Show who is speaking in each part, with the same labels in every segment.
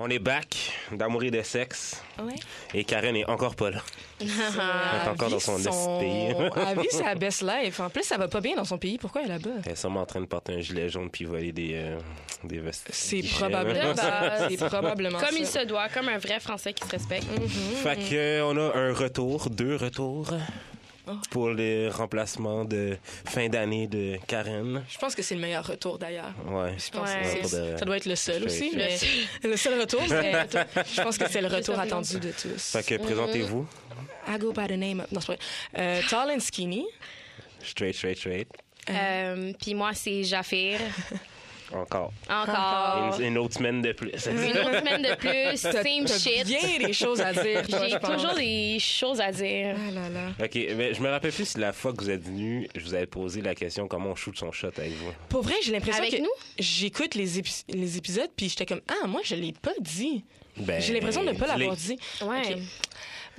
Speaker 1: On est back d'amour et de sexe.
Speaker 2: Ouais.
Speaker 1: Et Karen est encore pas là. Elle
Speaker 2: Ah
Speaker 1: est encore dans son petit pays.
Speaker 2: À vie, c'est la best life. En plus, ça va pas bien dans son pays. Pourquoi elle est là-bas?
Speaker 1: Elle est sûrement en train de porter un gilet jaune puis voler des, euh, des vestes.
Speaker 2: C'est
Speaker 1: guichets,
Speaker 2: probablement
Speaker 1: là.
Speaker 3: De base.
Speaker 2: ça. C'est probablement
Speaker 3: Comme
Speaker 2: ça.
Speaker 3: il se doit, comme un vrai Français qui se respecte.
Speaker 2: Mm-hmm.
Speaker 1: Fait que, euh, on a un retour, deux retours
Speaker 2: Oh.
Speaker 1: pour les remplacements de fin d'année de Karen.
Speaker 2: Je pense que c'est le meilleur retour, d'ailleurs.
Speaker 1: Ouais.
Speaker 2: Je pense
Speaker 3: Ouais.
Speaker 2: que
Speaker 1: Pour
Speaker 2: c'est-
Speaker 1: de-
Speaker 2: ça doit être le seul
Speaker 1: Je
Speaker 2: aussi,
Speaker 1: suis-
Speaker 2: mais
Speaker 1: je suis-
Speaker 2: le seul retour, mais je pense que c'est le retour
Speaker 3: J'espère
Speaker 2: attendu de tous.
Speaker 1: Fait que présentez-vous.
Speaker 2: I go by the name of... Non, c'est pas vrai. Euh, tall and skinny.
Speaker 1: Straight, straight, straight.
Speaker 3: Euh, Puis moi, c'est Jaffir.
Speaker 1: Encore.
Speaker 3: Encore.
Speaker 2: Ah.
Speaker 1: Une, une autre semaine de plus.
Speaker 2: Mm-hmm.
Speaker 3: Une autre semaine de plus, same
Speaker 2: T'as
Speaker 3: shit.
Speaker 2: bien des choses à dire, toi, je
Speaker 3: J'ai
Speaker 2: pense.
Speaker 3: toujours des choses à dire.
Speaker 2: Ah là là.
Speaker 1: OK, mais je me rappelle plus si la fois que vous êtes venu, je vous avais posé la question comment on shoot son shot avec vous.
Speaker 2: Pour vrai, j'ai l'impression
Speaker 3: Avec
Speaker 2: que
Speaker 3: nous?
Speaker 2: j'écoute les, épi- les épisodes, puis j'étais comme, ah, moi, je l'ai pas dit.
Speaker 1: Ben,
Speaker 2: J'ai l'impression de ne pas
Speaker 1: je l'ai-
Speaker 2: l'avoir dit.
Speaker 3: Ouais.
Speaker 2: Ok.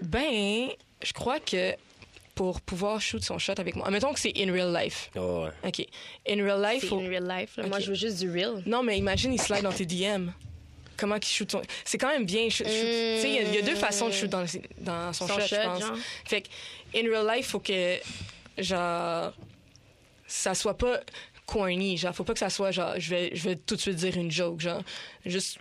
Speaker 2: Ben, je crois que pour pouvoir shoot son shot avec moi, mettons que c'est in real life.
Speaker 1: Oh, ouais.
Speaker 2: OK. In real life,
Speaker 3: C'est
Speaker 2: faut-
Speaker 3: in real life. là. Moi,
Speaker 2: Ok.
Speaker 3: je veux juste du real.
Speaker 2: non, mais imagine, il slide dans tes DM. Comment qu'il shoot son... C'est quand même bien. shoot- shoot- Tu sais, il y a- il y, a deux façons de shoot dans, le- dans son,
Speaker 3: Son
Speaker 2: shot,
Speaker 3: shot,
Speaker 2: je pense.
Speaker 3: genre.
Speaker 2: Fait que, in real life, faut que, genre, ça soit pas corny. Genre, faut pas que ça soit, genre, je vais, je vais tout de suite dire une joke. Genre, juste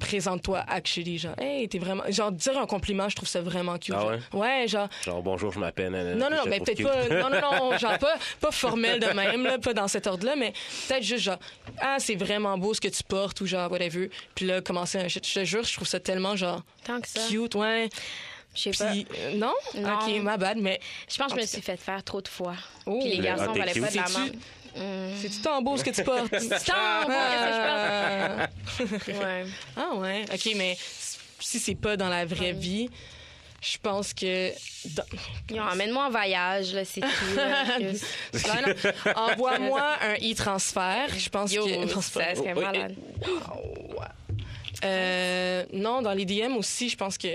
Speaker 2: présente-toi actually genre hey t'es vraiment genre dire un compliment je trouve ça vraiment cute
Speaker 1: Ah
Speaker 2: genre. ouais genre
Speaker 1: Genre, bonjour, je m'appelle. nanana,
Speaker 2: non, non, non,
Speaker 1: je
Speaker 2: mais
Speaker 1: trouve
Speaker 2: peut-être pas.
Speaker 1: cute.
Speaker 2: Non, non, non, genre pas, pas formel de même, là, pas dans cet ordre-là, mais peut-être juste genre, ah, c'est vraiment beau ce que tu portes ou genre, whatever. Puis là, commencer un shit. Je te jure, je trouve ça tellement genre
Speaker 3: Tant que ça.
Speaker 2: cute, ouais.
Speaker 3: Je sais pas.
Speaker 2: Puis, euh, non?
Speaker 3: Non.
Speaker 2: Ok, ma bad, mais
Speaker 3: Je pense que je
Speaker 2: En
Speaker 3: me
Speaker 2: tout
Speaker 3: suis fait faire trop de fois.
Speaker 2: Oh.
Speaker 3: Puis les
Speaker 2: Le
Speaker 3: garçons
Speaker 1: hot
Speaker 3: valaient
Speaker 1: take
Speaker 3: pas de la
Speaker 2: you.
Speaker 3: main.
Speaker 2: c'est-tu tant beau ce que tu portes?
Speaker 3: C'est tant beau, qu'est-ce que je porte?
Speaker 2: Ah.
Speaker 3: Ouais.
Speaker 2: Ah ouais, ok, mais si c'est pas dans la vraie vie, je pense que. dans-
Speaker 3: Yo, Emmène-moi en voyage, là, c'est tout. là.
Speaker 2: Non, non. Envoie-moi un e-transfert. Je pense
Speaker 3: Yo,
Speaker 2: que.
Speaker 3: ça serait
Speaker 1: Oui.
Speaker 3: malade.
Speaker 2: Oh, Euh, non, dans les DM aussi, je pense que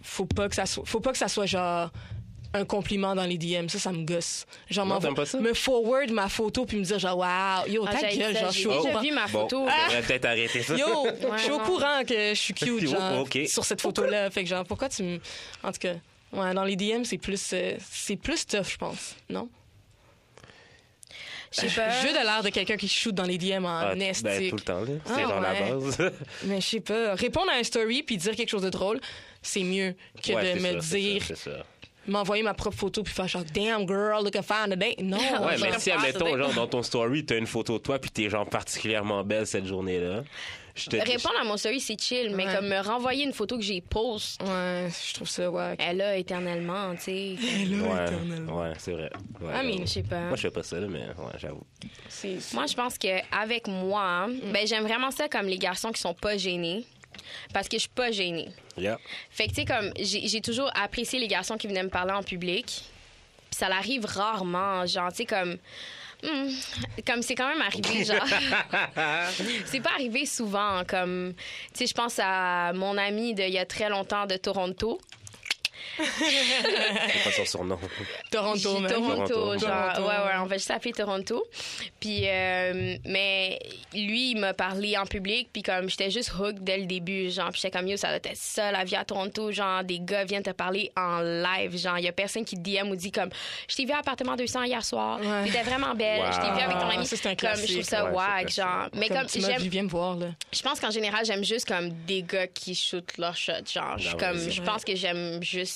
Speaker 2: faut pas que ça soit, faut pas que ça soit genre un compliment dans les DM. Ça, ça me gosse. Genre
Speaker 1: Non,
Speaker 2: m'envoie-
Speaker 1: t'aimes pas ça?
Speaker 2: me forward ma photo puis me dire genre wow, yo
Speaker 3: Ah,
Speaker 2: oh, ta
Speaker 3: j'ai-
Speaker 2: gueule, genre je
Speaker 3: j'ai
Speaker 2: suis au
Speaker 3: déjà
Speaker 2: courant. Ah!
Speaker 3: vu ma
Speaker 1: Bon,
Speaker 3: photo.
Speaker 1: on va peut-être arrêter ça.
Speaker 2: Yo, je suis au
Speaker 3: non.
Speaker 2: courant que je suis cute
Speaker 1: Yo,
Speaker 2: genre,
Speaker 1: ok.
Speaker 2: sur cette photo là. Fait que genre pourquoi tu me, en tout cas, ouais, dans les DM c'est plus, euh, c'est plus tough je pense, non?
Speaker 3: Ben, Je sais pas.
Speaker 2: Je veux de l'air de quelqu'un qui shoot dans les DM en
Speaker 1: Ah,
Speaker 2: est,
Speaker 1: ben,
Speaker 2: tu-
Speaker 1: tout le temps, là. C'est
Speaker 2: Ah,
Speaker 1: genre
Speaker 2: ouais.
Speaker 1: la base.
Speaker 2: Mais je sais pas. Répondre à un story puis dire quelque chose de drôle, c'est mieux que
Speaker 1: Ouais,
Speaker 2: de
Speaker 1: c'est
Speaker 2: me
Speaker 1: ça, c'est
Speaker 2: dire,
Speaker 1: ça, c'est ça.
Speaker 2: m'envoyer ma propre photo puis faire genre damn girl, look at fine today. Non.
Speaker 1: Ouais,
Speaker 2: genre,
Speaker 1: mais si,
Speaker 3: pense,
Speaker 1: admettons,
Speaker 3: c'est-
Speaker 1: genre, dans ton story, t'as une photo de toi, puis t'es, genre, particulièrement belle cette journée-là. Je te
Speaker 3: Répondre à mon story, c'est chill, mais
Speaker 2: Ouais.
Speaker 3: comme me renvoyer une photo que j'ai post,
Speaker 2: Ouais, je trouve ça ouais.
Speaker 3: elle a éternellement, tu sais. comme-
Speaker 1: Ouais, ouais c'est vrai. Ouais,
Speaker 2: Ah, mais
Speaker 1: j'avoue.
Speaker 3: Je sais pas.
Speaker 1: Moi, je fais pas ça, là, mais ouais, j'avoue.
Speaker 2: C'est
Speaker 3: Moi, je pense que avec moi, ben j'aime vraiment ça comme les garçons qui sont pas gênés, parce que je suis pas gênée.
Speaker 1: Yeah.
Speaker 3: Fait que tu sais comme j'ai j'ai toujours apprécié les garçons qui venaient me parler en public. Puis ça l'arrive rarement, genre tu sais comme hmm, comme c'est quand même arrivé genre c'est pas arrivé souvent comme tu sais je pense à mon ami de il y a très longtemps de Toronto
Speaker 1: C'est pas son surnom.
Speaker 2: Toronto,
Speaker 3: J'ai
Speaker 2: même.
Speaker 3: Toronto,
Speaker 1: Toronto.
Speaker 3: genre.
Speaker 2: Toronto.
Speaker 3: Ouais, ouais, on va juste appeler Toronto. Puis, euh, mais lui, il m'a parlé en public, puis comme j'étais juste hook dès le début, genre, puis j'étais comme, yo, ça doit être ça, la vie à Toronto, genre, des gars viennent te parler en live, genre, il y a personne qui te DM ou dit comme, je t'ai vu à appartement 200 hier soir,
Speaker 2: Ouais.
Speaker 3: t'étais vraiment belle, je t'ai vu avec ton
Speaker 2: Wow.
Speaker 3: ami.
Speaker 2: Ah, Ça, c'est un
Speaker 3: comme, je
Speaker 2: classique.
Speaker 3: trouve ça
Speaker 1: Ouais,
Speaker 3: wack,
Speaker 1: c'est
Speaker 3: genre. Mais comme,
Speaker 2: tu m'as
Speaker 3: j'aime
Speaker 2: vu, viens me voir là.
Speaker 3: je pense qu'en général, j'aime juste comme des gars qui shootent leur shot. Genre, je, suis
Speaker 1: Ah ouais,
Speaker 3: comme,
Speaker 1: c'est
Speaker 3: je
Speaker 2: vrai.
Speaker 3: pense que j'aime juste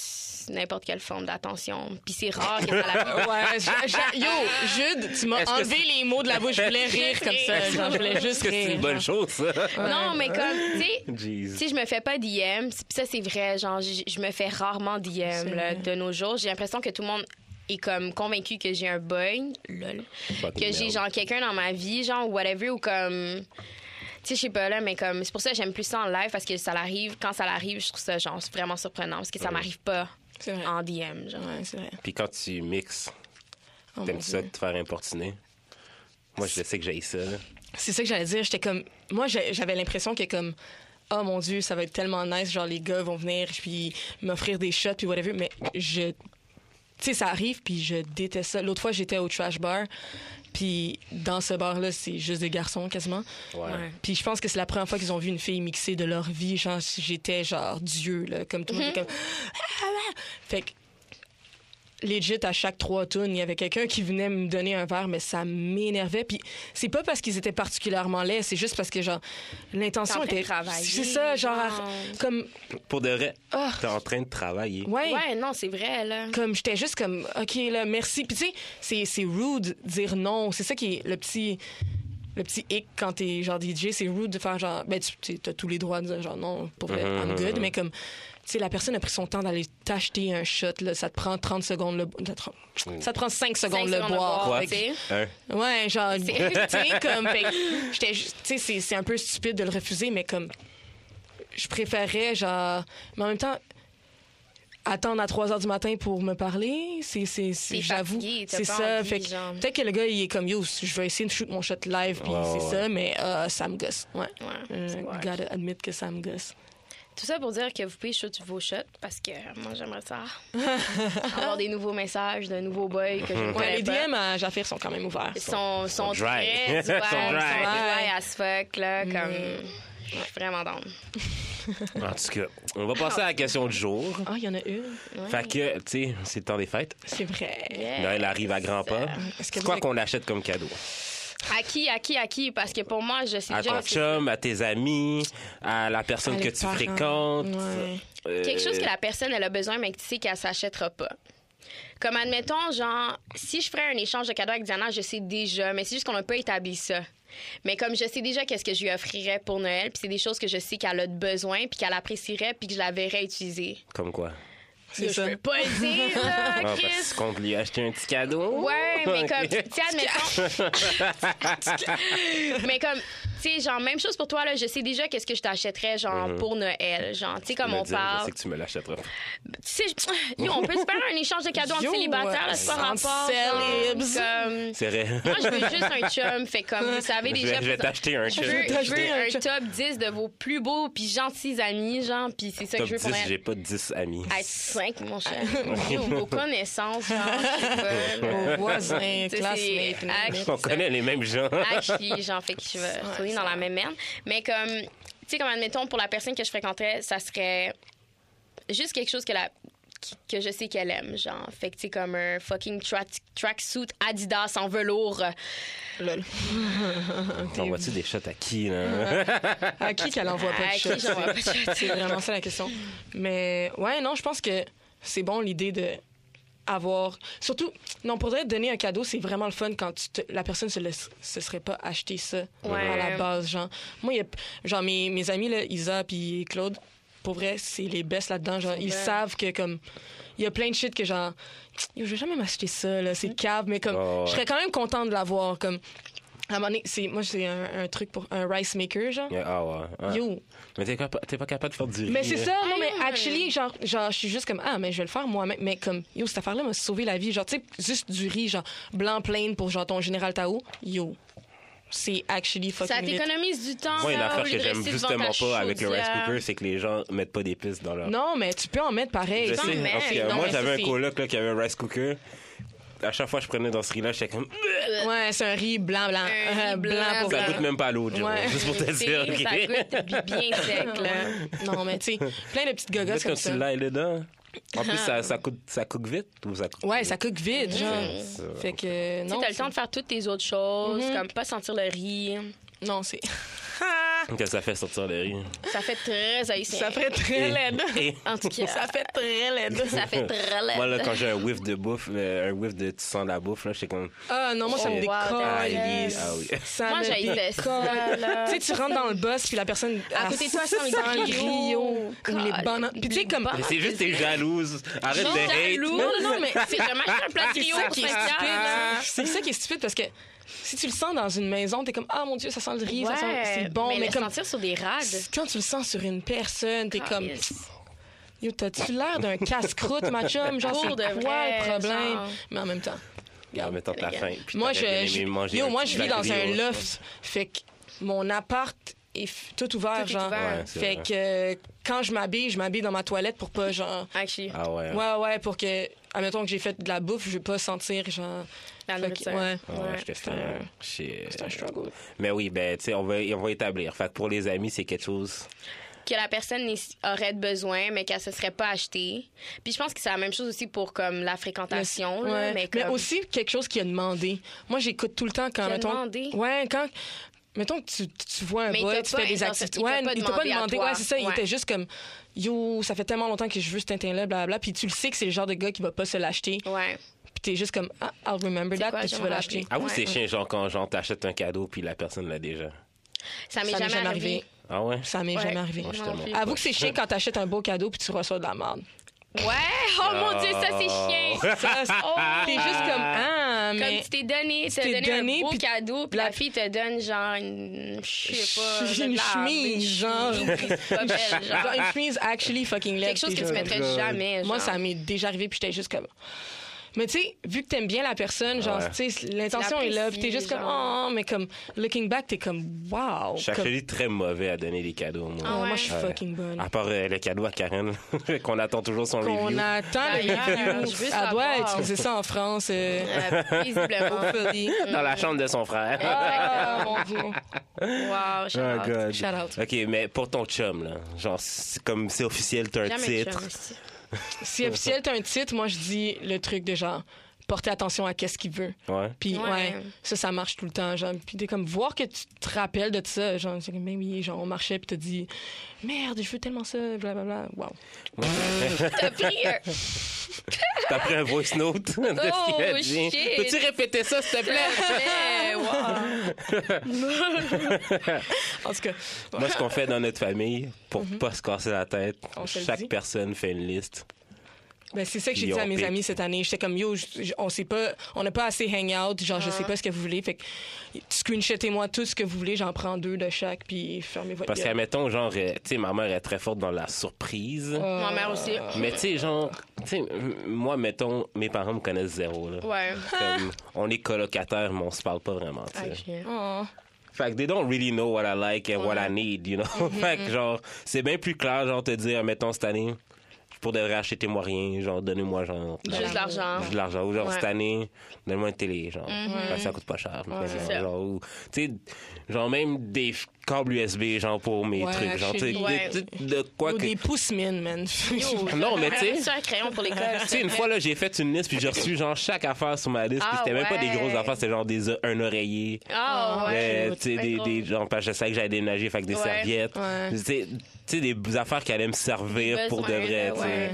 Speaker 3: n'importe quelle forme d'attention. Puis c'est rare que ça la
Speaker 2: Ouais, je- je- yo, Jude, tu m'as
Speaker 1: Est-ce que
Speaker 2: enlevé les mots de la bouche. Je voulais rire comme ça.
Speaker 3: Est-ce
Speaker 2: genre, je voulais
Speaker 1: Est-ce
Speaker 2: juste
Speaker 1: que c'est
Speaker 2: rire.
Speaker 1: une bonne chose, ça?
Speaker 3: Non, mais comme, tu sais,
Speaker 1: Jeez.
Speaker 3: si je me fais pas DM, c'est- pis ça c'est vrai, genre j- je me fais rarement DM là,
Speaker 2: vrai.
Speaker 3: de nos jours. J'ai l'impression que tout le monde est comme convaincu que j'ai un boy, lol,
Speaker 1: Fucking
Speaker 3: que j'ai
Speaker 1: merde.
Speaker 3: genre quelqu'un dans ma vie, genre whatever ou comme tu sais, je sais pas là, mais comme c'est pour ça que j'aime plus ça en live parce que ça l'arrive, quand ça l'arrive, je trouve ça genre vraiment surprenant parce que ça m'arrive pas
Speaker 2: C'est vrai.
Speaker 3: en DM, genre.
Speaker 2: Ah. Ouais, c'est vrai.
Speaker 1: Puis quand tu mixes,
Speaker 2: Oh, mon
Speaker 1: t'aimes ça de
Speaker 2: Dieu.
Speaker 1: te faire importuner? Moi, je sais que j'ai ça, là.
Speaker 2: C'est ça que j'allais dire. J'étais comme. Moi, j'ai- j'avais l'impression que, comme. Oh mon Dieu, ça va être tellement nice. Genre, les gars vont venir, puis m'offrir des shots, puis whatever. Mais je. Tu sais, ça arrive, puis je déteste ça. L'autre fois, j'étais au trash bar, Puis dans ce bar-là, c'est juste des garçons quasiment.
Speaker 1: Ouais.
Speaker 3: Ouais.
Speaker 2: Puis je pense que c'est la première fois qu'ils ont vu une fille mixée de leur vie. Genre, j'étais genre Dieu, là, comme tout le monde était comme. Ah, ah, ah. Fait que, legit, à chaque trois tunes, il y avait quelqu'un qui venait me donner un verre, mais ça m'énervait. Puis c'est pas parce qu'ils étaient particulièrement laids, c'est juste parce que, genre, l'intention
Speaker 3: T'es en train de
Speaker 2: était.
Speaker 3: travailler,
Speaker 2: C'est ça, genre,
Speaker 3: genre.
Speaker 2: comme.
Speaker 1: Pour de vrai,
Speaker 2: Ah.
Speaker 1: t'es en train de travailler.
Speaker 2: Ouais.
Speaker 3: Ouais, non, c'est vrai, là.
Speaker 2: Comme j'étais juste comme OK là, merci. Puis tu sais, c'est c'est rude dire non, c'est ça qui est le petit le petit hic quand t'es genre DJ, c'est rude de faire genre ben tu tu- t'as tous les droits de dire genre non pour
Speaker 3: Mhm,
Speaker 2: vrai, I'm good, mais comme tu sais la personne a pris son temps d'aller t'acheter un shot là, ça te prend 30 secondes le ça te prend, ça te prend 5 secondes le
Speaker 3: secondes le
Speaker 2: boire.
Speaker 3: boire,
Speaker 2: Fait que-
Speaker 3: tu sais.
Speaker 1: Hein?
Speaker 2: Ouais, genre, tu
Speaker 3: C'est-
Speaker 2: sais, comme, fait que j'étais ju- tu sais, c'est- c'est un peu stupide de le refuser, mais comme, je préférais, genre, mais en même temps, attendre à 3 heures du matin pour me parler, c'est, c'est, c'est-
Speaker 3: T'es
Speaker 2: j'avoue,
Speaker 3: fatigué, t'as
Speaker 2: c'est
Speaker 3: pas
Speaker 2: ça,
Speaker 3: envie,
Speaker 2: fait que
Speaker 3: genre.
Speaker 2: peut-être que le gars, il est comme, yo, je vais essayer de shoot mon shot live, puis
Speaker 1: Ouais,
Speaker 2: c'est
Speaker 1: ouais,
Speaker 2: ça, mais euh, ça me gosse, ouais.
Speaker 3: Ouais,
Speaker 2: Euh,
Speaker 3: c'est correct.
Speaker 2: gotta admit que ça me gosse.
Speaker 3: Tout ça pour dire que vous pouvez shoot vos shots parce que euh, moi, j'aimerais ça. Avoir des nouveaux messages d'un nouveau boy que je ne
Speaker 2: Ouais, ben.
Speaker 3: connais
Speaker 2: les
Speaker 3: pas.
Speaker 2: DM à Jaffir sont quand même ouverts.
Speaker 3: sont, sont
Speaker 1: sont dry.
Speaker 3: très dry,
Speaker 1: Sont
Speaker 3: sont
Speaker 1: dry.
Speaker 3: dry as fuck, là,
Speaker 2: Mm.
Speaker 3: comme... Je suis vraiment down.
Speaker 1: En tout cas, on va passer à la question du jour.
Speaker 2: Ah, il y en a une,
Speaker 1: Fait que, tu sais, c'est le temps des fêtes.
Speaker 2: c'est vrai.
Speaker 3: Yeah.
Speaker 1: Noël arrive à grands pas.
Speaker 2: Est-ce
Speaker 1: C'est
Speaker 2: que vous
Speaker 1: quoi
Speaker 2: avez-
Speaker 1: qu'on achète comme cadeau?
Speaker 3: À qui, à qui, à qui? Parce que pour moi, je sais
Speaker 1: À
Speaker 3: déjà...
Speaker 1: ton
Speaker 3: c'est-
Speaker 1: chum, à tes amis, à la personne
Speaker 2: À
Speaker 1: que
Speaker 2: les
Speaker 1: tu
Speaker 2: parents.
Speaker 1: fréquentes.
Speaker 2: Ouais.
Speaker 1: Euh,
Speaker 3: Quelque chose que la personne, elle a besoin, mais que tu sais qu'elle s'achètera pas. Comme, admettons, genre, si je ferais un échange de cadeaux avec Diana, je sais déjà, mais c'est juste qu'on n'a pas établi ça. Mais comme je sais déjà qu'est-ce que je lui offrirais pour Noël, puis c'est des choses que je sais qu'elle a de besoin, puis qu'elle apprécierait, puis que je la verrais utiliser. ben,
Speaker 1: Comme quoi?
Speaker 2: C'est
Speaker 3: Je
Speaker 2: ça.
Speaker 3: peux pas le dire,
Speaker 1: Ah,
Speaker 3: là,
Speaker 1: parce
Speaker 3: Chris.
Speaker 1: que tu comptes lui acheter un petit cadeau?
Speaker 3: Ouais, mais comme,
Speaker 1: Ok.
Speaker 3: tu sais, admettons. mais comme, tu sais, genre, même chose pour toi, là, je sais déjà qu'est-ce que je t'achèterais, genre, pour Noël. Genre, Mhm. tu sais, comme
Speaker 1: Me
Speaker 3: on
Speaker 1: dire, Je
Speaker 3: parle.
Speaker 1: sais que tu me l'achèteras.
Speaker 3: Tu sais, je- yo, on peut se faire un échange de cadeaux
Speaker 2: Yo,
Speaker 3: entre célibataires, là, c'est pas
Speaker 2: sans
Speaker 3: rapport. genre,
Speaker 2: celebs.
Speaker 3: Comme,
Speaker 1: C'est vrai.
Speaker 3: moi, je veux juste un chum, fait comme, vous savez
Speaker 1: Je
Speaker 3: déjà.
Speaker 1: vais, je vais t'acheter un
Speaker 3: je
Speaker 1: chum.
Speaker 3: veux, je veux
Speaker 2: un
Speaker 3: un
Speaker 2: chum.
Speaker 3: top 10 de vos plus beaux puis gentils amis, genre, puis c'est ça que
Speaker 1: Top
Speaker 3: je veux Ah, pour
Speaker 1: 10,
Speaker 3: Noël.
Speaker 1: j'ai pas 10 amis.
Speaker 3: Être 5, mon cher. Yo, Vos connaissances, genre, je sais pas, là.
Speaker 2: Au voisin,
Speaker 3: Tu sais,
Speaker 2: classmate.
Speaker 3: c'est-
Speaker 2: nanana.
Speaker 3: Ah,
Speaker 1: On connaît les mêmes gens.
Speaker 3: à qui, genre, fait que je vais retourner dans la même merde. Mais comme, tu sais, comme admettons, pour la personne que je fréquenterais, ça serait juste quelque chose que la qui- que je sais qu'elle aime, genre. Fait que, tu sais, comme un fucking tra- tracksuit Adidas en velours.
Speaker 2: Lol.
Speaker 1: On voit-tu des shots à qui, là?
Speaker 2: À qui qu'elle envoie pas
Speaker 3: À Euh,
Speaker 2: de
Speaker 3: qui
Speaker 2: shot?
Speaker 3: j'envoie pas de shot?
Speaker 2: C'est vraiment ça la question. Mais ouais, non, je pense que c'est bon l'idée de avoir surtout non pour vrai, donner un cadeau c'est vraiment le fun quand tu te- la personne se laisse se serait pas acheté ça
Speaker 3: Ouais.
Speaker 2: à la base genre moi il y a- genre mes, mes amis là Isa puis Claude pour vrai c'est les best là dedans genre ils
Speaker 3: belles.
Speaker 2: savent que comme il y a plein de shit que genre Yo, je vais jamais m'acheter ça là c'est cave mais comme
Speaker 1: Ouais, ouais.
Speaker 2: je serais quand même contente de l'avoir comme à un moment donné, c'est moi j'ai un, un truc pour un rice maker genre
Speaker 3: Mm-hmm.
Speaker 1: Ah ouais. Ah.
Speaker 2: Yo.
Speaker 1: Mais t'es, capa- t'es pas capable de faire du riz.
Speaker 2: Mais c'est
Speaker 1: là.
Speaker 2: ça, non, mais
Speaker 3: Ah.
Speaker 2: actually, genre, genre, je suis juste comme, ah, mais je vais le faire moi-même. Mais comme, yo, cette affaire-là m'a sauvé la vie. Genre, tu sais, juste du riz, genre, blanc plein pour, genre, ton général Tao. Yo, c'est actually fucking
Speaker 3: Ça
Speaker 2: lit.
Speaker 3: t'économise du temps.
Speaker 1: Moi, une
Speaker 3: là,
Speaker 1: affaire
Speaker 3: au lieu
Speaker 1: que
Speaker 3: de
Speaker 1: j'aime
Speaker 3: rester devant
Speaker 1: justement
Speaker 3: ta
Speaker 1: pas avec le rice
Speaker 3: chaudière.
Speaker 1: cooker, c'est que les gens mettent pas d'épices dans leur.
Speaker 2: Non, mais tu peux en mettre pareil.
Speaker 1: je
Speaker 3: t'en
Speaker 1: sais.
Speaker 3: mets,
Speaker 1: parce que
Speaker 3: non,
Speaker 1: moi,
Speaker 3: mais
Speaker 1: j'avais
Speaker 3: ça,
Speaker 1: un
Speaker 3: c'est-
Speaker 1: coloc là, qui avait un rice cooker. À chaque fois que je prenais dans ce riz-là, j'étais comme.
Speaker 2: Ouais, c'est un riz blanc, blanc. euh,
Speaker 3: Un riz
Speaker 2: blanc, pour
Speaker 1: Ça
Speaker 3: blanc.
Speaker 1: goûte même pas à l'eau, Joe.
Speaker 2: Ouais.
Speaker 1: Juste pour te
Speaker 3: Tu sais,
Speaker 1: dire. ok?
Speaker 3: Ça goûte bi- bien sec, là.
Speaker 2: Non, mais tu sais, plein de petites
Speaker 1: Peut-être
Speaker 2: gogosses
Speaker 1: quand
Speaker 2: comme ça.
Speaker 1: tu l'ailles dedans. En plus, ça, ça, coûte, ça coûte vite ou ça coûte.
Speaker 2: Ouais, ça coûte vite, genre.
Speaker 1: Ça-
Speaker 2: Fait que, euh,
Speaker 3: Mm. Tu sais,
Speaker 2: non. Mm-hmm.
Speaker 3: t'as le temps de faire toutes tes autres choses, comme pas sentir le Ah, riz.
Speaker 2: c'est- Non, c'est.
Speaker 1: Que ça fait sortir le riz.
Speaker 3: Ça fait très haïtien.
Speaker 2: Ça fait très laide.
Speaker 1: Et-
Speaker 3: En tout cas,
Speaker 2: Ça fait très laide.
Speaker 3: ça fait très laid.
Speaker 1: Moi, là, quand j'ai un whiff de bouffe, euh, un whiff de tu sens la bouffe, là, j'étais comme.
Speaker 2: Ah, non, moi, ça
Speaker 1: Oh,
Speaker 2: me
Speaker 1: wow,
Speaker 2: décolle.
Speaker 3: t'as-
Speaker 1: Ah oui.
Speaker 2: Ça
Speaker 3: Moi,
Speaker 2: me
Speaker 3: j'haïssais ça, là.
Speaker 2: Tu sais, tu rentres dans le boss, puis la personne.
Speaker 3: À côté de toi, sans les Ah,
Speaker 2: sans
Speaker 3: griots.
Speaker 2: Ou oh, les bananes. Puis tu sais, comme.
Speaker 1: Mais c'est juste t'es jalouse. Arrête
Speaker 3: Non,
Speaker 1: de hate.
Speaker 3: jaloux.
Speaker 2: Non, non, mais
Speaker 3: C'est vraiment un plat
Speaker 2: c'est
Speaker 3: trio
Speaker 2: ça
Speaker 3: pour
Speaker 2: qui est
Speaker 3: cinq
Speaker 2: stupide. hein.
Speaker 3: heures.
Speaker 2: C'est ça qui est stupide parce que si tu le sens dans une maison, t'es comme Ah mon Dieu, ça sent le riz, ça
Speaker 3: Ouais,
Speaker 2: sent. C'est bon, mais,
Speaker 3: mais le Ah,
Speaker 2: comme.
Speaker 3: sentir sur des rags.
Speaker 2: Quand tu le sens sur une personne, t'es comme.
Speaker 3: Calice.
Speaker 2: Yo, t'as-tu l'air d'un casse-croûte, ma chum? Genre,
Speaker 3: Pour
Speaker 2: c'est
Speaker 3: de
Speaker 2: quoi
Speaker 3: vrai,
Speaker 2: le problème?
Speaker 3: genre.
Speaker 2: Mais en même temps.
Speaker 1: En mettant la faim. puis
Speaker 2: moi,
Speaker 1: t'aurais bien
Speaker 2: je,
Speaker 1: aimé
Speaker 2: je-
Speaker 1: manger
Speaker 2: yo,
Speaker 1: un
Speaker 2: moi,
Speaker 1: petit
Speaker 2: je vis dans un
Speaker 1: bagrio,
Speaker 2: loft. Fait que mon appart est f- tout ouvert,
Speaker 3: Tout est
Speaker 2: genre.
Speaker 3: ouvert.
Speaker 1: Ouais, c'est
Speaker 2: fait
Speaker 1: vrai.
Speaker 2: que euh, quand je m'habille, je m'habille dans ma toilette pour pas, genre.
Speaker 3: Actually.
Speaker 1: Ah ouais.
Speaker 2: Ouais, ouais, pour que admettons que j'ai fait de la bouffe, je vais pas sentir, genre.
Speaker 3: La
Speaker 2: Fait que-
Speaker 3: nourriture.
Speaker 2: ouais.
Speaker 3: Ouais.
Speaker 1: Ah Ouais, que c'est un- shit.
Speaker 2: C'est un struggle.
Speaker 1: Mais oui, ben, tu sais, on va, on va établir. Fait que pour les amis, c'est quelque chose.
Speaker 3: que la personne n'ait- aurait de besoin, mais qu'elle se serait pas achetée. Puis je pense que c'est la même chose aussi pour comme la fréquentation, là,
Speaker 2: Ouais.
Speaker 3: mais,
Speaker 2: Mais,
Speaker 3: comme,
Speaker 2: aussi quelque chose qui a demandé. Moi, j'écoute tout le temps quand.
Speaker 3: Qui a
Speaker 2: mettons,
Speaker 3: demandé?
Speaker 2: Ouais, quand. Mettons que tu, tu vois un
Speaker 3: Mais il
Speaker 2: boy,
Speaker 3: t'a
Speaker 2: tu
Speaker 3: pas
Speaker 2: fais des
Speaker 3: inter-
Speaker 2: activités.
Speaker 3: il t'a
Speaker 2: Ouais,
Speaker 3: pas
Speaker 2: il t'a pas
Speaker 3: demandé à
Speaker 2: demandé.
Speaker 3: toi.
Speaker 2: Ouais, c'est ça. Il
Speaker 3: Ouais.
Speaker 2: était juste comme Yo, ça fait tellement longtemps que je veux ce tintin-là, blablabla. Puis tu le sais que c'est le genre de gars qui va pas se l'acheter.
Speaker 3: ouais.
Speaker 2: Puis t'es juste comme Ah, I'll remember
Speaker 3: C'est
Speaker 2: that,
Speaker 3: quoi,
Speaker 2: puis
Speaker 3: je
Speaker 2: tu
Speaker 3: vais
Speaker 2: vas l'acheter.
Speaker 1: Ah oui,
Speaker 3: Ouais.
Speaker 1: c'est chiant, genre quand genre t'achètes un cadeau puis la personne l'a déjà.
Speaker 3: Ça m'est
Speaker 2: Ça
Speaker 3: jamais, arrivé.
Speaker 1: Ah ouais?
Speaker 2: Ça m'est
Speaker 3: Ouais.
Speaker 2: jamais arrivé.
Speaker 1: Moi, je suis
Speaker 3: Non
Speaker 1: tellement
Speaker 3: plus.
Speaker 1: poche.
Speaker 2: Avoue que c'est chiant quand t'achètes un beau cadeau puis tu reçois de la merde.
Speaker 3: Ouais, oh mon dieu, ça c'est
Speaker 1: Ah.
Speaker 3: chien.
Speaker 2: Ça, c'est- T'es juste comme Ah,
Speaker 3: Oh! Comme
Speaker 2: mais.
Speaker 3: tu t'es donné, tu t'es
Speaker 2: t'es
Speaker 3: donné,
Speaker 2: donné,
Speaker 3: un beau
Speaker 2: puis-
Speaker 3: cadeau, puis
Speaker 2: la-
Speaker 3: la fille te donne genre une, je sais pas,
Speaker 2: J'ai une
Speaker 3: de la-
Speaker 2: chemise, genre.
Speaker 3: une chemise pas belle, genre.
Speaker 2: Genre, une chemise actually fucking laid.
Speaker 3: quelque chose
Speaker 2: t'es
Speaker 3: que tu
Speaker 2: genre-
Speaker 3: mettrais jamais. Genre.
Speaker 2: Moi, ça m'est déjà arrivé, puis j'étais juste comme. Mais tu sais, vu que t'aimes bien la personne, genre,
Speaker 1: Ouais.
Speaker 2: tu sais, l'intention est là, puis t'es
Speaker 3: l'apprécies,
Speaker 2: juste comme,
Speaker 3: genre.
Speaker 2: oh, mais comme, looking back, t'es comme, wow.
Speaker 1: Je suis
Speaker 2: comme,
Speaker 1: actually très mauvais à donner des cadeaux, moi.
Speaker 3: Ah
Speaker 2: Oh,
Speaker 3: ouais.
Speaker 2: Moi, je suis
Speaker 1: Ouais.
Speaker 2: fucking bonne.
Speaker 1: À part euh, le cadeau à Karen, qu'on attend toujours son
Speaker 2: Qu'on
Speaker 1: review.
Speaker 2: attend le
Speaker 3: D'ailleurs,
Speaker 2: review.
Speaker 3: je veux
Speaker 2: Elle doit
Speaker 3: savoir.
Speaker 2: utiliser ça en France. euh,
Speaker 3: Euh, visiblement.
Speaker 2: au Philly.
Speaker 1: Dans la chambre de son
Speaker 3: Oh,
Speaker 1: frère.
Speaker 2: Ah, mon Dieu.
Speaker 3: wow, shout
Speaker 1: Oh,
Speaker 3: out.
Speaker 2: Shout out.
Speaker 1: OK, mais pour ton chum, là, genre, c'est comme c'est officiel, t'as un
Speaker 3: Jamais de
Speaker 1: titre.
Speaker 3: chum, ici.
Speaker 2: Si officiel, t'as un titre, moi, je dis le truc de genre, porter attention à qu'est-ce qu'il veut.
Speaker 1: Ouais.
Speaker 2: Puis
Speaker 3: Ouais.
Speaker 2: ouais. ça, ça marche tout le temps. Genre, puis t'es comme voir que tu te rappelles de ça. Genre, c'est comme, ben oui, genre, on marchait, puis t'as dit, merde, je veux tellement ça, blablabla. Wow.
Speaker 3: T'as pris un-
Speaker 1: T'as pris un voice note de ce qu'il a
Speaker 3: Oh,
Speaker 1: dit.
Speaker 3: shit.
Speaker 1: Peux-tu répéter ça, s'il te plaît?
Speaker 3: Mais, Eh, wow.
Speaker 2: En tout cas,
Speaker 1: Moi, ce qu'on fait dans notre famille, pour
Speaker 3: Mhm.
Speaker 1: pas se casser la tête,
Speaker 2: On se le
Speaker 1: chaque
Speaker 2: dit.
Speaker 1: personne fait une liste.
Speaker 2: ben, c'est ça que j'ai
Speaker 1: Ils
Speaker 2: dit à
Speaker 1: ont
Speaker 2: mes
Speaker 1: piqué.
Speaker 2: amis cette année. J'étais comme, yo, je- je- on sait pas, on n'a pas assez hangout. Genre,
Speaker 3: Ah.
Speaker 2: je sais pas ce que vous voulez. Fait que screenshotez-moi tout ce que vous voulez. J'en prends deux de chaque, puis fermez votre
Speaker 1: Parce
Speaker 2: gueule.
Speaker 1: qu'admettons, genre, euh, tu sais, ma mère est très forte dans la surprise.
Speaker 3: Ma mère aussi.
Speaker 1: Mais tu sais, genre, tu sais, m- moi, mettons, mes parents me connaissent zéro, là.
Speaker 3: Ouais.
Speaker 1: Comme, on est colocataires, mais on se parle pas vraiment, tu sais.
Speaker 2: Oh.
Speaker 1: Fait que they don't really know what I like and what I need, you know.
Speaker 3: Mm-hmm.
Speaker 1: fait que genre, c'est bien plus clair, genre, te dire, mettons, cette année, pour de vrai, achetez-moi rien, genre, donnez-moi, genre,
Speaker 3: Juste l'argent.
Speaker 1: de l'argent. Ou genre,
Speaker 3: Ouais. Mm-hmm.
Speaker 1: cette année, donne-moi une télé, genre. Parce que ça coûte pas cher. mais genre,
Speaker 3: ça.
Speaker 1: genre, ou- tu sais, genre, même des f- câbles USB, genre, pour mes
Speaker 2: Ouais,
Speaker 1: trucs, genre, tu sais,
Speaker 2: actually,
Speaker 1: de-
Speaker 3: ouais.
Speaker 1: de, de quoi
Speaker 2: Ou
Speaker 1: que...
Speaker 2: des pouces mines, man.
Speaker 1: Non, mais tu sais...
Speaker 3: C'est un crayon pour l'école.
Speaker 1: Tu sais, une fois, là, j'ai fait une liste, puis j'ai reçu, genre, chaque affaire sur ma liste, puis
Speaker 3: Ah
Speaker 1: c'était même pas des
Speaker 3: ouais.
Speaker 1: grosses affaires, c'était genre des, euh, un oreiller,
Speaker 3: Ah ouais.
Speaker 1: euh, tu sais, des, des, genre, parce que je savais que j'allais déménager, fait que des
Speaker 3: Ouais.
Speaker 1: serviettes.
Speaker 2: Ouais.
Speaker 1: Tu sais, tu sais, des affaires qui allaient me servir
Speaker 3: Des
Speaker 1: pour de
Speaker 3: besoins,
Speaker 1: vrai,
Speaker 3: là,
Speaker 1: tu sais.
Speaker 3: ouais.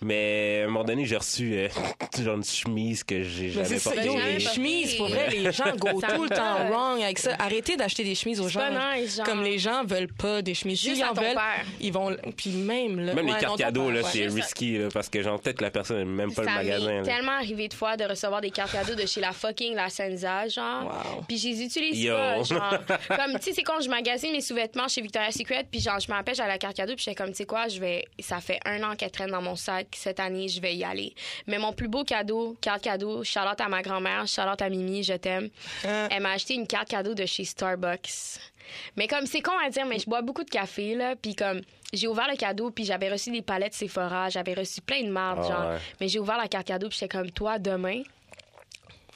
Speaker 1: Mais à un moment donné, j'ai reçu euh, genre une chemise que j'ai
Speaker 2: Mais
Speaker 1: jamais
Speaker 2: c'est ça,
Speaker 1: portée.
Speaker 2: yo,
Speaker 3: Jamais
Speaker 2: les
Speaker 3: porté.
Speaker 2: chemises, pour vrai, les gens go
Speaker 3: Ça
Speaker 2: tout le temps
Speaker 3: me-
Speaker 2: wrong avec ça. Arrêtez d'acheter des chemises aux
Speaker 3: C'est
Speaker 2: gens.
Speaker 3: pas nice, genre.
Speaker 2: Comme les gens veulent pas des chemises.
Speaker 3: Juste
Speaker 2: S'ils
Speaker 3: à
Speaker 2: en
Speaker 3: ton
Speaker 2: veulent,
Speaker 3: père.
Speaker 2: ils vont... Puis même, là,
Speaker 1: Même
Speaker 2: ouais,
Speaker 1: les
Speaker 2: non,
Speaker 1: cartes
Speaker 2: ton
Speaker 1: cadeaux,
Speaker 2: père,
Speaker 1: là,
Speaker 2: ouais.
Speaker 1: c'est
Speaker 3: Juste ça.
Speaker 1: risqué, là, parce que, genre, peut-être que la personne n'aime même pas le
Speaker 3: ça
Speaker 1: magasin.
Speaker 3: m'est
Speaker 1: là.
Speaker 3: tellement arrivé de fois de recevoir des cartes cadeaux de chez la fucking La Senza, genre.
Speaker 2: Wow.
Speaker 3: Puis je les utilise
Speaker 1: Yo.
Speaker 3: pas, genre. Comme, tu sais, c'est quand je magasine mes sous-vêtements chez Victoria's Secret, puis genre, je m'appelle à la carte cadeau, puis j'étais comme, tu sais quoi, je vais... Ça fait un an qu'elle traîne dans mon sac, cette année, je vais y aller. Mais mon plus beau cadeau, carte cadeau, Charlotte à ma grand-mère, Charlotte à Mimi, je t'aime. Elle m'a acheté une carte cadeau de chez Starbucks. Mais comme c'est con à dire, mais je bois beaucoup de café là, puis comme j'ai ouvert le cadeau, puis j'avais reçu des palettes Sephora, j'avais reçu plein de marde,
Speaker 1: Ah
Speaker 3: genre.
Speaker 1: ouais.
Speaker 3: Mais j'ai ouvert la carte cadeau, puis j'étais comme toi demain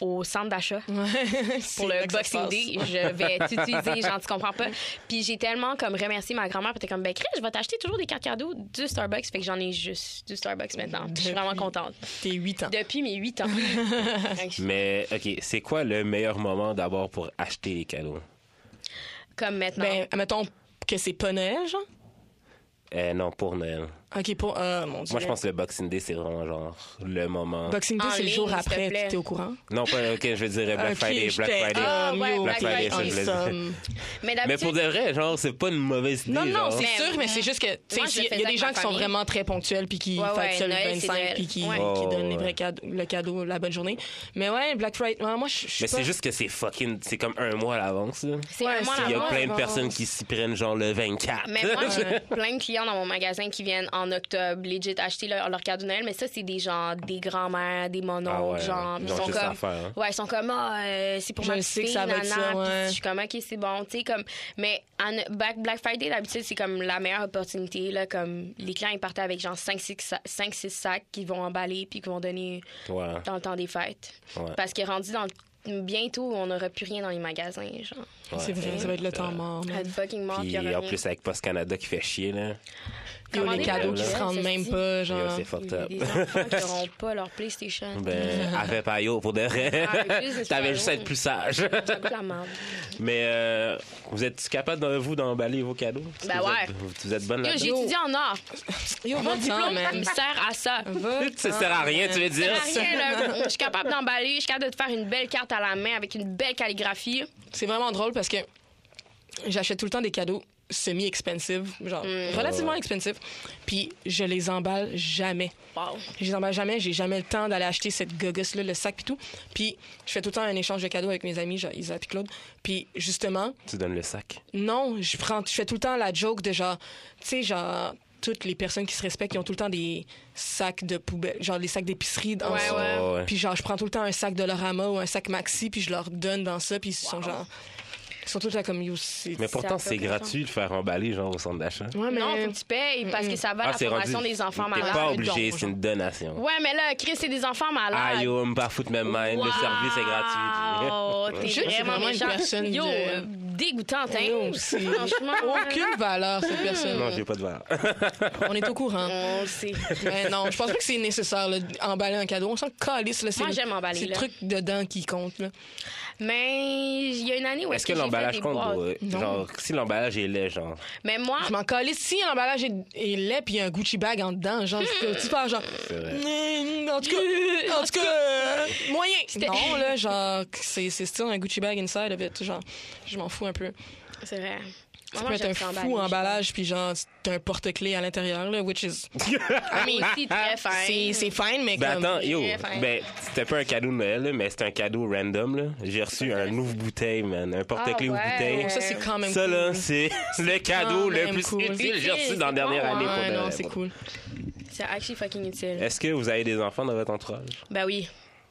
Speaker 3: au centre d'achat pour le Boxing Day, je vais t'utiliser, genre tu comprends pas. Puis j'ai tellement comme remercié ma grand-mère, puis t'es comme ben Chris, je vais t'acheter toujours des cartes cadeaux du Starbucks, fait que j'en ai juste du Starbucks maintenant. Puis Je suis vraiment
Speaker 2: Depuis-
Speaker 3: contente.
Speaker 2: T'es 8 ans.
Speaker 3: Depuis mes 8 ans.
Speaker 1: Mais, OK, c'est quoi le meilleur moment d'abord pour acheter les cadeaux?
Speaker 3: comme maintenant.
Speaker 2: Ben, mettons que c'est pas Noël, genre.
Speaker 1: Euh, non, pour Noël.
Speaker 2: OK, pour... Ah, mon Dieu.
Speaker 1: Moi, je pense que le Boxing Day, c'est vraiment, genre, le moment.
Speaker 2: Boxing Day,
Speaker 3: En
Speaker 2: c'est le
Speaker 3: ligne,
Speaker 2: jour
Speaker 3: s'il te
Speaker 2: après.
Speaker 3: plaît.
Speaker 2: T'es au courant?
Speaker 1: Non, pas, OK, je veux dire Black
Speaker 2: Ok,
Speaker 1: Friday, Black
Speaker 2: j'étais,
Speaker 1: Friday.
Speaker 2: um,
Speaker 3: Ah, ouais,
Speaker 2: yo,
Speaker 3: Black Friday,
Speaker 2: Friday,
Speaker 1: je
Speaker 2: ça,
Speaker 1: le
Speaker 2: um,
Speaker 1: Mais
Speaker 3: mais
Speaker 1: pour
Speaker 3: d'habitude,
Speaker 1: de vrai, genre, c'est pas une mauvaise idée.
Speaker 2: Non, non,
Speaker 1: genre.
Speaker 2: c'est
Speaker 3: Mais-
Speaker 2: sûr, mais c'est juste que, tu
Speaker 3: Moi, je
Speaker 2: sais, il
Speaker 3: faisais
Speaker 2: y a des
Speaker 3: avec
Speaker 2: gens
Speaker 3: ma
Speaker 2: qui sont
Speaker 3: famille.
Speaker 2: vraiment très ponctuels puis qui
Speaker 3: Ouais,
Speaker 2: fêtent
Speaker 3: ouais,
Speaker 2: ça le
Speaker 3: Noël, c'est
Speaker 2: 25
Speaker 3: Noël.
Speaker 2: puis qui,
Speaker 3: Ouais.
Speaker 2: qui
Speaker 1: Oh,
Speaker 2: donnent
Speaker 1: ouais.
Speaker 2: les vrais cadeaux, le cadeau la bonne journée. Mais ouais, Black Friday, ouais, moi, je je suis
Speaker 1: Mais
Speaker 2: pas-
Speaker 1: c'est juste que c'est fucking. C'est comme un mois à l'avance, là.
Speaker 3: c'est
Speaker 2: Ouais,
Speaker 3: vraiment
Speaker 2: c'est-
Speaker 1: Il y a
Speaker 3: la
Speaker 2: Ah,
Speaker 1: plein de
Speaker 2: l'avance.
Speaker 1: personnes qui s'y prennent, genre, le 24.
Speaker 3: Mais moi, j'ai plein de clients clients dans mon magasin qui viennent en octobre, legit, acheter leur, leur cadeau de Noël, mais ça, c'est des gens, des grands-mères, des mononcles,
Speaker 1: Ah ouais,
Speaker 3: genre.
Speaker 1: ils
Speaker 3: ils
Speaker 1: ont
Speaker 3: sont
Speaker 1: juste
Speaker 3: comme.
Speaker 1: à faire, hein.
Speaker 3: Ouais, ils sont comme, ah, euh, c'est pour
Speaker 2: Je
Speaker 3: ma
Speaker 2: le
Speaker 3: petite
Speaker 2: sais que
Speaker 3: fille,
Speaker 2: ça va être
Speaker 3: nana.
Speaker 2: ça,
Speaker 3: Puis
Speaker 2: ouais.
Speaker 3: Je suis comme, OK, c'est bon, tu sais, comme. Mais en Black, Black Friday, d'habitude, c'est comme la meilleure opportunité, là, comme les clients, ils partaient avec genre 5-6 sacs qu'ils vont emballer puis qu'ils vont donner
Speaker 1: Ouais.
Speaker 3: dans le temps des fêtes.
Speaker 1: Ouais.
Speaker 3: Parce que rendu dans le- Bientôt, on n'aura plus rien dans les magasins, genre.
Speaker 2: C'est vrai, ça va être le
Speaker 1: Euh,
Speaker 2: temps mort.
Speaker 3: À
Speaker 2: man.
Speaker 3: être fucking mort, puis il y
Speaker 1: Puis
Speaker 3: aura
Speaker 1: en
Speaker 3: rien.
Speaker 1: plus, avec Post Canada qui fait chier, là.
Speaker 2: Yo, les
Speaker 3: Commandez
Speaker 2: cadeaux
Speaker 1: pas
Speaker 2: qui
Speaker 1: de
Speaker 2: se
Speaker 3: Noël,
Speaker 2: rendent même
Speaker 3: ceci.
Speaker 2: pas,
Speaker 1: Yo,
Speaker 2: genre.
Speaker 1: c'est fucked up.
Speaker 3: Il y a des enfants qui n'auront pas leur PlayStation.
Speaker 1: Ben, avec Payo, pour de vrai.
Speaker 3: Ah, oui, c'est
Speaker 1: T'avais
Speaker 3: pas
Speaker 1: juste à
Speaker 3: drôle.
Speaker 1: être plus sage.
Speaker 3: Ça coûte la merde.
Speaker 1: Mais euh, vous êtes capable, dans- vous, d'emballer vos cadeaux? Est-ce que
Speaker 3: Ben
Speaker 1: vous
Speaker 3: ouais.
Speaker 1: êtes- vous- vous êtes bonne
Speaker 3: Yo,
Speaker 1: là-dedans?
Speaker 3: j'ai étudié en art.
Speaker 2: Yo,
Speaker 3: Mon diplôme
Speaker 2: man.
Speaker 3: il sert à ça.
Speaker 2: Va
Speaker 1: Ça sert à rien, tu veux
Speaker 3: Ça
Speaker 1: dire?
Speaker 3: sert à rien, là. Je suis capable d'emballer, je suis capable de te faire une belle carte à la main avec une belle calligraphie.
Speaker 2: C'est vraiment drôle parce que j'achète tout le temps des cadeaux semi-expensive, genre
Speaker 3: Mm.
Speaker 2: relativement expensive, puis je les emballe jamais.
Speaker 3: Wow.
Speaker 2: Je les emballe jamais, j'ai jamais le temps d'aller acheter cette gogosse-là, le sac puis tout. Puis je fais tout le temps un échange de cadeaux avec mes amis, genre Isa puis Claude. Puis justement,
Speaker 1: Tu donnes le sac.
Speaker 2: non, je prends, je fais tout le temps la joke de genre, tu sais, genre toutes les personnes qui se respectent, ils ont tout le temps des sacs de poubelle, genre les sacs d'épicerie dans
Speaker 3: Ouais,
Speaker 2: ça.
Speaker 3: ouais.
Speaker 1: Oh,
Speaker 2: Puis genre, je prends tout le temps un sac de Lorama ou un sac Maxi, puis je leur donne dans ça, puis ils sont genre... Ils sont tout le temps comme you. c'est-
Speaker 1: Mais pourtant,
Speaker 3: fait
Speaker 1: c'est
Speaker 3: aucun sens.
Speaker 1: gratuit de faire emballer, genre, au centre d'achat.
Speaker 2: Ouais, mais...
Speaker 3: Non, faut que tu payes parce que ça va à la formation des enfants
Speaker 1: Ah, T'es
Speaker 3: malades.
Speaker 1: pas
Speaker 3: Un don.
Speaker 1: obligé, c'est une donation.
Speaker 3: Ouais, mais là, Chris, c'est des enfants malades.
Speaker 1: Aïe, on me pas foutre même main. Le service est gratuit.
Speaker 3: gratuit.
Speaker 2: Je
Speaker 3: T'es
Speaker 2: suis
Speaker 3: vraiment
Speaker 2: vraiment une
Speaker 3: méchant.
Speaker 2: personne
Speaker 3: Yo,
Speaker 2: de-
Speaker 3: euh, dégoûtante, hein?
Speaker 2: Yo, c'est-
Speaker 3: Franchement,
Speaker 2: Aucune valeur, cette
Speaker 1: Non,
Speaker 2: personne.
Speaker 1: j'ai pas de valeur.
Speaker 2: On est au courant.
Speaker 3: on le sait.
Speaker 2: Mais non, je pense pas que c'est nécessaire, là, d'emballer un cadeau. On s'en calisse, là. c'est
Speaker 3: Moi,
Speaker 2: le-
Speaker 3: j'aime emballer,
Speaker 2: C'est le
Speaker 3: là.
Speaker 2: truc dedans qui compte, là.
Speaker 3: Mais il y a une année où
Speaker 1: Est-ce
Speaker 3: est-ce
Speaker 1: que
Speaker 3: j'ai fait
Speaker 1: l'emballage
Speaker 3: des
Speaker 1: compte?
Speaker 3: boîtes.
Speaker 1: ouais?
Speaker 2: Non.
Speaker 1: Genre, si l'emballage est laid, genre.
Speaker 3: Mais moi,
Speaker 2: Je m'en calisse. Si l'emballage est, est laid, puis il y a un Gucci bag en dedans, genre, je- tu parles, genre...
Speaker 1: C'est vrai.
Speaker 2: Mm, En tout cas, en tout cas, euh, moyen.
Speaker 3: C'était-
Speaker 2: Non, là, genre, c'est c'est style un Gucci bag inside of it. Genre, je m'en fous un peu.
Speaker 3: c'est vrai.
Speaker 2: Ça
Speaker 3: Moi,
Speaker 2: peut être un
Speaker 3: j'aime ça
Speaker 2: fou
Speaker 3: emballer,
Speaker 2: emballage, puis genre, t'as un porte-clés à l'intérieur, là, which is.
Speaker 3: je trouve. Ah, Aussi très fin.
Speaker 2: C'est c'est fine, mais
Speaker 1: Ben
Speaker 2: comme.
Speaker 1: attends, yo,
Speaker 3: Ouais, fin.
Speaker 1: ben, c'était pas un cadeau de Noël, là, mais c'était un cadeau random. là. J'ai reçu un ouvre-bouteille, man, un porte-clés
Speaker 3: Ah ouais.
Speaker 1: ouvre-bouteille.
Speaker 2: ça, c'est quand même
Speaker 1: Ça,
Speaker 2: cool.
Speaker 1: là, c'est le cadeau le
Speaker 2: même
Speaker 1: plus
Speaker 2: cool.
Speaker 1: utile que j'ai reçu
Speaker 3: C'est
Speaker 1: dans la dernière
Speaker 3: bon,
Speaker 1: année pour
Speaker 2: Ouais,
Speaker 1: de
Speaker 2: non,
Speaker 1: vrai.
Speaker 2: c'est cool.
Speaker 3: C'est actually fucking utile.
Speaker 1: Est-ce que vous avez des enfants dans votre entourage?
Speaker 3: Ben oui.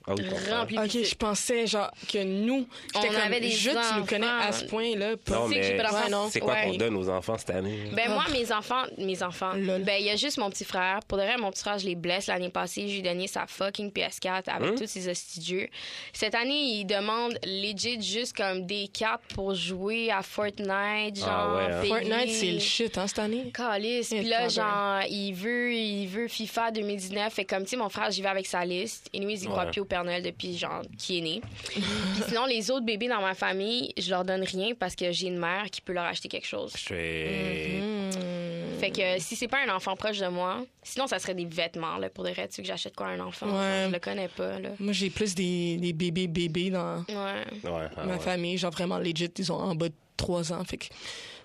Speaker 1: Ah oui, ton frère.
Speaker 3: Rempli.
Speaker 2: Ok, je pensais, genre, que nous, j'étais
Speaker 3: On
Speaker 2: comme,
Speaker 3: avait des
Speaker 2: je, tu nous connais à ce
Speaker 3: enfants.
Speaker 2: point-là. pour-
Speaker 1: Non,
Speaker 3: Tu sais que j'ai
Speaker 1: mais
Speaker 3: pas d'enfants.
Speaker 2: Ouais, non.
Speaker 1: c'est quoi
Speaker 3: Ouais.
Speaker 1: qu'on donne aux enfants cette année? là?
Speaker 3: Ben moi, mes enfants, mes enfants,
Speaker 2: Lol.
Speaker 3: ben il y a juste mon petit frère. Pour de vrai, mon petit frère, je les blesse. L'année passée, je lui ai donné sa fucking PS4 avec
Speaker 1: Hein?
Speaker 3: tous ses hostidieux. Cette année, il demande legit juste comme des cartes pour jouer à Fortnite, genre
Speaker 1: Ah ouais, hein.
Speaker 3: payer.
Speaker 2: Fortnite, c'est le shit, hein, cette année.
Speaker 3: Calice.
Speaker 2: Et
Speaker 3: Puis là,
Speaker 2: toi,
Speaker 3: genre, il veut, il veut FIFA 2019. Fait comme, tu sais, mon frère, j'y vais avec sa liste. Et lui, il croit
Speaker 1: Ouais.
Speaker 3: plus au Père Noël depuis, genre, qu'il est né. Puis sinon, les autres bébés dans ma famille, je leur donne rien parce que j'ai une mère qui peut leur acheter quelque chose.
Speaker 1: Je fais-
Speaker 3: Hmm. Fait que euh, si c'est pas un enfant proche de moi, sinon, ça serait des vêtements, là, pour de vrai. Tu veux que j'achète quoi à un enfant?
Speaker 2: Ouais.
Speaker 3: Je le connais pas, là.
Speaker 2: Moi, j'ai plus des, des bébés bébés dans
Speaker 3: Ouais.
Speaker 1: Ouais, ah
Speaker 2: ma
Speaker 1: ouais.
Speaker 2: famille. Genre, vraiment, legit, ils ont en bas de 3 ans. Fait que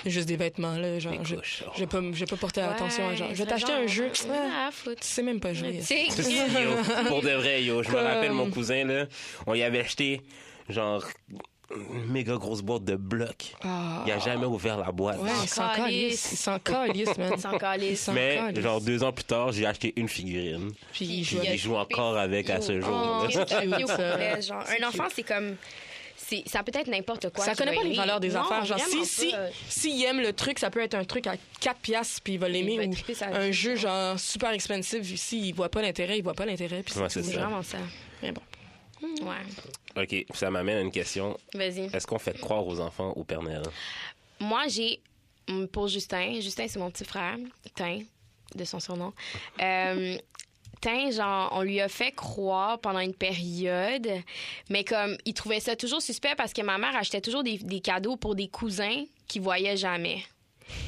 Speaker 2: juste des vêtements, là. Genre,
Speaker 1: Des
Speaker 2: je,
Speaker 1: couches, oh.
Speaker 2: je vais pas, je vais pas porter attention à genre.
Speaker 3: Ouais,
Speaker 2: Je vais t'acheter
Speaker 3: genre,
Speaker 2: un jeu.
Speaker 3: Ouais,
Speaker 2: Ah,
Speaker 3: à foutre.
Speaker 2: tu sais même pas jouer.
Speaker 3: Tu sais,
Speaker 1: Yo, pour de vrai, yo. Je me
Speaker 2: Comme-
Speaker 1: rappelle mon cousin, là, on y avait acheté, genre, une méga grosse boîte de blocs.
Speaker 2: Ah.
Speaker 1: Il a jamais ouvert la boîte.
Speaker 2: Ouais,
Speaker 3: Ils
Speaker 2: ils s'en
Speaker 3: s'en
Speaker 2: calissent.
Speaker 3: calissent.
Speaker 2: Ils s'en calissent, man.
Speaker 3: ils s'en calissent.
Speaker 2: Ils
Speaker 1: Mais
Speaker 2: Encore,
Speaker 1: genre
Speaker 2: les-
Speaker 1: deux ans plus tard, j'ai acheté une figurine.
Speaker 2: Puis ils
Speaker 1: Puis
Speaker 2: jouent
Speaker 1: il
Speaker 2: avec.
Speaker 1: joue encore avec à ce jour.
Speaker 3: Oh,
Speaker 2: C'est
Speaker 3: c'est
Speaker 2: cute,
Speaker 3: cute,
Speaker 2: ça.
Speaker 3: ouais, genre,
Speaker 2: C'est
Speaker 3: un enfant, c'est comme. c'est- Ça peut être n'importe quoi.
Speaker 2: ça
Speaker 3: qu'il
Speaker 2: connaît
Speaker 3: va
Speaker 2: pas les
Speaker 3: aimer.
Speaker 2: valeurs des
Speaker 3: Non,
Speaker 2: affaires. Genre, si,
Speaker 3: vraiment
Speaker 2: si,
Speaker 3: pas.
Speaker 2: s'il aime le truc, ça peut être un truc à 4 piastres, puis il va
Speaker 3: va
Speaker 2: l'aimer. Ou
Speaker 3: triper sa
Speaker 2: un
Speaker 3: vie,
Speaker 2: jeu, genre, super expensive. S'il voit pas l'intérêt, il voit pas l'intérêt. Puis
Speaker 1: Ouais, c'est
Speaker 2: c'est tout,
Speaker 3: C'est
Speaker 1: ça.
Speaker 2: genre.
Speaker 3: vraiment ça.
Speaker 2: Mais bon.
Speaker 3: Ouais.
Speaker 1: OK, ça m'amène à une question.
Speaker 3: Vas-y.
Speaker 1: Est-ce qu'on fait croire aux enfants au Père Noël?
Speaker 3: Moi, j'ai. hum, Pour Justin, Justin, c'est mon petit frère, Tin, de son surnom. Euh, Tin, genre, on lui a fait croire pendant une période, mais comme, il trouvait ça toujours suspect parce que ma mère achetait toujours des, des cadeaux pour des cousins qu'il voyait jamais.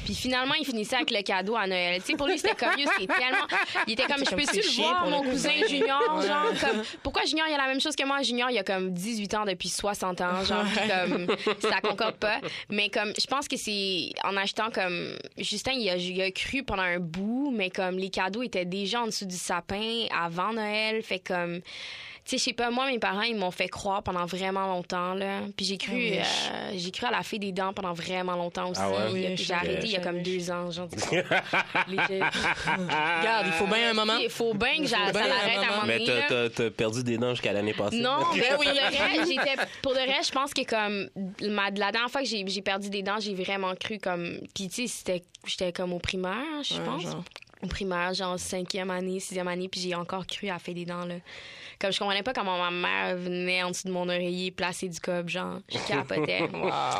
Speaker 3: Puis finalement, il finissait avec le cadeau à Noël. Tu sais, pour lui, c'était comme, Yo, c'est tellement. Il était comme,
Speaker 2: C'est
Speaker 3: je
Speaker 2: comme,
Speaker 3: peux-tu
Speaker 2: c'est
Speaker 3: le
Speaker 2: chiant
Speaker 3: voir,
Speaker 2: pour le
Speaker 3: mon cousin
Speaker 2: cousin.
Speaker 3: Junior? Genre, comme, pourquoi Junior, il a la même chose que moi? Junior, il a comme 18 ans depuis 60 ans. Genre, puis comme, ça concorde pas. Mais comme, je pense que c'est en achetant comme. Justin, il a, il a cru pendant un bout, mais comme les cadeaux étaient déjà en dessous du sapin avant Noël. Fait comme. Tu sais, je sais pas, moi, mes parents, ils m'ont fait croire pendant vraiment longtemps, là. Puis j'ai cru,
Speaker 2: Ah oui.
Speaker 3: euh, j'ai cru à la fée des dents pendant vraiment longtemps aussi.
Speaker 1: Ah ouais?
Speaker 3: Puis
Speaker 2: Oui,
Speaker 3: j'ai
Speaker 2: je
Speaker 3: arrêté il y a
Speaker 2: savais.
Speaker 3: comme deux ans, genre. Regarde,
Speaker 2: Regarde, il faut bien un moment.
Speaker 3: Il faut bien que
Speaker 2: Il faut
Speaker 3: j'a- ça
Speaker 2: bien un
Speaker 3: l'arrête à un
Speaker 2: moment.
Speaker 3: moment
Speaker 1: Mais
Speaker 3: donné.
Speaker 1: t'as-
Speaker 3: là.
Speaker 1: t'as t'as perdu des dents jusqu'à l'année passée.
Speaker 3: Non, ben
Speaker 1: là.
Speaker 3: mais pour de vrai, j'étais pour de vrai, je pense que comme ma- la dernière fois que j'ai j'ai perdu des dents, j'ai vraiment cru comme puis tu sais c'était j'étais comme au primaire, je
Speaker 2: Ouais,
Speaker 3: pense.
Speaker 2: genre.
Speaker 3: Au primaire, genre cinquième année, sixième année, puis j'ai encore cru à fait des dents là. Comme je comprenais pas comment ma mère venait en dessous de mon oreiller placer du cob, genre je capotais.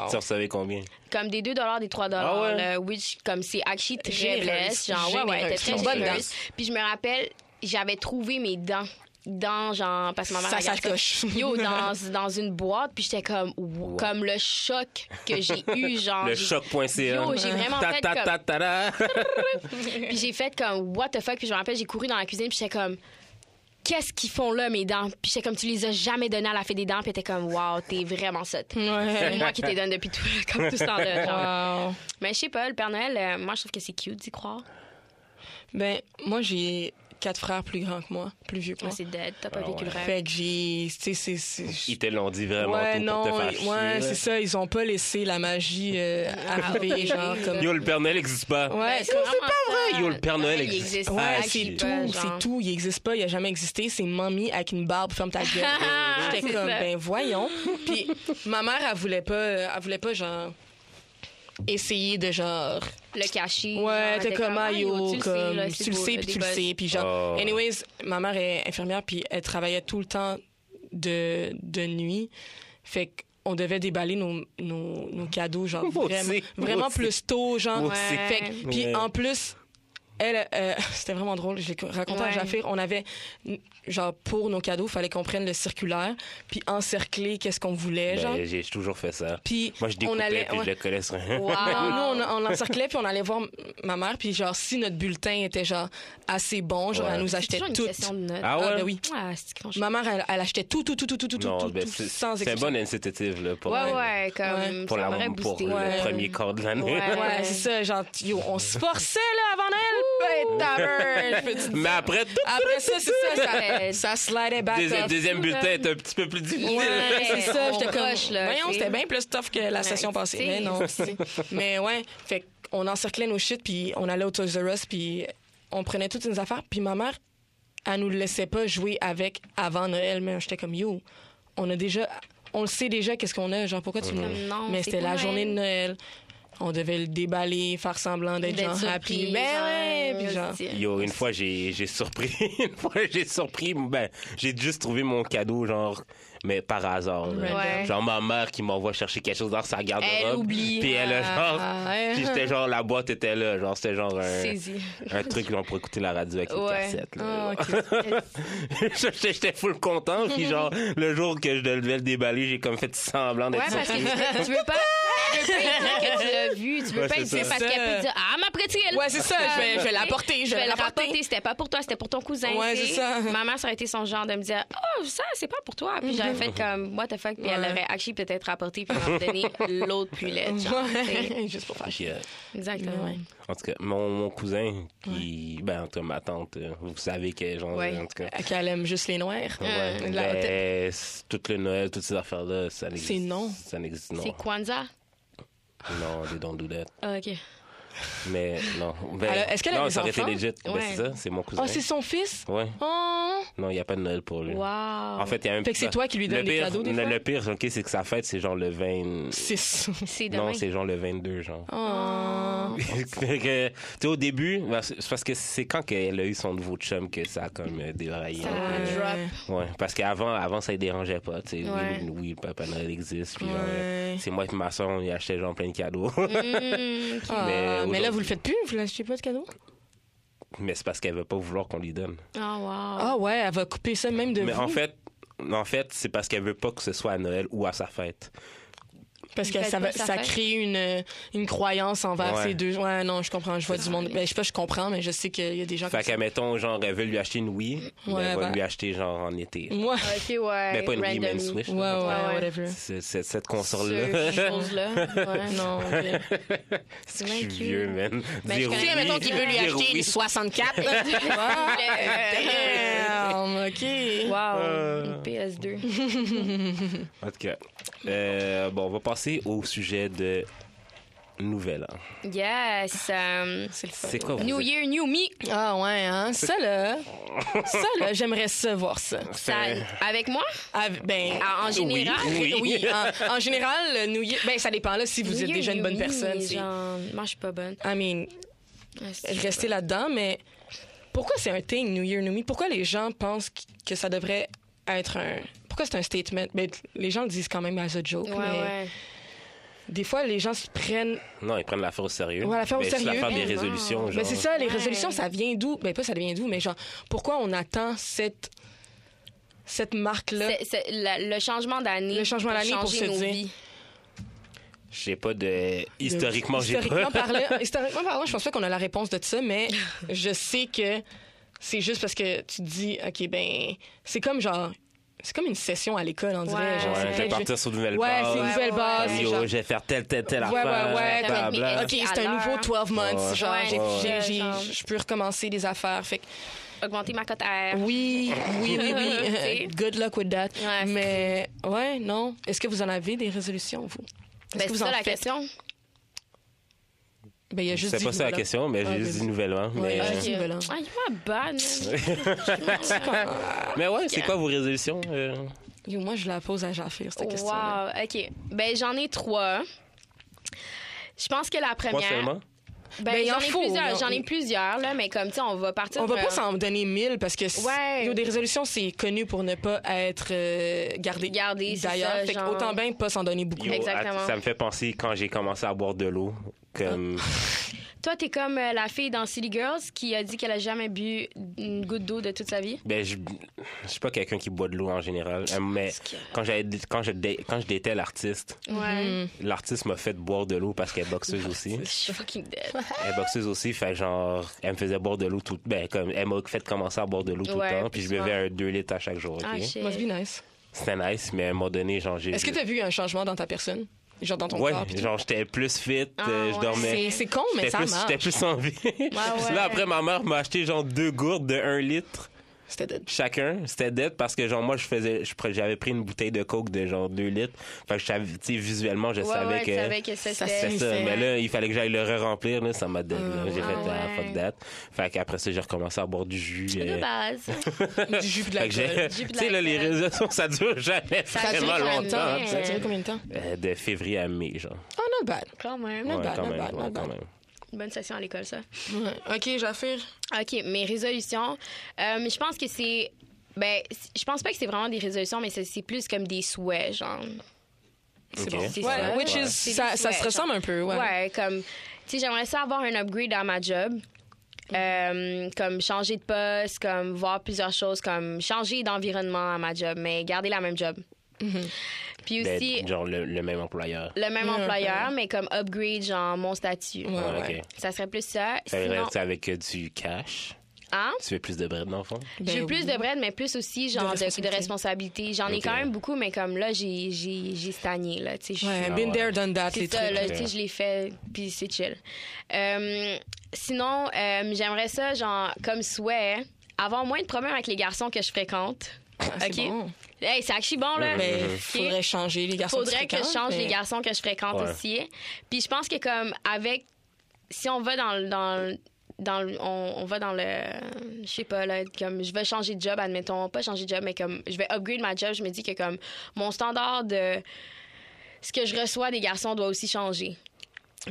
Speaker 1: Tu recevais combien?
Speaker 3: comme des 2 des 3
Speaker 1: Ah ouais?
Speaker 3: là, which comme c'est actually très
Speaker 2: Généreuse,
Speaker 3: blesse, genre ouais ouais,
Speaker 2: généreuse.
Speaker 3: t'es très
Speaker 2: Ils sont bonnes
Speaker 3: généreuse. Puis je me rappelle, j'avais trouvé mes dents dans genre parce que ma mère
Speaker 2: Ça
Speaker 3: regarde
Speaker 2: sacoche.
Speaker 3: yo dans, dans une boîte puis j'étais comme wow, comme le choc que j'ai eu genre
Speaker 1: Le
Speaker 3: Ah, j'ai-
Speaker 1: choc.ca.
Speaker 3: Yo, j'ai vraiment
Speaker 1: Ta-
Speaker 3: fait
Speaker 1: ta-
Speaker 3: comme-
Speaker 1: ta- ta- ta-
Speaker 3: puis j'ai fait comme what the fuck puis je me rappelle j'ai couru dans la cuisine puis j'étais comme Qu'est-ce qu'ils font là, mes dents? Puis j'étais comme, tu les as jamais donné à la fée des dents. Puis t'es comme, wow, t'es vraiment sotte. C'est
Speaker 2: Ouais.
Speaker 3: moi qui t'ai donné depuis tout, comme tout ce temps-là. genre.
Speaker 2: Wow.
Speaker 3: Mais je sais pas, le Père Noël, euh, moi, je trouve que c'est cute d'y croire.
Speaker 2: Ben, moi, j'ai quatre frères plus grands que moi, plus vieux que
Speaker 3: Ah,
Speaker 2: moi.
Speaker 3: c'est dead, t'as pas
Speaker 1: Ah
Speaker 3: vécu le rêve.
Speaker 2: Fait que j'ai. Tu sais, c'est- c'est.
Speaker 1: Ils te l'ont dit vraiment
Speaker 2: Ouais,
Speaker 1: tout pour
Speaker 2: non,
Speaker 1: te faire
Speaker 2: ouais,
Speaker 1: chier. là.
Speaker 2: c'est ça, ils ont pas laissé la magie euh,
Speaker 3: Ah,
Speaker 2: arriver, genre, comme.
Speaker 1: Yo, le Père Noël n'existe pas.
Speaker 2: Ouais,
Speaker 3: c'est pas
Speaker 1: vrai. Yo, le Père Noël existe.
Speaker 2: Ouais,
Speaker 1: Ah,
Speaker 2: c'est
Speaker 1: c'est
Speaker 2: tout, c'est tout. Il existe pas, il a jamais existé. C'est mamie avec une barbe, ferme ta gueule. J'étais
Speaker 3: C'est
Speaker 2: comme,
Speaker 3: ça.
Speaker 2: ben voyons. Puis ma mère, elle voulait pas, elle voulait pas, genre, essayer de genre.
Speaker 3: Le cacher.
Speaker 2: Ouais,
Speaker 3: genre,
Speaker 2: t'es comme, ah, yo,
Speaker 3: tu le sais, là,
Speaker 2: comme,
Speaker 3: c'est
Speaker 2: tu le
Speaker 3: beau,
Speaker 2: sais,
Speaker 3: là,
Speaker 2: puis
Speaker 3: des
Speaker 2: tu le
Speaker 3: buzz.
Speaker 2: sais. Puis genre,
Speaker 1: Oh.
Speaker 2: anyways, ma mère est infirmière, puis elle travaillait tout le temps de, de nuit. Fait qu'on devait déballer nos, nos, nos cadeaux, genre,
Speaker 1: Moi aussi,
Speaker 2: vraiment,
Speaker 1: moi
Speaker 2: vraiment
Speaker 1: aussi.
Speaker 2: plus tôt, genre.
Speaker 1: Moi aussi.
Speaker 2: Fait que- puis
Speaker 1: Ouais.
Speaker 2: en plus, elle, euh, c'était vraiment drôle. J'ai raconté à
Speaker 3: Ouais.
Speaker 2: Jaffir, on avait, n- genre, pour nos cadeaux, fallait qu'on prenne le circulaire, puis encercler qu'est-ce qu'on voulait, genre.
Speaker 1: Ben, J'ai toujours fait ça.
Speaker 2: Puis
Speaker 1: Moi, je
Speaker 2: on
Speaker 1: découpais
Speaker 2: allait.
Speaker 1: puis
Speaker 2: ouais.
Speaker 1: je le collais sur un...
Speaker 3: Wow.
Speaker 2: Non, nous, on, on l'encerclait, puis on allait voir m- ma mère, puis genre, si notre bulletin était genre assez bon, genre,
Speaker 1: Ouais.
Speaker 2: elle nous
Speaker 3: C'est
Speaker 2: achetait
Speaker 3: toujours une
Speaker 2: tout.
Speaker 3: question de notes.
Speaker 1: Ah ouais?
Speaker 2: ben oui.
Speaker 3: Ah, c'est qu'on
Speaker 2: Ma mère, elle, elle achetait tout, tout, tout, tout, tout, tout,
Speaker 1: non,
Speaker 2: tout,
Speaker 1: ben,
Speaker 2: tout,
Speaker 1: c'est
Speaker 2: sans
Speaker 1: c'est un
Speaker 2: exception.
Speaker 1: bon incitative là, pour,
Speaker 3: Ouais,
Speaker 1: euh,
Speaker 3: ouais, comme,
Speaker 2: Ouais.
Speaker 1: pour,
Speaker 3: ça
Speaker 1: la-
Speaker 3: m'aurait
Speaker 1: pour
Speaker 3: boosté.
Speaker 1: le
Speaker 2: Ouais.
Speaker 1: premier quart de l'année.
Speaker 3: Ouais.
Speaker 2: Ouais, c'est ça, genre, yo, on se forçait, là, avant Noël. Ben, tabarnak, je peux te dire.
Speaker 1: Mais après, tout
Speaker 2: Après ça, c'est ça, ça, ça slidait back
Speaker 1: deuxième,
Speaker 2: up.
Speaker 1: deuxième bulletin est un petit peu plus difficile.
Speaker 2: Ouais, c'est ça,
Speaker 3: on
Speaker 2: j'étais comme.
Speaker 3: rush, là,
Speaker 2: voyons,
Speaker 3: tu sais.
Speaker 2: c'était bien plus tough que la session
Speaker 3: tu
Speaker 2: passée.
Speaker 3: sais.
Speaker 2: Mais non. mais ouais, fait qu'on encerclait nos shit, puis on allait au Toys R Us, puis on prenait toutes nos affaires, puis ma mère, elle nous laissait pas jouer avec avant Noël, mais j'étais comme, yo, on a déjà. On le sait déjà qu'est-ce qu'on a, genre, pourquoi tu
Speaker 1: Mm-hmm.
Speaker 2: me
Speaker 3: Comme, non,
Speaker 2: Mais
Speaker 3: c'est
Speaker 2: c'était
Speaker 3: pas
Speaker 2: la
Speaker 3: Noël.
Speaker 2: journée de Noël. On devait le déballer, faire semblant d'être genre happy. Mais ouais, puis genre.
Speaker 1: Yo, une fois, j'ai j'ai surpris. une fois, j'ai surpris. Ben, j'ai juste trouvé mon cadeau, genre, mais par hasard. là.
Speaker 3: Ouais.
Speaker 1: Genre, ma mère qui m'envoie chercher quelque chose dans sa garde-robe.
Speaker 3: Elle oublie.
Speaker 1: Puis elle, a genre.
Speaker 2: Ah, ouais.
Speaker 1: Puis j'étais genre, la boîte était là. Genre, c'était genre un,
Speaker 3: Saisi.
Speaker 1: un truc, genre, pour écouter la radio avec
Speaker 3: Ouais.
Speaker 1: les cassettes. là.
Speaker 2: Ah, ok.
Speaker 1: J'étais j'étais full content. Puis genre, le jour que je devais le déballer, j'ai comme fait semblant
Speaker 3: Ouais,
Speaker 1: d'être
Speaker 3: parce que
Speaker 1: surpris.
Speaker 3: tu veux- tu veux pas, tu veux pas lui dire que tu l'as vu. Tu veux
Speaker 1: Ouais,
Speaker 3: pas lui
Speaker 1: c'est
Speaker 3: dire
Speaker 1: ça.
Speaker 3: parce
Speaker 2: C'est
Speaker 3: qu'elle
Speaker 2: ça.
Speaker 3: peut dire Ah, ma petite.
Speaker 2: Ouais, c'est ça, je vais- je vais l'apporter, je vais
Speaker 3: le
Speaker 2: l'apporter.
Speaker 3: rapporter. C'était pas pour toi, c'était pour ton cousin.
Speaker 2: Ouais,
Speaker 3: tu sais.
Speaker 2: c'est ça.
Speaker 3: Ma mère, ça aurait été son genre de me dire Oh, ça, c'est pas pour toi. Puis j'aurais fait comme What the fuck. Puis elle
Speaker 2: Mhm. Ouais.
Speaker 3: aurait actually peut-être rapporté puis m'aurait donné l'autre pullette. Genre, tu sais.
Speaker 2: Ouais, Juste pour faire chier.
Speaker 1: Puis, euh,
Speaker 3: Exactement.
Speaker 2: Ouais.
Speaker 1: En tout cas, mon, mon cousin, qui, ben, en tout cas, ma tante, euh, vous savez que, genre,
Speaker 3: Ouais.
Speaker 1: en tout cas.
Speaker 2: Qu'elle aime juste les noirs.
Speaker 1: Ouais,
Speaker 2: Euh,
Speaker 1: ben,
Speaker 2: La tête.
Speaker 1: c'est- tout le Noël, toutes ces affaires-là, ça n'existe.
Speaker 2: C'est non.
Speaker 1: Ça n'existe, non.
Speaker 3: C'est Kwanzaa?
Speaker 1: Non, des dons doulettes.
Speaker 3: Ah, OK.
Speaker 1: Mais non. Ben,
Speaker 2: Alors, est-ce qu'elle a
Speaker 1: non,
Speaker 2: des
Speaker 1: ça aurait été
Speaker 2: enfants?
Speaker 1: legit. Ben,
Speaker 3: Ouais.
Speaker 1: c'est ça, c'est mon cousin.
Speaker 2: Oh, c'est son fils?
Speaker 1: Ouais.
Speaker 2: Oh!
Speaker 1: Non, il n'y a pas de Noël pour lui.
Speaker 3: Wow.
Speaker 1: En fait, il y a un
Speaker 2: Ah Fait que c'est toi qui lui
Speaker 1: le
Speaker 2: donnes les
Speaker 1: pire-
Speaker 2: cadeaux, des
Speaker 1: le,
Speaker 2: fois?
Speaker 1: le pire, OK, c'est que sa fête, c'est genre le 20...
Speaker 2: Six.
Speaker 3: c'est demain.
Speaker 1: Non, c'est genre le 22, genre.
Speaker 2: Oh.
Speaker 1: Fait que, tu sais, au début, ben, c'est parce que c'est quand qu'elle a eu son nouveau chum que ça a comme euh, déraillé.
Speaker 3: Ça
Speaker 1: un peu.
Speaker 2: Ouais.
Speaker 3: drop.
Speaker 1: Ouais, parce qu'avant, avant, ça ne dérangeait pas. tu sais. Oui,
Speaker 3: Ouais.
Speaker 1: Oui, Papa Noël existe. Puis genre,
Speaker 2: Ouais.
Speaker 1: euh, c'est moi et ma soeur, on y achetait genre plein de cadeaux.
Speaker 3: Mm.
Speaker 2: Ah,
Speaker 1: Mais
Speaker 2: mais,
Speaker 1: aujourd'hui-
Speaker 2: là, vous le faites plus? Vous l'achetez pas de cadeau?
Speaker 1: Mais c'est parce qu'elle veut pas vouloir qu'on lui donne.
Speaker 3: Ah, wow.
Speaker 2: Ah ouais, elle va couper ça même de
Speaker 1: Mais
Speaker 2: vous.
Speaker 1: en fait, en fait c'est parce qu'elle veut pas que ce soit à Noël ou à sa fête.
Speaker 2: Parce que
Speaker 3: Faites
Speaker 2: ça,
Speaker 3: pas
Speaker 2: va-
Speaker 3: ça
Speaker 2: ça
Speaker 3: fait.
Speaker 2: crée une, une croyance envers
Speaker 1: Ouais.
Speaker 2: ces deux. Ouais, non, je comprends. Je vois du monde. Ben, je sais pas, je comprends, mais je sais qu'il y a des gens
Speaker 1: Fait
Speaker 2: comme ça.
Speaker 1: qu'à mettons, genre, elle veut lui acheter une Wii, mais
Speaker 2: Ouais,
Speaker 1: elle va
Speaker 2: ben-
Speaker 1: lui acheter, genre, en été.
Speaker 2: Moi,
Speaker 3: OK, ouais.
Speaker 1: Ben, pas une Wii, mais une
Speaker 3: randomly.
Speaker 1: Switch.
Speaker 2: ouais,
Speaker 1: là.
Speaker 2: ouais,
Speaker 3: ouais.
Speaker 2: whatever.
Speaker 1: C'est- c'est- cette
Speaker 3: Ce- ces
Speaker 1: console-là.
Speaker 3: choses-là, ouais.
Speaker 2: Non, ok.
Speaker 1: Je suis
Speaker 3: Thank you.
Speaker 1: vieux, man.
Speaker 3: Ben, je
Speaker 1: Dire
Speaker 3: connais-
Speaker 1: oui,
Speaker 3: Tu sais, mettons qu'il veut lui
Speaker 1: dire oui.
Speaker 2: 64. Damn, OK.
Speaker 3: Wow,
Speaker 1: Euh.
Speaker 3: une PS2.
Speaker 1: En tout cas, euh, bon, on va passer au sujet de Nouvel An.
Speaker 3: Yes. euh,
Speaker 2: C'est le fun.
Speaker 1: C'est quoi, vous
Speaker 3: new
Speaker 1: êtes-
Speaker 3: Year, New Me.
Speaker 2: Ah ouais, hein? Ça, là, ça, là, j'aimerais ça voir ça.
Speaker 3: Ça,
Speaker 1: C'est-
Speaker 3: avec moi?
Speaker 2: Ah, ben,
Speaker 3: Ah, en général?
Speaker 1: Oui, oui.
Speaker 2: oui, en, en général, le New Year- ben, ça dépend, là, si vous
Speaker 3: New
Speaker 2: êtes
Speaker 3: Year,
Speaker 2: déjà une
Speaker 3: New
Speaker 2: bonne
Speaker 3: Me,
Speaker 2: personne. c'est-
Speaker 3: Genre, moi, je suis pas bonne.
Speaker 2: I mean,
Speaker 3: Ouais, Ah, c'est-
Speaker 2: rester là-dedans, mais pourquoi c'est un thing, New Year, New Me? Pourquoi les gens pensent qu- que ça devrait être un... Pourquoi c'est un statement? Ben, les gens le disent quand même as a joke,
Speaker 3: Ouais,
Speaker 2: mais
Speaker 3: ouais.
Speaker 2: des fois, les gens se prennent...
Speaker 1: Non, ils prennent l'affaire au sérieux.
Speaker 2: Ouais, l'affaire au
Speaker 1: Ben, c'est
Speaker 2: sérieux.
Speaker 1: l'affaire des
Speaker 3: Vraiment.
Speaker 1: résolutions, genre.
Speaker 2: Ben, c'est ça, les
Speaker 3: Ouais.
Speaker 2: résolutions, ça vient d'où? Ben, pas ça vient d'où, mais genre, pourquoi on attend cette, cette marque-là?
Speaker 3: C'est- c'est la- le changement d'année.
Speaker 2: Le changement d'année pour
Speaker 3: changer
Speaker 2: se
Speaker 3: nos
Speaker 2: dire.
Speaker 3: vies.
Speaker 1: J'ai pas de... Historiquement, j'ai
Speaker 2: historiquement
Speaker 1: pas...
Speaker 2: parlant, historiquement parlant, je pense pas qu'on a la réponse de ça, mais je sais que c'est juste parce que tu te dis, OK, ben, c'est comme genre, c'est comme une session à l'école, on dirait.
Speaker 3: Ouais.
Speaker 2: genre, c'est
Speaker 1: Ouais, je vais
Speaker 2: peut-être-
Speaker 1: partir sur de nouvelles
Speaker 2: Ouais, c'est une
Speaker 1: bases.
Speaker 2: nouvelle
Speaker 3: Ouais,
Speaker 2: base.
Speaker 3: ouais.
Speaker 2: c'est
Speaker 1: Yo,
Speaker 2: genre-
Speaker 1: je vais faire telle, telle, telle
Speaker 2: Ouais,
Speaker 1: affaire.
Speaker 2: ouais, ouais.
Speaker 1: bla, bla.
Speaker 2: OK, c'est un nouveau 12 months.
Speaker 1: Ouais.
Speaker 2: Genre, j'ai-
Speaker 1: Ouais.
Speaker 2: j'ai- j'ai-
Speaker 3: Genre.
Speaker 2: je peux recommencer des affaires. Fait que
Speaker 3: Augmenter ma cote à...
Speaker 2: oui, oui, oui, oui. Good luck with that.
Speaker 3: Ouais.
Speaker 2: Mais, ouais, non. Est-ce que vous en avez des résolutions, vous? Est-ce
Speaker 3: Ben,
Speaker 2: que
Speaker 3: c'est
Speaker 2: vous
Speaker 3: ça
Speaker 2: en
Speaker 3: la
Speaker 2: faites?
Speaker 3: question.
Speaker 2: Ben, il y a juste
Speaker 1: C'est
Speaker 2: dit
Speaker 1: pas ça la
Speaker 2: voilà.
Speaker 1: question, mais
Speaker 2: Ah,
Speaker 1: j'ai juste
Speaker 2: vas-y.
Speaker 1: dit Nouvel An.
Speaker 2: Ouais,
Speaker 1: Mais,
Speaker 2: j'ai
Speaker 1: euh,
Speaker 2: dit- Nouvel An.
Speaker 3: Ah, il est pas bonne.
Speaker 1: mais ouais, c'est quoi vos résolutions? euh?
Speaker 2: Yo, moi, je la pose à Jafir, cette question.
Speaker 3: Wow, OK. Ben, j'en ai trois. Je pense que la
Speaker 1: Trois
Speaker 3: première...
Speaker 1: seulement?
Speaker 3: Ben,
Speaker 2: Ben, il en
Speaker 3: j'en ai
Speaker 2: faut, il
Speaker 3: plusieurs,
Speaker 2: en-
Speaker 3: j'en ai plusieurs, là, mais comme, tu sais, on va partir...
Speaker 2: On va
Speaker 3: de-
Speaker 2: pas s'en donner mille parce que c-
Speaker 3: Ouais.
Speaker 2: yo, des résolutions, c'est connu pour ne pas être euh, gardé.
Speaker 3: Gardé, c'est ça,
Speaker 2: D'ailleurs, fait que
Speaker 3: genre.
Speaker 2: autant bien pas s'en donner beaucoup.
Speaker 1: Yo,
Speaker 3: Exactement.
Speaker 1: att- Ça me fait penser quand j'ai commencé à boire de l'eau. Comme...
Speaker 2: Ah.
Speaker 3: Toi, t'es comme euh, la fille dans Silly Girls qui a dit qu'elle a jamais bu une goutte d'eau de toute sa vie.
Speaker 1: Ben, je je suis pas quelqu'un qui boit de l'eau en général, euh,
Speaker 2: Eh,
Speaker 1: mais
Speaker 3: Parce que-
Speaker 1: quand, j'avais- quand, je, dé- quand je détais l'artiste,
Speaker 2: Hmm.
Speaker 3: Ouais.
Speaker 1: l'artiste m'a fait boire de l'eau parce qu'elle est boxeuse aussi.
Speaker 3: Mm. Je suis fucking dead.
Speaker 1: Elle est boxeuse aussi, fait que genre, elle me faisait boire de l'eau tout ben, comme Elle m'a fait commencer à boire de l'eau tout
Speaker 3: Ouais,
Speaker 1: le temps, puis je
Speaker 3: souvent.
Speaker 1: buvais un 2 litres à chaque jour, OK?
Speaker 3: Ah, shit.
Speaker 2: Must be nice.
Speaker 1: C'était nice, mais à un moment donné, genre, j'ai.
Speaker 2: Est-ce que tu as vu un changement dans ta personne? Genre dans ton
Speaker 1: Ouais,
Speaker 2: corps? pis tout?
Speaker 1: genre, j'étais plus fit,
Speaker 3: Ah,
Speaker 1: euh, je
Speaker 3: ouais.
Speaker 1: dormais.
Speaker 2: C'est- C'est con, mais
Speaker 1: J'étais
Speaker 2: ça
Speaker 1: plus,
Speaker 2: marche.
Speaker 1: j'étais plus en vie.
Speaker 3: ouais.
Speaker 1: Là, après, ma mère m'a acheté genre deux gourdes de 1 litre.
Speaker 2: C'était dead.
Speaker 1: chacun, c'était dead parce que genre moi je faisais je pre- j'avais pris une bouteille de coke de genre 2 litres. Fait que je savais- tu sais visuellement je
Speaker 3: Ouais,
Speaker 1: savais
Speaker 3: ouais,
Speaker 1: que
Speaker 3: tu savais que c'était...
Speaker 2: ça
Speaker 1: c'est ça,
Speaker 2: c'est-
Speaker 1: mais là il fallait que j'aille le re-remplir là, ça m'a dead. là. J'ai
Speaker 2: Ah,
Speaker 1: fait ah,
Speaker 3: ouais.
Speaker 1: fuck that. Fait qu'après ça j'ai recommencé à boire du jus. euh.
Speaker 3: De base.
Speaker 2: Du jus pis de
Speaker 1: Fait que j'ai-
Speaker 2: l'alcool.
Speaker 3: du jus
Speaker 1: tu
Speaker 3: puis de
Speaker 1: sais là les
Speaker 3: l'alcool.
Speaker 1: résolutions ça dure jamais
Speaker 3: Ça
Speaker 2: Ça a duré
Speaker 1: vraiment
Speaker 2: combien de
Speaker 1: longtemps.
Speaker 2: temps?
Speaker 1: hein.
Speaker 2: Ça a duré combien de temps?
Speaker 1: Euh, de février à mai genre.
Speaker 2: Oh, not bad.
Speaker 3: Quand même.
Speaker 2: Not
Speaker 1: Ouais,
Speaker 2: bad,
Speaker 1: quand
Speaker 2: not
Speaker 1: même,
Speaker 2: bad,
Speaker 1: ouais,
Speaker 2: not
Speaker 1: quand
Speaker 2: bad.
Speaker 1: même.
Speaker 3: Une bonne session à l'école, ça.
Speaker 2: Ouais. OK, Jafir.
Speaker 3: OK, mes résolutions. Euh, je pense que c'est. Ben, c- je pense pas que c'est vraiment des résolutions, mais c'est- c'est plus comme des souhaits, genre.
Speaker 2: C'est
Speaker 1: Ok.
Speaker 2: bon.
Speaker 1: C'est
Speaker 2: Ouais,
Speaker 1: ça.
Speaker 2: which
Speaker 1: Ouais.
Speaker 2: is,
Speaker 3: C'est des
Speaker 2: ça, ça
Speaker 3: souhaits,
Speaker 2: se ressemble un peu, ouais.
Speaker 3: Ouais, comme. Tu sais, j'aimerais ça avoir un upgrade dans ma job. Euh, comme changer de poste, comme voir plusieurs choses, comme changer d'environnement à ma job, mais garder la même job. Puis
Speaker 1: Ben,
Speaker 3: aussi,
Speaker 1: genre le, le même employeur.
Speaker 3: le même
Speaker 2: Ouais,
Speaker 3: employeur, mais comme upgrade, genre mon statut.
Speaker 2: Mm-hmm. Ouais,
Speaker 1: Ah,
Speaker 2: ouais.
Speaker 1: OK.
Speaker 3: Ça serait plus ça.
Speaker 1: Ça veut dire,
Speaker 3: Sinon,
Speaker 1: tu sais, avec euh, du cash,
Speaker 3: hein?
Speaker 1: tu fais plus de bread dans le fond.
Speaker 2: Ben
Speaker 3: J'ai eu plus
Speaker 2: oui.
Speaker 3: de bread, mais plus aussi genre de, de
Speaker 2: responsabilité.
Speaker 3: responsabilité. J'en ai
Speaker 1: Ok.
Speaker 3: quand même beaucoup, mais comme là, j'ai, j'ai, j'ai stagné. Là, tu sais, je suis-
Speaker 2: Ouais,
Speaker 1: Ah
Speaker 2: been
Speaker 1: ouais.
Speaker 2: there, done that,
Speaker 3: c'est
Speaker 2: les
Speaker 3: ça,
Speaker 2: trucs.
Speaker 3: là,
Speaker 1: Ok.
Speaker 3: tu sais, je l'ai fait, puis c'est chill. Euh, sinon, euh, j'aimerais ça, genre, comme souhait, avoir moins de problèmes avec les garçons que je fréquente.
Speaker 2: Ah, c'est
Speaker 3: OK?
Speaker 2: bon.
Speaker 3: Hey, c'est actually bon, là.
Speaker 2: Ben,
Speaker 3: OK?
Speaker 2: faudrait changer les garçons.
Speaker 3: faudrait que je
Speaker 2: fréquentes,
Speaker 3: change
Speaker 2: mais-
Speaker 3: les garçons que je fréquente
Speaker 1: Ouais.
Speaker 3: aussi. Puis je pense que comme avec si on va dans le- dans le- dans le- on, on va dans le je sais pas là comme je vais changer de job admettons pas changer de job mais comme je vais upgrade ma job je me dis que comme mon standard de ce que je reçois des garçons doit aussi changer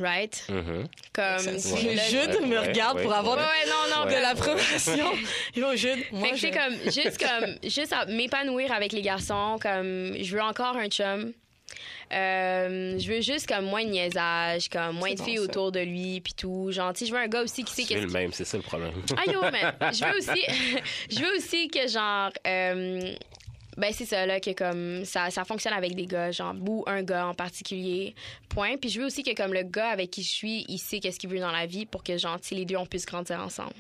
Speaker 3: right
Speaker 1: Mhm.
Speaker 3: comme
Speaker 2: Ça,
Speaker 3: si
Speaker 2: c'est-
Speaker 1: Ouais.
Speaker 3: là-
Speaker 2: Euh, Jude
Speaker 1: Ouais,
Speaker 2: me
Speaker 1: ouais,
Speaker 2: regarde pour
Speaker 1: ouais,
Speaker 2: avoir
Speaker 3: ouais, ouais, non non
Speaker 1: Ouais.
Speaker 2: de
Speaker 3: ben-
Speaker 2: l'approbation. Yo, Jude, moi,
Speaker 3: fait que
Speaker 2: je...
Speaker 3: c'est comme juste comme juste à m'épanouir avec les garçons, comme je veux encore un chum. Euh, je veux juste comme moins de niaisage, comme moins
Speaker 2: C'est
Speaker 3: de
Speaker 2: bon,
Speaker 3: filles
Speaker 2: ça.
Speaker 3: autour de lui puis tout. Genre, tu sais, je veux un gars aussi qui sait
Speaker 1: Tu fais
Speaker 3: qu'est-ce
Speaker 1: le même, c'est ça le problème.
Speaker 3: ah yo, mais je veux aussi, je veux aussi que genre, euh, Ben, c'est ça, là, que comme ça, ça fonctionne avec des gars, genre, ou un gars en particulier, point. Puis je veux aussi que, comme le gars avec qui je suis, il sait qu'est-ce qu'il veut dans la vie pour que, genre, tu sais, les deux, on puisse grandir ensemble.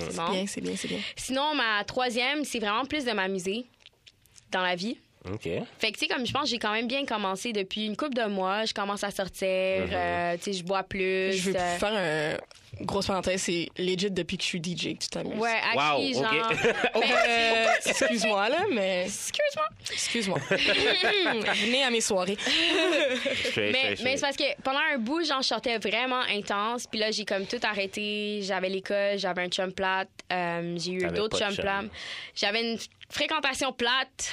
Speaker 3: C'est bon.
Speaker 2: Bien, c'est bien, c'est bien.
Speaker 3: Sinon, ma troisième, c'est vraiment plus de m'amuser dans la vie.
Speaker 1: OK.
Speaker 3: Fait que, tu sais, comme je pense, j'ai quand même bien commencé depuis une couple de mois. Je commence à sortir,
Speaker 1: Uh-huh.
Speaker 3: euh, tu sais, je bois plus.
Speaker 2: Je veux
Speaker 3: euh,
Speaker 2: faire un grosse parenthèse, c'est legit depuis que je suis DJ que tu t'amuses.
Speaker 3: Ouais, Ben, actually,
Speaker 1: Wow,
Speaker 3: genre.
Speaker 1: OK.
Speaker 2: Euh, excuse-moi là, mais
Speaker 3: Excuse-moi.
Speaker 2: excuse-moi. Venez à mes soirées.
Speaker 1: Je fais- je fais- je
Speaker 3: Mais, mais
Speaker 1: fais.
Speaker 3: c'est parce que pendant un bout, genre, je sortais vraiment intense. Puis là, j'ai comme tout arrêté. J'avais l'école, j'avais un chum plate. euh, j'ai eu
Speaker 1: T'avais
Speaker 3: d'autres
Speaker 1: pas de chum.
Speaker 3: chums plates. J'avais une fréquentation plate.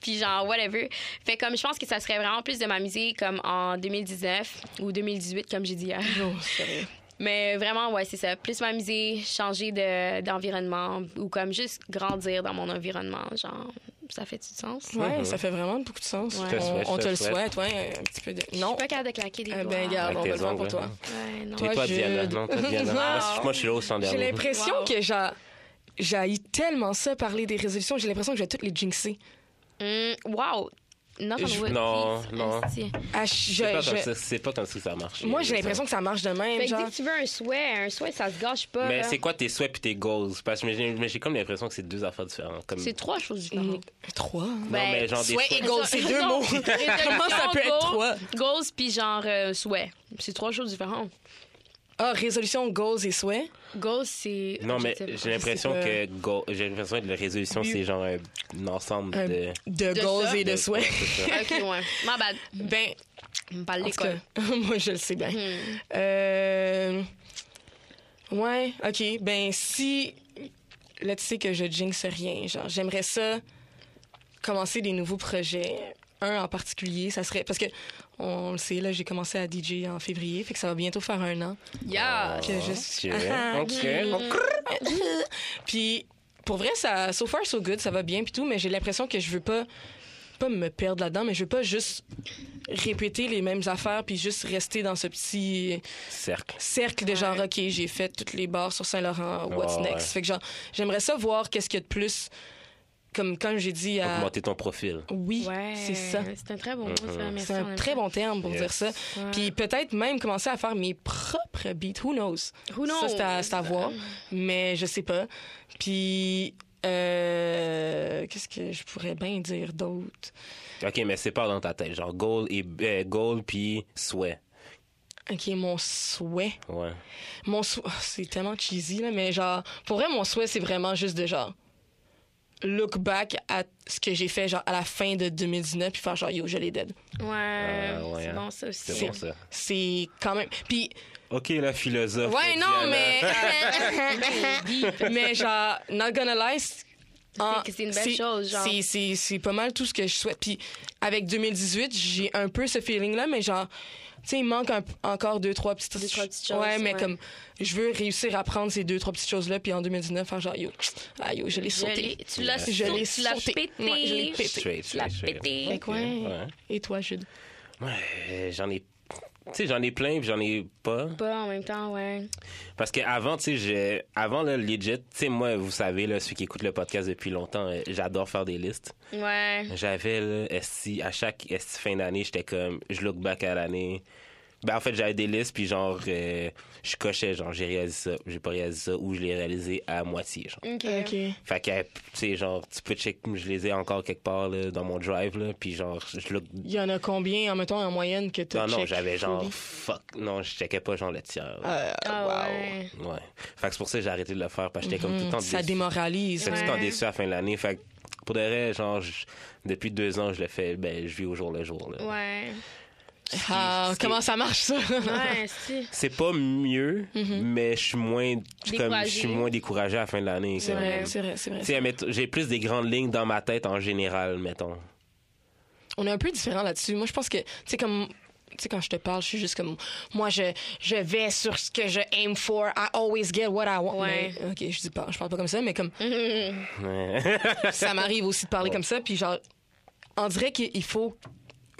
Speaker 3: Puis genre, whatever. Fait comme, je pense que ça serait vraiment plus de m'amuser comme en 2019 ou 2018, comme j'ai dit hier.
Speaker 2: Non, sérieux.
Speaker 3: Mais vraiment, ouais, c'est ça. Plus m'amuser, changer de- d'environnement ou comme juste grandir dans mon environnement. Genre, ça fait du sens?
Speaker 2: Ouais, ça fait vraiment beaucoup de sens.
Speaker 3: Ouais. Je
Speaker 1: te souhaite,
Speaker 2: On, on
Speaker 1: je
Speaker 2: te
Speaker 1: te
Speaker 2: le
Speaker 1: souhaite.
Speaker 2: souhaite, ouais, un petit peu de.
Speaker 3: Je
Speaker 2: Non.
Speaker 3: suis pas capable de claquer des
Speaker 2: Eh
Speaker 3: doigts.
Speaker 2: ben, garde, on va
Speaker 1: Avec
Speaker 2: le
Speaker 1: tes
Speaker 2: faire pour
Speaker 1: ongles,
Speaker 2: toi.
Speaker 1: hein.
Speaker 3: Ouais, non.
Speaker 1: T'es
Speaker 2: Moi,
Speaker 1: pas
Speaker 2: je-
Speaker 1: Diana. Non, pas Diana. Moi, je suis- Moi, je suis là au 100
Speaker 2: J'ai
Speaker 1: dernier.
Speaker 2: l'impression
Speaker 3: Wow.
Speaker 2: que j'a- j'haïs tellement ça parler des résolutions, j'ai l'impression que je vais toutes les jinxer.
Speaker 3: Mm, wow! Non,
Speaker 1: Je- non, non.
Speaker 2: Ah, je-
Speaker 1: C'est pas,
Speaker 2: je-
Speaker 1: comme ça- c'est pas comme ça que ça marche.
Speaker 2: Moi, j'ai l'impression que ça marche de même.
Speaker 3: Fait que
Speaker 2: genre.
Speaker 3: dès que tu veux un souhait, un souhait, ça se gâche pas.
Speaker 1: Mais
Speaker 3: là.
Speaker 1: c'est quoi tes souhaits puis tes goals? Parce que mais j'ai- mais j'ai comme l'impression que c'est deux affaires différentes. Comme...
Speaker 3: C'est trois choses Ben,
Speaker 2: Mm,
Speaker 3: différentes.
Speaker 2: Trois. hein.
Speaker 1: Non, mais genre des
Speaker 2: Souhait et
Speaker 1: souhaits.
Speaker 2: goals, c'est deux mots. Comment Ah, ça peut être trois?
Speaker 3: Goals, puis genre euh, souhait. C'est trois choses différentes.
Speaker 2: Ah, résolution, goals et souhaits.
Speaker 3: Goals, c'est.
Speaker 1: Non, mais
Speaker 3: objectif.
Speaker 1: j'ai l'impression
Speaker 2: pas.
Speaker 1: que go- j'ai l'impression que la résolution, c'est genre un, un ensemble
Speaker 2: Un-
Speaker 1: de.
Speaker 2: De,
Speaker 3: De
Speaker 2: goals
Speaker 3: ça.
Speaker 2: et de souhaits.
Speaker 1: c'est ça.
Speaker 3: Ok, ouais. Ma bad.
Speaker 2: Ben,
Speaker 3: Me parle
Speaker 2: en tout cas,
Speaker 3: l'école.
Speaker 2: moi, je le sais bien.
Speaker 3: Hmm.
Speaker 2: Euh... Ouais, OK. Ben, si... Là, tu sais que je jinxe rien. Genre, j'aimerais ça commencer des nouveaux projets. Un en particulier, ça serait... Parce que, on le sait, là, j'ai commencé à DJ en février, fait que ça va bientôt faire un an.
Speaker 1: Oh.
Speaker 3: Yeah!
Speaker 2: Que je
Speaker 1: C'est
Speaker 2: suis...
Speaker 1: vrai. Ok.
Speaker 2: Puis pour vrai, ça, so far so good, ça va bien puis tout, mais j'ai l'impression que je veux pas pas me perdre là-dedans, mais je veux pas juste répéter les mêmes affaires puis juste rester dans ce petit
Speaker 1: Cercle.
Speaker 2: cercle de genre ok j'ai fait toutes les bars sur Saint-Laurent, what's
Speaker 1: Ah Ouais, ouais.
Speaker 2: next. Fait que genre j'aimerais ça voir qu'est-ce qu'il y a de plus, comme comme j'ai dit à
Speaker 1: Augmenter ton profil.
Speaker 2: oui
Speaker 3: Ouais.
Speaker 2: c'est ça.
Speaker 3: C'est un très bon mot, ça.
Speaker 1: Mhm.
Speaker 3: Merci,
Speaker 2: C'est
Speaker 3: on
Speaker 2: un
Speaker 3: aime
Speaker 2: très
Speaker 3: ça.
Speaker 2: bon terme pour
Speaker 1: Yes.
Speaker 2: dire ça.
Speaker 3: Ouais.
Speaker 2: Puis peut-être même commencer à faire mes propres beats. Who knows?
Speaker 3: Who knows?
Speaker 2: Ça, c'est à, c'est à voir. Mais je sais pas. Puis. euh, Qu'est-ce que je pourrais bien dire d'autre?
Speaker 1: Ok, mais c'est pas dans ta tête. Genre goal et euh, goal puis souhait.
Speaker 2: Ok, mon souhait.
Speaker 1: Ouais.
Speaker 2: Mon souhait. c'est tellement cheesy, là, mais genre, pour vrai, mon souhait, c'est vraiment juste de genre. Look back à ce que j'ai fait, genre, à la fin de 2019, puis faire genre, yo, je l'ai dead.
Speaker 3: Ouais.
Speaker 1: Ah, ouais,
Speaker 3: C'est
Speaker 1: hein.
Speaker 3: bon, ça aussi.
Speaker 1: C'est bon ça.
Speaker 2: C'est quand même. Puis
Speaker 1: Ok, la philosophe. euh,
Speaker 2: Ouais, non,
Speaker 1: Diana.
Speaker 2: mais. mais genre, not gonna lie. c'est- en-
Speaker 3: que c'est une belle chose, genre.
Speaker 2: c'est- C'est c'est pas mal tout ce que je souhaite. Puis avec 2018, j'ai un peu ce feeling-là, mais genre, tu sais, il manque un- encore deux, trois petites,
Speaker 3: Deux, trois petites choses,
Speaker 2: Ouais, mais
Speaker 3: ouais.
Speaker 2: comme, je veux réussir à prendre ces deux, trois petites choses-là, puis en 2019, faire genre, yo, ah, yo, je l'ai
Speaker 3: Je l'ai-
Speaker 2: sauté.
Speaker 3: Tu l'as
Speaker 2: Je l'ai
Speaker 3: sauté. Tu l'as
Speaker 2: sauté.
Speaker 3: pété.
Speaker 2: Ouais, je l'ai pété.
Speaker 1: Straight,
Speaker 3: Tu l'as
Speaker 1: straight, straight.
Speaker 3: pété.
Speaker 2: Fait que ouais.
Speaker 1: Ouais.
Speaker 2: Et toi, Jude?
Speaker 1: Ouais, euh, j'en ai. Tu sais, j'en ai plein, puis j'en ai pas.
Speaker 3: Pas en même temps, ouais.
Speaker 1: Parce que avant, tu sais, j'ai- avant le legit, tu sais, moi, vous savez, là, ceux qui écoutent le podcast depuis longtemps, euh, j'adore faire des listes.
Speaker 3: Ouais.
Speaker 1: J'avais, là, esti- à chaque esti fin d'année, j'étais comme, je look back à l'année. Ben, en fait, j'avais des listes, puis genre, euh, je cochais, genre, j'ai réalisé ça, j'ai pas réalisé ça, ou je l'ai réalisé à moitié, genre.
Speaker 3: OK.
Speaker 1: Fait que, euh, tu sais, genre, tu peux check, je les ai encore quelque part, là, dans mon drive, là, puis genre, je look
Speaker 2: Il y en a combien, en mettons, en moyenne, que tu
Speaker 1: Non, non, j'avais genre fuck. Non, je checkais pas genre le tiers.
Speaker 2: Euh,
Speaker 3: Ah, ouais.
Speaker 1: Ouais. Fait que c'est pour ça que j'ai arrêté de le faire parce que j'étais comme tout le temps
Speaker 2: Mhm. hmm, Ça
Speaker 1: déçu.
Speaker 2: démoralise.
Speaker 1: J'étais tout le temps
Speaker 3: Ouais.
Speaker 1: déçu à la fin de l'année. Fait que pour de vrai, genre, je- depuis deux ans, je le fais, ben, je vis au jour le jour. là.
Speaker 3: Ouais.
Speaker 2: Ah,
Speaker 1: Ce qui-
Speaker 2: comment ça marche, ça?
Speaker 3: Ouais, si.
Speaker 1: C'est pas mieux, mais je suis moins, comme, je suis
Speaker 3: Découragé.
Speaker 1: moins découragé à la fin de l'année.
Speaker 2: C'est
Speaker 1: quand
Speaker 2: vrai,
Speaker 1: même.
Speaker 2: c'est vrai, c'est vrai.
Speaker 1: Tu sais, mettons, j'ai plus des grandes lignes dans ma tête en général, mettons.
Speaker 2: On est un peu différent là-dessus. Moi, je pense que, tu sais, comme. Tu sais, quand je te parle, je suis juste comme. Moi, je, je vais sur ce que je aim for. I always get what I want.
Speaker 3: Ouais.
Speaker 2: Mais, ok, je dis pas, je parle pas comme ça, mais comme.
Speaker 1: Ouais.
Speaker 2: ça m'arrive aussi de parler comme ça. Puis, genre, on dirait qu'il il faut,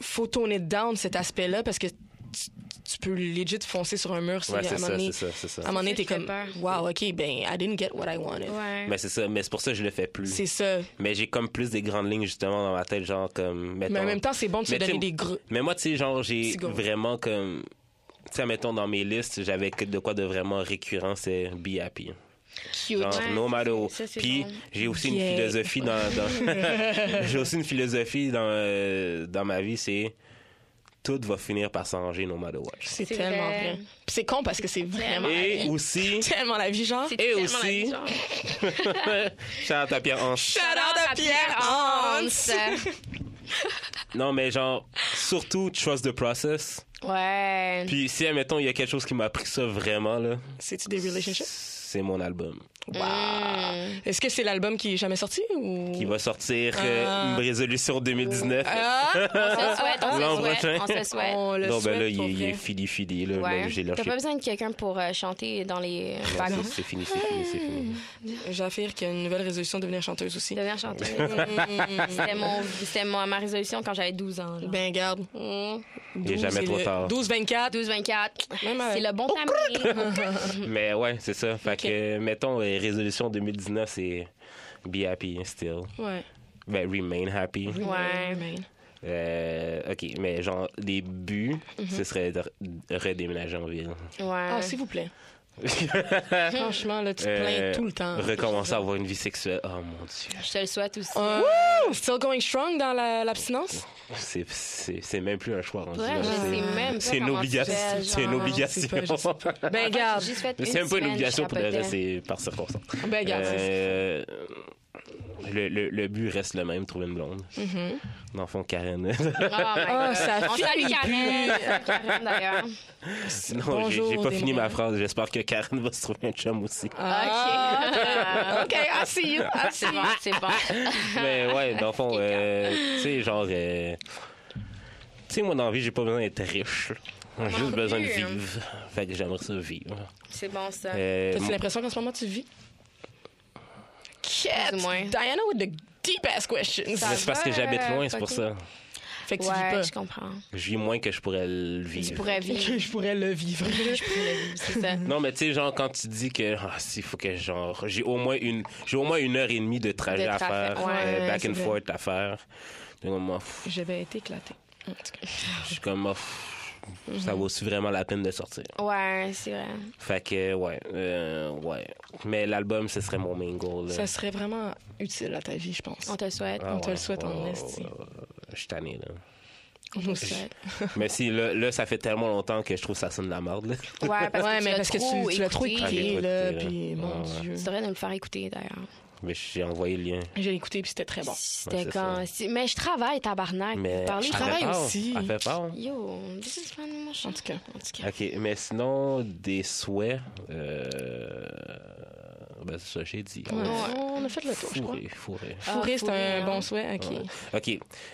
Speaker 2: faut tourner down cet aspect-là parce que tu, tu peux legit foncer sur un mur. c'est
Speaker 1: Ouais,
Speaker 2: à un
Speaker 1: c'est
Speaker 2: moment
Speaker 1: ça,
Speaker 2: donné-
Speaker 1: c'est ça, c'est ça.
Speaker 2: À un moment donné,
Speaker 3: C'est
Speaker 2: t'es
Speaker 3: ça qui
Speaker 2: comme,
Speaker 3: fait peur.
Speaker 2: wow, OK, ben, I didn't get what I wanted.
Speaker 3: Ouais.
Speaker 1: Mais c'est ça, mais c'est pour ça que je le fais plus.
Speaker 2: C'est ça.
Speaker 1: Mais j'ai comme plus des grandes lignes justement dans ma tête, genre comme. Mettons...
Speaker 2: Mais en même temps, c'est bon de se
Speaker 1: Mais tu sais,
Speaker 2: donner des gros.
Speaker 1: Mais moi, tu sais, genre, j'ai
Speaker 2: Petits gars.
Speaker 1: vraiment comme. Tu sais, mettons dans mes listes, j'avais que de quoi de vraiment récurrent, c'est be happy.
Speaker 2: Cute.
Speaker 1: Genre,
Speaker 3: Ouais,
Speaker 1: no matter.
Speaker 3: ça,
Speaker 1: what.
Speaker 3: c'est- ça, c'est
Speaker 1: Puis
Speaker 3: bon.
Speaker 1: j'ai aussi une
Speaker 2: Yeah.
Speaker 1: philosophie dans. dans- j'ai aussi une philosophie dans, euh, dans ma vie, c'est tout va finir par s'arranger no matter what.
Speaker 2: C'est
Speaker 3: C'est
Speaker 2: tellement
Speaker 3: vrai.
Speaker 2: vrai. Puis c'est con parce que c'est vraiment.
Speaker 1: Et aussi.
Speaker 2: Tellement la vie, genre.
Speaker 3: C'est
Speaker 1: Et
Speaker 3: tellement
Speaker 1: aussi-
Speaker 3: la vie, genre.
Speaker 1: Shout out à Pierre Hanche.
Speaker 2: Shout out à Pierre Hans!
Speaker 1: Non, mais genre, surtout, trust the process.
Speaker 3: Ouais.
Speaker 1: Puis si, admettons, il y a quelque chose qui m'a appris ça vraiment, là,
Speaker 2: C'est-tu des relationships?
Speaker 1: c'est mon album.
Speaker 3: Mm.
Speaker 2: Wow. Est-ce que c'est l'album qui est jamais sorti ou.
Speaker 1: Qui va sortir euh,
Speaker 2: Oh. Ah.
Speaker 1: une résolution 2019.
Speaker 2: Ah!
Speaker 3: On se le souhaite, on se
Speaker 1: L'an
Speaker 3: le souhaite,
Speaker 1: prochain.
Speaker 3: on se le souhaite.
Speaker 2: On le
Speaker 1: non,
Speaker 2: souhaite
Speaker 1: ben là, il
Speaker 2: pour
Speaker 1: est- il est
Speaker 2: vrai.
Speaker 1: fili-fili, là. là,
Speaker 3: Ouais.
Speaker 1: ben, J'ai
Speaker 3: T'as
Speaker 1: lâché.
Speaker 3: pas besoin de quelqu'un pour euh, chanter dans les
Speaker 1: Non,
Speaker 3: wagons.
Speaker 1: c'est- C'est fini, c'est fini, c'est fini.
Speaker 2: Ah. J'affirme qu'il y a une nouvelle résolution de devenir chanteuse aussi. Mm,
Speaker 3: Devenir chanteuse. C'était mon, c'était mon- ma résolution quand j'avais 12 ans. Mm. genre.
Speaker 2: Ben, garde.
Speaker 1: Il est jamais trop tard.
Speaker 2: 12-24.
Speaker 3: 12-24,
Speaker 2: Même avec- Oh,
Speaker 3: c'est le bon timing.
Speaker 1: Mais ouais, c'est ça. Fait que, mettons, euh, résolution 2019, c'est be happy still.
Speaker 2: Ouais.
Speaker 1: Ben, remain happy.
Speaker 3: Ouais.
Speaker 2: man.
Speaker 1: Euh, OK, mais genre, les buts,
Speaker 2: Mhm.
Speaker 1: ce serait de re- redéménager en ville.
Speaker 3: Ouais.
Speaker 2: Ah, s'il vous plaît. Franchement, là, tu te plains
Speaker 1: Euh,
Speaker 2: tout le temps.
Speaker 1: Recommencer à avoir une vie sexuelle. Oh mon Dieu.
Speaker 3: Je te le souhaite aussi.
Speaker 2: Euh, Still going strong dans la- l'abstinence?
Speaker 1: C'est- C'est c'est même plus un choix. rendu
Speaker 3: Ouais,
Speaker 1: là.
Speaker 3: je
Speaker 1: C'est-
Speaker 3: sais même pas
Speaker 1: C'est une
Speaker 3: comment tu
Speaker 1: obligation.
Speaker 3: fais,
Speaker 1: C'est une
Speaker 3: genre. euh,
Speaker 1: obligation.
Speaker 2: Je sais pas, je sais ben, garde.
Speaker 3: J'ai juste fait
Speaker 1: C'est même pas une
Speaker 3: semaine,
Speaker 1: obligation
Speaker 3: je
Speaker 1: pour le
Speaker 3: capotais.
Speaker 1: reste, c'est par circonstance.
Speaker 2: Ben, garde. c'est-
Speaker 1: Euh, le, le- le but reste le même, trouver une blonde.
Speaker 3: Mm-hmm.
Speaker 1: Dans le fond, Karen.
Speaker 3: Oh, my
Speaker 2: Ah,
Speaker 3: God.
Speaker 2: ça
Speaker 3: On salue Karen. On salue Karen, d'ailleurs.
Speaker 1: non, j'ai- j'ai
Speaker 2: Bonjour,
Speaker 1: pas fini
Speaker 2: Démon. Ah!
Speaker 1: ma phrase. J'espère que Karen va se trouver un chum aussi.
Speaker 3: OK.
Speaker 2: OK, I see you. I see
Speaker 3: C'est bon,
Speaker 2: you.
Speaker 3: c'est bon.
Speaker 1: Mais ouais, dans le fond, euh, tu sais, genre. euh, tu sais, moi, dans la vie, j'ai pas besoin d'être riche. J'ai
Speaker 3: Moi
Speaker 1: juste
Speaker 3: non
Speaker 1: besoin de
Speaker 3: plus. hein.
Speaker 1: vivre. Fait que j'aimerais ça vivre.
Speaker 3: C'est bon, ça.
Speaker 1: Euh,
Speaker 2: T'as-tu l'impression qu'en ce moment, tu vis? Quête!
Speaker 3: Plus ou moins.
Speaker 2: Diana with the deep-ass questions.
Speaker 3: Ça-
Speaker 1: mais c'est parce que
Speaker 3: va,
Speaker 1: j'habite loin, c'est
Speaker 3: euh, fucking.
Speaker 1: pour ça.
Speaker 2: Fait que tu vis
Speaker 3: Ouais,
Speaker 2: pas.
Speaker 3: je comprends.
Speaker 1: Je vis moins que je pourrais le vivre.
Speaker 3: Tu pourrais vivre.
Speaker 2: je pourrais le vivre.
Speaker 3: Je pourrais vivre, c'est ça.
Speaker 1: Non, mais tu sais, genre, quand tu dis que ah, s'il faut que genre, j'ai au moins une, j'ai au moins une heure et demie de trajet
Speaker 3: De
Speaker 1: à
Speaker 3: trajet,
Speaker 1: faire,
Speaker 3: ouais,
Speaker 1: euh, back
Speaker 2: c'est
Speaker 1: and
Speaker 2: vrai.
Speaker 1: forth à faire. Donc, moi, pff,
Speaker 2: J'avais été éclatée. En tout cas.
Speaker 1: je suis comme, ah, pff,
Speaker 2: Mm-hmm.
Speaker 1: ça vaut vraiment la peine de sortir.
Speaker 3: Ouais, c'est vrai.
Speaker 1: Fait que, ouais, euh, ouais. Mais l'album, ce serait mon main goal. là.
Speaker 2: Ça serait vraiment utile à ta vie, je pense.
Speaker 3: On te le souhaite.
Speaker 1: Ah,
Speaker 2: on te le souhaite en esti.
Speaker 1: Je suis tanné, là.
Speaker 2: On
Speaker 1: Ah.
Speaker 2: nous sait.
Speaker 1: Mais si, là, là, ça fait tellement longtemps que je trouve que ça sonne de la merde, là.
Speaker 3: Ouais, parce que
Speaker 2: ouais, mais
Speaker 3: tu l'as
Speaker 2: parce que
Speaker 3: trop
Speaker 2: tu, tu l'as trop
Speaker 3: écouté.
Speaker 1: Ah,
Speaker 2: écouté,
Speaker 1: j'ai
Speaker 2: là,
Speaker 1: trop écouté,
Speaker 2: puis
Speaker 1: là.
Speaker 2: mon
Speaker 1: Ouais, ouais.
Speaker 2: Dieu.
Speaker 3: Tu devrais nous le faire écouter, d'ailleurs.
Speaker 1: Mais j'ai envoyé le lien.
Speaker 2: J'ai écouté, puis c'était très bon.
Speaker 3: C'était
Speaker 1: c'est
Speaker 3: quand... si- Mais je travaille, tabarnak.
Speaker 1: Mais elle
Speaker 3: Parler, je
Speaker 1: fait
Speaker 3: travaille.
Speaker 1: peur.
Speaker 2: aussi.
Speaker 1: Elle fait peur.
Speaker 3: Yo, this is fun, moi, je-
Speaker 2: En tout cas.
Speaker 3: En tout cas.
Speaker 1: OK, mais sinon, des souhaits... Euh... Ben, c'est ça, j'ai dit.
Speaker 2: Ouais.
Speaker 3: Ouais.
Speaker 2: On a fait le tour, je crois.
Speaker 1: Fourré, fourré.
Speaker 2: Fourré, c'est
Speaker 3: fourré,
Speaker 2: un
Speaker 3: hein.
Speaker 2: bon souhait. OK.
Speaker 1: OK.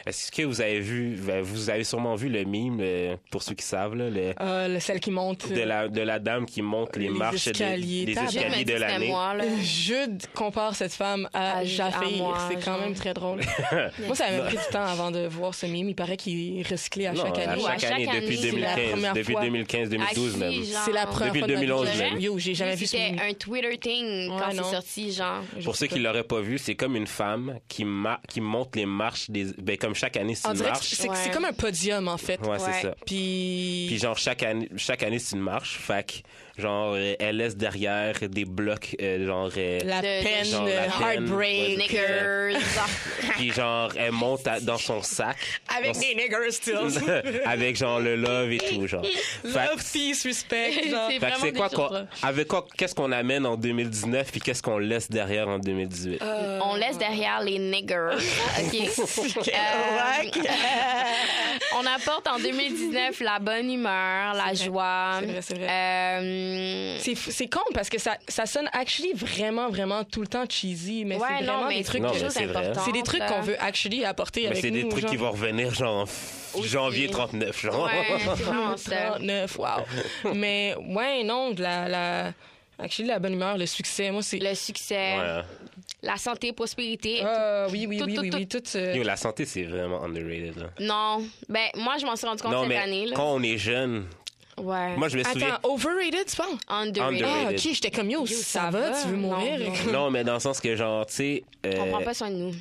Speaker 1: Est-ce que vous avez vu... ben, vous avez sûrement vu le mime, le- pour ceux qui savent, là, le-
Speaker 2: Euh, le- celle qui monte.
Speaker 1: de, la, de la dame qui monte les,
Speaker 2: Les
Speaker 1: marches
Speaker 2: escaliers,
Speaker 1: des, des
Speaker 2: tabarnak.
Speaker 1: escaliers de l'année.
Speaker 2: Jude compare cette femme à,
Speaker 3: À- à moi,
Speaker 2: Jaffir. C'est quand
Speaker 3: genre.
Speaker 2: même très drôle. moi, ça m'a pris du temps avant de voir ce mime. Il paraît qu'il est recyclé à
Speaker 1: Non,
Speaker 2: chaque année.
Speaker 1: à chaque
Speaker 3: Ouais, à
Speaker 1: année,
Speaker 3: chaque
Speaker 1: depuis
Speaker 3: année. C'est la
Speaker 1: 2015.
Speaker 2: première
Speaker 1: Depuis
Speaker 2: fois. Ah,
Speaker 1: 2015-2012, même.
Speaker 2: C'est la première
Speaker 1: Depuis
Speaker 2: fois de ma vie.
Speaker 1: 2011
Speaker 3: même.
Speaker 2: Yo, j'ai jamais vu ce
Speaker 3: C'était
Speaker 2: mime.
Speaker 3: un Twitter thing
Speaker 2: Ouais,
Speaker 3: quand c'est
Speaker 2: non.
Speaker 3: sorti, genre.
Speaker 1: Pour ceux qui l'auraient pas vu, c'est comme une femme qui, ma- qui monte les marches des. Ben, comme chaque année, c'est
Speaker 2: On
Speaker 1: une
Speaker 2: dirait que
Speaker 1: marche.
Speaker 2: c'est
Speaker 3: Ouais.
Speaker 2: c'est comme un podium, en fait.
Speaker 1: Ouais, c'est
Speaker 3: Ouais.
Speaker 1: ça.
Speaker 2: Puis...
Speaker 1: Puis genre chaque année, chaque année c'est une marche. Fait que, genre euh, elle laisse derrière des blocs euh, genre. euh,
Speaker 2: la
Speaker 3: de-
Speaker 2: peine,
Speaker 1: genre
Speaker 2: le
Speaker 1: la peine,
Speaker 2: heartbreak. euh,
Speaker 1: ouais,
Speaker 3: Niggers.
Speaker 1: Puis genre elle monte à- dans son sac
Speaker 2: Avec
Speaker 1: dans-
Speaker 2: des niggers, still.
Speaker 1: avec genre le love et tout genre. Fait que-
Speaker 2: Love, peace, respect. genre. Euh,
Speaker 1: fait
Speaker 3: C'est
Speaker 1: que
Speaker 3: vraiment
Speaker 1: c'est
Speaker 3: des
Speaker 1: quoi qu'on-
Speaker 3: choses.
Speaker 1: avec quoi qu'est-ce qu'on amène en 2019 puis qu'est-ce qu'on laisse derrière en 2018.
Speaker 3: On laisse derrière les niggers. OK? Euh, on apporte en 2019 la bonne humeur, la joie.
Speaker 2: C'est vrai, c'est vrai.
Speaker 3: Euh,
Speaker 2: C'est fou- c'est con parce que ça, ça sonne actually vraiment, vraiment tout le temps cheesy, mais
Speaker 3: ouais,
Speaker 2: c'est
Speaker 3: non,
Speaker 2: vraiment
Speaker 3: mais
Speaker 2: des trucs...
Speaker 1: Non,
Speaker 2: que-
Speaker 1: mais c'est vrai.
Speaker 2: C'est des trucs qu'on veut actually apporter
Speaker 1: Mais
Speaker 2: avec
Speaker 1: Ben, c'est
Speaker 2: nous.
Speaker 1: des trucs
Speaker 2: genre.
Speaker 1: qui vont revenir genre en f-
Speaker 3: Aussi.
Speaker 1: janvier 39 genre.
Speaker 3: Ouais, Ah, c'est vraiment ça.
Speaker 2: 39, wow. mais ouais, non, de la, la... Actually, la bonne humeur, le succès, moi, c'est...
Speaker 3: Le succès,
Speaker 1: Ouais.
Speaker 3: la santé, prospérité.
Speaker 2: Ah, oui, oui,
Speaker 3: Tout,
Speaker 2: oui,
Speaker 3: tout,
Speaker 2: oui,
Speaker 3: tout.
Speaker 2: oui, tout... euh,
Speaker 1: Yo, la santé c'est vraiment underrated là.
Speaker 3: Non, ben moi je m'en suis rendu compte
Speaker 1: Non
Speaker 3: cette
Speaker 1: mais
Speaker 3: année. Là.
Speaker 1: quand on est jeune,
Speaker 3: Ouais.
Speaker 1: Moi, je me souviens.
Speaker 2: Attends, overrated, tu penses?
Speaker 3: Underrated.
Speaker 1: Underrated.
Speaker 2: Ah, ok, j'étais comme yo,
Speaker 3: Yo,
Speaker 2: ça
Speaker 3: ça
Speaker 2: va,
Speaker 3: va?
Speaker 2: tu veux
Speaker 3: Non,
Speaker 2: mourir?
Speaker 3: non.
Speaker 1: Non, mais dans le sens que, genre, tu sais. euh,
Speaker 3: On prend pas soin de nous.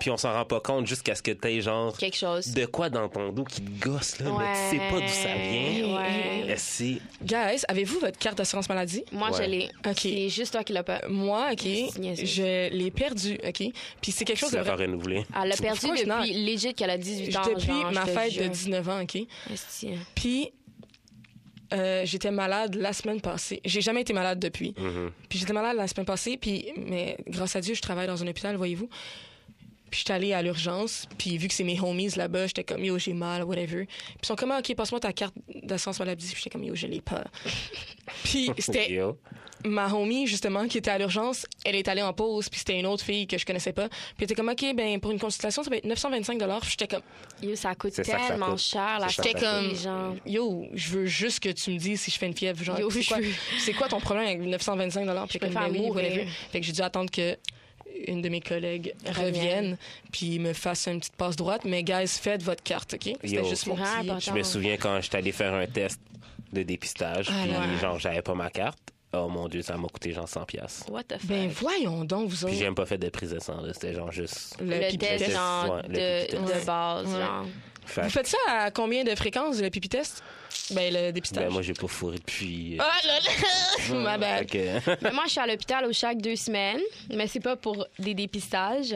Speaker 1: Puis on s'en rend pas compte jusqu'à ce que t'aies, genre,
Speaker 3: Quelque chose.
Speaker 1: de quoi dans ton dos qui te gosse, là, mais tu sais pas d'où ça vient.
Speaker 3: Ouais.
Speaker 1: Eh, Si.
Speaker 2: Guys, avez-vous votre carte d'assurance maladie?
Speaker 3: Moi, je
Speaker 1: Ouais.
Speaker 3: l'ai.
Speaker 2: Ok.
Speaker 3: C'est juste toi qui l'as pas.
Speaker 2: Moi, ok,
Speaker 3: C'est niaiseux.
Speaker 2: je l'ai perdue, ok? Puis c'est quelque chose
Speaker 1: Tu
Speaker 2: de
Speaker 1: l'as pas
Speaker 2: vrai.
Speaker 1: renouvelé.
Speaker 3: Elle l'a perdu
Speaker 2: course
Speaker 3: depuis
Speaker 2: not.
Speaker 3: legit qu'elle a 18 ans.
Speaker 2: Depuis
Speaker 3: genre,
Speaker 2: ma
Speaker 3: je te
Speaker 2: fête de
Speaker 3: jure.
Speaker 2: 19 ans, ok?
Speaker 3: Esti.
Speaker 2: Puis euh, j'étais malade la semaine passée. J'ai jamais été malade depuis.
Speaker 1: Mhm.
Speaker 2: Puis j'étais malade la semaine passée, puis mais grâce à Dieu, je travaille dans un hôpital, voyez-vous. Puis j'étais allée à l'urgence, puis vu que c'est mes homies là-bas, j'étais comme yo, j'ai mal, whatever. Puis ils sont comme Ah, OK, passe-moi ta carte d'assurance maladie, puis j'étais comme yo, je l'ai pas. puis c'était
Speaker 1: Yo.
Speaker 2: ma homie justement qui était à l'urgence, elle est allée en pause, puis c'était une autre fille que je connaissais pas. Puis elle était comme OK, ben pour une consultation, ça va être 925 dollars, j'étais comme
Speaker 3: Yo, ça coûte
Speaker 1: C'est ça que ça
Speaker 3: tellement
Speaker 1: coûte.
Speaker 3: cher, la
Speaker 1: C'est ça
Speaker 3: santé,
Speaker 1: que
Speaker 2: ça coûte.
Speaker 3: genre.
Speaker 2: Yo, je veux juste que tu me dises si je fais une fièvre. Genre,
Speaker 3: Yo,
Speaker 2: c'est,
Speaker 3: je
Speaker 2: quoi,
Speaker 3: veux-
Speaker 2: c'est quoi ton problème avec 925 dollars Puis
Speaker 3: Je
Speaker 2: comme,
Speaker 3: préfère
Speaker 2: ben oui,
Speaker 3: mourir.
Speaker 2: whatever. Fait que j'ai dû attendre que une de mes collègues revienne, puis me fasse une petite passe droite. Mais guys, faites votre carte, ok C'était
Speaker 1: Yo.
Speaker 2: juste mon
Speaker 3: C'est vraiment
Speaker 2: petit-
Speaker 3: important.
Speaker 1: Je me souviens quand j'étais allé faire un test de dépistage,
Speaker 2: Ah
Speaker 1: puis
Speaker 2: là là.
Speaker 1: genre j'avais pas ma carte. Oh mon dieu, ça m'a coûté genre 100 pièces.
Speaker 3: What the fuck?
Speaker 2: Ben voyons donc, vous
Speaker 1: Puis
Speaker 2: autres.
Speaker 1: j'ai même pas fait de prise de sang, là, c'était genre juste
Speaker 3: le
Speaker 2: pipi
Speaker 3: test,
Speaker 1: test.
Speaker 3: genre,
Speaker 1: Ouais, le
Speaker 3: de,
Speaker 1: pipi test.
Speaker 3: de
Speaker 2: Ouais.
Speaker 3: base,
Speaker 2: Ouais.
Speaker 3: genre.
Speaker 1: Fait
Speaker 2: Vous faites ça à combien de fréquences, le pipi test Ben, le dépistage.
Speaker 1: ben moi j'ai pas fourré depuis
Speaker 2: Ah là là Ma
Speaker 1: Fait
Speaker 2: bad.
Speaker 1: que-
Speaker 3: Mais moi, je suis à l'hôpital au chaque deux semaines, mais c'est pas pour des dépistages.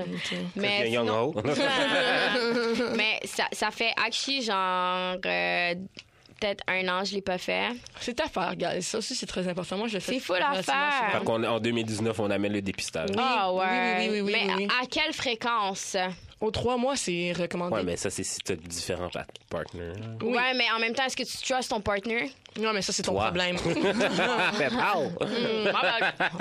Speaker 3: Mais,
Speaker 1: Young
Speaker 3: sinon-
Speaker 1: Ho.
Speaker 3: mais ça, ça fait actually, genre, euh, peut-être un an, je l'ai pas fait.
Speaker 2: C'est ta affaire, guys. Ça aussi, c'est très important. Moi, je le fais.
Speaker 3: C'est fou,
Speaker 2: relativement
Speaker 3: l'affaire.
Speaker 2: souvent.
Speaker 1: Fait qu'on- en 2019 on amène le dépistage.
Speaker 2: Oui,
Speaker 3: Ah
Speaker 2: oui,
Speaker 3: ouais.
Speaker 2: oui, oui, oui,
Speaker 3: mais
Speaker 2: oui, oui.
Speaker 3: à quelle fréquence?
Speaker 2: Aux trois mois, c'est recommandé.
Speaker 1: Ouais, mais ça c'est si t'as différents pa- partners.
Speaker 2: Oui.
Speaker 3: Ouais, mais en même temps, est-ce que tu trustes ton partner?
Speaker 2: Non, mais ça, c'est ton
Speaker 1: Toi.
Speaker 2: problème.
Speaker 1: Mais pow!
Speaker 2: Mm. Ah, bah,
Speaker 1: Mais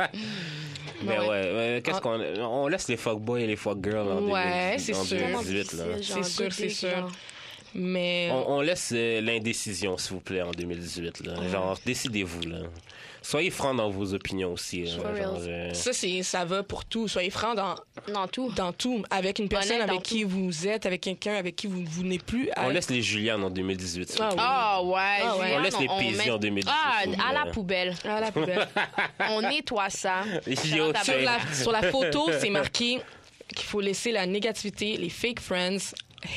Speaker 2: Ouais.
Speaker 1: Ben ouais, ouais, qu'est-ce
Speaker 2: Ah.
Speaker 1: qu'on on laisse les fuckboys et les fuckgirls en
Speaker 2: Ouais,
Speaker 1: 2018,
Speaker 2: c'est
Speaker 1: en
Speaker 2: sûr.
Speaker 1: 2018 là.
Speaker 2: C'est sûr, c'est sûr. mais.
Speaker 1: On, on laisse euh, l'indécision, s'il vous plaît, en 2018. Là. Genre, décidez-vous. Là. Soyez francs dans vos opinions aussi. là. Genre,
Speaker 3: For reals.
Speaker 1: euh,
Speaker 2: Ça, c'est, ça va pour tout. Soyez franc dans,
Speaker 3: Non, tout.
Speaker 2: dans tout. Avec une personne
Speaker 3: Honnête dans
Speaker 2: avec qui vous êtes, avec quelqu'un avec qui vous, vous n'êtes plus.
Speaker 1: on
Speaker 2: avec-
Speaker 1: laisse les Julian en 2018. s'il
Speaker 2: Ah
Speaker 1: vous plaît.
Speaker 3: Ah ouais,
Speaker 2: Ah ouais.
Speaker 3: Juliane,
Speaker 1: On laisse les paisiers en 2018,
Speaker 3: Ah,
Speaker 1: s'il vous
Speaker 3: à la
Speaker 1: plaît.
Speaker 3: poubelle.
Speaker 2: à Ah, la poubelle.
Speaker 3: On nettoie ça.
Speaker 1: Yo,
Speaker 3: Sur
Speaker 2: sur,
Speaker 1: c'est-
Speaker 2: la, sur la photo, c'est marqué qu'il faut laisser la négativité, les fake friends,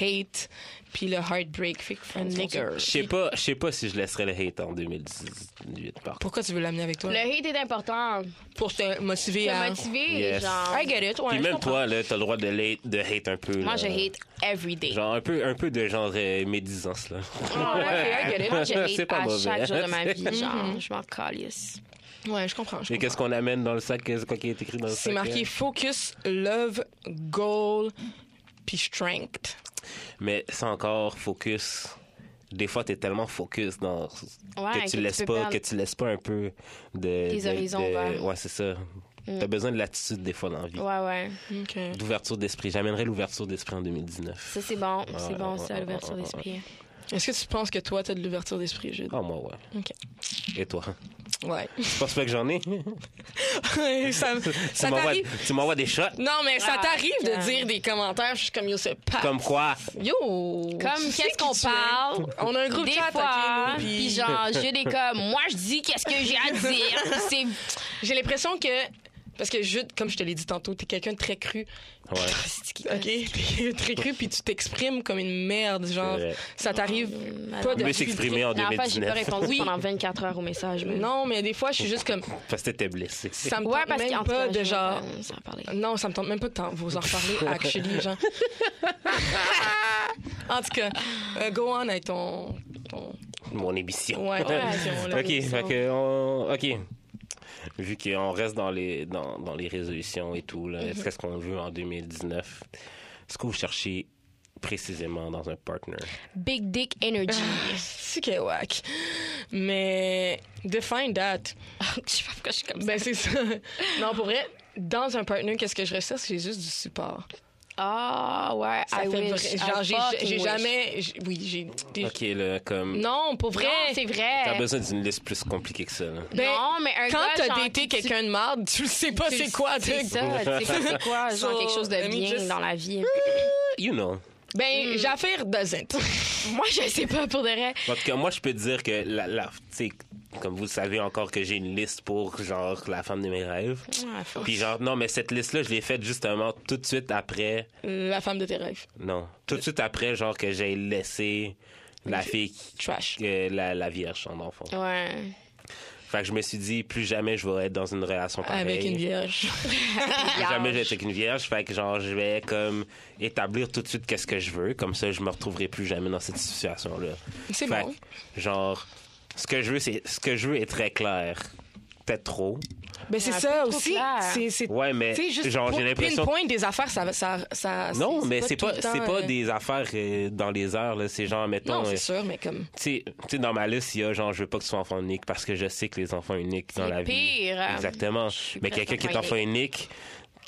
Speaker 2: hate, puis le heartbreak, fake friends.
Speaker 1: Je sais pas, je sais pas si je laisserai le hate en 2018. Par contre.
Speaker 2: Pourquoi tu veux l'amener avec toi?
Speaker 3: Le hate est important.
Speaker 2: Pour te motiver à.
Speaker 3: Te motiver,
Speaker 1: Yes.
Speaker 3: genre.
Speaker 2: I get it. ouais,
Speaker 1: Puis
Speaker 2: je
Speaker 1: même
Speaker 2: comprends.
Speaker 1: toi, là, t'as le droit de, la- de hate un peu.
Speaker 3: Moi,
Speaker 1: là.
Speaker 3: je hate every day.
Speaker 1: Genre un peu, un peu de genre euh, médisance là.
Speaker 3: Ah, ouais, I get it. Moi, je
Speaker 1: C'est
Speaker 3: hate
Speaker 1: pas
Speaker 3: à
Speaker 1: mauvais.
Speaker 3: chaque jour de ma vie. Genre, je m'en calisse.
Speaker 2: Ouais, je comprends. je
Speaker 1: Et qu'est-ce qu'on amène dans le sac C'est quoi qui est écrit dans le sac
Speaker 2: C'est marqué
Speaker 1: hein?
Speaker 2: focus, love, goal, puis strength.
Speaker 1: Mais c'est encore focus. Des fois, t'es tellement focus dans
Speaker 3: Ouais,
Speaker 1: que
Speaker 3: que
Speaker 1: tu
Speaker 3: tu
Speaker 1: laisses
Speaker 3: peux
Speaker 1: pas,
Speaker 3: perdre.
Speaker 1: que tu laisses pas un peu de
Speaker 3: Tes
Speaker 1: de-
Speaker 3: horizons
Speaker 1: de-
Speaker 3: ouverts.
Speaker 1: Ouais, c'est ça. T'as besoin de l'attitude des fois dans la vie.
Speaker 3: Ouais, ouais.
Speaker 2: OK.
Speaker 1: D'ouverture d'esprit. J'amènerai l'ouverture d'esprit en 2019.
Speaker 3: Ça, c'est bon.
Speaker 1: Ouais,
Speaker 3: C'est bon,
Speaker 1: ouais,
Speaker 3: ça,
Speaker 1: ouais,
Speaker 3: l'ouverture
Speaker 1: ouais,
Speaker 3: d'esprit.
Speaker 2: Est-ce que tu penses que toi, t'as de l'ouverture d'esprit, Jude?
Speaker 1: Ah moi ouais.
Speaker 2: OK.
Speaker 1: Et toi
Speaker 2: Ouais.
Speaker 1: Tu penses pas que j'en ai
Speaker 2: ça
Speaker 1: Tu
Speaker 2: ça
Speaker 1: m'envoies-
Speaker 2: t'arrive...
Speaker 1: Tu m'envoies des shots.
Speaker 2: Non, mais ça
Speaker 3: Ah,
Speaker 2: t'arrive de
Speaker 3: calme.
Speaker 2: dire des commentaires, je suis comme, yo, ce pape.
Speaker 1: Comme quoi
Speaker 2: Yo! Comme
Speaker 3: Comme qu'est-ce qu'on parle?
Speaker 2: On a un groupe
Speaker 3: Des
Speaker 2: chat,
Speaker 3: fois, hein,
Speaker 2: OK, nous,
Speaker 3: puis
Speaker 2: puis
Speaker 3: genre, je des comme, moi je dis qu'est-ce que j'ai à dire. C'est
Speaker 2: j'ai l'impression que... Parce que Jude, comme je te l'ai dit tantôt, t'es quelqu'un de très cru,
Speaker 1: Ouais.
Speaker 2: OK? T'es très cru, puis tu t'exprimes comme une merde, genre.
Speaker 1: C'est vrai.
Speaker 2: Ça t'arrive
Speaker 3: Madame.
Speaker 2: pas de...
Speaker 1: Mieux s'exprimer en
Speaker 3: Non, Ah. en fait, j'ai pas
Speaker 1: 2019.
Speaker 3: répondu
Speaker 2: Oui.
Speaker 3: pendant 24 heures au message. mais-
Speaker 2: Non, mais des fois, je suis juste comme...
Speaker 1: Parce que t'étais blessé.
Speaker 2: Ça me
Speaker 3: Ouais,
Speaker 2: tente
Speaker 3: parce
Speaker 2: même
Speaker 3: qu'en tout
Speaker 2: pas
Speaker 3: cas,
Speaker 2: de
Speaker 3: je-
Speaker 2: genre...
Speaker 3: euh, ça en parlait.
Speaker 2: Non, ça me tente même pas que t'en- vous en reparlez, actually, genre. en tout cas, euh, go on avec ton... ton...
Speaker 1: Mon émission.
Speaker 2: Ouais, ton émission, là.
Speaker 1: ok, fait que on- ok. Vu qu'on reste dans les dans, dans les résolutions et tout, là, est-ce qu'est-ce qu'on veut en 2019 Ce que vous cherchez précisément dans un partner.
Speaker 3: Big Dick Energy.
Speaker 2: C'est que whack. Mais define that.
Speaker 3: je sais pas pourquoi je suis comme ça.
Speaker 2: Ben c'est ça. Non, pour vrai, dans un partner, qu'est-ce que je recherche C'est juste du support.
Speaker 3: Ah, ouais,
Speaker 2: Ça
Speaker 3: I
Speaker 2: fait
Speaker 3: wish.
Speaker 2: vrai-
Speaker 3: I
Speaker 2: genre, j'ai-
Speaker 3: fucking
Speaker 2: j'ai
Speaker 3: wish.
Speaker 2: jamais. j'ai- Oui, j'ai. des-
Speaker 1: Ok, là, comme
Speaker 2: Non, pour vrai.
Speaker 3: Non, c'est
Speaker 1: t'as
Speaker 3: vrai.
Speaker 1: besoin d'une liste plus compliquée que ça. là.
Speaker 2: Ben,
Speaker 3: non, mais un
Speaker 2: Quand
Speaker 3: gars,
Speaker 2: t'as
Speaker 3: genre,
Speaker 2: daté
Speaker 3: qui-
Speaker 2: quelqu'un de marde, tu le sais pas
Speaker 3: tu-
Speaker 2: c'est quoi.
Speaker 3: C'est
Speaker 2: tu-
Speaker 3: ça, tu sais c'est quoi, genre
Speaker 2: So,
Speaker 3: quelque chose
Speaker 2: let
Speaker 3: de
Speaker 2: me
Speaker 3: bien
Speaker 2: just-
Speaker 3: dans la vie.
Speaker 1: You know.
Speaker 2: Ben,
Speaker 3: Mm.
Speaker 2: Jafir doesn't.
Speaker 3: Moi, je sais pas pour de vrai.
Speaker 1: En tout cas, moi, je peux te dire que, la, la- tu sais, comme vous le savez encore, que j'ai une liste pour, genre, la femme de mes rêves.
Speaker 3: Ah, faut-
Speaker 1: Puis genre, non, mais cette liste-là, je l'ai faite justement tout de suite après.
Speaker 2: La femme de tes rêves.
Speaker 1: Non, tout de suite après, genre, que j'ai laissé la fille, qui-
Speaker 2: Trash.
Speaker 1: que la, la vierge, en enfant.
Speaker 3: Ouais.
Speaker 1: Fait que je me suis dit, plus jamais je vais être dans une relation pareille.
Speaker 2: Avec une vierge.
Speaker 1: Plus jamais je vais
Speaker 3: Large.
Speaker 1: être avec une vierge. Fait que genre, je vais comme établir tout de suite qu'est-ce que je veux. Comme ça, je me retrouverai plus jamais dans cette situation-là.
Speaker 2: C'est
Speaker 1: Fait
Speaker 2: bon.
Speaker 1: que, genre, ce que je veux, c'est, ce que je veux est très clair. Peut-être trop.
Speaker 2: Ben, c'est
Speaker 3: Ah,
Speaker 2: ça
Speaker 3: trop
Speaker 2: aussi.
Speaker 3: clair.
Speaker 2: C'est, c'est...
Speaker 1: Ouais, mais
Speaker 2: tu sais, juste
Speaker 1: Eh, genre,
Speaker 2: pour
Speaker 1: j'ai l'impression
Speaker 2: pinpoint des affaires, ça... ça, ça
Speaker 1: Non, mais c'est pas,
Speaker 2: tout le
Speaker 1: c'est
Speaker 2: temps,
Speaker 1: pas
Speaker 2: euh,
Speaker 1: des affaires euh, dans les heures. là. C'est genre, mettons,
Speaker 2: Non,
Speaker 1: euh,
Speaker 2: c'est
Speaker 1: tu
Speaker 2: sûr, mais comme...
Speaker 1: sais, tu sais, dans ma liste, il y a genre, je veux pas que tu sois enfant unique parce que je sais que les enfants uniques dans
Speaker 3: C'est
Speaker 1: la vie.
Speaker 2: hein.
Speaker 3: pire.
Speaker 1: Exactement. Mais
Speaker 3: presque
Speaker 1: quelqu'un qui est
Speaker 3: enfant
Speaker 1: enfant unique,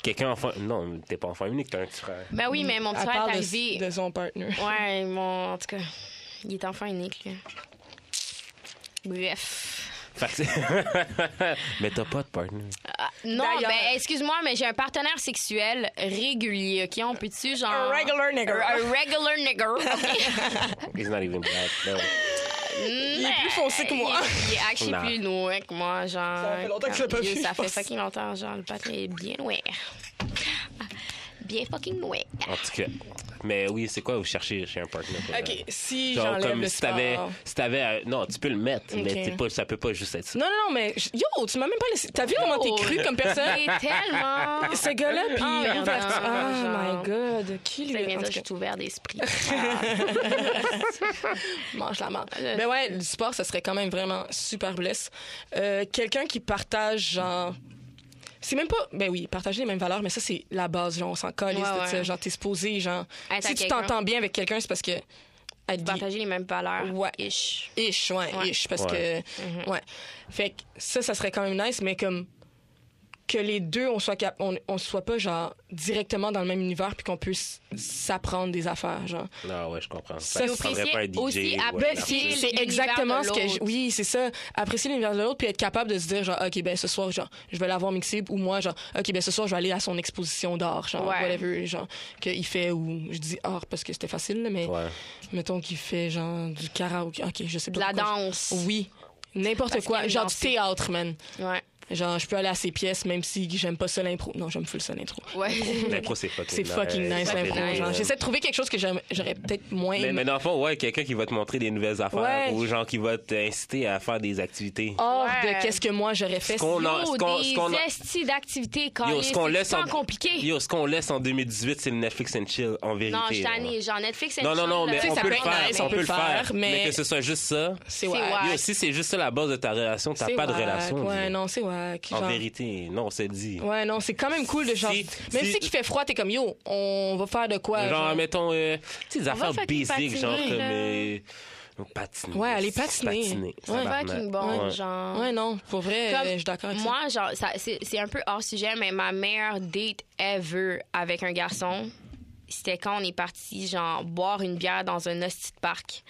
Speaker 1: quelqu'un enfant. Non, t'es pas enfant unique, t'as un petit frère.
Speaker 3: Ben oui, mais mon petit
Speaker 2: à
Speaker 3: frère
Speaker 2: part
Speaker 3: est
Speaker 2: de,
Speaker 3: arrivé.
Speaker 2: de son partner.
Speaker 3: Ouais, mon. En tout cas, il est enfant unique, lui. Bref.
Speaker 1: Fait que- mais t'as pas de partner.
Speaker 3: Ah, non,
Speaker 2: D'ailleurs-
Speaker 3: ben, excuse-moi, mais j'ai un partenaire sexuel régulier, OK? On peut-tu, genre.
Speaker 2: Un regular nigger.
Speaker 3: Un regular nigger. OK?
Speaker 2: Ah.
Speaker 1: He's not even black. no.
Speaker 3: Il
Speaker 2: est plus foncé que moi.
Speaker 3: Il est actually
Speaker 1: Non.
Speaker 3: plus noir que moi, genre.
Speaker 2: Ça fait longtemps que je l'ai pas
Speaker 3: Yo,
Speaker 2: vu,
Speaker 3: Ça
Speaker 2: je
Speaker 3: fait
Speaker 2: pense.
Speaker 3: fucking longtemps, genre, le patron est bien noir. Bien fucking noir.
Speaker 1: En tout cas. Mais oui, c'est quoi vous cherchez chez un partner? pour vrai?
Speaker 2: Ah, OK, si
Speaker 1: Genre,
Speaker 2: j'enlève
Speaker 1: comme
Speaker 2: le
Speaker 1: si t'avais.
Speaker 2: sport.
Speaker 1: Si t'avais un- Non, tu peux le mettre, mais
Speaker 2: Ok.
Speaker 1: t'es pas, ça peut pas juste être ça.
Speaker 2: Non, non, non, mais j- yo, tu m'as même pas laissé. T'as vu comment t'es cru comme personne?
Speaker 3: C'est tellement.
Speaker 2: Ce gars-là, puis.
Speaker 3: Ah, merde,
Speaker 2: Ah,
Speaker 3: genre.
Speaker 2: my god, qui
Speaker 3: Ça
Speaker 2: lui
Speaker 3: vient
Speaker 2: en
Speaker 3: de
Speaker 2: tout
Speaker 3: je
Speaker 2: cas,
Speaker 3: suis ouvert d'esprit.
Speaker 2: mange la
Speaker 3: Ah,
Speaker 2: merde. Mais ouais, le sport, ça serait quand même vraiment super blesse. Euh, Quelqu'un qui partage, genre. C'est même pas. Ben oui, partager les mêmes valeurs, mais ça, c'est la base, genre, on s'en colle.
Speaker 3: Ouais,
Speaker 2: c'est de
Speaker 3: ouais.
Speaker 2: ça, Genre, t'es supposé, genre.
Speaker 3: Être
Speaker 2: si
Speaker 3: avec
Speaker 2: tu
Speaker 3: quelqu'un.
Speaker 2: t'entends bien avec quelqu'un, c'est parce que. elle dit-
Speaker 3: Partager les mêmes valeurs.
Speaker 2: Ouais.
Speaker 3: Ish.
Speaker 2: Ish, ouais,
Speaker 3: Ouais. Mm-hmm.
Speaker 2: ish, parce
Speaker 1: Ouais.
Speaker 2: que. Ouais. Fait que ça, ça serait quand même nice, mais comme. Que les deux, on soit, cap on, on soit pas, genre, directement dans le même univers, puis qu'on puisse s'apprendre des affaires, genre.
Speaker 1: Non, Ah ouais, je comprends.
Speaker 2: Ça,
Speaker 1: Fait que
Speaker 2: vous
Speaker 1: tu prendrais pas un DJ.
Speaker 3: aussi
Speaker 1: ou un
Speaker 3: apprécier
Speaker 1: artiste.
Speaker 3: C'est
Speaker 2: C'est
Speaker 3: l'univers
Speaker 2: exactement
Speaker 3: de
Speaker 2: ce que je-
Speaker 3: l'autre.
Speaker 2: Oui, c'est ça. Apprécier l'univers de l'autre, puis être capable de se dire, genre, OK, ben ce soir, genre, je vais l'avoir mixé, ou moi, genre, OK, ben ce soir, je vais aller à son exposition d'art, genre,
Speaker 3: Ouais.
Speaker 2: whatever, genre, qu'il fait, ou je dis art parce que c'était facile, là, mais
Speaker 1: Ouais.
Speaker 2: mettons qu'il fait, genre, du karaoké. OK, je sais pas.
Speaker 3: De la
Speaker 2: pourquoi je-
Speaker 3: danse.
Speaker 2: Oui. N'importe
Speaker 3: Parce qu'il
Speaker 2: quoi.
Speaker 3: aime
Speaker 2: Genre du
Speaker 3: danser.
Speaker 2: théâtre, man.
Speaker 3: Ouais.
Speaker 2: Genre, je peux aller à ses pièces, même si j'aime pas ça l'impro. Non, j'aime full ça l'impro.
Speaker 3: Ouais.
Speaker 1: L'impro, c'est fucking
Speaker 2: C'est fucking nice,
Speaker 3: fucking
Speaker 2: l'impro.
Speaker 3: nice.
Speaker 2: genre. J'essaie de trouver quelque chose que j'aime- j'aurais peut-être moins
Speaker 1: Mais,
Speaker 2: aimé.
Speaker 1: mais dans le fond, ouais, quelqu'un qui va te montrer des nouvelles affaires
Speaker 2: Ouais. Oh,
Speaker 1: ou genre qui va t'inciter à faire des activités.
Speaker 2: Hors
Speaker 3: Ouais.
Speaker 2: de qu'est-ce que moi j'aurais fait.
Speaker 1: Ce qu'on en- ce
Speaker 3: Yo,
Speaker 1: qu'on- ce
Speaker 3: des
Speaker 1: qu'on en-
Speaker 3: estis d'activités,
Speaker 1: Yo,
Speaker 3: Carlis.
Speaker 1: ce qu'on laisse
Speaker 3: C'est
Speaker 1: en...
Speaker 3: pas compliqué.
Speaker 1: Yo, ce qu'on laisse en 2018, c'est le Netflix and chill, en vérité.
Speaker 3: Non, je
Speaker 1: là.
Speaker 3: t'en ai. Genre Netflix euh, and
Speaker 1: Non, non, non,
Speaker 3: chill,
Speaker 1: mais
Speaker 3: là.
Speaker 1: on
Speaker 2: ça
Speaker 1: peut
Speaker 2: peut
Speaker 1: le
Speaker 2: être
Speaker 1: faire,
Speaker 2: nice,
Speaker 1: on peut le faire,
Speaker 2: mais-
Speaker 1: mais que ce soit juste ça.
Speaker 2: C'est
Speaker 3: C'est
Speaker 2: wack.
Speaker 3: wack.
Speaker 1: Yo, si c'est juste ça la base de ta relation, t'as
Speaker 2: C'est
Speaker 1: pas de
Speaker 2: wack.
Speaker 1: relation.
Speaker 2: Ouais,
Speaker 1: dis.
Speaker 2: non, c'est wack.
Speaker 1: En
Speaker 2: Genre-
Speaker 1: vérité, non, c'est dit.
Speaker 2: Ouais, non, c'est quand même cool de genre.
Speaker 1: Si-
Speaker 2: même
Speaker 1: si-
Speaker 2: si qu'il fait froid, t'es comme yo, on va faire de quoi.
Speaker 1: genre,
Speaker 2: genre.
Speaker 1: mettons, euh, tu sais, des
Speaker 3: va
Speaker 1: affaires
Speaker 3: fucking
Speaker 1: basiques, genre
Speaker 3: patiner,
Speaker 1: comme
Speaker 3: là.
Speaker 1: euh, patiner.
Speaker 2: Ouais, aller patiner.
Speaker 1: ça
Speaker 2: Ouais.
Speaker 1: va, man.
Speaker 3: Fucking bon,
Speaker 1: Ouais.
Speaker 3: genre.
Speaker 2: Ouais, non, pour vrai,
Speaker 3: Comme
Speaker 2: euh, je suis d'accord avec ça.
Speaker 3: Moi, genre, ça- c'est c'est un peu hors sujet, mais ma meilleure date ever avec un garçon, c'était quand on est parti, genre, boire une bière dans un hostie de parc.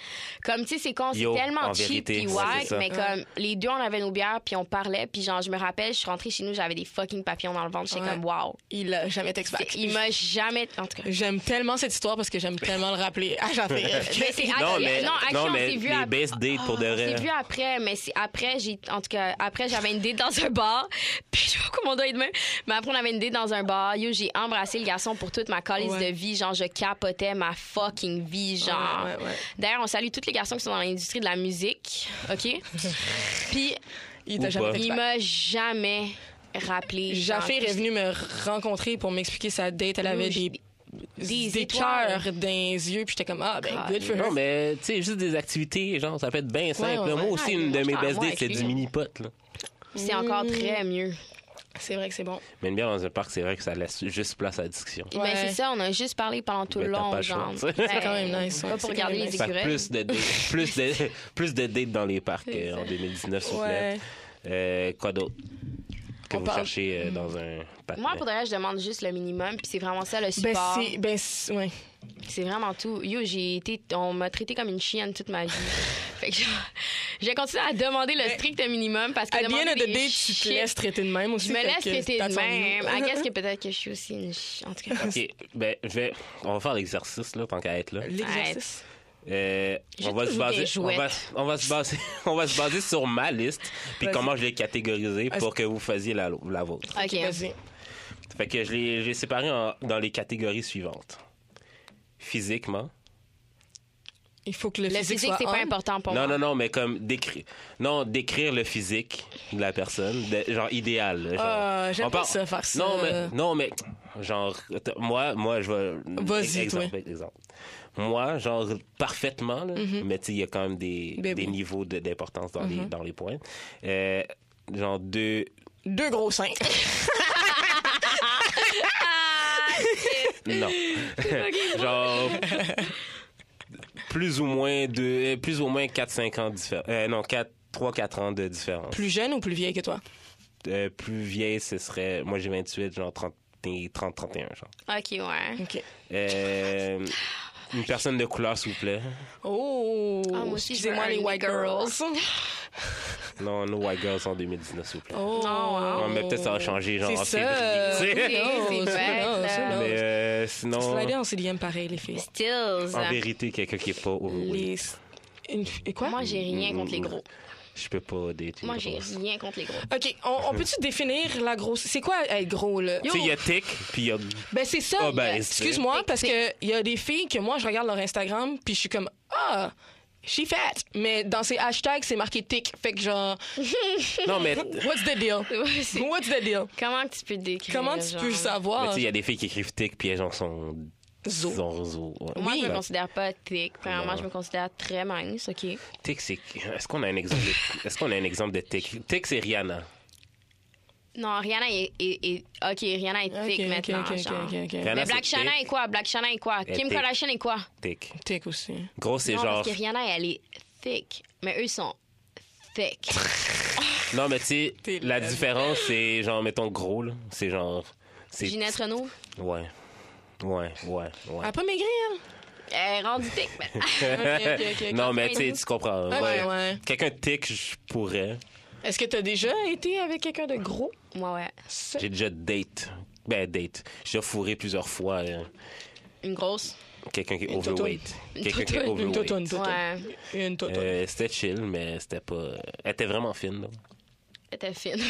Speaker 3: Comme, tu sais, c'est con, c'est
Speaker 1: Yo,
Speaker 3: tellement
Speaker 1: en
Speaker 3: cheap
Speaker 1: vérité,
Speaker 3: puis
Speaker 1: ouais,
Speaker 3: wack,
Speaker 1: c'est ça.
Speaker 3: mais comme, les deux, on avait nos bières, puis on parlait, puis genre, je me rappelle, je suis rentrée chez nous, j'avais des fucking papillons dans le ventre, j'étais
Speaker 2: Ouais.
Speaker 3: comme, wow.
Speaker 2: Il a jamais texté.
Speaker 3: C'est- Il m'a jamais. En tout cas.
Speaker 2: J'aime tellement cette histoire parce que j'aime tellement le rappeler. Ah, j'en fais.
Speaker 3: Mais c'est
Speaker 1: Non, mais,
Speaker 3: non, actually,
Speaker 1: non,
Speaker 3: on
Speaker 1: mais
Speaker 3: s'est vu
Speaker 1: les
Speaker 3: à-
Speaker 1: best dates pour de
Speaker 3: On
Speaker 1: vrai.
Speaker 3: s'est Ah, vu après, mais c'est après, j'ai, en tout cas, après, j'avais une date dans un bar. Puis je sais pas comment on doit être de même. Mais après, on avait une date dans un bar. Yo, j'ai embrassé le garçon pour toute ma calice
Speaker 2: Ouais.
Speaker 3: de vie. Genre, je capotais ma fucking vie. Genre.
Speaker 2: Ouais, ouais, ouais.
Speaker 3: D'ailleurs, on salue tous les garçons qui sont dans l'industrie de la musique. OK? Puis,
Speaker 2: Il
Speaker 1: Ou
Speaker 2: t'a
Speaker 1: pas.
Speaker 2: jamais
Speaker 3: il
Speaker 2: texté.
Speaker 3: m'a jamais rappelé. genre,
Speaker 2: Jaffé
Speaker 3: que
Speaker 2: est venu me rencontrer pour m'expliquer sa date. Elle avait
Speaker 3: j'ai
Speaker 2: des,
Speaker 3: des
Speaker 2: des,
Speaker 3: étoiles.
Speaker 2: cœurs dans les yeux. Puis j'étais comme, ah, ben,
Speaker 3: God.
Speaker 2: good for her.
Speaker 1: Non, mais tu sais, juste des activités, genre, ça peut être bien simple.
Speaker 2: ouais,
Speaker 1: là. Moi
Speaker 2: ouais.
Speaker 1: aussi,
Speaker 3: Ouais,
Speaker 1: une de
Speaker 3: moi,
Speaker 1: mes
Speaker 3: Ah, je t'en
Speaker 1: best
Speaker 3: vois
Speaker 1: dates, c'est
Speaker 3: avec
Speaker 1: du
Speaker 3: lui.
Speaker 1: mini-pot. là.
Speaker 3: C'est encore
Speaker 2: Mm.
Speaker 3: très mieux.
Speaker 2: C'est vrai que c'est bon.
Speaker 1: Mais une bière dans un parc, c'est vrai que ça laisse juste place à la discussion.
Speaker 3: Mais
Speaker 2: Ouais.
Speaker 3: c'est ça, on a juste parlé pendant tout
Speaker 1: Mais
Speaker 3: le
Speaker 1: t'as
Speaker 3: long.
Speaker 1: pas le
Speaker 3: genre.
Speaker 1: choix, tu sais.
Speaker 3: Ben,
Speaker 2: C'est quand même nice, ouais.
Speaker 3: Pas pour
Speaker 2: C'est
Speaker 3: regarder
Speaker 2: quand même
Speaker 3: les
Speaker 2: nice.
Speaker 1: Fait que
Speaker 3: écureuils.
Speaker 1: plus de, dates- plus de, plus de dates dans les parcs euh, en 2019, s'il vous plaît.
Speaker 2: Ouais.
Speaker 1: Euh, quoi d'autre que
Speaker 2: On
Speaker 1: vous
Speaker 2: parle-
Speaker 1: cherchez euh, dans un patinet?
Speaker 3: Hmm. Moi, pour de vrai, je demande juste le minimum, puis c'est vraiment ça le
Speaker 2: Ben,
Speaker 3: support.
Speaker 2: c'est. Ben, c'est- ouais.
Speaker 3: c'est vraiment tout. Yo, j'ai été, on m'a traité comme une chienne toute ma vie. Fait que je, je vais continuer à demander le
Speaker 2: Mais-
Speaker 3: strict minimum parce que
Speaker 2: À the end
Speaker 3: demander
Speaker 2: of the
Speaker 3: des
Speaker 2: day, tu te
Speaker 3: shit,
Speaker 2: laisses traiter de même aussi.
Speaker 3: Je me
Speaker 2: fait
Speaker 3: laisse
Speaker 2: que
Speaker 3: traiter de
Speaker 2: that's on
Speaker 3: même.
Speaker 2: you.
Speaker 3: I guess que peut-être que je suis aussi une ch- En tout cas,
Speaker 1: OK, ben, je vais... On va faire l'exercice, là, tant qu'à être là.
Speaker 2: L'exercice.
Speaker 1: Euh,
Speaker 3: J'ai
Speaker 1: on va se
Speaker 3: toujours des
Speaker 1: baser... On va,
Speaker 3: jouettes.
Speaker 1: on va se baser... on va se baser sur ma liste, puis
Speaker 2: Vas-y.
Speaker 1: comment je l'ai catégorisée
Speaker 2: Est-ce-
Speaker 1: pour que vous faisiez la, la vôtre.
Speaker 3: OK.
Speaker 2: Vas-y.
Speaker 1: Fait que je l'ai je l'ai séparé en- dans les catégories suivantes. Physiquement.
Speaker 2: Il faut que le,
Speaker 3: Le
Speaker 2: physique, hein?
Speaker 3: physique,
Speaker 2: soit
Speaker 3: c'est pas
Speaker 2: on.
Speaker 3: important pour
Speaker 1: non,
Speaker 3: moi.
Speaker 1: non, non, mais comme décrire... Non, décrire le physique de la personne, de- genre idéal. là, genre.
Speaker 3: Euh,
Speaker 2: Ah, j'aime
Speaker 1: On
Speaker 2: pas
Speaker 1: parle-
Speaker 2: ça, faire ça.
Speaker 1: Non, mais, non, mais, genre, attends, moi, moi, je vais.
Speaker 2: Vas-y,
Speaker 1: exemple, exemple. Moi, genre, parfaitement, là, mais tu sais, il y a quand même des,
Speaker 2: Mm-hmm. Ben
Speaker 1: des
Speaker 2: oui. Mm-hmm.
Speaker 1: niveaux de- d'importance dans, les, dans les points. Euh, genre, deux.
Speaker 2: Deux gros seins.
Speaker 1: Non. genre, plus ou moins deux, euh, plus ou moins 4-5 ans différents. non, 4. 3-4 ans de différence.
Speaker 2: Plus jeune ou plus vieille que toi?
Speaker 1: Euh, plus vieille, ce serait. Moi, j'ai 28, genre 30, 30 31, genre.
Speaker 3: OK, ouais.
Speaker 2: OK.
Speaker 1: Euh, une personne de couleur, s'il vous plaît.
Speaker 2: Oh,
Speaker 3: Ah, moi aussi, je veux
Speaker 2: excusez-moi
Speaker 3: un
Speaker 2: les white
Speaker 3: white
Speaker 2: girls.
Speaker 1: Non, no White Girls en 2019, s'il vous plaît.
Speaker 2: Oh,
Speaker 3: Non, hein.
Speaker 1: Ouais, mais peut-être ça va changer, genre
Speaker 2: C'est
Speaker 1: en
Speaker 2: ça.
Speaker 1: février, tu sais.
Speaker 3: c'est bête, là.
Speaker 1: Mais euh, sinon,
Speaker 2: Slider en CDM pareil, les filles.
Speaker 3: Stills.
Speaker 1: en vérité, quelqu'un qui est pas au.
Speaker 2: Les... Une- Et quoi?
Speaker 3: Moi, j'ai rien contre les gros.
Speaker 1: Je peux pas dater.
Speaker 3: Moi,
Speaker 1: une
Speaker 3: j'ai
Speaker 1: grosse.
Speaker 3: rien contre les gros.
Speaker 2: OK, on, on peut-tu définir la grosse... C'est quoi être gros, là?
Speaker 1: Tu sais, il y a Tic, puis il y a.
Speaker 2: Ben, c'est ça.
Speaker 1: Obèse,
Speaker 2: Excuse-moi, parce que il y a des filles que moi, je regarde leur Instagram, puis je suis comme, ah, she fat. Mais dans ces hashtags, c'est marqué tic. Fait que genre,
Speaker 1: Non, mais. Tu
Speaker 2: what's the deal?
Speaker 3: Ouais, c'est-
Speaker 2: What's the deal?
Speaker 3: Comment que tu peux te décrire?
Speaker 2: Comment tu
Speaker 3: genre?
Speaker 2: peux
Speaker 1: sais,
Speaker 2: savoir?
Speaker 3: Ah.
Speaker 1: il y a des filles qui écrivent Tic, puis elles genre sont.
Speaker 2: Zo.
Speaker 1: sont zo, ouais.
Speaker 3: Moi, je
Speaker 1: Fait
Speaker 3: me considère pas thick. Premièrement,
Speaker 1: Non.
Speaker 3: je me considère très mince, OK?
Speaker 1: que Tic, c'est. Est-ce qu'on a un exemple de. Est-ce qu'on a un exemple de Tic Tic, c'est Rihanna.
Speaker 3: Non, Rihanna est... est- est- OK, Rihanna est thick
Speaker 2: Ok, ok,
Speaker 3: maintenant,
Speaker 2: ok,
Speaker 3: genre.
Speaker 2: ok, ok.
Speaker 1: Rihanna,
Speaker 3: Mais Black
Speaker 1: c'est
Speaker 3: Chana
Speaker 1: thick.
Speaker 3: est quoi? Black Chana est quoi?
Speaker 1: Elle est
Speaker 3: Kim
Speaker 1: thick.
Speaker 3: Kardashian est quoi?
Speaker 1: Tic.
Speaker 2: Tic aussi.
Speaker 1: Gros, c'est
Speaker 3: non,
Speaker 1: genre.
Speaker 3: parce que Rihanna, elle est thick. Mais eux, ils sont thick.
Speaker 1: Non, mais tu sais,
Speaker 2: T'es
Speaker 1: la
Speaker 2: laide.
Speaker 1: différence, c'est genre, mettons, gros, là. C'est genre. C'est.
Speaker 3: Ginette Renault,
Speaker 1: Ouais. Ouais, ouais, ouais.
Speaker 2: Elle a pas maigri, elle?
Speaker 3: elle est rendue thick. mais-
Speaker 2: ok, ok, ok.
Speaker 1: non, mais tu sais, tu comprends.
Speaker 2: Ok,
Speaker 1: ouais.
Speaker 2: Ah, ouais.
Speaker 1: Quelqu'un de tic, je pourrais.
Speaker 2: Est-ce que t'as déjà été avec quelqu'un de gros?
Speaker 3: Moi, ouais.
Speaker 2: Ça-
Speaker 1: J'ai déjà date. Ben, date. J'ai déjà fourré plusieurs fois euh,
Speaker 3: Une grosse.
Speaker 1: quelqu'un qui est
Speaker 2: Une totoune.
Speaker 1: overweight. Quelqu'un qui est
Speaker 3: totoune.
Speaker 2: Une
Speaker 1: overweight.
Speaker 2: totone, une totone.
Speaker 3: Ouais.
Speaker 2: Une totone.
Speaker 1: Euh, c'était chill, mais c'était pas. Elle était vraiment fine, là.
Speaker 3: Elle était fine.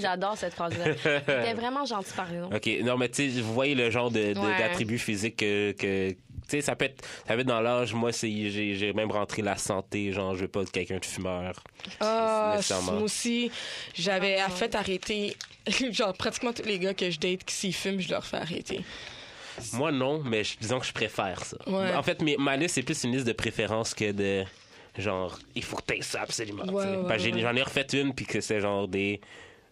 Speaker 3: J'adore cette phrase-là. Elle était vraiment gentille, par exemple.
Speaker 1: OK. Non, mais tu sais, vous voyez le genre de, de-
Speaker 3: Ouais.
Speaker 1: d'attributs physiques que. que- tu sais, ça peut être, ça peut être dans l'âge. Moi, c'est, j'ai, j'ai même rentré la santé. Genre, je veux pas être quelqu'un de fumeur.
Speaker 2: Ah,
Speaker 1: nécessairement.
Speaker 2: moi aussi, j'avais
Speaker 3: Ah.
Speaker 2: à fait arrêter. Genre, pratiquement tous les gars que je date, qui s'y fument, je leur fais arrêter.
Speaker 1: Moi, non, mais je- disons que je préfère ça.
Speaker 2: Ouais.
Speaker 1: En fait, mes- ma liste, c'est plus une liste de préférence que de genre, il faut que t'aies ça absolument.
Speaker 2: Ouais,
Speaker 1: tu sais.
Speaker 2: ouais,
Speaker 1: Parce que j'ai-
Speaker 2: ouais.
Speaker 1: J'en ai refait une, puis que c'est genre des.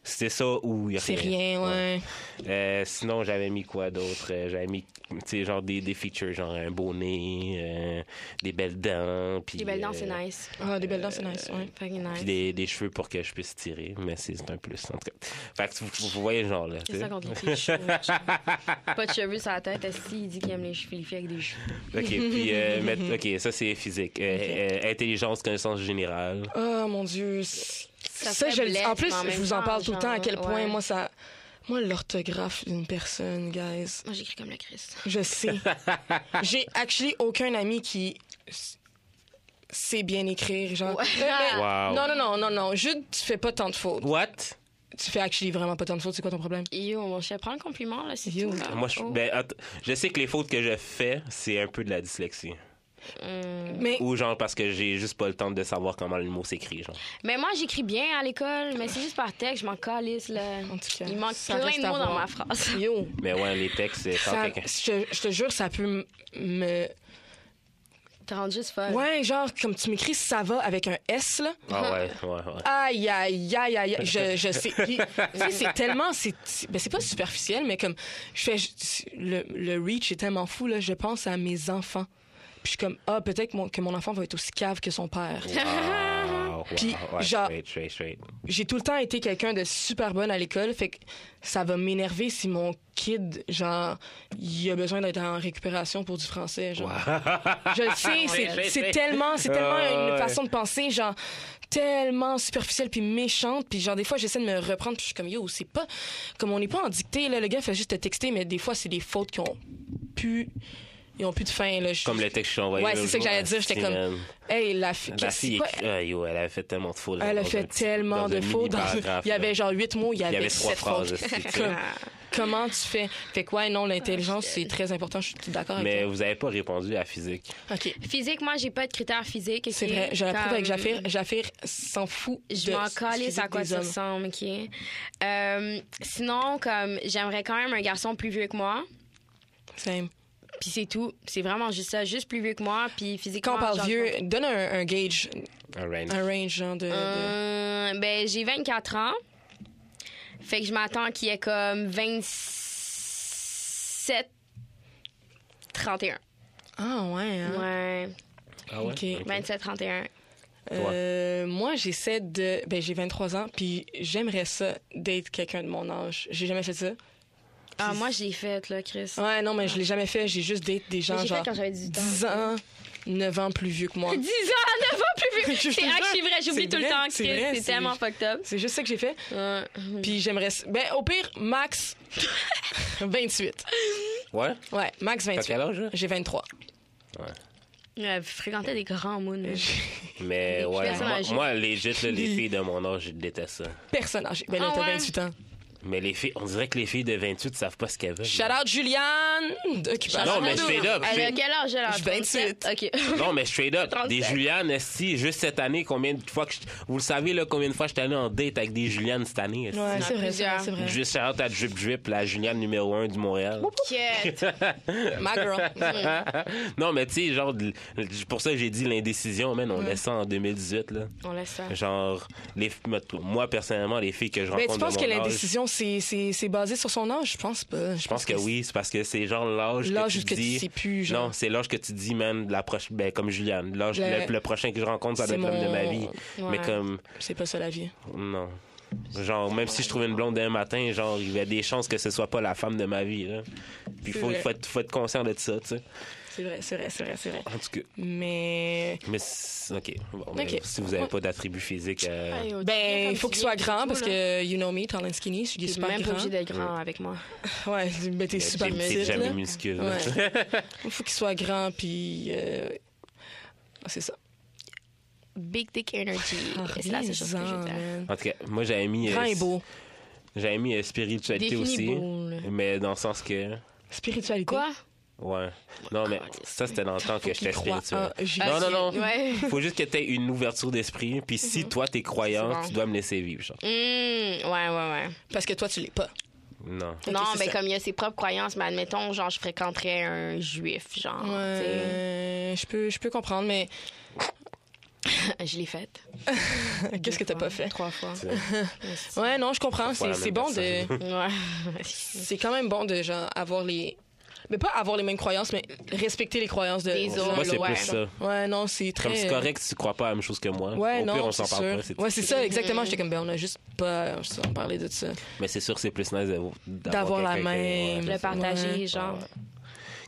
Speaker 1: C'était ça ou il y a
Speaker 2: C'est rien, ouais.
Speaker 1: Euh, sinon, j'avais mis quoi d'autre? Euh, J'avais mis, tu sais, genre des, des features, genre un beau nez, euh, des belles dents. puis
Speaker 3: Les belles dents, ben c'est
Speaker 1: euh,
Speaker 3: nice.
Speaker 2: Ah, des belles dents, c'est nice, ouais.
Speaker 3: Fucking
Speaker 1: Puis
Speaker 3: nice.
Speaker 1: des, des cheveux pour que je puisse tirer, mais c'est c'est un plus, en tout cas. Fait que vous, vous voyez le genre, là. tu
Speaker 3: C'est
Speaker 1: sais.
Speaker 3: ça contre les filles, cheveux. Pas de cheveux sur la tête. Si, il dit qu'il aime les cheveux, les filles avec des cheveux.
Speaker 1: OK, puis, euh, mais- OK, ça, c'est physique. Euh, euh, intelligence, connaissance générale.
Speaker 2: Ah, mon Dieu. Ça,
Speaker 3: fait
Speaker 2: je le dis. En
Speaker 3: blesse,
Speaker 2: plus,
Speaker 3: mais en
Speaker 2: je
Speaker 3: même
Speaker 2: vous en
Speaker 3: temps,
Speaker 2: parle tout le temps à
Speaker 3: genre,
Speaker 2: quel point,
Speaker 3: ouais.
Speaker 2: moi, ça. Moi, l'orthographe d'une personne, guys,
Speaker 3: Moi, j'écris comme le Christ.
Speaker 2: je sais. J'ai actually aucun ami qui s- sait bien écrire, genre.
Speaker 3: Ouais.
Speaker 2: Euh, mais-
Speaker 1: Wow.
Speaker 2: Non, non, non, non, non. Jude, tu fais pas tant de fautes.
Speaker 1: What?
Speaker 2: Tu fais actually vraiment pas tant de fautes. C'est quoi ton problème?
Speaker 3: Yo, je te prends le compliment, là, c'est
Speaker 2: Yo.
Speaker 3: tout. là.
Speaker 1: Moi, je,
Speaker 3: Oh.
Speaker 1: ben, att- je sais que les fautes que je fais, c'est un peu de la dyslexie.
Speaker 3: Hum.
Speaker 2: Mais
Speaker 1: Ou genre parce que j'ai juste pas le temps de savoir comment le mot s'écrit, genre.
Speaker 3: Mais moi, j'écris bien à l'école, mais c'est juste par texte, je m'en calisse, là.
Speaker 2: En tout cas,
Speaker 3: Il manque
Speaker 2: ça
Speaker 3: plein
Speaker 2: reste
Speaker 3: de
Speaker 2: à
Speaker 3: mots dans
Speaker 2: voir.
Speaker 3: ma phrase.
Speaker 2: yo,
Speaker 1: Mais ouais, les textes, c'est
Speaker 2: Ça-
Speaker 1: quand quelqu'un...
Speaker 2: je, je te jure, ça peut m- me.
Speaker 3: T'es rendu juste folle.
Speaker 2: Ouais, genre, comme tu m'écris ça va avec un S, là.
Speaker 1: Ah ouais, ouais, ouais.
Speaker 2: Aïe, aïe, aïe, aïe, aïe, je, je sais. Puis, tu sais, c'est tellement. C'est c'est- ben, c'est pas superficiel, mais comme. Je fais. je- Le, le reach est tellement fou, là. Je pense à mes enfants. Puis je suis comme, ah, peut-être que mon, que mon enfant va être aussi cave que son père.
Speaker 1: Wow.
Speaker 2: Puis,
Speaker 1: ouais,
Speaker 2: genre-
Speaker 1: straight, straight, straight.
Speaker 2: j'ai tout le temps été quelqu'un de super bonne à l'école, fait que ça va m'énerver si mon kid, genre, il a besoin d'être en récupération pour du français, genre.
Speaker 1: Ah,
Speaker 2: Je le sais,
Speaker 1: je
Speaker 2: c'est-
Speaker 1: sais.
Speaker 2: c'est tellement, c'est tellement
Speaker 1: Ah,
Speaker 2: une
Speaker 1: ouais.
Speaker 2: façon de penser, genre, tellement superficielle puis méchante, puis genre, des fois, j'essaie de me reprendre, puis je suis comme, yo, c'est pas, comme on n'est pas en dictée, là, le gars fait juste te texter, mais des fois, c'est des fautes qui ont pu, ils ont plus de fin, là. Je-
Speaker 1: Comme le texte que je t'ai envoyé.
Speaker 2: Ouais,
Speaker 1: l'autre
Speaker 2: c'est ça que
Speaker 1: jour,
Speaker 2: j'allais dire, j'étais
Speaker 1: si,
Speaker 2: comme-
Speaker 1: man.
Speaker 2: Hey, la, fi-
Speaker 1: La
Speaker 2: qu'est-ce-
Speaker 1: fille,
Speaker 2: quoi-
Speaker 1: écrit- ah, yo, elle avait fait tellement de fautes.
Speaker 2: Elle a
Speaker 1: dans un
Speaker 2: fait
Speaker 1: petit-
Speaker 2: tellement
Speaker 1: dans un
Speaker 2: de fautes. dans-
Speaker 1: mini-paragraphe,
Speaker 2: Il y avait
Speaker 1: là.
Speaker 2: genre huit mots, il y
Speaker 1: Il y
Speaker 2: avait,
Speaker 1: avait trois
Speaker 2: sept
Speaker 1: phrases.
Speaker 2: fautes.
Speaker 1: aussi, tu sais.
Speaker 2: Comme- comment tu fais? Fait que ouais, non, l'intelligence, c'est très important, je suis d'accord avec
Speaker 1: Mais vous avez pas répondu à physique.
Speaker 2: toi. OK,
Speaker 3: Physique, moi, j'ai pas de critères physiques. ok?
Speaker 2: c'est vrai, je l'approuve avec
Speaker 3: Comme-
Speaker 2: Jaffir. Jaffir s'en fout
Speaker 3: Je
Speaker 2: de
Speaker 3: m'en
Speaker 2: ce qui
Speaker 3: calisse
Speaker 2: physique
Speaker 3: à quoi
Speaker 2: des
Speaker 3: ça
Speaker 2: hommes.
Speaker 3: ressemble, OK? Euh, sinon, comme, j'aimerais quand même un garçon plus vieux que moi.
Speaker 2: Same.
Speaker 3: Puis c'est tout. C'est vraiment juste ça. Juste plus vieux que moi, puis physiquement...
Speaker 2: Quand on parle
Speaker 3: Ah, genre,
Speaker 2: vieux, donne un, un gauge,
Speaker 1: Un range.
Speaker 2: un range genre de... de-
Speaker 3: Euh, ben, j'ai 24 ans. Fait que je m'attends qu'il y ait comme 27, 31.
Speaker 2: Ah ouais, hein?
Speaker 3: Ouais.
Speaker 1: Ah ouais?
Speaker 2: Ok.
Speaker 1: Ok.
Speaker 3: 27, 31.
Speaker 2: Euh, moi, j'essaie de... Ben, j'ai 23 ans, puis j'aimerais ça, d'être quelqu'un de mon âge. J'ai jamais fait ça.
Speaker 3: Ah, moi, je l'ai faite, là, Chris.
Speaker 2: Ouais, non, mais je l'ai jamais fait. J'ai juste date des
Speaker 3: Mais
Speaker 2: gens,
Speaker 3: j'ai fait
Speaker 2: genre,
Speaker 3: quand hein. j'avais 18 ans.
Speaker 2: 10 ans, 9 ans plus vieux que moi.
Speaker 3: 10 ans, 9 ans plus vieux.
Speaker 2: Je te
Speaker 3: C'est
Speaker 2: jure,
Speaker 3: archi vrai, j'oublie
Speaker 2: c'est
Speaker 3: tout le
Speaker 2: vrai,
Speaker 3: temps,
Speaker 2: c'est
Speaker 3: Chris.
Speaker 2: vrai,
Speaker 3: C'est
Speaker 2: c'est-
Speaker 3: tellement fucked up.
Speaker 2: C'est juste ça que j'ai fait.
Speaker 3: Ouais.
Speaker 2: Puis j'aimerais... Ben, au pire, max 28.
Speaker 1: Ouais?
Speaker 2: Ouais, max
Speaker 1: T'as
Speaker 2: 28.
Speaker 1: quel âge, là?
Speaker 2: J'ai 23.
Speaker 3: Ouais, fréquentais des grands mounes.
Speaker 1: Mais
Speaker 3: Des
Speaker 1: ouais,
Speaker 3: personnes
Speaker 1: moi,
Speaker 3: âgées.
Speaker 1: moi, legit, là, les filles de mon âge, je déteste ça.
Speaker 2: Personne âgé. Ben là,
Speaker 3: Ah
Speaker 2: t'as
Speaker 3: ouais?
Speaker 2: 28 ans.
Speaker 1: Mais les filles, on dirait que les filles de 28 savent pas ce qu'elles veulent.
Speaker 2: Shout out Juliane d'Occupation.
Speaker 1: Non, mais straight up.
Speaker 3: Elle a
Speaker 1: straight-
Speaker 3: quel âge, elle a
Speaker 2: J'ai 28.
Speaker 3: 37? OK.
Speaker 1: Non, mais straight up.
Speaker 3: 37.
Speaker 1: Des Julianes, si, juste cette année, combien de fois que je- Vous le savez, là, combien de fois j'étais allé en date avec des Julianes cette année? esti.
Speaker 2: Ouais,
Speaker 3: c'est
Speaker 2: c'est
Speaker 3: vrai,
Speaker 2: vrai,
Speaker 3: c'est vrai,
Speaker 2: c'est
Speaker 3: c'est
Speaker 2: vrai.
Speaker 1: Juste shout out à Drip Drip, la Juliane numéro 1 du Montréal.
Speaker 3: Quête.
Speaker 2: Ma girl. Ben,
Speaker 1: non, mais tu sais, genre, de- pour ça que j'ai dit l'indécision, man, on laisse ça en 2018, là.
Speaker 3: On laisse ça.
Speaker 1: Genre, les, moi, personnellement, les filles que je
Speaker 2: Ben,
Speaker 1: rencontre.
Speaker 2: tu penses
Speaker 1: de
Speaker 2: que
Speaker 1: mon âge,
Speaker 2: l'indécision, c'est- c'est c'est basé sur son âge? Je pense pas.
Speaker 1: Je pense que oui, c'est parce que c'est genre l'âge
Speaker 2: L'âge
Speaker 1: que tu
Speaker 2: que
Speaker 1: dis.
Speaker 2: tu sais plus, genre.
Speaker 1: Non, c'est l'âge que tu dis, man, la proche, ben, comme Juliane. L'âge, le...
Speaker 2: Le-
Speaker 1: le prochain que je rencontre, ça doit
Speaker 2: C'est
Speaker 1: être l'homme de
Speaker 2: mon-
Speaker 1: ma vie.
Speaker 3: Ouais.
Speaker 1: Mais comme,
Speaker 2: C'est pas ça la vie.
Speaker 1: non. Genre, même si je trouvais une blonde un matin, genre, il y a des chances que ce soit pas la femme de ma vie, là. Puis
Speaker 2: C'est
Speaker 1: faut,
Speaker 2: vrai.
Speaker 1: faut, être, faut être conscient de ça, tu sais.
Speaker 2: C'est vrai, c'est vrai, c'est vrai, c'est vrai.
Speaker 1: En tout cas,
Speaker 2: Mais.
Speaker 1: mais c'est- OK. Bon, mais
Speaker 2: Ok.
Speaker 1: si vous avez pas d'attribut physique, euh,
Speaker 2: Ben, il faut qu'il soit grand parce que, you know me, tall and skinny, je suis
Speaker 3: Il est
Speaker 2: super
Speaker 3: même pas
Speaker 2: grand.
Speaker 3: obligé d'être grand avec moi.
Speaker 2: Ouais, ben t'es
Speaker 1: j'ai-
Speaker 2: super
Speaker 1: j'ai-
Speaker 2: petit.
Speaker 1: j'ai jamais
Speaker 2: là.
Speaker 1: minuscule. là.
Speaker 2: Ouais. Il faut qu'il soit grand, puis. euh, ah, c'est ça.
Speaker 3: Big Dick Energy.
Speaker 2: Ah,
Speaker 3: C'est la seule chose que je
Speaker 2: Parlez-en,
Speaker 3: veux dire.
Speaker 2: man.
Speaker 1: En tout cas, moi, j'avais mis, euh,
Speaker 2: Grand et beau.
Speaker 1: j'avais mis euh, spiritualité
Speaker 3: Définis
Speaker 1: aussi.
Speaker 3: beau, là.
Speaker 1: Mais dans le sens que...
Speaker 2: Spiritualité.
Speaker 3: Quoi?
Speaker 1: Ouais. Non, mais ça, c'était dans le temps que
Speaker 2: Faut qu'il
Speaker 1: j'étais
Speaker 2: croit
Speaker 1: spirituel.
Speaker 2: en Jésus.
Speaker 1: Non, non, non.
Speaker 3: Ah, Ouais.
Speaker 1: Faut juste que t'aies une ouverture d'esprit. Puis si
Speaker 2: Mhm.
Speaker 1: toi, t'es croyant,
Speaker 3: C'est bon.
Speaker 1: tu dois me laisser vivre. Genre.
Speaker 3: Mm, ouais, ouais, ouais.
Speaker 2: Parce que toi, tu l'es pas.
Speaker 1: Non.
Speaker 2: Ok,
Speaker 3: non,
Speaker 2: c'est
Speaker 3: ben
Speaker 2: ça.
Speaker 3: comme il y a ses propres croyances, mais admettons, genre, je fréquenterais un juif, genre.
Speaker 2: Ouais, je peux, je peux comprendre, mais
Speaker 3: tu sais. Je l'ai faite.
Speaker 2: qu'est-ce que t'as
Speaker 3: Deux fois,
Speaker 2: pas fait?
Speaker 3: Trois fois.
Speaker 1: C'est-
Speaker 2: Ouais, non, je comprends.
Speaker 1: Trois fois
Speaker 2: C'est
Speaker 1: la
Speaker 2: c'est
Speaker 1: même
Speaker 2: bon de.
Speaker 1: personne.
Speaker 3: Ouais.
Speaker 2: C'est quand même bon de, genre, avoir les. Mais pas avoir les mêmes croyances, mais respecter les croyances de.
Speaker 3: Des
Speaker 2: de
Speaker 3: autres,
Speaker 1: Moi, c'est
Speaker 2: l'autre.
Speaker 3: ouais.
Speaker 1: plus ça.
Speaker 2: Ouais, non, c'est très. euh,
Speaker 1: Comme c'est correct si tu crois pas à la même chose que moi.
Speaker 2: Ouais,
Speaker 1: Au
Speaker 2: non,
Speaker 1: pire, on
Speaker 2: c'est
Speaker 1: s'en parle
Speaker 2: sûr.
Speaker 1: pas. c'est-
Speaker 2: Ouais, c'est ça, exactement. J'étais comme, ben, on a juste pas on parler de ça.
Speaker 1: Mais c'est sûr que c'est plus nice de-
Speaker 2: D'avoir la
Speaker 1: quelqu'un qui-
Speaker 2: même.
Speaker 1: ouais.
Speaker 3: Le partager, genre.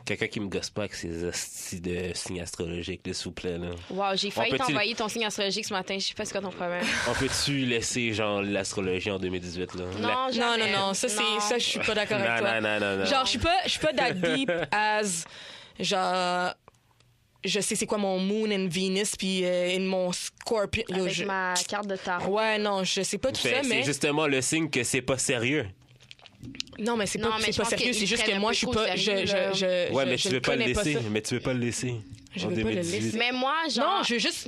Speaker 1: Quelqu'un qui me gosse pas avec ses hosties de signes astrologiques, là, s'il vous plaît. Là.
Speaker 3: Wow, j'ai failli
Speaker 1: peut-tu-
Speaker 3: t'envoyer ton signe astrologique ce matin. Je sais pas ce que ton problème.
Speaker 1: On peut-tu laisser, genre, l'astrologie en 2018, là? La-
Speaker 3: Non,
Speaker 2: Non,
Speaker 3: jamais.
Speaker 2: non, non, ça, c'est, ça, je suis pas d'accord avec toi.
Speaker 1: non, non, non, non.
Speaker 2: Genre, je suis pas, je suis pas that deep as genre. Je sais c'est quoi mon Moon and Venus puis euh, et mon Scorpion. Yo,
Speaker 3: Avec
Speaker 2: je-
Speaker 3: ma carte de tarot.
Speaker 2: Ouais, non, je sais pas tout
Speaker 1: Ben,
Speaker 2: ça, mais
Speaker 1: C'est justement le signe que c'est pas sérieux.
Speaker 2: non, mais c'est
Speaker 3: Non,
Speaker 2: pas,
Speaker 3: mais
Speaker 2: c'est
Speaker 3: je
Speaker 2: pas
Speaker 3: pense
Speaker 2: sérieux.
Speaker 3: qu'ils
Speaker 2: C'est juste que
Speaker 3: prennent
Speaker 2: moi,
Speaker 3: un
Speaker 2: je suis
Speaker 3: peu trop
Speaker 2: pas.
Speaker 3: au
Speaker 2: Je,
Speaker 3: sérieux, là.
Speaker 2: je, je,
Speaker 1: Ouais, mais
Speaker 2: je
Speaker 1: tu veux pas le
Speaker 2: connais
Speaker 1: laisser.
Speaker 2: ça.
Speaker 1: mais tu veux pas le laisser.
Speaker 2: Je
Speaker 1: en
Speaker 2: veux pas le
Speaker 1: 2018.
Speaker 2: laisser.
Speaker 3: Mais moi, genre.
Speaker 2: Non, je veux juste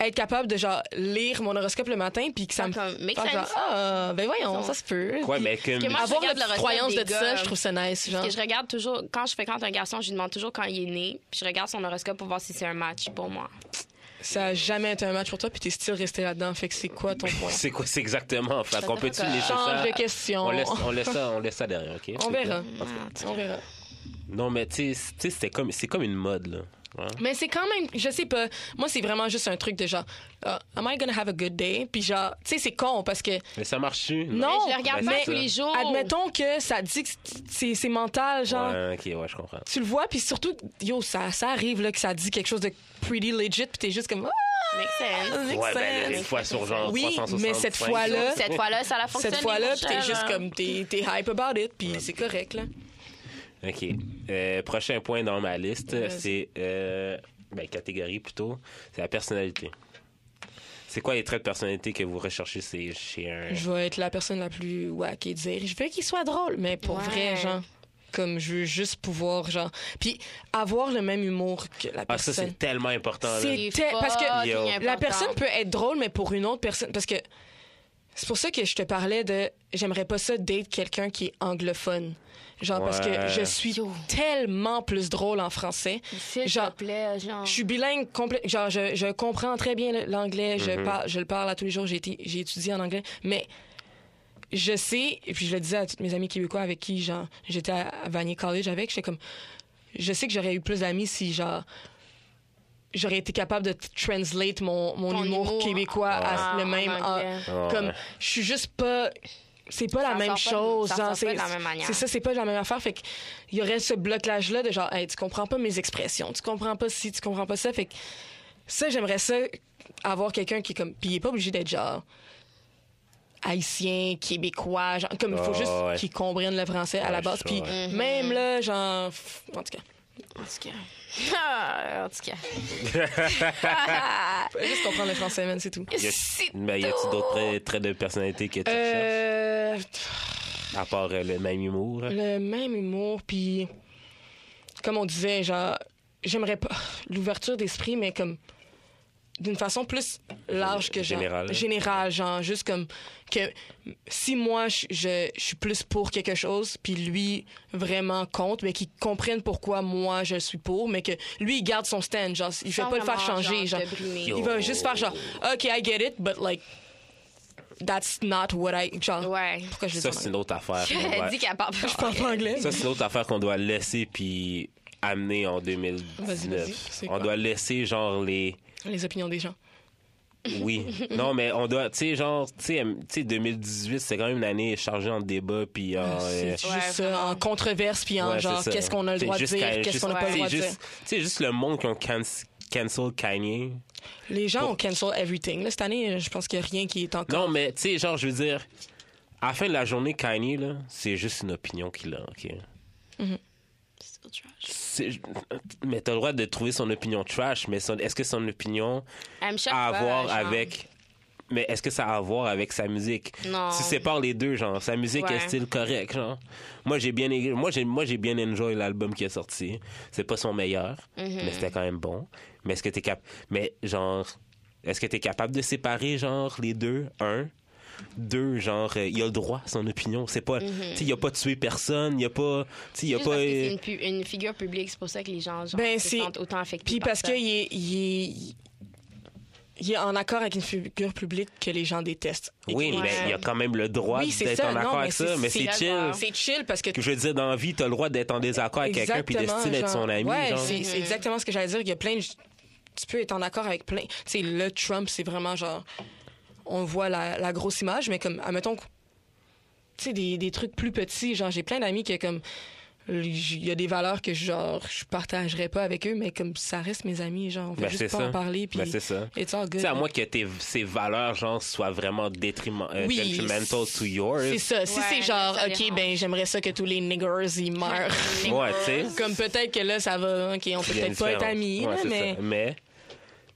Speaker 2: être capable de genre lire mon horoscope le matin puis que ça me
Speaker 3: Comme, make
Speaker 2: fasse
Speaker 3: sense.
Speaker 2: genre, ah ben voyons ça se peut.
Speaker 1: Ouais,
Speaker 2: Puis
Speaker 1: mais comme.
Speaker 3: que moi,
Speaker 2: avoir
Speaker 3: je
Speaker 2: la
Speaker 3: regarde
Speaker 2: petite
Speaker 3: l'horoscope
Speaker 2: croyance
Speaker 3: des
Speaker 2: de ça,
Speaker 3: gars.
Speaker 2: je trouve ça nice genre.
Speaker 3: Parce que je regarde toujours, quand je fréquente un garçon, je lui demande toujours quand il est né. puis Je regarde son horoscope pour voir si c'est un match pour moi.
Speaker 2: Ça a jamais été un match pour toi puis t'es still resté là-dedans. Fait que c'est quoi ton point?
Speaker 1: C'est quoi, c'est exactement? Fait qu'on peut-tu
Speaker 3: Change
Speaker 1: laisser ça?
Speaker 2: Change de question.
Speaker 1: On laisse, on, laisse ça, on laisse ça derrière, OK?
Speaker 2: On verra.
Speaker 1: C'est cool.
Speaker 2: On verra.
Speaker 1: Non, mais tu sais, tu sais, c'était comme, c'est comme une mode, là. hein? Ouais.
Speaker 2: Mais c'est quand même, je sais pas. Moi, c'est vraiment juste un truc de genre, ah, am I gonna have a good day? Puis genre, tu sais, c'est con parce que
Speaker 1: Mais ça marche-tu?
Speaker 2: Non,
Speaker 3: je
Speaker 2: Ben,
Speaker 3: le regarde
Speaker 1: mais
Speaker 3: pas
Speaker 1: c'est
Speaker 3: tous
Speaker 1: ça.
Speaker 3: les jours.
Speaker 2: admettons que ça dit que c'est c'est mental, genre.
Speaker 1: Ouais, ok, ouais, je comprends.
Speaker 2: Tu le vois, puis surtout, yo, ça, ça arrive là, que ça dit quelque chose de pretty legit, puis t'es juste comme, ah,
Speaker 3: Makes sense.
Speaker 2: that makes
Speaker 1: Ouais, ben,
Speaker 2: sense.
Speaker 1: une fois sur genre
Speaker 2: Oui,
Speaker 1: 365.
Speaker 2: mais cette fois-là-
Speaker 3: Cette fois-là, ça la fonctionne.
Speaker 2: Cette fois-là, puis t'es
Speaker 3: Michel,
Speaker 2: juste
Speaker 3: hein.
Speaker 2: comme, t'es t'es hype about it, puis c'est correct, là.
Speaker 1: OK. Euh, prochain point dans ma liste,
Speaker 2: Vas-y.
Speaker 1: c'est... euh, ben, catégorie plutôt. C'est la personnalité. C'est quoi les traits de personnalité que vous recherchez chez, chez un...
Speaker 2: Je vais être la personne la plus wackée de dire, je veux qu'il soit drôle, mais pour
Speaker 3: Ouais.
Speaker 2: vrai, genre, comme je veux juste pouvoir, genre, puis avoir le même humour que
Speaker 1: Ah,
Speaker 2: la
Speaker 1: ça,
Speaker 2: personne.
Speaker 1: c'est tellement important. là.
Speaker 2: C'est te- parce que
Speaker 3: fucking
Speaker 1: Yo.
Speaker 3: important.
Speaker 2: La personne peut être drôle, mais pour une autre personne. Parce que c'est pour ça que je te parlais de j'aimerais pas ça date quelqu'un qui est anglophone. Genre, parce
Speaker 1: Ouais.
Speaker 2: que je suis
Speaker 3: Yo.
Speaker 2: tellement plus drôle en français.
Speaker 3: S'il
Speaker 2: Genre,
Speaker 3: te plaît, genre.
Speaker 2: Je suis bilingue complet. Genre, je, je comprends très bien le- l'anglais. je,
Speaker 3: Mm-hmm.
Speaker 1: Mhm.
Speaker 2: par- je le parle à tous les jours. J'ai été- j'ai étudié en anglais. Mais je sais, et puis je le disais à tous mes amis québécois avec qui genre, j'étais à à Vanier College avec, j'étais comme, je sais que j'aurais eu plus d'amis si genre j'aurais été capable de t- translate mon, mon
Speaker 3: Ton
Speaker 2: humour,
Speaker 3: humour Ah,
Speaker 2: québécois à
Speaker 3: en-
Speaker 2: le
Speaker 3: en
Speaker 2: même.
Speaker 3: anglais.
Speaker 2: en-
Speaker 1: Ah,
Speaker 2: comme,
Speaker 1: ouais.
Speaker 2: je suis juste pas. C'est pas
Speaker 3: Ça
Speaker 2: la même
Speaker 3: sort pas de-
Speaker 2: chose.
Speaker 3: ça
Speaker 2: genre,
Speaker 3: sort pas
Speaker 2: c'est-
Speaker 3: de la même manière.
Speaker 2: C'est ça, c'est pas de la même affaire. Fait que il y aurait ce blocage-là de genre, hey, tu comprends pas mes expressions, tu comprends pas ci, tu comprends pas ça. Fait que ça, j'aimerais ça avoir quelqu'un qui est comme. Puis il est pas obligé d'être genre haïtien, québécois, genre, comme il faut
Speaker 1: Ah,
Speaker 2: juste
Speaker 1: ouais.
Speaker 2: qu'il comprenne le français à
Speaker 1: Ouais,
Speaker 2: la
Speaker 1: je
Speaker 2: base.
Speaker 1: sais,
Speaker 2: Puis
Speaker 3: Mhm.
Speaker 1: ouais.
Speaker 2: même là, genre, pff, en tout cas,
Speaker 3: En tout cas. Ah, en tout cas.
Speaker 2: faut juste comprendre le français, man, c'est tout.
Speaker 1: Y a-
Speaker 3: C'est
Speaker 1: Mais y a-t-il d'autres traits, traits de personnalité que tu recherches?
Speaker 2: Euh,
Speaker 1: À part euh, le même humour.
Speaker 2: le même humour, puis comme on disait, genre, j'aimerais pas l'ouverture d'esprit, mais comme d'une façon plus large que genre-
Speaker 1: Générale. hein.
Speaker 2: générale, genre juste comme que si moi je, je- je suis plus pour quelque chose, puis lui vraiment contre, mais qu'il comprenne pourquoi moi je suis pour, mais que lui il garde son stand, genre il fait
Speaker 3: Sans
Speaker 2: pas le faire
Speaker 3: vraiment,
Speaker 2: changer,
Speaker 3: genre,
Speaker 2: genre,
Speaker 3: te brimer.
Speaker 1: Yo.
Speaker 2: il va juste faire genre, ok I get it, but like that's not what I genre
Speaker 3: Ouais.
Speaker 2: pourquoi je le dis
Speaker 1: Ça,
Speaker 2: en
Speaker 1: c'est une autre affaire. qu'on
Speaker 3: Elle
Speaker 1: doit-
Speaker 3: dit qu'elle parle pas
Speaker 2: anglais? Je parle pas anglais.
Speaker 1: Ça, c'est l'autre affaire qu'on doit laisser puis amener en
Speaker 2: Vas-y, vas-y,
Speaker 1: 2019.
Speaker 2: c'est
Speaker 1: On
Speaker 2: quoi?
Speaker 1: doit laisser, genre, les.
Speaker 2: les opinions des gens.
Speaker 1: Oui. non, mais on doit. Tu sais, genre, tu sais, euh, tu sais, 2018, c'est quand même une année chargée en débat puis en. euh,
Speaker 2: Ah, C'est juste
Speaker 3: Ouais,
Speaker 2: ça,
Speaker 3: vraiment.
Speaker 2: en controverse, puis en
Speaker 1: ouais,
Speaker 2: genre,
Speaker 1: c'est ça.
Speaker 2: qu'est-ce qu'on a le
Speaker 1: C'est
Speaker 2: droit de
Speaker 1: juste qu'à-
Speaker 2: dire, qu'est-ce
Speaker 1: juste-
Speaker 2: qu'on n'a pas le
Speaker 1: c'est
Speaker 2: droit de dire.
Speaker 1: juste- Tu sais, juste le monde qui ont canc- cancel Kanye.
Speaker 2: Les gens ont cancel everything. Là, cette année, je pense qu'il n'y a rien qui est encore.
Speaker 1: Non, mais tu sais, genre, je veux dire, à la fin de la journée, Kanye, là, c'est juste une opinion qu'il a, OK? C'est- Mais t'as le droit de trouver son opinion trash, mais son- est-ce que son opinion
Speaker 3: Elle me choque
Speaker 1: à
Speaker 3: pas,
Speaker 1: avoir
Speaker 3: genre.
Speaker 1: avec. Mais est-ce que ça a à voir avec sa musique?
Speaker 3: Non.
Speaker 1: Tu sépares les deux, genre. Sa musique
Speaker 3: Ouais.
Speaker 1: est style correct, genre. Moi, j'ai bien, moi, j'ai, moi, j'ai bien enjoy l'album qui est sorti. C'est pas son meilleur,
Speaker 3: Mhm.
Speaker 2: Hmm.
Speaker 1: mais c'était quand même bon. Mais est-ce que t'es capable. Mais, genre, est-ce que t'es capable de séparer, genre, les deux? Un. Deux, genre, euh, il a le droit à son opinion. C'est pas.
Speaker 2: Mm-hmm.
Speaker 1: Tu sais, il a pas tué personne, il a pas. Tu sais, il a
Speaker 3: Juste
Speaker 1: pas.
Speaker 3: parce que
Speaker 1: euh,
Speaker 3: c'est une, pu- une figure publique, c'est pour ça que les gens genre,
Speaker 2: Ben,
Speaker 3: se
Speaker 2: c'est-
Speaker 3: sentent autant affectés.
Speaker 2: Puis
Speaker 3: par
Speaker 2: parce
Speaker 3: ça.
Speaker 2: qu'il est, il est, il est en accord avec une figure publique que les gens détestent. Et
Speaker 1: Oui,
Speaker 2: qui-
Speaker 3: Ouais.
Speaker 1: mais il a quand même le droit
Speaker 2: Oui, c'est
Speaker 1: d'être
Speaker 2: ça.
Speaker 1: en
Speaker 2: Non,
Speaker 1: accord
Speaker 2: mais
Speaker 1: avec ça,
Speaker 2: c'est-
Speaker 1: mais
Speaker 2: c'est
Speaker 1: c'est
Speaker 3: la
Speaker 1: chill.
Speaker 3: loi.
Speaker 2: C'est chill parce que.
Speaker 1: Que Je veux dire, dans la vie, t'as le droit d'être en désaccord avec quelqu'un puis d'estimer être son
Speaker 2: genre.
Speaker 1: ami.
Speaker 2: Ouais,
Speaker 1: genre.
Speaker 2: c'est c'est exactement ce que j'allais dire. Il y a plein de- Tu peux être en accord avec plein. Tu sais, le Trump, c'est vraiment genre. On voit la, la grosse image, mais comme, admettons, que- tu sais, des, des trucs plus petits. Genre, j'ai plein d'amis qui, comme. Il y a des valeurs que, genre, je partagerais pas avec eux, mais comme ça reste mes amis, genre, on veut
Speaker 1: Ben, c'est
Speaker 2: juste pas
Speaker 1: ça.
Speaker 2: en parler. Puis,
Speaker 1: Ben, c'est ça.
Speaker 2: it's all good.
Speaker 1: Tu sais, à moins que tes, ces valeurs, genre, soient vraiment détriment, euh,
Speaker 2: Oui,
Speaker 1: detrimental to
Speaker 2: C'est
Speaker 1: yours.
Speaker 2: ça. Si
Speaker 3: Ouais,
Speaker 2: c'est genre,
Speaker 3: ça
Speaker 2: OK,
Speaker 3: dérange.
Speaker 2: ben, j'aimerais ça que tous les niggers, ils meurent.
Speaker 1: Ouais, tu sais.
Speaker 2: comme peut-être que là, ça va, OK, on peut
Speaker 1: Il y a une
Speaker 2: peut-être pas être
Speaker 1: différence.
Speaker 2: amis,
Speaker 1: Ouais,
Speaker 2: là,
Speaker 1: c'est
Speaker 2: mais.
Speaker 1: ça. Mais,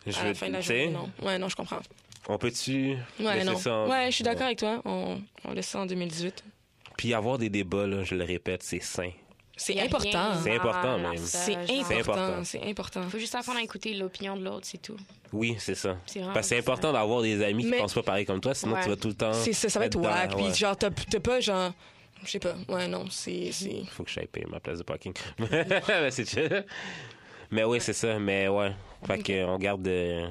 Speaker 1: je
Speaker 2: à
Speaker 1: veux-
Speaker 2: la fin de la
Speaker 1: tu sais,
Speaker 2: journée, non. Ouais, non, je comprends.
Speaker 1: On peut-tu
Speaker 2: Ouais,
Speaker 1: laisser
Speaker 2: non.
Speaker 1: ça en-
Speaker 2: Ouais, je suis d'accord avec toi. On, on laisse ça en 2018.
Speaker 1: Puis avoir des débats, là, je le répète, c'est sain.
Speaker 2: C'est
Speaker 3: Y a rien
Speaker 2: important.
Speaker 1: C'est important,
Speaker 3: mal à
Speaker 1: même.
Speaker 3: ça,
Speaker 2: C'est
Speaker 3: genre.
Speaker 2: important.
Speaker 1: important.
Speaker 2: C'est important.
Speaker 3: Faut juste apprendre à écouter l'opinion de l'autre, c'est tout.
Speaker 1: Oui, c'est ça.
Speaker 3: C'est vraiment
Speaker 1: Parce que c'est
Speaker 3: ça.
Speaker 1: important d'avoir des amis qui
Speaker 2: Mais-
Speaker 1: pensent pas pareil comme toi, sinon
Speaker 3: Ouais.
Speaker 1: tu vas tout le temps.
Speaker 2: C'est ça, ça va être
Speaker 1: dans-
Speaker 2: wack. Puis
Speaker 1: Hein? ouais.
Speaker 2: genre, t'as t'as pas genre. Je sais pas. Ouais, non, c'est. c'est-
Speaker 1: faut que j'aille payer ma place de parking. Mais c'est chill. Mais oui, c'est ça. Mais ouais. Fait que on garde. euh,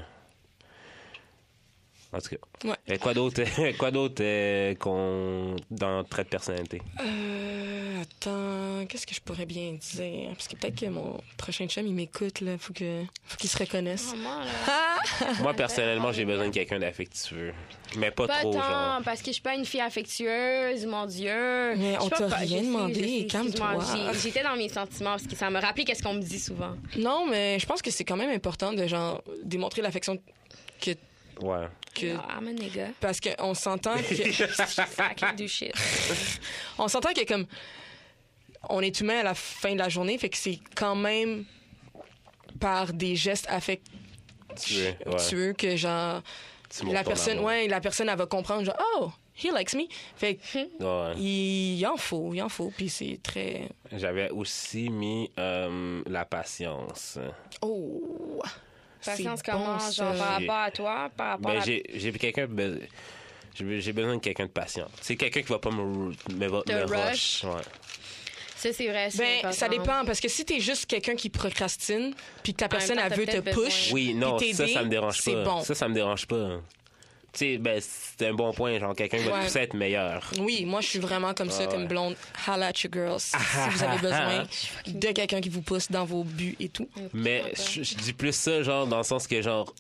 Speaker 1: En tout cas.
Speaker 2: Ouais.
Speaker 1: Euh, quoi d'autre Quoi d'autre euh, qu'on dans trait de personnalité
Speaker 2: Euh, attends, Euh, Qu'est-ce que je pourrais bien dire? Parce que peut-être que mon prochain chum, il m'écoute, là. Faut que, faut qu'il se reconnaisse. Ah!
Speaker 3: Vraiment, là.
Speaker 1: Moi, personnellement, j'ai besoin de quelqu'un d'affectueux. Mais pas,
Speaker 3: Pas
Speaker 1: trop, genre.
Speaker 3: tant, parce que je suis pas une fille affectueuse, mon Dieu.
Speaker 2: Mais
Speaker 3: Je
Speaker 2: on
Speaker 3: suis pas
Speaker 2: t'a
Speaker 3: pas-
Speaker 2: rien
Speaker 3: je sais,
Speaker 2: demandé,
Speaker 3: je sais,
Speaker 2: calme-toi.
Speaker 3: excuse-moi, j'ai- J'étais dans mes sentiments parce que ça me rappelait qu'est-ce qu'on me dit souvent.
Speaker 2: Non, mais je pense que c'est quand même important de, genre, démontrer l'affection que,
Speaker 1: Ouais.
Speaker 2: que,
Speaker 3: Ah, I'm a nigga.
Speaker 2: parce qu'on s'entend que,
Speaker 3: I can do shit.
Speaker 2: on s'entend que comme, on est humain à la fin de la journée, fait que c'est quand même par des gestes
Speaker 1: Tu veux, ouais.
Speaker 2: affectueux que, genre,
Speaker 1: Tu montres
Speaker 2: la
Speaker 1: ton
Speaker 2: personne,
Speaker 1: amour.
Speaker 2: ouais, la personne, elle va comprendre, genre, oh, he likes me. Fait que,
Speaker 1: Ouais.
Speaker 2: il il en faut, il en faut, puis c'est très.
Speaker 1: J'avais aussi mis euh, la patience.
Speaker 2: Oh!
Speaker 3: Patience
Speaker 2: C'est
Speaker 3: comment,
Speaker 2: bon,
Speaker 3: genre,
Speaker 2: ça.
Speaker 3: par rapport à toi, par rapport
Speaker 1: Ben,
Speaker 3: à...
Speaker 1: j'ai j'ai quelqu'un. be- J'ai j'ai besoin de quelqu'un de patient. C'est quelqu'un qui va pas me, ru- me, va-
Speaker 3: Te
Speaker 1: me rush.
Speaker 3: rush.
Speaker 1: Ouais.
Speaker 3: Ça, c'est vrai, c'est
Speaker 2: Ben, ça
Speaker 3: important.
Speaker 2: dépend, parce que si t'es juste quelqu'un qui procrastine, puis que ta
Speaker 3: même
Speaker 2: personne,
Speaker 3: temps,
Speaker 2: elle
Speaker 3: t'as
Speaker 2: veut te
Speaker 3: peut-être besoin.
Speaker 2: push,
Speaker 1: Oui, non,
Speaker 2: puis
Speaker 1: ça,
Speaker 2: t'aider,
Speaker 1: ça me dérange
Speaker 2: c'est
Speaker 1: pas.
Speaker 2: bon.
Speaker 1: Ça, ça me dérange pas. Tu sais, ben, c'est un bon point. Genre, quelqu'un qui va
Speaker 2: Ouais.
Speaker 1: pousser à être meilleur.
Speaker 2: Oui, moi, je suis vraiment comme
Speaker 1: Ah
Speaker 2: ça,
Speaker 1: Ouais, Ah,
Speaker 2: comme
Speaker 1: ouais.
Speaker 2: blonde. Holla at you girls, si vous avez
Speaker 1: ah.
Speaker 2: besoin de quelqu'un qui vous pousse dans vos buts et tout.
Speaker 1: Mais je, je dis plus ça, genre, dans le sens que, genre,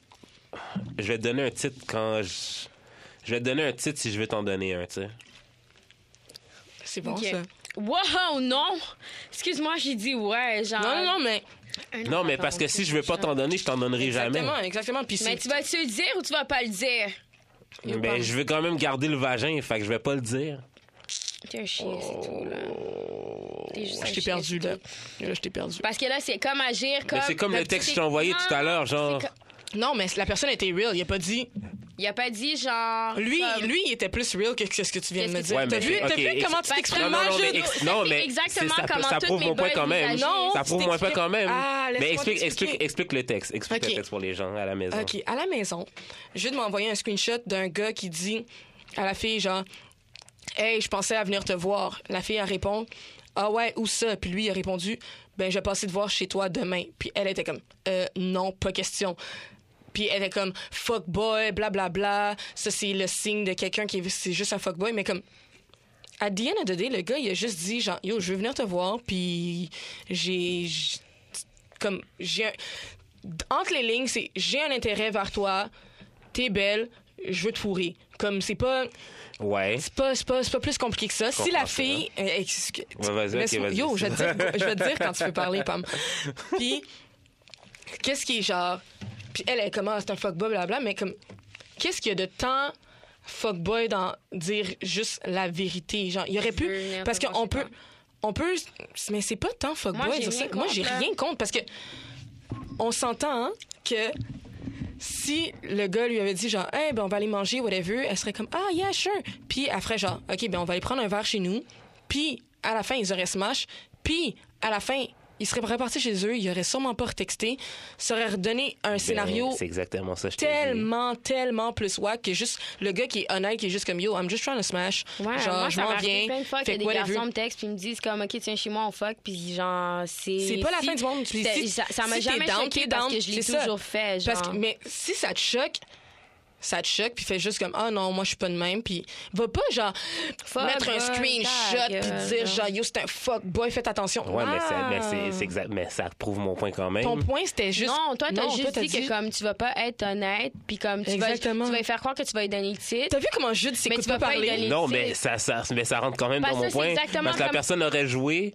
Speaker 1: je vais te donner un titre quand je. Je vais te donner un titre si je veux t'en donner un, tu sais.
Speaker 2: C'est bon,
Speaker 3: Ok.
Speaker 2: ça.
Speaker 3: Wow, non! Excuse-moi, j'ai dit ouais, genre...
Speaker 2: Non, non, non, mais
Speaker 3: non.
Speaker 1: Non, mais parce que si je veux pas t'en donner, je t'en donnerai jamais.
Speaker 2: exactement, exactement. Puis
Speaker 3: Mais
Speaker 2: c'est...
Speaker 3: tu vas-tu le dire ou tu vas pas le dire?
Speaker 1: Ben, je veux quand même garder le vagin, fait que je vais pas le dire.
Speaker 3: T'es un chien, c'est tout, là.
Speaker 1: Oh.
Speaker 3: T'es juste un
Speaker 2: Je t'ai
Speaker 3: chien,
Speaker 2: perdu,
Speaker 3: c'est
Speaker 2: là.
Speaker 3: tout.
Speaker 2: Là, je t'ai perdu.
Speaker 3: Parce que là, c'est comme agir comme...
Speaker 1: Mais Ben, c'est comme le texte que je t'ai envoyé tout à l'heure, genre.
Speaker 2: Non, mais la personne était real. Il a pas dit.
Speaker 3: Il a pas dit, genre...
Speaker 2: Lui,
Speaker 3: comme-
Speaker 2: lui, il était plus real que ce que tu viens de me
Speaker 3: Qu'est-ce que
Speaker 2: dire.
Speaker 1: tu-
Speaker 2: T'as
Speaker 1: Ouais,
Speaker 2: vu,
Speaker 1: mais-
Speaker 2: t'as
Speaker 1: ok,
Speaker 2: vu comment tu
Speaker 1: ex-
Speaker 2: t'exprimes
Speaker 1: Non, non,
Speaker 2: mal,
Speaker 1: non, mais
Speaker 2: Jude?
Speaker 1: ex-
Speaker 3: Ça,
Speaker 1: non,
Speaker 3: c'est
Speaker 1: mais
Speaker 3: exactement
Speaker 1: c'est- ça, peut-
Speaker 3: comment
Speaker 1: ça
Speaker 3: toutes
Speaker 1: prouve
Speaker 3: mes
Speaker 1: mon point
Speaker 3: bonnes
Speaker 1: quand même.
Speaker 3: mises à jour.
Speaker 1: ça
Speaker 3: Tu
Speaker 1: prouve mon point
Speaker 3: t'expliques-
Speaker 1: quand même.
Speaker 2: Oh, Ah, laisse-moi
Speaker 1: mais explique,
Speaker 2: t'expliquer.
Speaker 1: explique, explique le texte. Explique
Speaker 2: Ok.
Speaker 1: le texte pour les gens à la maison.
Speaker 2: OK, à la maison, Jude m'a envoyé un screenshot d'un gars qui dit à la fille, genre, Hey, je pensais à venir te voir. La fille a répondu, Ah ouais, où ça? Puis lui, il a répondu, Ben, je vais passer te voir chez toi demain. Puis elle était comme, Euh, non, pas question. Puis elle était comme, fuck boy, blablabla. Ça, c'est le signe de quelqu'un qui est, c'est juste un fuck boy, mais comme, à the end of the day, le gars, il a juste dit, genre, yo, je veux venir te voir, puis j'ai. j'- Comme, j'ai. un- Entre les lignes, c'est j'ai un intérêt vers toi, t'es belle, je veux te fourrer. Comme, c'est pas.
Speaker 1: Ouais.
Speaker 2: C'est pas, c'est pas, c'est pas plus compliqué que ça. Si
Speaker 1: comprends
Speaker 2: la
Speaker 1: ça.
Speaker 2: fille. euh, excuse-
Speaker 1: Ouais, vas-y, ok,
Speaker 2: laisse-moi-
Speaker 1: vas-y.
Speaker 2: Yo, je vais, te dire, je vais te dire quand tu peux parler, Pam. Puis, qu'est-ce qui est genre. Puis elle, elle commence, c'est un fuckboy, blablabla, mais comme. Qu'est-ce qu'il y a de tant fuckboy dans dire juste la vérité? Genre, il aurait
Speaker 3: Je
Speaker 2: pu.
Speaker 3: veux venir te
Speaker 2: Parce
Speaker 3: voir
Speaker 2: qu'on
Speaker 3: chez
Speaker 2: peut.
Speaker 3: toi.
Speaker 2: On peut. Mais c'est pas tant fuckboy.
Speaker 3: Moi, j'ai
Speaker 2: dire
Speaker 3: rien
Speaker 2: ça. Moi, j'ai
Speaker 3: contre, là.
Speaker 2: rien contre. Parce que. On s'entend hein, que si le gars lui avait dit genre hey ben on va aller manger whatever elle serait comme ah yeah sure puis elle ferait genre ok ben on va aller prendre un verre chez nous puis à la fin ils auraient smash puis à la fin ils seraient repartis chez eux ils auraient sûrement pas retexté ça aurait redonné un scénario
Speaker 1: Ben, C'est exactement ça, je t'ai dit.
Speaker 2: tellement tellement plus wack que juste le gars qui est honnête qui est juste comme yo I'm just trying to smash
Speaker 3: Ouais,
Speaker 2: genre
Speaker 3: moi,
Speaker 2: je
Speaker 3: ça m'est
Speaker 2: m'en
Speaker 3: arrivé
Speaker 2: viens
Speaker 3: plein de fois qu'il y a
Speaker 2: que
Speaker 3: des
Speaker 2: whatever.
Speaker 3: garçons me textent puis ils me disent comme OK, tiens chez moi on fuck puis genre c'est
Speaker 2: C'est pas la
Speaker 3: si-
Speaker 2: fin du monde. Puis
Speaker 3: c'est-
Speaker 2: si-
Speaker 3: ça ça m'a
Speaker 2: si t'es
Speaker 3: jamais
Speaker 2: down,
Speaker 3: choqué
Speaker 2: t'es
Speaker 3: parce
Speaker 2: down.
Speaker 3: que je l'ai
Speaker 2: C'est ça.
Speaker 3: toujours fait genre.
Speaker 2: Parce que- mais si ça te choque, ça te choque, puis fais juste comme, ah non, moi je suis pas de même, puis va pas genre
Speaker 3: Fuck
Speaker 2: mettre un
Speaker 3: boy,
Speaker 2: screenshot,
Speaker 3: ta
Speaker 2: puis
Speaker 3: gueule,
Speaker 2: dire
Speaker 3: genre.
Speaker 2: genre, yo, c'est un fuck boy, faites attention.
Speaker 1: Ouais, mais, c'est-
Speaker 2: Ah.
Speaker 1: mais c'est- c'est exact. Mais ça prouve mon point quand même.
Speaker 2: Ton point, c'était juste.
Speaker 3: non, toi t'as juste
Speaker 2: toi,
Speaker 3: dit, que comme tu vas pas être honnête puis comme tu vas tu
Speaker 2: Exactement.
Speaker 3: vas lui faire croire que tu vas lui donner le titre.
Speaker 2: T'as vu comment Jude
Speaker 3: Mais
Speaker 2: s'écoute
Speaker 3: tu vas
Speaker 2: pas
Speaker 3: pas y
Speaker 2: parler?
Speaker 3: aller.
Speaker 1: Non,
Speaker 3: tu sais.
Speaker 1: mais ça, ça, mais ça rentre quand même
Speaker 3: Parce
Speaker 1: dans mon
Speaker 3: que c'est
Speaker 1: point.
Speaker 3: exactement
Speaker 1: Parce que la
Speaker 3: comme-
Speaker 1: personne aurait joué,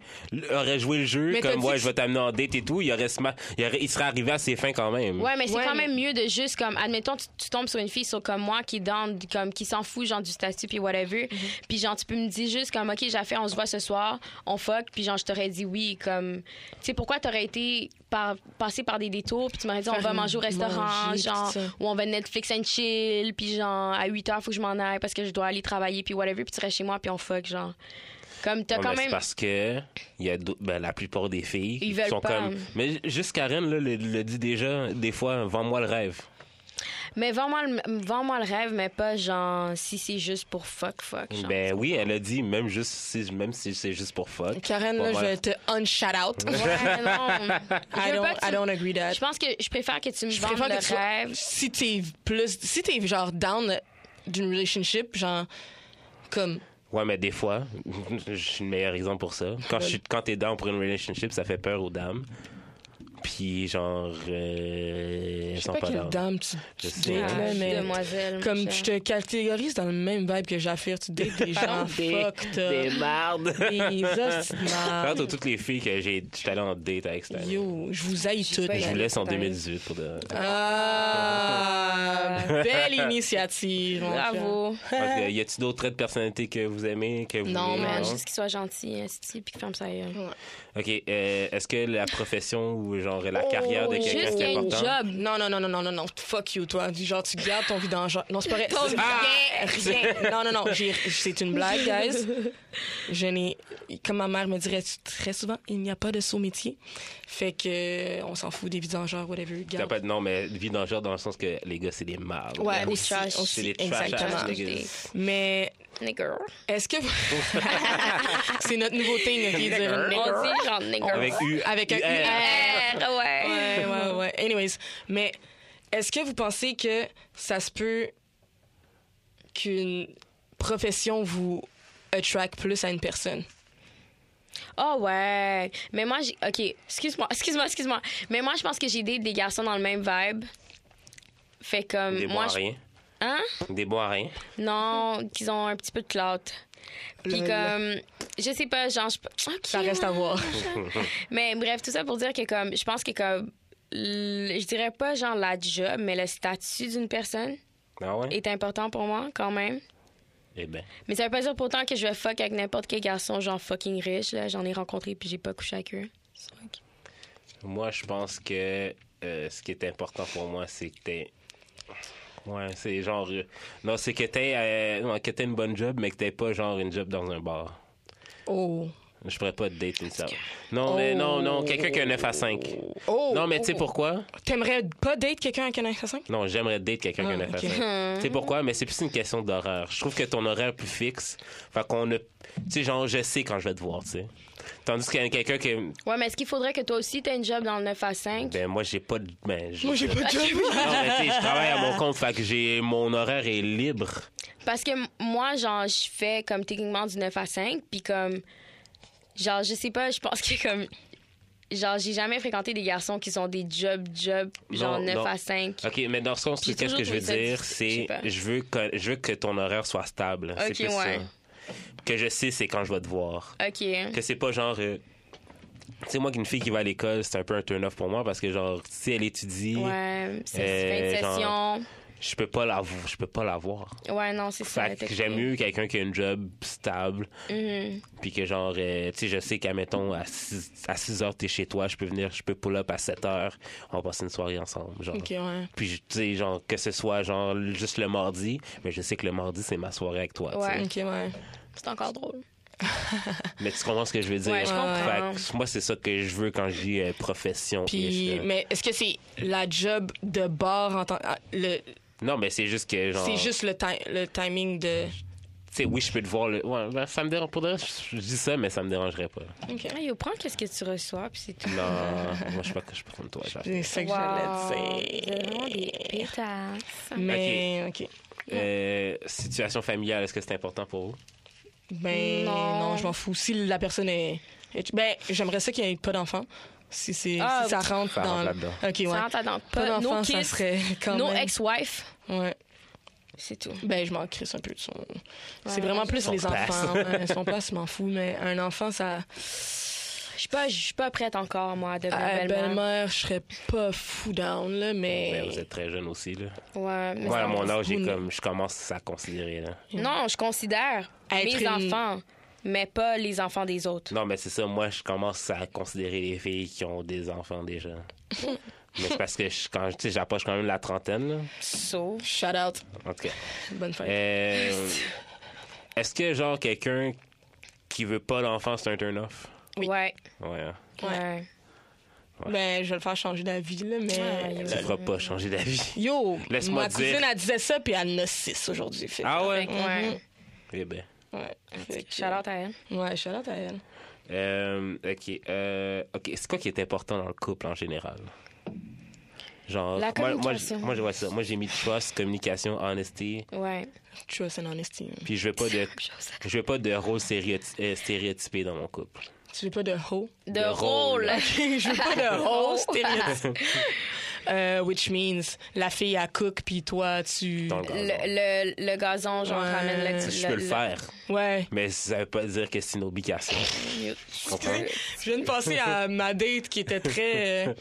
Speaker 1: aurait joué le jeu,
Speaker 2: Mais t'as
Speaker 1: comme
Speaker 2: dit
Speaker 1: ouais,
Speaker 2: que-
Speaker 1: je vais t'amener en date et tout. Il, aurait, sma- il, aurait- il serait arrivé à ses fins quand même.
Speaker 3: Ouais, mais c'est
Speaker 2: Ouais,
Speaker 3: quand
Speaker 2: mais-
Speaker 3: même mieux de juste comme admettons tu, tu tombes sur une fille sur comme moi qui est down, comme qui s'en fout genre du statut puis whatever.
Speaker 2: Mm-hmm.
Speaker 3: Puis genre tu peux me dire juste comme OK, j'ai fait on se voit ce soir, on fuck puis genre je t'aurais dit oui comme tu sais pourquoi t'aurais été par passer par des détours puis tu m'aurais dit on
Speaker 2: Faire
Speaker 3: va manger au
Speaker 2: une-
Speaker 3: restaurant
Speaker 2: manger,
Speaker 3: genre
Speaker 2: tout ça.
Speaker 3: ou on va Netflix and chill puis genre à 8 heures faut que je m'en aille parce que je dois aller travailler puis whatever puis tu restes chez moi puis on fuck genre comme t'as
Speaker 1: Ouais,
Speaker 3: quand
Speaker 1: mais c'est
Speaker 3: même
Speaker 1: parce que il y a d'au- ben, la plupart des filles
Speaker 3: Ils veulent
Speaker 1: sont
Speaker 3: pas.
Speaker 1: comme. Mais ju- juste Karen là, le, le dit déjà, des fois, vends-moi le rêve.
Speaker 3: mais vends-moi le, vends-moi le rêve mais pas genre si c'est juste pour fuck fuck genre.
Speaker 1: Ben oui, elle a dit, même, juste si, même si c'est juste pour fuck.
Speaker 2: Karen, là,
Speaker 1: Bon,
Speaker 2: je
Speaker 1: ouais.
Speaker 2: vais te un-shout out.
Speaker 3: Ouais, non.
Speaker 2: I
Speaker 3: Je veux pas
Speaker 2: don't,
Speaker 3: que tu-
Speaker 2: I don't agree that.
Speaker 3: Je pense que je préfère que tu me
Speaker 2: Je
Speaker 3: vendes
Speaker 2: préfère
Speaker 3: le
Speaker 2: que tu sois-
Speaker 3: rêve.
Speaker 2: Si t'es plus. Si t'es genre down d'une relationship, genre. Comme.
Speaker 1: Ouais, mais des fois, je suis le meilleur exemple pour ça. Quand, je suis, quand t'es down pour une relationship, ça fait peur aux dames. Puis, genre, euh,
Speaker 2: Je
Speaker 1: elles
Speaker 2: sais
Speaker 1: sont
Speaker 2: pas
Speaker 1: pas,
Speaker 2: quelle
Speaker 1: down.
Speaker 2: dame tu,
Speaker 1: Je
Speaker 2: tu
Speaker 1: sais.
Speaker 2: dates, là,
Speaker 1: Ah,
Speaker 2: mais
Speaker 3: Demoiselle.
Speaker 2: comme
Speaker 3: Michel.
Speaker 2: je te catégorise dans le même vibe que Jaffir, tu dates des gens
Speaker 1: Des-
Speaker 2: fucked
Speaker 1: Des
Speaker 2: up,
Speaker 1: mardes.
Speaker 2: des hosties de
Speaker 1: Quant
Speaker 2: marde.
Speaker 1: à toutes les filles que j'ai, j'étais allé en date avec cette année.
Speaker 2: Yo, je vous haïs toutes.
Speaker 3: pas
Speaker 1: Je vous laisse en
Speaker 3: Ouais.
Speaker 1: 2018 pour de.
Speaker 2: Ah, belle initiative. mon cher.
Speaker 3: Bravo.
Speaker 1: Parce que y a-t-il d'autres traits de personnalité que vous aimez, que vous
Speaker 3: Non,
Speaker 1: voulez,
Speaker 3: man,
Speaker 1: non?
Speaker 3: juste qu'il soit gentil, esti, puis qu'il ferme sa gueule.
Speaker 1: Ok, euh, est-ce que la profession ou genre la
Speaker 2: Oh,
Speaker 1: carrière de
Speaker 2: juste
Speaker 1: quelqu'un
Speaker 3: Juste
Speaker 1: c'est
Speaker 3: qu'il y a une
Speaker 1: important?
Speaker 3: job.
Speaker 2: Non, non, non, non, non, non, non. Fuck you, toi. Genre, tu gardes ton vie dans le genre. Non, c'est pas vrai.
Speaker 3: Ton
Speaker 2: Ah! Rien. Non, non, non. j'ai- C'est une blague, guys. Je n'ai. Comme ma mère me dirait très souvent, il n'y a pas de saut métier. Fait que, euh, on s'en fout des vies dans le genre, whatever.
Speaker 1: Ça
Speaker 2: Garde.
Speaker 1: peut être- non, mais vie dangereuse dans le sens que les gars, c'est des mardes.
Speaker 2: Ouais,
Speaker 3: Des
Speaker 2: aussi,
Speaker 3: trash.
Speaker 1: C'est
Speaker 2: aussi,
Speaker 1: des trash ass
Speaker 2: exactement.
Speaker 1: niggas.
Speaker 2: Mais
Speaker 3: Nigger.
Speaker 2: est-ce que. c'est notre nouveau thing, ok, dire une-
Speaker 1: Nigger.
Speaker 3: On dit genre nigger.
Speaker 1: Avec U.
Speaker 2: Avec un
Speaker 1: U-
Speaker 2: U.
Speaker 1: R.
Speaker 3: R, ouais.
Speaker 2: Ouais, ouais, ouais. Anyways, mais est-ce que vous pensez que ça se peut qu'une profession vous attract plus à une personne?
Speaker 3: Oh ouais. Mais moi, j'ai... OK, excuse-moi, excuse-moi, excuse-moi. Mais moi, je pense que j'ai des, des garçons dans le même vibe. Fait comme...
Speaker 1: Des bons
Speaker 3: moi,
Speaker 1: à
Speaker 3: je-
Speaker 1: rien.
Speaker 3: Hein?
Speaker 1: Des bons à rien.
Speaker 3: Non, qu'ils ont un petit peu de clout. Puis comme... Je sais pas, genre... Je... OK, hein.
Speaker 2: Ça reste à voir.
Speaker 3: Mais bref, tout ça pour dire que comme je pense que comme l- je dirais pas genre la job, mais le statut d'une personne
Speaker 1: Ah ouais?
Speaker 3: est important pour moi quand même.
Speaker 1: Eh ben.
Speaker 3: Mais ça veut pas dire pourtant que je vais fuck avec n'importe quel garçon genre fucking riche là, j'en ai rencontré puis j'ai pas couché avec eux.
Speaker 1: Moi, je pense que euh, ce qui est important pour moi, c'est que t'es. Ouais, c'est genre. euh, Non, c'est que t'es que t'aies une bonne job, mais que t'es pas genre une job dans un bar.
Speaker 2: Oh.
Speaker 1: Je pourrais pas te date une sale. Non, mais non,
Speaker 3: Oh.
Speaker 1: non, quelqu'un qui a un 9 à 5.
Speaker 2: Oh.
Speaker 1: Non, mais tu sais pourquoi?
Speaker 2: T'aimerais pas date quelqu'un avec un 9 à 5?
Speaker 1: Non, j'aimerais date quelqu'un qui a un
Speaker 2: Ah,
Speaker 1: 9 à
Speaker 2: ok.
Speaker 1: 5.
Speaker 3: Hmm.
Speaker 1: Tu sais pourquoi? Mais c'est plus une question d'horaire. Je trouve que ton horaire est plus fixe. Fait qu'on a. Tu sais, genre, je sais quand je vais te voir, tu sais. Tandis qu'il y a quelqu'un qui.
Speaker 3: Ouais, mais est-ce qu'il faudrait que toi aussi t'aies une job dans le 9 à 5
Speaker 1: Ben, moi, j'ai pas de. Ben, je-
Speaker 2: pas de job.
Speaker 1: Non, mais tu sais, je travaille à mon compte, fait que j'ai mon horaire est libre.
Speaker 3: Parce que m- moi genre je fais comme techniquement du 9 à 5 puis comme genre je sais pas, je pense que comme genre j'ai jamais fréquenté des garçons qui sont des job job genre
Speaker 1: Non,
Speaker 3: 9
Speaker 1: non.
Speaker 3: à 5.
Speaker 1: OK, mais dans ce sens,
Speaker 3: J'ai
Speaker 1: qu'est-ce que je veux
Speaker 3: toujours trouvé ça
Speaker 1: dire,
Speaker 3: difficile,
Speaker 1: c'est
Speaker 3: je sais pas.
Speaker 1: je veux que je veux que ton horaire soit stable, c'est
Speaker 3: Ok,
Speaker 1: plus
Speaker 3: ouais.
Speaker 1: ça. Que je sais c'est quand je vais te voir.
Speaker 3: OK.
Speaker 1: Que c'est pas genre euh, tu sais moi qu'une fille qui va à l'école, c'est un peu un turn off pour moi parce que genre si elle étudie,
Speaker 3: Ouais, c'est
Speaker 1: Euh,
Speaker 3: fin de
Speaker 1: genre-
Speaker 3: session.
Speaker 1: je peux pas la vo- je peux pas la voir.
Speaker 3: Ouais, non, c'est ça.
Speaker 1: Fait que j'aime mieux quelqu'un qui a une job stable.
Speaker 3: Mhm.
Speaker 1: Puis que genre, euh, tu sais, je sais qu'à mettons, à 6, à 6 heures, t'es chez toi, je peux venir, je peux pull up à 7 heures, on va passer une soirée ensemble. Genre.
Speaker 2: Ok, ouais.
Speaker 1: Puis, je- tu sais, genre, que ce soit genre juste le mardi, mais je sais que le mardi, c'est ma soirée avec toi. tu sais.
Speaker 3: Ouais.
Speaker 2: Ok, ouais.
Speaker 3: C'est encore drôle.
Speaker 1: Mais tu comprends ce que je veux dire?
Speaker 3: Ouais, je comprends.
Speaker 1: Fait que moi, c'est ça que je veux quand je dis euh, profession.
Speaker 2: Puis,
Speaker 1: ish, là.
Speaker 2: mais est-ce que c'est la job de bar en tant. ah, le-
Speaker 1: Non, mais c'est juste que genre.
Speaker 2: C'est juste le, ti- le timing de.
Speaker 1: Tu sais, oui, je peux te voir. Le... Ouais, ben, ça me dérange. Pour de vrai, je je dis ça, mais ça me dérangerait pas.
Speaker 2: Ok.
Speaker 3: Ah, yo, prends qu'est-ce que tu reçois, puis c'est tout.
Speaker 1: Non, moi, je suis pas, je suis pas comme toi. genre.
Speaker 2: C'est ça que j'allais
Speaker 3: Wow, vraiment des
Speaker 2: dire.
Speaker 3: pétasses.
Speaker 2: Mais, ok.
Speaker 1: Euh, situation familiale, est-ce que c'est important pour vous?
Speaker 2: Ben non,
Speaker 3: Non.
Speaker 2: je m'en fous. Si la personne est... est- ben, j'aimerais ça qu'il n'y ait pas d'enfant. Si, c'est,
Speaker 3: Ah,
Speaker 2: si ça rentre
Speaker 1: Ça
Speaker 2: dans...
Speaker 1: rentre
Speaker 2: le-
Speaker 1: là-dedans.
Speaker 2: OK, ouais.
Speaker 3: Ça rentre dans
Speaker 2: Pas
Speaker 3: pas
Speaker 2: d'enfant,
Speaker 3: nos
Speaker 2: ça
Speaker 3: kids,
Speaker 2: serait quand
Speaker 3: nos
Speaker 2: même...
Speaker 3: ex-wife.
Speaker 2: Ouais.
Speaker 3: C'est tout.
Speaker 2: Ben, je m'en crisse un peu de son... c'est
Speaker 3: Ouais,
Speaker 2: vraiment plus
Speaker 1: son
Speaker 2: les
Speaker 1: place.
Speaker 2: enfants. ouais. Son place, je m'en fous. Mais un enfant, ça...
Speaker 3: Je suis pas, je suis pas prête encore, moi, à devenir
Speaker 2: À
Speaker 3: belle-mère.
Speaker 2: Ah, belle-mère, je serais pas fou down, là, mais...
Speaker 1: Ouais, Ben, vous êtes très jeune aussi, là.
Speaker 3: Ouais, mais
Speaker 1: Moi,
Speaker 3: ça-
Speaker 1: à mon âge, j'ai
Speaker 2: Spoon.
Speaker 1: comme, je commence à considérer, là.
Speaker 3: Non, je considère
Speaker 2: Être
Speaker 3: mes
Speaker 2: une-
Speaker 3: enfants, mais pas les enfants des autres.
Speaker 1: Non, mais c'est ça, moi, je commence à considérer les filles qui ont des enfants déjà. mais c'est parce que je, quand, tu sais, j'approche quand même la trentaine, là.
Speaker 3: Sauf.
Speaker 2: Shout out.
Speaker 1: En tout cas.
Speaker 2: Bonne fête.
Speaker 1: Euh, est-ce que, genre, quelqu'un qui veut pas d'enfant, c'est un turn-off?
Speaker 2: Oui.
Speaker 3: Ouais.
Speaker 1: Ouais. hein.
Speaker 2: Ouais.
Speaker 3: ouais.
Speaker 1: Eh,
Speaker 2: Ben, je vais le faire changer d'avis, là, mais...
Speaker 3: Ouais,
Speaker 1: Tu feras pas changer d'avis.
Speaker 2: Yo,
Speaker 1: Laisse-moi
Speaker 2: ma cousine,
Speaker 1: dire.
Speaker 2: elle disait ça, puis elle en a six aujourd'hui. fait que-
Speaker 1: Ah ouais?
Speaker 3: Ouais.
Speaker 1: Eh ben.
Speaker 2: Ouais. Fait que-
Speaker 3: Shout-out à elle.
Speaker 2: Ouais, shout out à elle.
Speaker 1: Euh, ok. euh, ok. C'est quoi qui est important dans le couple en général? Genre,
Speaker 3: La
Speaker 1: moi, moi, je-
Speaker 3: communication.
Speaker 1: moi, je vois ça. Moi, j'ai mis trust, communication, honesty.
Speaker 3: Ouais.
Speaker 2: Trust and honesty.
Speaker 1: Puis je veux pas de, je veux pas de rôle stéréoty- euh, stéréotypé dans mon couple.
Speaker 2: Tu veux pas de ho?
Speaker 3: De
Speaker 1: Le rôle.
Speaker 3: rôle.
Speaker 2: je veux pas de ho stéréotype. Euh, which means la fille à cook puis toi tu
Speaker 1: Dans le gazon.
Speaker 3: Le, le, le gazon, genre,
Speaker 2: Ouais.
Speaker 3: ramène le
Speaker 1: Je peux le faire,
Speaker 2: ouais
Speaker 1: mais ça veut pas dire que c'est une obligation. Tu comprends?
Speaker 2: je viens de passer à ma date qui était très euh,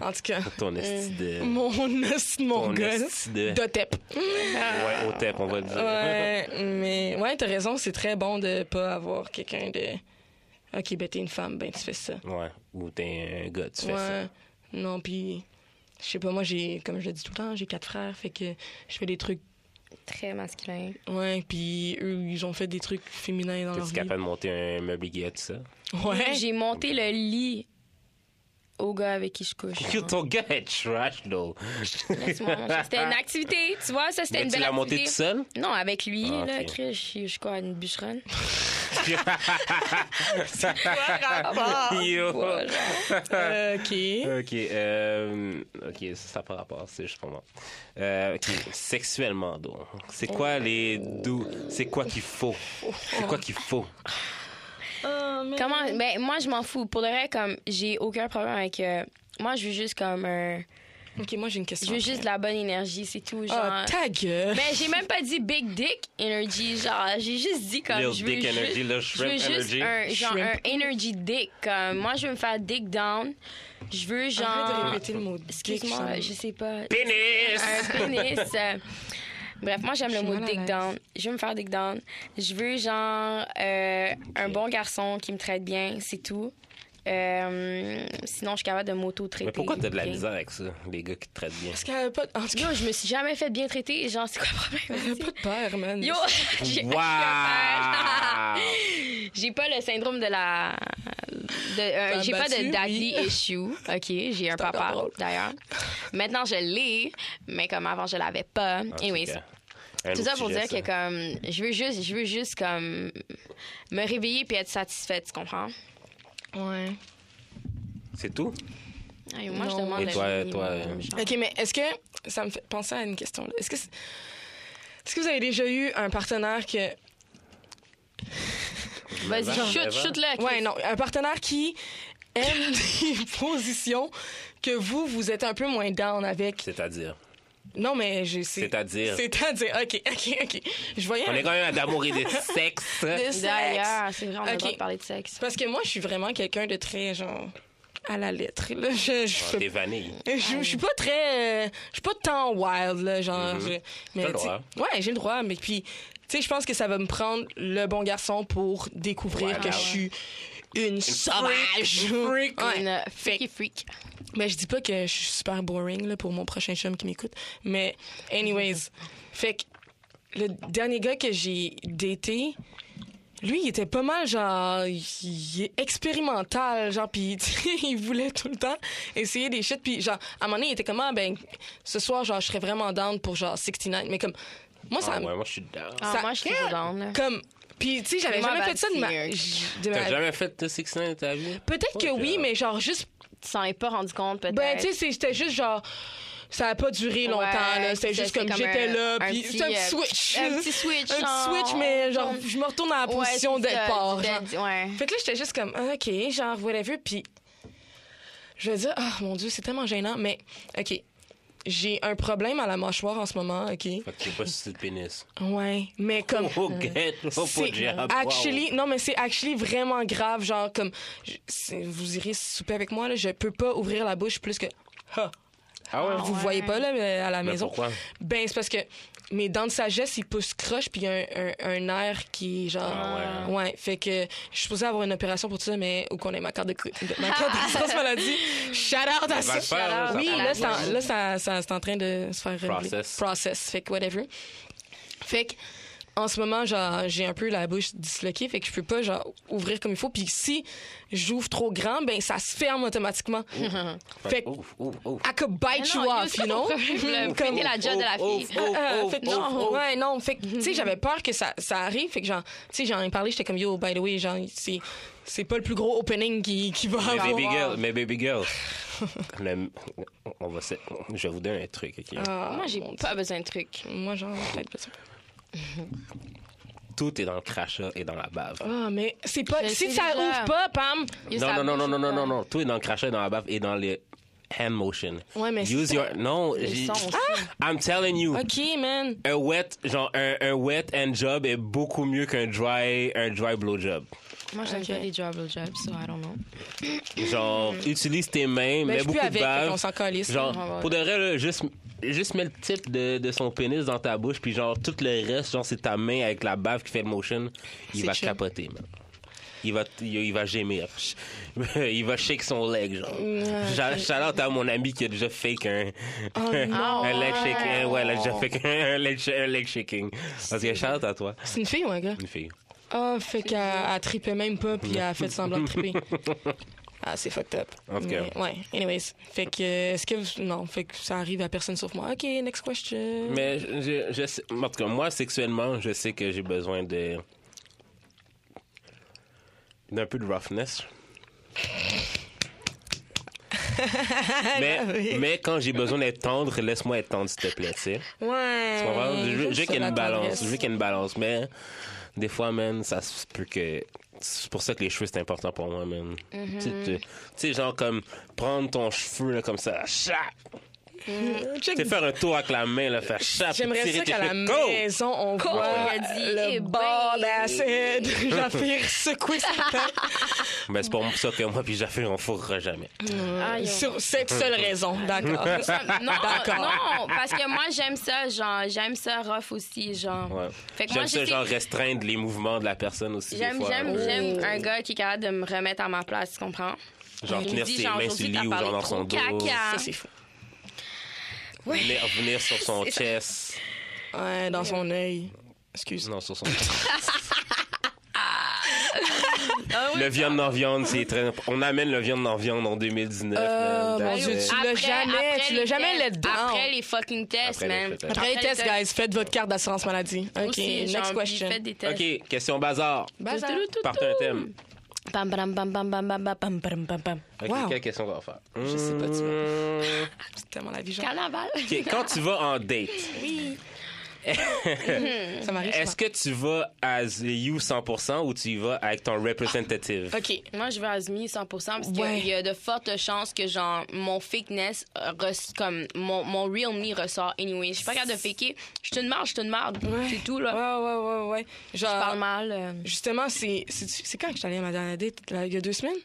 Speaker 2: en tout cas
Speaker 1: Ton esti de...
Speaker 2: mon os mon
Speaker 1: Euh, Ton
Speaker 2: gosse
Speaker 1: esti de- Ah
Speaker 2: de tep
Speaker 3: Ah,
Speaker 1: Ouais, au tep, on va le dire.
Speaker 2: ouais mais ouais t'as raison c'est très bon de pas avoir quelqu'un de ok ben t'es une femme ben tu fais ça
Speaker 1: Ouais. Ou t'es un gars, tu fais
Speaker 2: ouais.
Speaker 1: ça.
Speaker 2: Non, puis je sais pas, moi j'ai comme je le dis tout le temps, j'ai quatre frères, fait que je fais des trucs
Speaker 3: Très masculin.
Speaker 2: ouais, puis eux ils ont fait des trucs féminins dans leur
Speaker 1: T'es-tu
Speaker 2: vie.
Speaker 1: capable de monter un meuble gay, tout ça?
Speaker 3: Moi,
Speaker 2: Ouais.
Speaker 3: J'ai monté le lit au gars avec qui je couche.
Speaker 1: Yo, ton gars est trash, though.
Speaker 3: Laisse-moi manger. C'était une activité, tu vois, ça c'était
Speaker 1: Mais
Speaker 3: une
Speaker 1: tu
Speaker 3: belle
Speaker 1: l'as monté tout
Speaker 3: activité.
Speaker 1: seul?
Speaker 3: Non, avec lui,
Speaker 1: Ah,
Speaker 3: là,
Speaker 1: ok.
Speaker 3: Chris, je suis- je suis quoi, une bûcheronne?
Speaker 1: Yo.
Speaker 3: Voilà.
Speaker 2: Euh, OK.
Speaker 1: Ok, euh, ok, ça, ça n'a pas rapport, c'est juste pour moi. Euh, ok, sexuellement, donc, c'est
Speaker 3: Oh.
Speaker 1: quoi les doux, c'est quoi qu'il faut, c'est quoi qu'il faut.
Speaker 3: Comment? Ben, moi, je m'en fous. Pour le vrai, comme, j'ai aucun problème avec. euh, moi, je veux juste comme. un...
Speaker 2: OK, moi j'ai une question.
Speaker 3: je veux juste de la bonne énergie, c'est tout. Genre.
Speaker 2: Ah, ta gueule.
Speaker 3: Ben, j'ai même pas dit big dick energy, genre, j'ai juste dit comme
Speaker 1: Lil
Speaker 3: je veux
Speaker 1: dick
Speaker 3: juste,
Speaker 1: energy, lil
Speaker 3: je veux
Speaker 1: shrimp
Speaker 3: juste
Speaker 1: energy.
Speaker 3: un genre
Speaker 2: Shrimp.
Speaker 3: un energy dick comme moi je veux me faire dick down. Je veux
Speaker 2: Arrête de
Speaker 3: genre
Speaker 2: répéter le mot. dick,
Speaker 3: excuse-moi,
Speaker 2: Charles.
Speaker 3: je sais pas.
Speaker 1: Pénis!
Speaker 3: Un pénis. euh, Bref, moi j'aime
Speaker 2: Je
Speaker 3: le
Speaker 2: suis
Speaker 3: mot
Speaker 2: mal à
Speaker 3: dick
Speaker 2: l'aise.
Speaker 3: down. Je veux me faire dick down. Je veux genre euh, un
Speaker 1: Ok.
Speaker 3: bon garçon qui me traite bien, c'est tout. Euh, sinon, je suis capable de m'auto-traiter.
Speaker 1: Mais pourquoi t'as de la
Speaker 3: bien.
Speaker 1: misère avec ça, les gars qui te traitent bien?
Speaker 2: Parce qu'elle avait pas de- en tout cas,
Speaker 3: Yo, je me suis jamais fait bien traiter. Genre, c'est quoi le
Speaker 2: elle
Speaker 3: problème?
Speaker 2: avait pas de père, man.
Speaker 3: Yo, j'ai
Speaker 1: Wow!
Speaker 3: pas J'ai pas le syndrome de la. de- euh,
Speaker 2: Femme
Speaker 3: j'ai pas
Speaker 2: battue,
Speaker 3: de daddy
Speaker 2: oui.
Speaker 3: issue. OK, j'ai un
Speaker 2: C'est encore
Speaker 3: papa,
Speaker 2: drôle.
Speaker 3: d'ailleurs. Maintenant, je l'ai, mais comme avant, je l'avais pas.
Speaker 1: Ah,
Speaker 3: Anyways, tout ça pour dire que,
Speaker 1: euh,
Speaker 3: comme, je veux juste, je veux juste, comme, me réveiller puis être satisfaite, tu comprends?
Speaker 2: Ouais.
Speaker 1: C'est tout?
Speaker 3: Hey, moi, je
Speaker 2: Non.
Speaker 3: demande
Speaker 1: Et
Speaker 3: le
Speaker 1: toi,
Speaker 3: minimum,
Speaker 1: toi, euh,
Speaker 3: genre.
Speaker 2: OK, mais est-ce que ça me fait penser à une question là. Est-ce que c'est- est-ce que vous avez déjà eu un partenaire que
Speaker 3: Vas-y, chute, chute là.
Speaker 2: Ouais, non, un partenaire qui aime des positions que vous, vous êtes un peu moins down avec.
Speaker 1: C'est-à-dire,
Speaker 2: Non, mais je sais.
Speaker 1: c'est-à-dire,
Speaker 2: C'est-à-dire, OK, OK, OK. Je voyais
Speaker 1: on
Speaker 2: un
Speaker 1: est quand même d'amour et de sexe.
Speaker 2: de sexe.
Speaker 3: D'ailleurs, ah, c'est vrai, on a le droit
Speaker 2: Ok.
Speaker 3: de parler de sexe.
Speaker 2: Parce que moi, je suis vraiment quelqu'un de très, genre, à la lettre. là. Je, je,
Speaker 1: Oh, Des
Speaker 2: fais-
Speaker 1: vanilles.
Speaker 2: je, je suis pas très... euh, je suis pas tant wild, là, genre...
Speaker 1: Mhm.
Speaker 2: je- mais,
Speaker 1: T'as le
Speaker 2: tu sais-
Speaker 1: droit.
Speaker 2: Ouais, j'ai le droit, mais puis... Tu sais, je pense que ça va me prendre le bon garçon pour découvrir
Speaker 1: Ouais, ah
Speaker 2: que
Speaker 1: ouais.
Speaker 2: je suis une, sauvage.
Speaker 1: freak.
Speaker 2: Ouais.
Speaker 3: Une euh, freaky freak.
Speaker 2: Ben, je dis pas que je suis super boring là, pour mon prochain chum qui m'écoute, mais anyways, fait que le dernier gars que j'ai daté, lui, il était pas mal genre il est expérimental, genre puis tu sais, il voulait tout le temps essayer des shit puis genre à un moment donné, il était comme ah, ben ce soir genre je serais vraiment down pour genre 69 mais comme moi ça
Speaker 1: Ah,
Speaker 2: me-
Speaker 1: ouais, moi, je suis dedans.
Speaker 3: Ah,
Speaker 2: Ça-
Speaker 3: moi, je suis toujours down, là.
Speaker 2: comme puis tu sais j'avais
Speaker 3: Moi,
Speaker 2: jamais
Speaker 3: bah,
Speaker 2: fait ça de ma,
Speaker 3: c'est-
Speaker 2: de ma-
Speaker 1: T'as jamais fait de 6 de ta vie?
Speaker 2: Peut-être que
Speaker 1: Ok,
Speaker 2: oui,
Speaker 1: ouais.
Speaker 2: mais genre juste
Speaker 3: Tu t'en es pas rendu compte, peut-être.
Speaker 2: Ben, tu sais, c'est- c'était juste genre. Ça a pas duré longtemps,
Speaker 3: Ouais,
Speaker 2: là. C'était
Speaker 3: c'est-
Speaker 2: juste
Speaker 3: c'est
Speaker 2: comme,
Speaker 3: comme
Speaker 2: j'étais
Speaker 3: un-
Speaker 2: là,
Speaker 3: un
Speaker 2: puis
Speaker 3: petit,
Speaker 2: c'était un petit
Speaker 3: euh,
Speaker 2: switch.
Speaker 3: un petit switch,
Speaker 2: Un petit
Speaker 3: genre,
Speaker 2: switch, mais
Speaker 3: on
Speaker 2: genre,
Speaker 3: tombe-
Speaker 2: je me retourne à la
Speaker 3: Ouais,
Speaker 2: position
Speaker 3: c'est
Speaker 2: de
Speaker 3: ça,
Speaker 2: départ,
Speaker 3: du
Speaker 2: genre.
Speaker 3: dead- ouais.
Speaker 2: Fait que là, j'étais juste comme, Ah, OK, genre, whatever. Puis, je veux dire, ah, mon Dieu, c'est tellement gênant, mais OK. J'ai un problème à la mâchoire en ce moment, OK?
Speaker 1: Fait que je sais pas si c'est le pénis.
Speaker 2: Ouais, mais comme. euh,
Speaker 1: Oh, get, oh, pas de
Speaker 2: C'est
Speaker 1: jab.
Speaker 2: actually, non, mais c'est actually vraiment grave. Genre, comme, je- c'est- vous irez souper avec moi, là, je peux pas ouvrir la bouche plus que. Ha!
Speaker 1: Ah ouais?
Speaker 2: Vous
Speaker 3: ouais.
Speaker 2: voyez pas, là, à la
Speaker 1: Mais
Speaker 2: maison.
Speaker 1: pourquoi?
Speaker 2: Ben, c'est parce que mes dents de sagesse, ils poussent croche, puis il y a un, un- un air qui est genre.
Speaker 1: Ah ouais, hein.
Speaker 2: ouais. Fait que je suis supposée avoir une opération pour tout ça, mais où qu'on ait ma carte de. cou- de- ma carte d'assurance maladie. Shout out à
Speaker 1: Ça va
Speaker 2: ça. Ah
Speaker 1: le faire,
Speaker 3: Shout-out.
Speaker 1: ça
Speaker 2: Oui,
Speaker 1: va
Speaker 2: là,
Speaker 1: le
Speaker 2: c'est en,
Speaker 1: faire.
Speaker 2: là, ça, ça- c'est en train de se faire régler.
Speaker 1: Process.
Speaker 2: Process. Fait que whatever. Fait que. En ce moment, genre, j'ai un peu la bouche disloquée, fait que je peux pas genre ouvrir comme il faut. Puis si j'ouvre trop grand, ben ça se ferme automatiquement. Fait que
Speaker 1: Ouf, ouf, ouf.
Speaker 2: I could bite
Speaker 3: Non,
Speaker 2: you
Speaker 3: non,
Speaker 2: off,
Speaker 3: yo,
Speaker 2: you know?
Speaker 3: c'est mon problème.
Speaker 2: Comme-
Speaker 3: Fais la job de la fille.
Speaker 1: Ouf, ouf,
Speaker 2: euh,
Speaker 1: ouf,
Speaker 2: fait que
Speaker 1: ouf,
Speaker 2: non,
Speaker 1: ouf.
Speaker 2: ouais, non. Fait que, tu sais, j'avais peur que ça, ça arrive. Fait que, genre, tu sais, j'en ai parlé, j'étais comme, yo, by the way, genre, c'est, c'est pas le plus gros opening qui, qui va
Speaker 1: Mais
Speaker 2: avoir.
Speaker 1: baby girl, mais baby girl, Le- on va se- Je vais vous donner un truc, OK?
Speaker 2: Ah,
Speaker 3: Moi, j'ai
Speaker 2: mon Dieu.
Speaker 3: pas besoin de trucs.
Speaker 2: Moi, j'en ai peut-être besoin.
Speaker 1: Tout est dans le crachat et dans la bave.
Speaker 2: Ah, mais c'est pas.
Speaker 3: Je
Speaker 2: Si
Speaker 3: sais
Speaker 2: ça
Speaker 3: déjà.
Speaker 2: ouvre pas, Pam.
Speaker 3: Yo, ça
Speaker 1: Non, non, non, non, non,
Speaker 3: bouge
Speaker 1: non,
Speaker 3: pas.
Speaker 1: non, non. Tout est dans le crachat et dans la bave et dans les hand motion.
Speaker 2: Ouais, mais
Speaker 1: Use
Speaker 2: c'est-
Speaker 1: your... Non,
Speaker 3: Le
Speaker 1: j'ai- Ah!
Speaker 3: son aussi.
Speaker 1: I'm telling you.
Speaker 2: Ok, man.
Speaker 1: Un wet, genre un, un wet hand job est beaucoup mieux qu'un dry, un dry blow job.
Speaker 3: Moi, j'aime
Speaker 2: Ok.
Speaker 3: pas les jobs, jobs, so I don't know.
Speaker 1: Genre, utilise tes mains, mets
Speaker 2: Mais Mm. Ben, je suis
Speaker 1: beaucoup
Speaker 2: plus avec,
Speaker 1: de bave.
Speaker 2: on s'en calisse.
Speaker 1: Genre,
Speaker 3: Ouais, ouais.
Speaker 1: pour de vrai, là, juste, juste mets le type de, de son pénis dans ta bouche, puis genre, tout le reste, genre, c'est ta main avec la bave qui fait le motion. Il
Speaker 2: C'est
Speaker 1: va
Speaker 2: chill.
Speaker 1: capoter, man. Il va, il, il va gémir. il va shake son leg, genre. J'a- Shout out à mon ami qui a déjà fake un,
Speaker 2: Oh,
Speaker 3: non.
Speaker 1: un leg shaking. Ouais, elle a déjà
Speaker 2: Ah.
Speaker 1: fake un leg, sh- un leg shaking. Parce que shout out à toi,
Speaker 2: C'est une fille ou un gars?
Speaker 1: une fille.
Speaker 2: Ah, fait qu'elle elle tripait même pas, puis elle a fait semblant de triper. Ah, c'est fucked up.
Speaker 1: En tout cas.
Speaker 2: Mais, ouais, anyways. Fait que, euh, est-ce que vous- Non, fait que ça arrive à personne sauf moi. OK, next question.
Speaker 1: Mais je, je- je sais- en tout cas, moi, sexuellement, je sais que j'ai besoin de. d'un peu de roughness.
Speaker 2: Ah
Speaker 1: mais, mais quand j'ai besoin d'être tendre, laisse-moi être tendre, s'il te plaît, tu sais.
Speaker 2: Ouais.
Speaker 1: Tu comprends? Je veux- je veux
Speaker 2: Ça
Speaker 1: qu'il y ait
Speaker 2: va
Speaker 1: une balance.
Speaker 2: tendresse.
Speaker 1: Je veux qu'il y ait une balance. Mais des fois, man, ça se peut que. C'est pour ça que les cheveux, c'est important pour moi, man.
Speaker 2: Mm-hmm.
Speaker 1: Tu sais, tu- tu sais, genre comme prendre ton cheveu là, comme ça, chap!
Speaker 2: Check-
Speaker 1: Tu sais, faire un tour avec la main, là, faire chap!
Speaker 2: J'aimerais
Speaker 1: tirer
Speaker 2: ça
Speaker 1: tes
Speaker 2: qu'à la
Speaker 1: cheveux. Go!
Speaker 2: maison, on
Speaker 3: Go,
Speaker 2: voit
Speaker 3: elle dit, eh
Speaker 2: le bord
Speaker 3: ben.
Speaker 2: d'acide. J'affaire secouer sa tête.
Speaker 1: Ben, c'est pour ça que moi puis Jaffé, on fourrera jamais.
Speaker 3: Ah, yo.
Speaker 2: Sur cette seule raison, d'accord.
Speaker 3: Non,
Speaker 1: Bah,
Speaker 2: D'accord.
Speaker 3: Bah, non, parce que moi, j'aime ça, genre, j'aime ça rough aussi, genre.
Speaker 1: Ouais.
Speaker 3: Fait que moi,
Speaker 1: J'aime ça,
Speaker 3: j'essaie-
Speaker 1: genre, restreindre les mouvements de la personne aussi. des
Speaker 3: J'aime,
Speaker 1: fois. euh,
Speaker 3: j'aime,
Speaker 1: Ouais.
Speaker 2: Oh.
Speaker 3: j'aime un gars qui est capable de me remettre à ma place, tu comprends?
Speaker 1: Genre,
Speaker 3: Il me
Speaker 1: tenir
Speaker 3: dit,
Speaker 1: ses
Speaker 3: genre,
Speaker 1: mains sur
Speaker 3: aujourd'hui,
Speaker 1: le
Speaker 3: t'as
Speaker 1: lit ou
Speaker 3: parlé
Speaker 1: genre dans
Speaker 3: trop
Speaker 1: son dos.
Speaker 3: caca.
Speaker 2: Ça, c'est fou.
Speaker 1: Venir, venir sur son
Speaker 3: C'est ça.
Speaker 1: chest.
Speaker 2: Ouais, dans son œil. Excuse.
Speaker 1: Non, sur son
Speaker 3: Ah
Speaker 1: Le viande non viande, c'est très. imp- On amène le viande non viande en 2019.
Speaker 2: Euh,
Speaker 1: man.
Speaker 2: mon Dieu,
Speaker 1: That's
Speaker 2: tu-
Speaker 1: it.
Speaker 2: l'as jamais- tu l'as
Speaker 3: les
Speaker 2: jamais
Speaker 3: tests,
Speaker 2: let down.
Speaker 3: Après les fucking tests,
Speaker 1: Après les
Speaker 3: man.
Speaker 1: tests.
Speaker 2: Après les tests, guys, faites votre carte d'assurance maladie. OK,
Speaker 3: Aussi, genre,
Speaker 2: next
Speaker 3: puis
Speaker 2: question.
Speaker 3: Faites des tests.
Speaker 1: Ok, question bazar.
Speaker 2: Bazar.
Speaker 1: Partez un thème.
Speaker 3: Bam, bam, bam, bam, bam, bam, bam, bam, bam, bam, bam.
Speaker 1: Ok,
Speaker 2: Wow.
Speaker 1: quelle question on va faire?
Speaker 2: Je sais pas, tu vois.
Speaker 1: Mmh.
Speaker 2: C'est tellement la vie, genre.
Speaker 3: Carnaval.
Speaker 1: Ok, quand tu vas en date,
Speaker 2: Ça m'arrive.
Speaker 1: est-ce
Speaker 2: souvent.
Speaker 1: que tu vas as you 100% ou tu y vas avec ton representative?
Speaker 2: Ah, OK.
Speaker 3: Moi, je vais Azmi 100 parce qu'il
Speaker 2: Ouais.
Speaker 3: y a de fortes chances que, genre, mon fakeness, euh, res- comme mon, mon real me ressort anyway. Je suis pas capable de faker. Je te demande, je te demande.
Speaker 2: Ouais.
Speaker 3: C'est tout, là.
Speaker 2: Ouais, ouais, ouais, ouais.
Speaker 3: Ah. Je
Speaker 2: Genre,
Speaker 3: parle mal. euh,
Speaker 2: justement, c'est c'est- c'est quand que je suis allée à ma dernière date? là, Il y a deux semaines?
Speaker 3: ouais,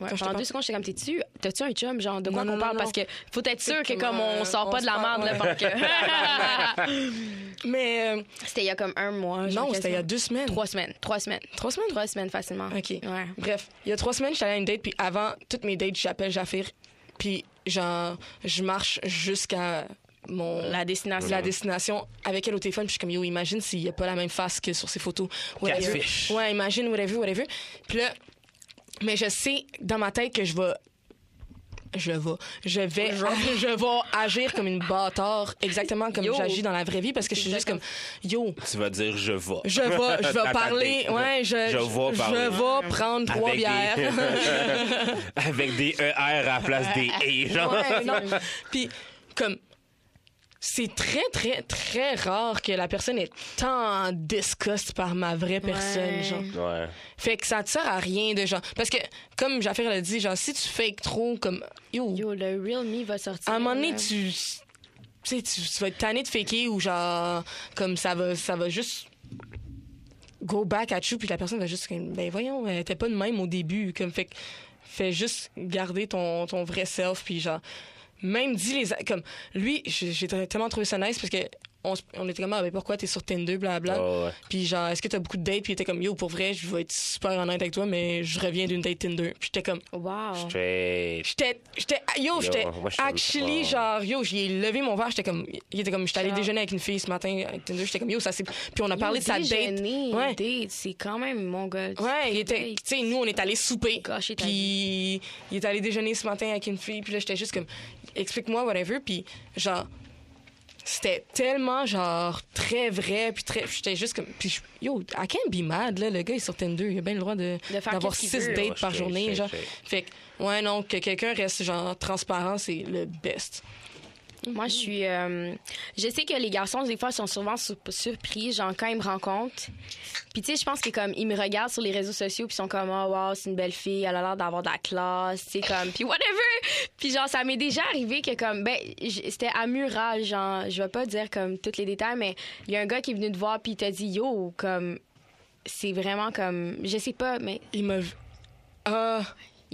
Speaker 2: Quand je te
Speaker 3: pendant
Speaker 2: parle.
Speaker 3: deux secondes, j'étais comme, t'es-tu, t'as-tu un chum? Genre, de quoi
Speaker 2: Non,
Speaker 3: qu'on
Speaker 2: non,
Speaker 3: parle?
Speaker 2: non,
Speaker 3: Parce que faut être sûr que,
Speaker 2: Effectivement,
Speaker 3: comme, on sort
Speaker 2: on
Speaker 3: pas de la
Speaker 2: se parle,
Speaker 3: merde, là, parce que.
Speaker 2: Mais euh,
Speaker 3: c'était il y a comme un mois. je
Speaker 2: non,
Speaker 3: me
Speaker 2: c'était il y a
Speaker 3: questionne.
Speaker 2: deux semaines.
Speaker 3: Trois semaines. Trois semaines.
Speaker 2: Trois semaines?
Speaker 3: Trois semaines facilement.
Speaker 2: OK.
Speaker 3: Ouais.
Speaker 2: Bref, il y a trois semaines, je suis allée à une date, puis avant toutes mes dates, j'appelle Jaffir, puis genre, je marche jusqu'à mon...
Speaker 3: La destination.
Speaker 2: la destination avec elle au téléphone. Puis je suis comme, yo, imagine s'il n'y a pas la même face que sur ses photos. Whatever.
Speaker 1: Catfish.
Speaker 2: Ouais, imagine, whatever, whatever. Puis là, mais je sais dans ma tête que je vais. Je vais. Je vais. Je vais agir comme une bâtard, exactement comme
Speaker 3: Yo.
Speaker 2: j'agis dans la vraie vie, parce que je suis juste comme, yo,
Speaker 1: Tu vas dire je vais.
Speaker 2: je vais, je
Speaker 1: À ta
Speaker 2: vais parler.
Speaker 1: date.
Speaker 2: Ouais, je.
Speaker 1: Je vais parler.
Speaker 2: Je vais prendre trois
Speaker 1: Avec des-
Speaker 2: bières.
Speaker 1: Avec des ER à la place des E, genre.
Speaker 2: Ouais, non. Puis, comme, c'est très, très, très rare que la personne est tant en disgust par ma vraie personne, genre.
Speaker 1: Ouais.
Speaker 2: Fait que ça te sert à rien de genre. Parce que, comme Jaffir l'a dit, genre, si tu fakes trop, comme, yo,
Speaker 3: Yo, le real me va sortir.
Speaker 2: à un moment donné,
Speaker 3: là.
Speaker 2: tu. Tu sais, tu, tu vas être tanné de faker ou genre, comme ça va, ça va juste go back at you, puis la personne va juste, comme, ben voyons, elle était pas de même au début. Comme, fait que fais juste garder ton, ton vrai self, puis genre, même dis les. a- Comme, lui, j'ai j'ai tellement trouvé ça nice parce que. On, s- on était comme, ah, ben pourquoi t'es sur Tinder, blablabla.
Speaker 1: Ouais, ouais.
Speaker 2: Puis genre, est-ce que t'as beaucoup de dates? Puis il était comme, yo, pour vrai, je vais être super honnête avec toi, mais je reviens d'une date Tinder. Puis j'étais comme,
Speaker 3: Wow.
Speaker 1: Straight.
Speaker 2: J'étais, j'étais, yo, j'étais,
Speaker 1: moi, je suis
Speaker 2: actually,
Speaker 1: comme-
Speaker 2: genre, yo, j'y ai levé mon verre, j'étais comme, il était comme, j'étais allé
Speaker 3: Genre.
Speaker 2: déjeuner avec une fille ce matin, avec Tinder, j'étais comme, yo, ça c'est, puis on a parlé de sa date. Ouais.
Speaker 3: Ouais. Date, c'est quand même mon gars.
Speaker 2: Ouais, il était, tu sais, nous, on est allé souper.
Speaker 3: Gâcher ta
Speaker 2: Puis, il est allé déjeuner ce matin avec une fille, puis là, j'étais juste comme, explique-moi, whatever, puis genre, c'était tellement genre très vrai puis très j'étais juste comme puis je- yo I can't be mad là le gars il sur Tinder il a bien le droit de
Speaker 3: De faire
Speaker 2: d'avoir
Speaker 3: qu'est-ce qu'il
Speaker 2: six
Speaker 3: veut.
Speaker 2: dates
Speaker 1: Ouais,
Speaker 2: par
Speaker 1: je sais,
Speaker 2: journée
Speaker 1: je sais,
Speaker 2: genre
Speaker 1: je sais.
Speaker 2: fait que ouais non que quelqu'un reste genre transparent c'est le best
Speaker 3: Moi, je suis. euh, je sais que les garçons, des fois, sont souvent sou- surpris, genre, quand ils me rencontrent. Puis, tu sais, je pense que, comme, ils me regardent sur les réseaux sociaux, puis ils sont comme, oh, wow, c'est une belle fille, elle a l'air d'avoir de la classe, tu sais, comme, puis whatever. Puis, genre, ça m'est déjà arrivé que, comme, ben, j- c'était à Mural, genre, je vais pas dire, comme, tous les détails, mais il y a un gars qui est venu te voir, puis il t'a dit, yo, comme, c'est vraiment comme. Je sais pas, mais
Speaker 2: il m'a vu- ah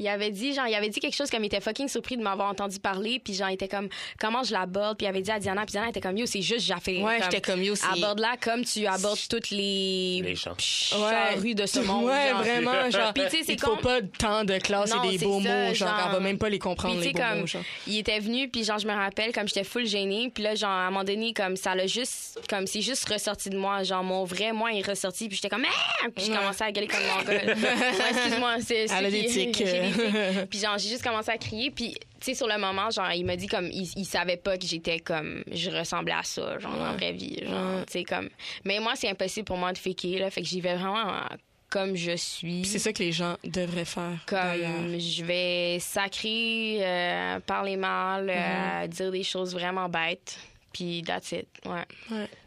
Speaker 3: il avait dit, genre, il avait dit quelque chose comme il était fucking surpris de m'avoir entendu parler, puis genre, il était comme, comment je l'aborde, puis il avait dit à Diana, puis Diana était comme, yo, c'est juste, j'affaire.
Speaker 2: ouais j'étais comme yo c'est
Speaker 3: Aborde-la comme tu abordes toutes les.
Speaker 1: Les gens.
Speaker 3: genre, rues de ce monde.
Speaker 2: ouais
Speaker 3: genre.
Speaker 2: vraiment genre
Speaker 3: Puis, tu sais, c'est
Speaker 2: il faut
Speaker 3: con-
Speaker 2: pas tant de classe
Speaker 3: Non,
Speaker 2: et des
Speaker 3: c'est
Speaker 2: beaux
Speaker 3: ça,
Speaker 2: mots genre,
Speaker 3: genre.
Speaker 2: on va même pas
Speaker 3: Puis,
Speaker 2: les comprendre
Speaker 3: tu
Speaker 2: les
Speaker 3: sais,
Speaker 2: beaux
Speaker 3: comme,
Speaker 2: mots genre
Speaker 3: il était venu, puis genre, je me rappelle, comme j'étais full gênée, puis là, genre, à un moment donné, comme ça l'a juste, comme c'est juste ressorti de moi, genre, mon vrai moi est ressorti, puis j'étais comme, ah! Puis je
Speaker 2: Ouais.
Speaker 3: commençais à gueuler comme mon gueule. excuse-moi, c'est. c'est
Speaker 2: Elle a
Speaker 3: qui-
Speaker 2: des tics.
Speaker 3: j'ai des tics. Puis genre, j'ai juste commencé à crier, puis, tu sais, sur le moment, genre, il m'a dit comme, il, il savait pas que j'étais comme, je ressemblais à ça, genre, en vraie vie, genre,
Speaker 2: Ouais.
Speaker 3: tu sais, comme. Mais moi, c'est impossible pour moi de faker, là, fait que j'y vais vraiment euh, comme je suis.
Speaker 2: Puis c'est ça que les gens devraient faire d'ailleurs.
Speaker 3: Comme je vais sacrer, euh, parler mal, euh,
Speaker 2: Mm-hmm.
Speaker 3: dire des choses vraiment bêtes. Puis that's it. Ouais.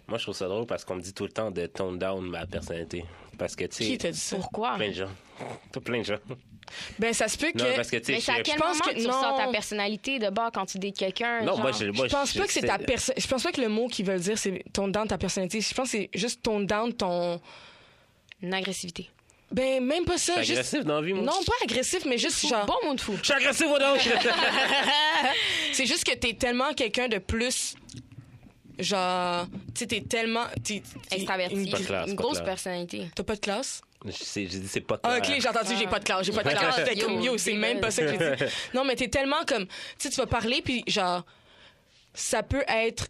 Speaker 1: Moi, je trouve ça drôle parce qu'on me dit tout le temps de tone down ma personnalité. Parce que, tu
Speaker 2: qui
Speaker 1: sais,
Speaker 2: t'a dit ça
Speaker 3: Pourquoi?
Speaker 1: plein de gens. Tout plein de gens.
Speaker 2: ben ça se peut
Speaker 1: Non,
Speaker 2: que
Speaker 1: parce que, tu sais,
Speaker 3: Mais c'est à
Speaker 1: je suis-
Speaker 3: quel
Speaker 2: pense
Speaker 3: moment
Speaker 2: que-
Speaker 3: que tu ressens
Speaker 2: non.
Speaker 3: ta personnalité de bas quand tu dates quelqu'un?
Speaker 1: Non,
Speaker 3: genre?
Speaker 1: moi, je, moi,
Speaker 2: je pense pas que c'est ta
Speaker 1: sais-
Speaker 2: perso- Je pense pas que le mot qu'ils veulent dire, c'est tone down ta personnalité. Je pense que c'est juste tone down ton.
Speaker 3: Une agressivité.
Speaker 2: Ben, même pas ça.
Speaker 1: Je suis
Speaker 2: juste-
Speaker 1: agressif dans la vie, moi.
Speaker 2: Non, pas agressif, mais juste genre.
Speaker 3: Bon monde fou.
Speaker 1: Je suis agressif, moi, donc.
Speaker 2: C'est juste que t'es tellement quelqu'un de plus. Genre. Tu sais, t'es tellement. t'es- t'es-
Speaker 3: Extraverti.
Speaker 2: une-
Speaker 1: Pas clair,
Speaker 3: une
Speaker 1: pas
Speaker 3: grosse
Speaker 1: clair.
Speaker 3: personnalité.
Speaker 2: T'as pas de classe?
Speaker 1: Je sais- J'ai dit, c'est pas
Speaker 2: Ah,
Speaker 1: clair.
Speaker 2: ok, j'ai entendu, j'ai pas de classe, j'ai pas de classe. J'étais
Speaker 3: Yo,
Speaker 2: comme, yo, c'est même pas ça que j'ai dit. Non, mais t'es tellement comme. Tu sais, tu vas parler, puis genre. Ça peut être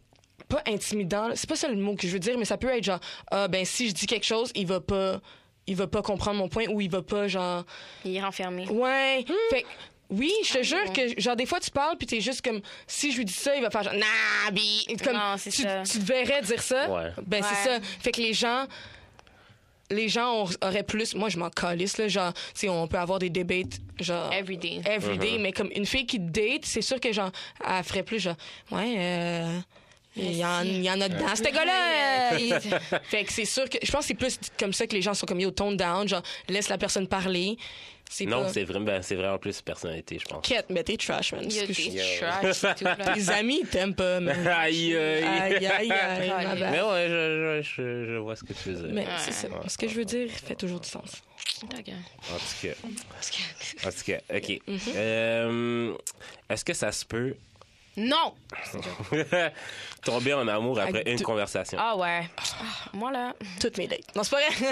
Speaker 2: pas intimidant, là. c'est pas ça le mot que je veux dire, mais ça peut être genre, ah, ben si je dis quelque chose, il va pas. Il va pas comprendre mon point ou il va pas, genre.
Speaker 3: Il est renfermé.
Speaker 2: Ouais.
Speaker 3: Hmm.
Speaker 2: Fait que, oui, je
Speaker 3: Ah,
Speaker 2: te jure que, genre, des fois, tu parles, puis t'es juste comme, si je lui dis ça, il va faire genre, nah, bi. Comme,
Speaker 3: Non, c'est
Speaker 2: tu,
Speaker 3: ça.
Speaker 2: tu te verrais dire ça.
Speaker 1: Ouais.
Speaker 2: Ben, c'est
Speaker 3: Ouais.
Speaker 2: ça. Fait que les gens. Les gens aur- auraient plus. Moi, je m'en calisse, là. Genre, tu sais, on peut avoir des débates, genre.
Speaker 3: Everyday.
Speaker 2: Everyday,
Speaker 1: Mhm.
Speaker 2: mais comme une fille qui date, c'est sûr que, genre, elle ferait plus, genre, ouais, euh. Il y, en, il y en a dedans, ce gars-là! euh, il- fait que c'est sûr que. Je pense que c'est plus comme ça que les gens sont comme mis au tone down, genre, laisse la personne parler. C'est
Speaker 1: Non,
Speaker 2: pas-
Speaker 1: c'est vraiment, ben, c'est vraiment plus personnalité, je pense.
Speaker 2: Quête, mais t'es trash, man.
Speaker 3: Yo,
Speaker 2: Excuse-
Speaker 3: t'es trash et tout, là.
Speaker 2: Tes amis, ils t'aiment pas, man.
Speaker 1: Aïe, aïe.
Speaker 2: Aïe, aïe, aïe, ma bad.
Speaker 1: Mais ouais, je, je, je, je vois ce que tu veux dire.
Speaker 2: Ah bah. Mais c'est ça. Ce que je veux dire fait toujours du sens.
Speaker 3: Ta gueule.
Speaker 1: En tout cas.
Speaker 3: Parce que-
Speaker 1: En tout cas, OK.
Speaker 2: Mhm.
Speaker 1: Euh, Est-ce que ça se peut
Speaker 3: Non!
Speaker 1: tomber en amour après
Speaker 2: Ah,
Speaker 1: une
Speaker 2: tu-
Speaker 1: conversation?
Speaker 3: Ah ouais. Ah, moi là.
Speaker 2: Toutes mes dates. Non, c'est pas vrai.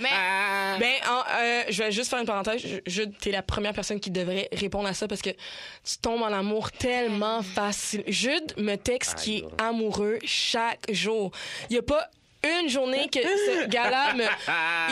Speaker 3: Mais.
Speaker 2: ben, en- euh, je vais juste faire une parenthèse. Je- Jude, t'es la première personne qui devrait répondre à ça parce que tu tombes en amour tellement facile. Jude me texte qui est amoureux chaque jour. Il y a pas une journée que ce gars-là me,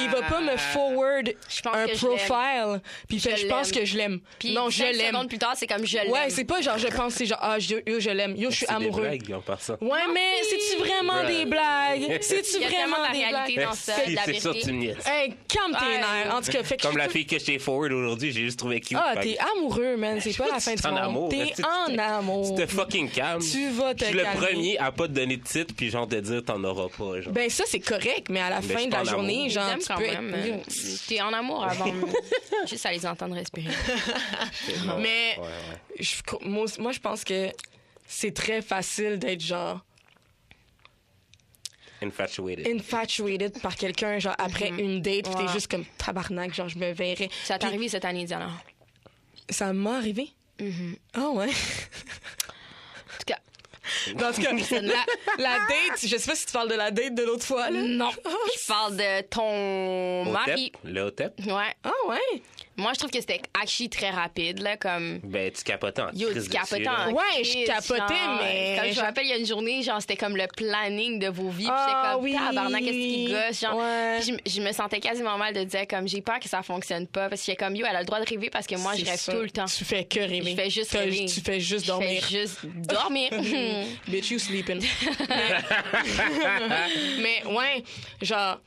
Speaker 2: il va pas me forward
Speaker 3: Je pense
Speaker 2: un
Speaker 3: que je l'aime.
Speaker 2: profile. Puis il fait,
Speaker 3: Je
Speaker 2: je pense
Speaker 3: l'aime.
Speaker 2: que je l'aime.
Speaker 3: Puis
Speaker 2: non, je
Speaker 3: cinq
Speaker 2: l'aime.
Speaker 3: secondes plus tard, c'est comme je l'aime.
Speaker 2: Ouais, c'est pas genre je pense, c'est genre ah, je, yo, je l'aime, yo, je suis
Speaker 1: C'est des
Speaker 2: amoureux.
Speaker 1: blagues, en passant.
Speaker 2: Ouais, mais c'est-tu vraiment
Speaker 1: Bruh.
Speaker 2: des blagues? C'est-tu
Speaker 3: Il y a tellement
Speaker 2: vraiment
Speaker 3: de la
Speaker 2: des
Speaker 3: réalité
Speaker 2: blagues?
Speaker 3: dans ça, de la
Speaker 1: c'est sûr que
Speaker 3: vérité.
Speaker 1: tu me niaises.
Speaker 2: Hey, calme tes
Speaker 3: Ouais.
Speaker 2: nerfs. En tout cas, fait que
Speaker 1: Comme
Speaker 2: je-
Speaker 1: la fille que je t'ai forward aujourd'hui, j'ai juste trouvé cute.
Speaker 2: Ah,
Speaker 1: Fait
Speaker 2: t'es
Speaker 1: que
Speaker 2: amoureux, man. C'est pas la
Speaker 1: Tu
Speaker 2: fin du
Speaker 1: t'es en
Speaker 2: monde.
Speaker 1: amour.
Speaker 2: T'es
Speaker 1: Tu-
Speaker 2: en amour.
Speaker 1: Tu te fucking calme.
Speaker 2: Tu vas te
Speaker 1: Je suis le
Speaker 2: calmer.
Speaker 1: premier à pas te donner de titre, puis genre te dire t'en auras pas. Genre.
Speaker 2: Ben ça, c'est correct, mais à la
Speaker 1: je
Speaker 2: fin
Speaker 1: suis
Speaker 2: de la
Speaker 1: en amour.
Speaker 2: journée,
Speaker 3: Je
Speaker 2: genre,
Speaker 3: les aime
Speaker 2: tu
Speaker 3: quand
Speaker 2: peux
Speaker 3: même.
Speaker 2: être-
Speaker 3: Euh, J'étais en amour avant. Juste à les entendre respirer.
Speaker 1: Non,
Speaker 2: Ah, mais-
Speaker 1: ouais, ouais.
Speaker 2: Je- moi, moi, je pense que c'est très facile d'être genre
Speaker 1: Infatuated.
Speaker 2: infatuated par quelqu'un, genre après une date, pis t'es
Speaker 3: Mm-hmm. Ouais.
Speaker 2: juste comme tabarnak, genre je me verrais.
Speaker 3: Ça t'est arrivé cette année, Diana.
Speaker 2: Ça m'a arrivé?
Speaker 3: Mm-hmm.
Speaker 2: Ah ouais?
Speaker 3: En tout cas,
Speaker 2: Dans ce cas, la, la date, je sais pas si tu parles de la date de l'autre fois, là.
Speaker 3: non. Je parle de ton
Speaker 1: Au
Speaker 3: mari.
Speaker 1: tep, le au tep.
Speaker 3: Ouais.
Speaker 2: Ah ouais?
Speaker 3: Moi, je trouve que c'était actually très rapide, là, comme.
Speaker 1: Ben, tu capotais en
Speaker 3: Yo,
Speaker 1: crise dessus,
Speaker 3: tu capotais
Speaker 1: là.
Speaker 3: en
Speaker 2: Ouais,
Speaker 3: crise,
Speaker 2: je capotais,
Speaker 3: genre, euh,
Speaker 2: mais-
Speaker 3: Comme je me rappelle, il y a une journée, genre, c'était comme le planning de vos vies. Puis
Speaker 2: Ah
Speaker 3: j'étais comme,
Speaker 2: oui.
Speaker 3: tabarnak, qu'est-ce qui gosse, genre.
Speaker 2: Ouais.
Speaker 3: Puis je, je me sentais quasiment mal de dire, comme, j'ai peur que ça fonctionne pas. Parce que j'étais comme, yo, elle a le droit de rêver parce que moi, je
Speaker 2: C'est
Speaker 3: rêve
Speaker 2: ça.
Speaker 3: tout le temps.
Speaker 2: Tu fais que rêver.
Speaker 3: Je fais juste
Speaker 2: T'as-
Speaker 3: rêver.
Speaker 2: Tu fais juste dormir.
Speaker 3: Je fais juste dormir.
Speaker 2: Bitch, you sleeping. mais ouais, genre.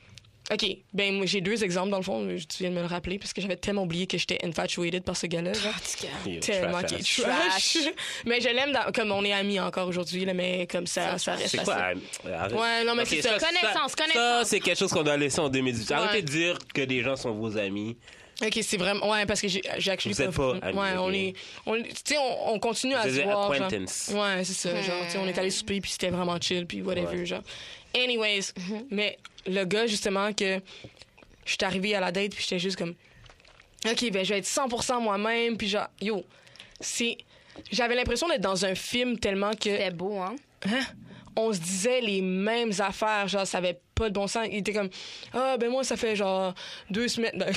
Speaker 2: OK, ben moi, j'ai deux exemples dans le fond, tu viens de me le rappeler parce que j'avais tellement oublié que j'étais infatuated par ce gars-là. genre.
Speaker 3: En tout cas,
Speaker 1: Yo,
Speaker 2: Tellement
Speaker 1: trash
Speaker 2: qu'il
Speaker 1: ass.
Speaker 2: est trash. Mais je l'aime dans- comme on est amis encore aujourd'hui là, mais comme ça ça reste
Speaker 1: C'est quoi?
Speaker 2: assez.
Speaker 1: euh, arrête.
Speaker 2: Ouais, non, mais
Speaker 1: Ok,
Speaker 2: c'est ça.
Speaker 3: Connaissance,
Speaker 1: Ça,
Speaker 3: connaissance.
Speaker 1: c'est quelque chose qu'on doit laisser en 2018. Arrêtez
Speaker 2: Ouais.
Speaker 1: de dire que des gens sont vos amis.
Speaker 2: OK, c'est vraiment ouais parce que j'ai j'ai actually
Speaker 1: Vous êtes pas amis,
Speaker 2: Ouais, on
Speaker 1: ok.
Speaker 2: est on tu sais on, on continue à
Speaker 1: Vous
Speaker 2: se
Speaker 1: êtes
Speaker 2: voir. genre.
Speaker 1: acquaintance.
Speaker 2: Ouais, c'est ça, genre tu sais on est allé souper puis c'était vraiment chill puis whatever
Speaker 1: Ouais.
Speaker 2: genre. Anyways, mais le gars justement que je suis arrivée à la date puis j'étais juste comme OK, ben je vais être 100% moi-même puis genre yo, c'est j'avais l'impression d'être dans un film tellement que
Speaker 3: c'était beau, hein?
Speaker 2: on se disait les mêmes affaires, genre ça avait pas de bon sens. Il était comme ah ben moi ça fait genre deux semaines. Non.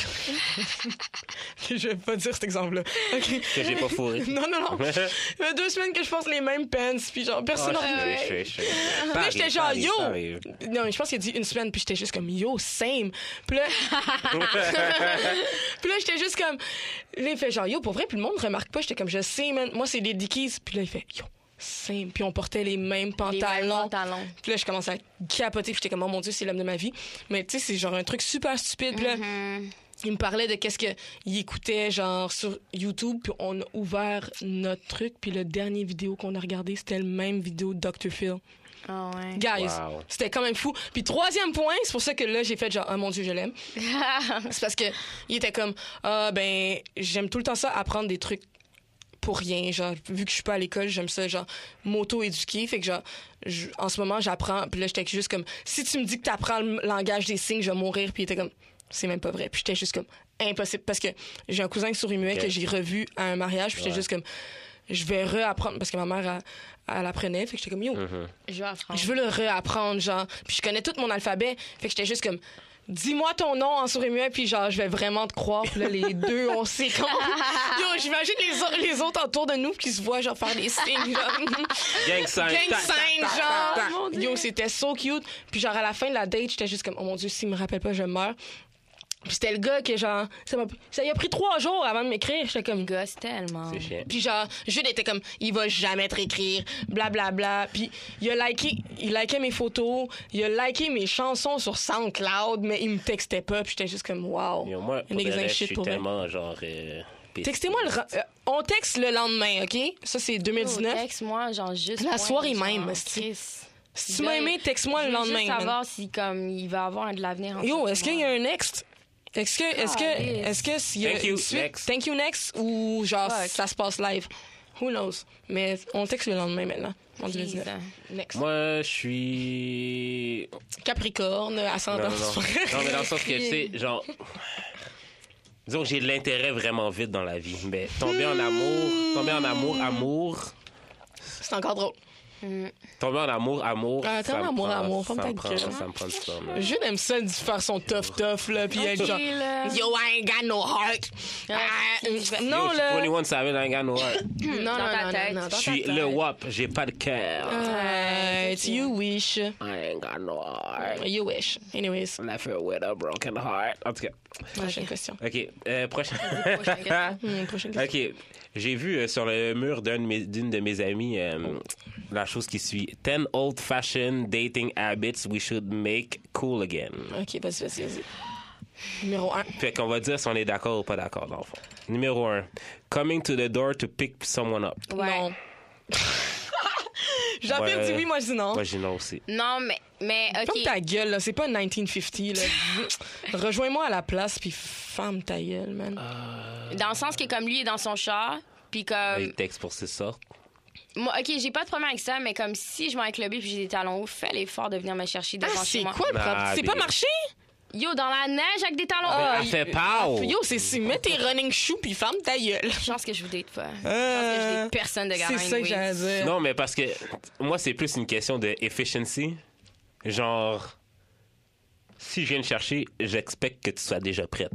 Speaker 2: je vais pas dire cet exemple-là. Ok.
Speaker 1: Que j'ai pas fourré.
Speaker 2: Non non non. Ça fait deux semaines que je porte les mêmes pants puis genre personne.
Speaker 1: Oh,
Speaker 2: n'en
Speaker 1: je
Speaker 2: veut.
Speaker 1: suis- je suis- je suis-
Speaker 2: Puis là,
Speaker 1: Paris,
Speaker 2: j'étais genre,
Speaker 1: Paris,
Speaker 2: yo!
Speaker 1: Paris.
Speaker 2: Non, mais je pense qu'il a dit une semaine, puis j'étais juste comme, yo, same. Puis là, puis là j'étais juste comme, là, il fait genre, yo, pour vrai, puis le monde remarque pas. J'étais comme, je sais, man. Moi, c'est des dickies. Puis là, il fait, yo, same. Puis on portait les mêmes
Speaker 3: Les
Speaker 2: pantalons.
Speaker 3: pantalons.
Speaker 2: Puis là, je commençais à capoter, puis j'étais comme, oh mon Dieu, c'est l'homme de ma vie. Mais tu sais, c'est genre un truc super stupide. Puis là,
Speaker 3: Mhm.
Speaker 2: il me parlait de qu'est-ce qu'il écoutait, genre sur YouTube, puis on a ouvert notre truc, puis le dernier vidéo qu'on a regardé, c'était le même vidéo de Dr. Phil.
Speaker 3: Ah ouais.
Speaker 2: Guys,
Speaker 1: Wow.
Speaker 2: c'était quand même fou. Puis troisième point, c'est pour ça que là, j'ai fait genre, ah mon Dieu, je l'aime. c'est parce que il était comme, ah ben, j'aime tout le temps ça, apprendre des trucs pour rien. Genre, vu que je suis pas à l'école, j'aime ça, genre, m'auto-éduquer. Fait que genre, je- en ce moment, j'apprends. Puis là, j'étais juste comme, si tu me dis que t'apprends le langage des signes, je vais mourir. Puis il était comme, c'est même pas vrai. Puis j'étais juste comme, impossible. Parce que j'ai un cousin qui sourit muet
Speaker 1: Ok.
Speaker 2: que j'ai revu à un mariage. Puis j'étais
Speaker 1: Ouais.
Speaker 2: juste comme, je vais réapprendre. Parce que ma mère, elle, elle apprenait. Fait que j'étais comme, yo,
Speaker 1: Mhm.
Speaker 3: Je vais apprendre.
Speaker 2: je veux le réapprendre, genre. Puis je connais tout mon alphabet. Fait que j'étais juste comme, dis-moi ton nom en souris muet, puis genre, je vais vraiment te croire. Puis là, les deux, on sait comment. Yo, j'imagine les, au- les autres autour de nous qui se voient, genre, faire des signes, genre.
Speaker 1: Gang sign.
Speaker 2: Gang
Speaker 1: Ta-
Speaker 2: sign,
Speaker 3: ta.
Speaker 2: genre.
Speaker 3: Oh Mon Dieu.
Speaker 2: Yo, c'était so cute. Puis genre, à la fin de la date, j'étais juste comme, oh mon Dieu, s'il me rappelle pas, je meurs. Puis c'était le gars qui, genre, ça m'a ça y a pris trois jours avant de m'écrire. J'étais comme,
Speaker 3: gosse tellement.
Speaker 1: C'est chiant.
Speaker 2: puis genre, Jude était comme, il va jamais te réécrire, blablabla. Bla. Puis il a liké, il likait mes photos, il a liké mes chansons sur SoundCloud, mais il me textait pas. Puis j'étais juste comme, wow.
Speaker 1: Yo, moi,
Speaker 2: Un
Speaker 1: pour de
Speaker 2: ex-
Speaker 1: vrai,
Speaker 2: un
Speaker 1: je suis
Speaker 2: pour vrai.
Speaker 1: tellement genre. euh, pissed.
Speaker 2: Textez-moi le. ra- euh, on texte le lendemain, OK? Ça, c'est 2019.
Speaker 3: texte, moi, genre juste.
Speaker 2: La
Speaker 3: point,
Speaker 2: soirée
Speaker 3: genre,
Speaker 2: même, c'est-
Speaker 3: Chris.
Speaker 2: Si tu m'as aimé, texte-moi le
Speaker 3: Je veux
Speaker 2: lendemain.
Speaker 3: juste
Speaker 2: man.
Speaker 3: savoir si comme il va avoir un de l'avenir. en
Speaker 2: Yo,
Speaker 3: fait,
Speaker 2: est-ce qu'il y a un next? Est-ce que, est-ce que,
Speaker 3: Calisse.
Speaker 2: est-ce que s'il y a
Speaker 1: Thank
Speaker 2: une
Speaker 1: you,
Speaker 2: suite-
Speaker 1: next.
Speaker 2: thank you next ou genre
Speaker 3: Fuck.
Speaker 2: ça se passe live? Who knows? Mais on texte le lendemain maintenant. En
Speaker 3: moi.
Speaker 2: 2019. Next.
Speaker 1: Moi, je suis.
Speaker 2: Capricorne,
Speaker 1: Non, non,
Speaker 2: ascendant.
Speaker 1: non. Non, mais dans le sens que, tu sais, genre. Disons que j'ai de l'intérêt vraiment vite dans la vie. Mais tomber en amour, tomber en amour, amour,
Speaker 2: C'est encore drôle.
Speaker 1: tomber en amour, amour.
Speaker 2: Ah,
Speaker 1: ça
Speaker 2: tomber en
Speaker 1: me
Speaker 2: amour,
Speaker 1: prend-
Speaker 2: amour,
Speaker 1: ça
Speaker 2: ferme ta
Speaker 1: me prend,
Speaker 2: gueule. hein.
Speaker 1: ça me prend du temps. man.
Speaker 2: Jude aime ça de faire son tough tough là, puis être genre
Speaker 3: là.
Speaker 2: Yo, I ain't got no heart. Ah, non
Speaker 1: Yo, je suis
Speaker 2: là.
Speaker 1: 21 Savage, I ain't got no heart.
Speaker 2: Non non
Speaker 3: Dans ta
Speaker 2: non,
Speaker 3: tête.
Speaker 2: non, non.
Speaker 1: Je suis le WAP, j'ai pas de cœur.
Speaker 2: Alright, you wish,
Speaker 1: I ain't got no heart.
Speaker 2: you wish. Anyways,
Speaker 1: Left her with a broken heart. En tout cas.
Speaker 2: prochaine question.
Speaker 1: OK, euh, prochain.
Speaker 3: Prochaine question.
Speaker 2: Hmm, prochaine question.
Speaker 1: OK. J'ai vu euh, sur le mur d'un de mes- d'une de mes amies euh, la chose qui suit 10 old fashioned dating habits we should make cool again.
Speaker 2: Ok, vas-y, vas-y, vas-y. Numéro 1.
Speaker 1: Fait qu'on va dire si on est d'accord ou pas d'accord, dans le fond. Numéro 1. Coming to the door to pick someone up.
Speaker 3: Ouais.
Speaker 2: Non. J'avais
Speaker 1: Ouais.
Speaker 2: dit oui, moi je dis non.
Speaker 1: Moi, j'ai non aussi.
Speaker 3: Non, mais, mais
Speaker 2: Comme
Speaker 3: OK.
Speaker 2: ta gueule, là, c'est pas 1950. Là. Rejoins-moi à la place, puis ferme ta gueule, man.
Speaker 3: Dans le sens que comme lui est dans son char, puis
Speaker 1: Les
Speaker 3: comme...
Speaker 1: textes pour ces sortes.
Speaker 3: Moi, OK, j'ai pas de problème avec ça, mais comme si je vais avec le puis j'ai des talons hauts, fais l'effort de venir me chercher devant
Speaker 2: Ah,
Speaker 3: chez
Speaker 2: c'est
Speaker 3: moi.
Speaker 2: quoi le problème?
Speaker 1: Ah,
Speaker 2: c'est pas
Speaker 1: bien.
Speaker 2: marché?
Speaker 3: Yo, dans la neige avec des talons hauts.
Speaker 1: Elle fait pau!
Speaker 2: Yo, c'est si, mets tes running shoes puis ferme ta gueule.
Speaker 3: Je pense que je vous date pas. Je pense Euh, que je date personne de
Speaker 2: Euh, C'est
Speaker 3: gamin.
Speaker 2: ça que
Speaker 3: anyway.
Speaker 2: j'ai à dire.
Speaker 1: Non, mais parce que moi, c'est plus une question de efficiency. Genre, si je viens te chercher, j'expecte que tu sois déjà prête.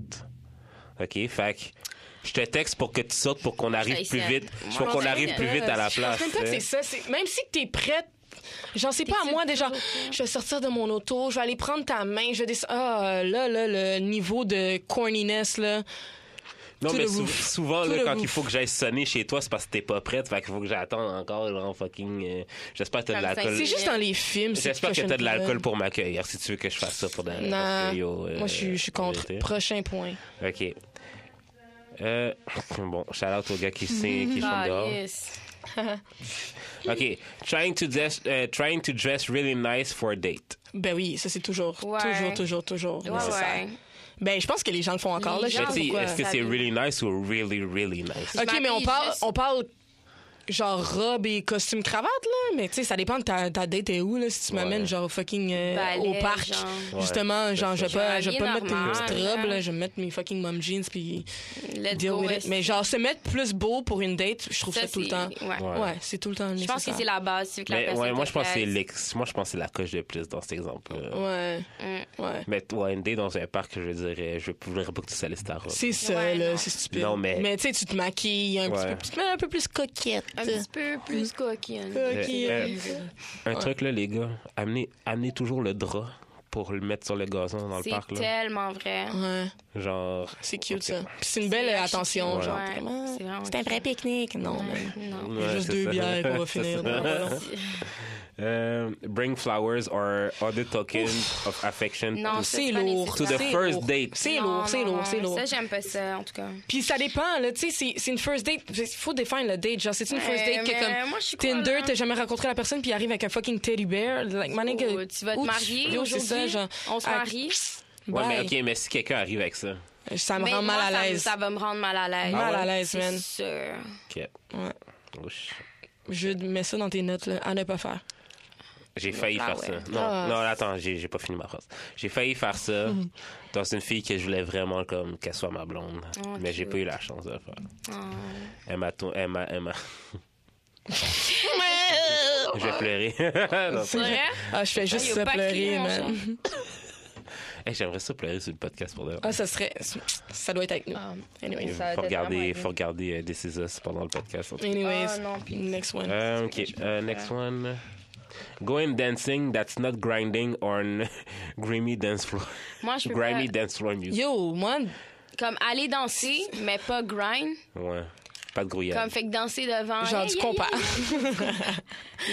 Speaker 1: OK? Fait que je te texte pour que tu sortes pour qu'on arrive
Speaker 3: J'haïs
Speaker 1: plus
Speaker 3: ça.
Speaker 1: vite.
Speaker 3: Moi,
Speaker 1: Pour
Speaker 3: je
Speaker 1: qu'on
Speaker 3: pense
Speaker 1: arrive
Speaker 3: que-
Speaker 1: plus vite à la place.
Speaker 2: En même temps,
Speaker 1: tu sais.
Speaker 2: c'est ça. c'est- Même si t'es prête, j'en sais pas à
Speaker 3: T'es-tu
Speaker 2: moi déjà.
Speaker 3: toujours prête?
Speaker 2: Je vais sortir de mon auto, je vais aller prendre ta main, je vais descendre. Ah, là, là, le niveau de corniness, là.
Speaker 1: Non,
Speaker 2: To
Speaker 1: mais
Speaker 2: the
Speaker 1: sou-
Speaker 2: roof.
Speaker 1: souvent,
Speaker 2: To
Speaker 1: là,
Speaker 2: the
Speaker 1: quand
Speaker 2: roof.
Speaker 1: il faut que j'aille sonner chez toi, c'est parce que t'es pas prête. Fait qu'il faut que j'attende encore, là, en fucking. euh, J'espère que t'as de
Speaker 3: Comme ça,
Speaker 1: l'alcool.
Speaker 2: C'est
Speaker 3: ici.
Speaker 2: juste dans les films. ces
Speaker 1: J'espère que
Speaker 2: prochaines
Speaker 1: t'as de l'alcool
Speaker 2: nouvelles.
Speaker 1: pour m'accueillir si tu veux que je fasse ça pour dans parce
Speaker 2: Non.
Speaker 1: que, yo, euh,
Speaker 2: Moi, je suis- je suis contre.
Speaker 1: vérité.
Speaker 2: Prochain point.
Speaker 1: OK. Euh, bon, shout out au gars qui sait, qui
Speaker 2: Ah,
Speaker 1: chante dehors.
Speaker 3: Calisse.
Speaker 1: OK. Trying to, dress, euh, trying to dress really nice for a date.
Speaker 2: Ben oui, ça, c'est toujours,
Speaker 3: Ouais.
Speaker 2: toujours, toujours, toujours
Speaker 3: Ouais,
Speaker 2: nécessaire.
Speaker 3: ouais.
Speaker 2: Ben, je pense que les gens le font encore, là.
Speaker 3: Les
Speaker 2: Je sais
Speaker 1: Mais
Speaker 3: gens
Speaker 2: pas
Speaker 1: tu sais,
Speaker 2: pourquoi.
Speaker 1: est-ce que c'est
Speaker 3: Ça-
Speaker 1: really nice ou really, really nice?
Speaker 3: Je
Speaker 2: OK, mais on
Speaker 3: m'habille
Speaker 2: parle,
Speaker 3: juste-
Speaker 2: on parle genre robe et costume cravate là, mais tu sais ça dépend de ta, ta date est où là si tu m'amènes
Speaker 1: Ouais.
Speaker 2: genre fucking euh,
Speaker 3: Balai,
Speaker 2: au parc
Speaker 3: genre.
Speaker 2: justement
Speaker 1: Ouais,
Speaker 2: genre je
Speaker 1: c'est
Speaker 2: vais pas je vais pas
Speaker 3: Habillé
Speaker 2: mettre une
Speaker 3: normal,
Speaker 2: petite robe
Speaker 3: là.
Speaker 2: là, je vais mettre mes fucking mom jeans puis
Speaker 3: Let's
Speaker 2: deal
Speaker 3: go,
Speaker 2: with it.
Speaker 3: esti.
Speaker 2: Mais genre se mettre plus beau pour une date, je trouve ça,
Speaker 3: Ça,
Speaker 2: tout le
Speaker 3: c'est-
Speaker 2: temps.
Speaker 3: ouais.
Speaker 1: Ouais.
Speaker 2: Ouais, c'est tout le temps
Speaker 3: Je pense que
Speaker 2: nécessaire.
Speaker 3: c'est la base. c'est que la
Speaker 1: Mais,
Speaker 3: personne
Speaker 1: ouais, moi, je pense que c'est
Speaker 3: t'intéresse.
Speaker 1: l'ex- moi, je pense que c'est la coche de plus dans cet exemple.
Speaker 2: Ouais,
Speaker 3: Mm.
Speaker 2: ouais.
Speaker 1: Mais ouais, une date dans un parc, je veux dire, euh, je voudrais pas que tu salisses ta robe.
Speaker 2: C'est ça
Speaker 3: Ouais,
Speaker 2: là,
Speaker 3: non.
Speaker 2: c'est stupide.
Speaker 1: Non, mais-
Speaker 2: tu sais tu te maquilles un petit
Speaker 1: Ouais.
Speaker 2: peu, tu te mets un peu plus coquette.
Speaker 3: Un petit peu plus coquine.
Speaker 2: Coquille.
Speaker 1: Euh, euh, un truc là, les gars, amenez, amenez toujours le drap pour le mettre sur le gazon dans le parc
Speaker 3: C'est
Speaker 1: là.
Speaker 3: tellement vrai.
Speaker 2: Ouais.
Speaker 1: Genre.
Speaker 2: C'est cute,
Speaker 1: Ok.
Speaker 2: ça. Puis c'est une belle
Speaker 3: C'est
Speaker 2: euh,
Speaker 3: archi
Speaker 2: attention,
Speaker 1: cute,
Speaker 2: genre.
Speaker 3: ouais.
Speaker 2: vraiment.
Speaker 3: C'est vraiment
Speaker 2: C'est un vrai pique-nique. Non, mais...
Speaker 3: Non.
Speaker 1: Ouais,
Speaker 2: Juste
Speaker 1: c'est
Speaker 2: deux
Speaker 1: ça.
Speaker 2: bières, on va
Speaker 1: C'est
Speaker 2: finir.
Speaker 1: ça.
Speaker 2: Non, voilà.
Speaker 1: Euh, bring flowers or other token of affection.
Speaker 3: Non,
Speaker 1: to-
Speaker 3: ça,
Speaker 2: C'est
Speaker 3: pas
Speaker 2: lourd.
Speaker 1: To the
Speaker 3: nécessaire.
Speaker 2: C'est
Speaker 1: first
Speaker 2: lourd.
Speaker 1: date.
Speaker 2: C'est
Speaker 3: Non,
Speaker 2: lourd, c'est
Speaker 3: non,
Speaker 2: lourd,
Speaker 3: non.
Speaker 2: c'est lourd.
Speaker 3: Ça, j'aime pas ça, en tout cas.
Speaker 2: Puis ça dépend, là, tu sais, c'est- c'est une first date. Il faut définir le date. Genre, c'est une first
Speaker 3: Ouais,
Speaker 2: date que
Speaker 3: Eh, mais
Speaker 2: comme
Speaker 3: moi, je suis quoi,
Speaker 2: Tinder,
Speaker 3: là?
Speaker 2: t'as jamais rencontré la personne, puis il arrive avec un fucking teddy bear. Like, my nigga.
Speaker 3: Oh, tu vas te
Speaker 2: où
Speaker 3: marier
Speaker 2: Yo, c'est ça,
Speaker 3: aujourd'hui?
Speaker 2: genre.
Speaker 3: On se
Speaker 2: Ah,
Speaker 3: marie?
Speaker 1: Ouais,
Speaker 2: bye.
Speaker 1: mais ok, mais si quelqu'un arrive avec ça.
Speaker 2: Ça me
Speaker 3: Mais
Speaker 2: rend
Speaker 3: moi,
Speaker 2: mal
Speaker 3: ça
Speaker 2: à
Speaker 3: me-
Speaker 2: l'aise. Ah
Speaker 3: Ça va me rendre mal à l'aise.
Speaker 2: Mal à l'aise,
Speaker 3: C'est
Speaker 2: man.
Speaker 3: sûr.
Speaker 1: Ok. Oh,
Speaker 2: Ouais.
Speaker 1: Ouch.
Speaker 2: Je mets ça dans tes notes, là, à ne pas faire.
Speaker 1: J'ai failli
Speaker 3: Ah
Speaker 1: faire
Speaker 3: ouais.
Speaker 1: ça. Non,
Speaker 2: Ah.
Speaker 1: non attends, j'ai j'ai pas fini ma phrase. J'ai failli faire ça dans une fille que je voulais vraiment comme qu'elle soit ma blonde,
Speaker 3: Oh,
Speaker 1: mais j'ai
Speaker 3: cute.
Speaker 1: pas eu la chance de le faire.
Speaker 3: Oh.
Speaker 1: Elle m'a tour- elle m'a elle m'a-
Speaker 3: Oh.
Speaker 1: je vais pleurer. Non, c'est-
Speaker 3: C'est vrai?
Speaker 2: Ah, je fais juste
Speaker 3: y a
Speaker 2: ça
Speaker 3: pas crié,
Speaker 2: pleurer,
Speaker 3: mon
Speaker 2: man.
Speaker 1: Hey, j'aimerais ça pleurer sur le podcast pour de vrai.
Speaker 2: Ah, ça serait. Ça doit être avec nous.
Speaker 3: Ah.
Speaker 2: Anyway.
Speaker 3: ça va
Speaker 1: faut
Speaker 3: être vraiment
Speaker 1: regarder,
Speaker 3: aidé.
Speaker 1: faut regarder euh, This Is Us pendant le podcast. en tout cas.
Speaker 2: Anyways.
Speaker 3: Oh, non, puis-
Speaker 2: Next one.
Speaker 1: Euh, ok, euh, next one. Going dancing that's not grinding on grimy dance floor.
Speaker 3: Moi, je peux
Speaker 1: grimy
Speaker 3: pas-
Speaker 1: dance floor music.
Speaker 2: Yo, moi,
Speaker 3: Comme aller danser, mais pas grind.
Speaker 1: Ouais. Pas de grouillade.
Speaker 3: Comme fait que danser devant. yeah,
Speaker 2: genre du
Speaker 3: yeah,
Speaker 2: compas.
Speaker 3: yeah.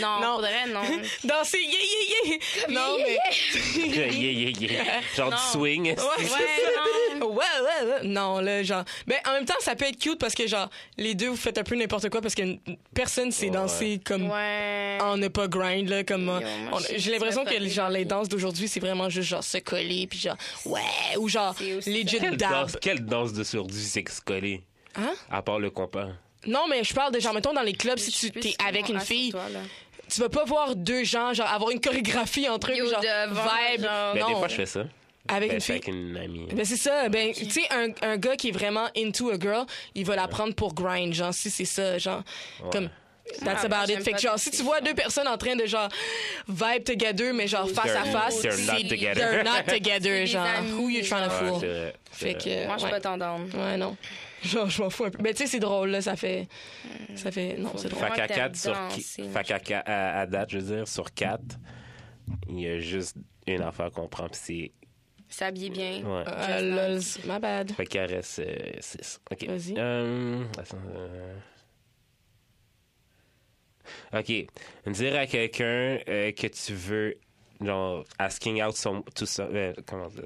Speaker 3: Non,
Speaker 2: Non.
Speaker 3: non. faudrait non.
Speaker 2: Danser, yeah, yeah, yeah. Non, mais.
Speaker 1: Yeah, yeah, yeah. Genre du
Speaker 3: Non.
Speaker 1: swing.
Speaker 2: Ouais,
Speaker 3: Ouais,
Speaker 2: ouais, ouais, ouais. Non, là, genre. Ben, en même temps, ça peut être cute parce que, genre, les deux, vous faites un peu n'importe quoi parce que personne sait
Speaker 1: Ouais.
Speaker 2: danser comme.
Speaker 3: Ouais.
Speaker 2: On n'a pas grind, là, comme.
Speaker 3: Yo,
Speaker 2: euh,
Speaker 3: moi,
Speaker 2: on-
Speaker 3: je-
Speaker 2: J'ai l'impression
Speaker 3: ça
Speaker 2: que,
Speaker 3: fait
Speaker 2: genre, les
Speaker 3: rire.
Speaker 2: danses d'aujourd'hui, c'est vraiment juste, genre, se coller, puis genre, ouais, ou genre,
Speaker 3: C'est aussi ça.
Speaker 2: legit
Speaker 1: Quelle
Speaker 2: dab.
Speaker 1: danse, quelle danse de surdu c'est que se coller?
Speaker 2: Hein?
Speaker 1: À part le compas.
Speaker 2: Non, mais je parle de, genre, mettons, dans les clubs, si
Speaker 3: Je
Speaker 2: tu
Speaker 3: sais plus
Speaker 2: t'es
Speaker 3: ce qu'ils
Speaker 2: avec
Speaker 3: vont
Speaker 2: une
Speaker 3: faire sur
Speaker 2: fille,
Speaker 3: toi, là.
Speaker 2: tu vas pas voir deux gens, genre, avoir une chorégraphie entre eux,
Speaker 3: Yo,
Speaker 2: genre,
Speaker 3: devant,
Speaker 2: vibe.
Speaker 3: genre.
Speaker 1: Mais Ben, des
Speaker 2: non,
Speaker 1: fois, je fais ça.
Speaker 2: avec
Speaker 1: Ben,
Speaker 2: une
Speaker 1: c'est
Speaker 2: fille.
Speaker 1: avec une amie.
Speaker 2: Ben c'est ça, ben tu sais un, un gars qui est vraiment into a girl, il va la prendre pour grind, genre si c'est ça, genre comme that's
Speaker 3: Ah,
Speaker 2: about it.
Speaker 3: j'aime
Speaker 2: Fait que
Speaker 3: pas
Speaker 2: genre
Speaker 3: ces
Speaker 2: si tu vois deux personnes en train de genre vibe together mais genre face à
Speaker 1: They're-
Speaker 2: face,
Speaker 1: they're not
Speaker 2: c'est-
Speaker 1: together.
Speaker 2: they're not together,
Speaker 3: des
Speaker 2: genre
Speaker 3: amis,
Speaker 2: who you trying to
Speaker 1: Ouais,
Speaker 2: fool.
Speaker 1: c'est vrai.
Speaker 2: fait
Speaker 1: c'est
Speaker 2: que
Speaker 3: Moi, je suis
Speaker 2: ouais.
Speaker 3: pas tendance.
Speaker 2: ouais non. Genre je m'en fous un peu. Mais tu sais c'est drôle là, ça fait ça fait non, c'est drôle.
Speaker 1: Fait qu'à
Speaker 3: t'aimes
Speaker 1: 4 sur
Speaker 3: danser,
Speaker 1: qui-
Speaker 3: moi,
Speaker 1: fait qu'à qua- à, à date, je veux dire, sur 4, il y a juste une affaire qu'on prend, puis c'est.
Speaker 3: S'habiller bien.
Speaker 1: Ouais.
Speaker 2: Euh, lol, my bad.
Speaker 1: Fait qu'il en reste 6. OK.
Speaker 2: Vas-y.
Speaker 1: Euh, attends, euh. OK. Dire à quelqu'un euh, que tu veux, genre, asking out some, to some- euh, comment dire?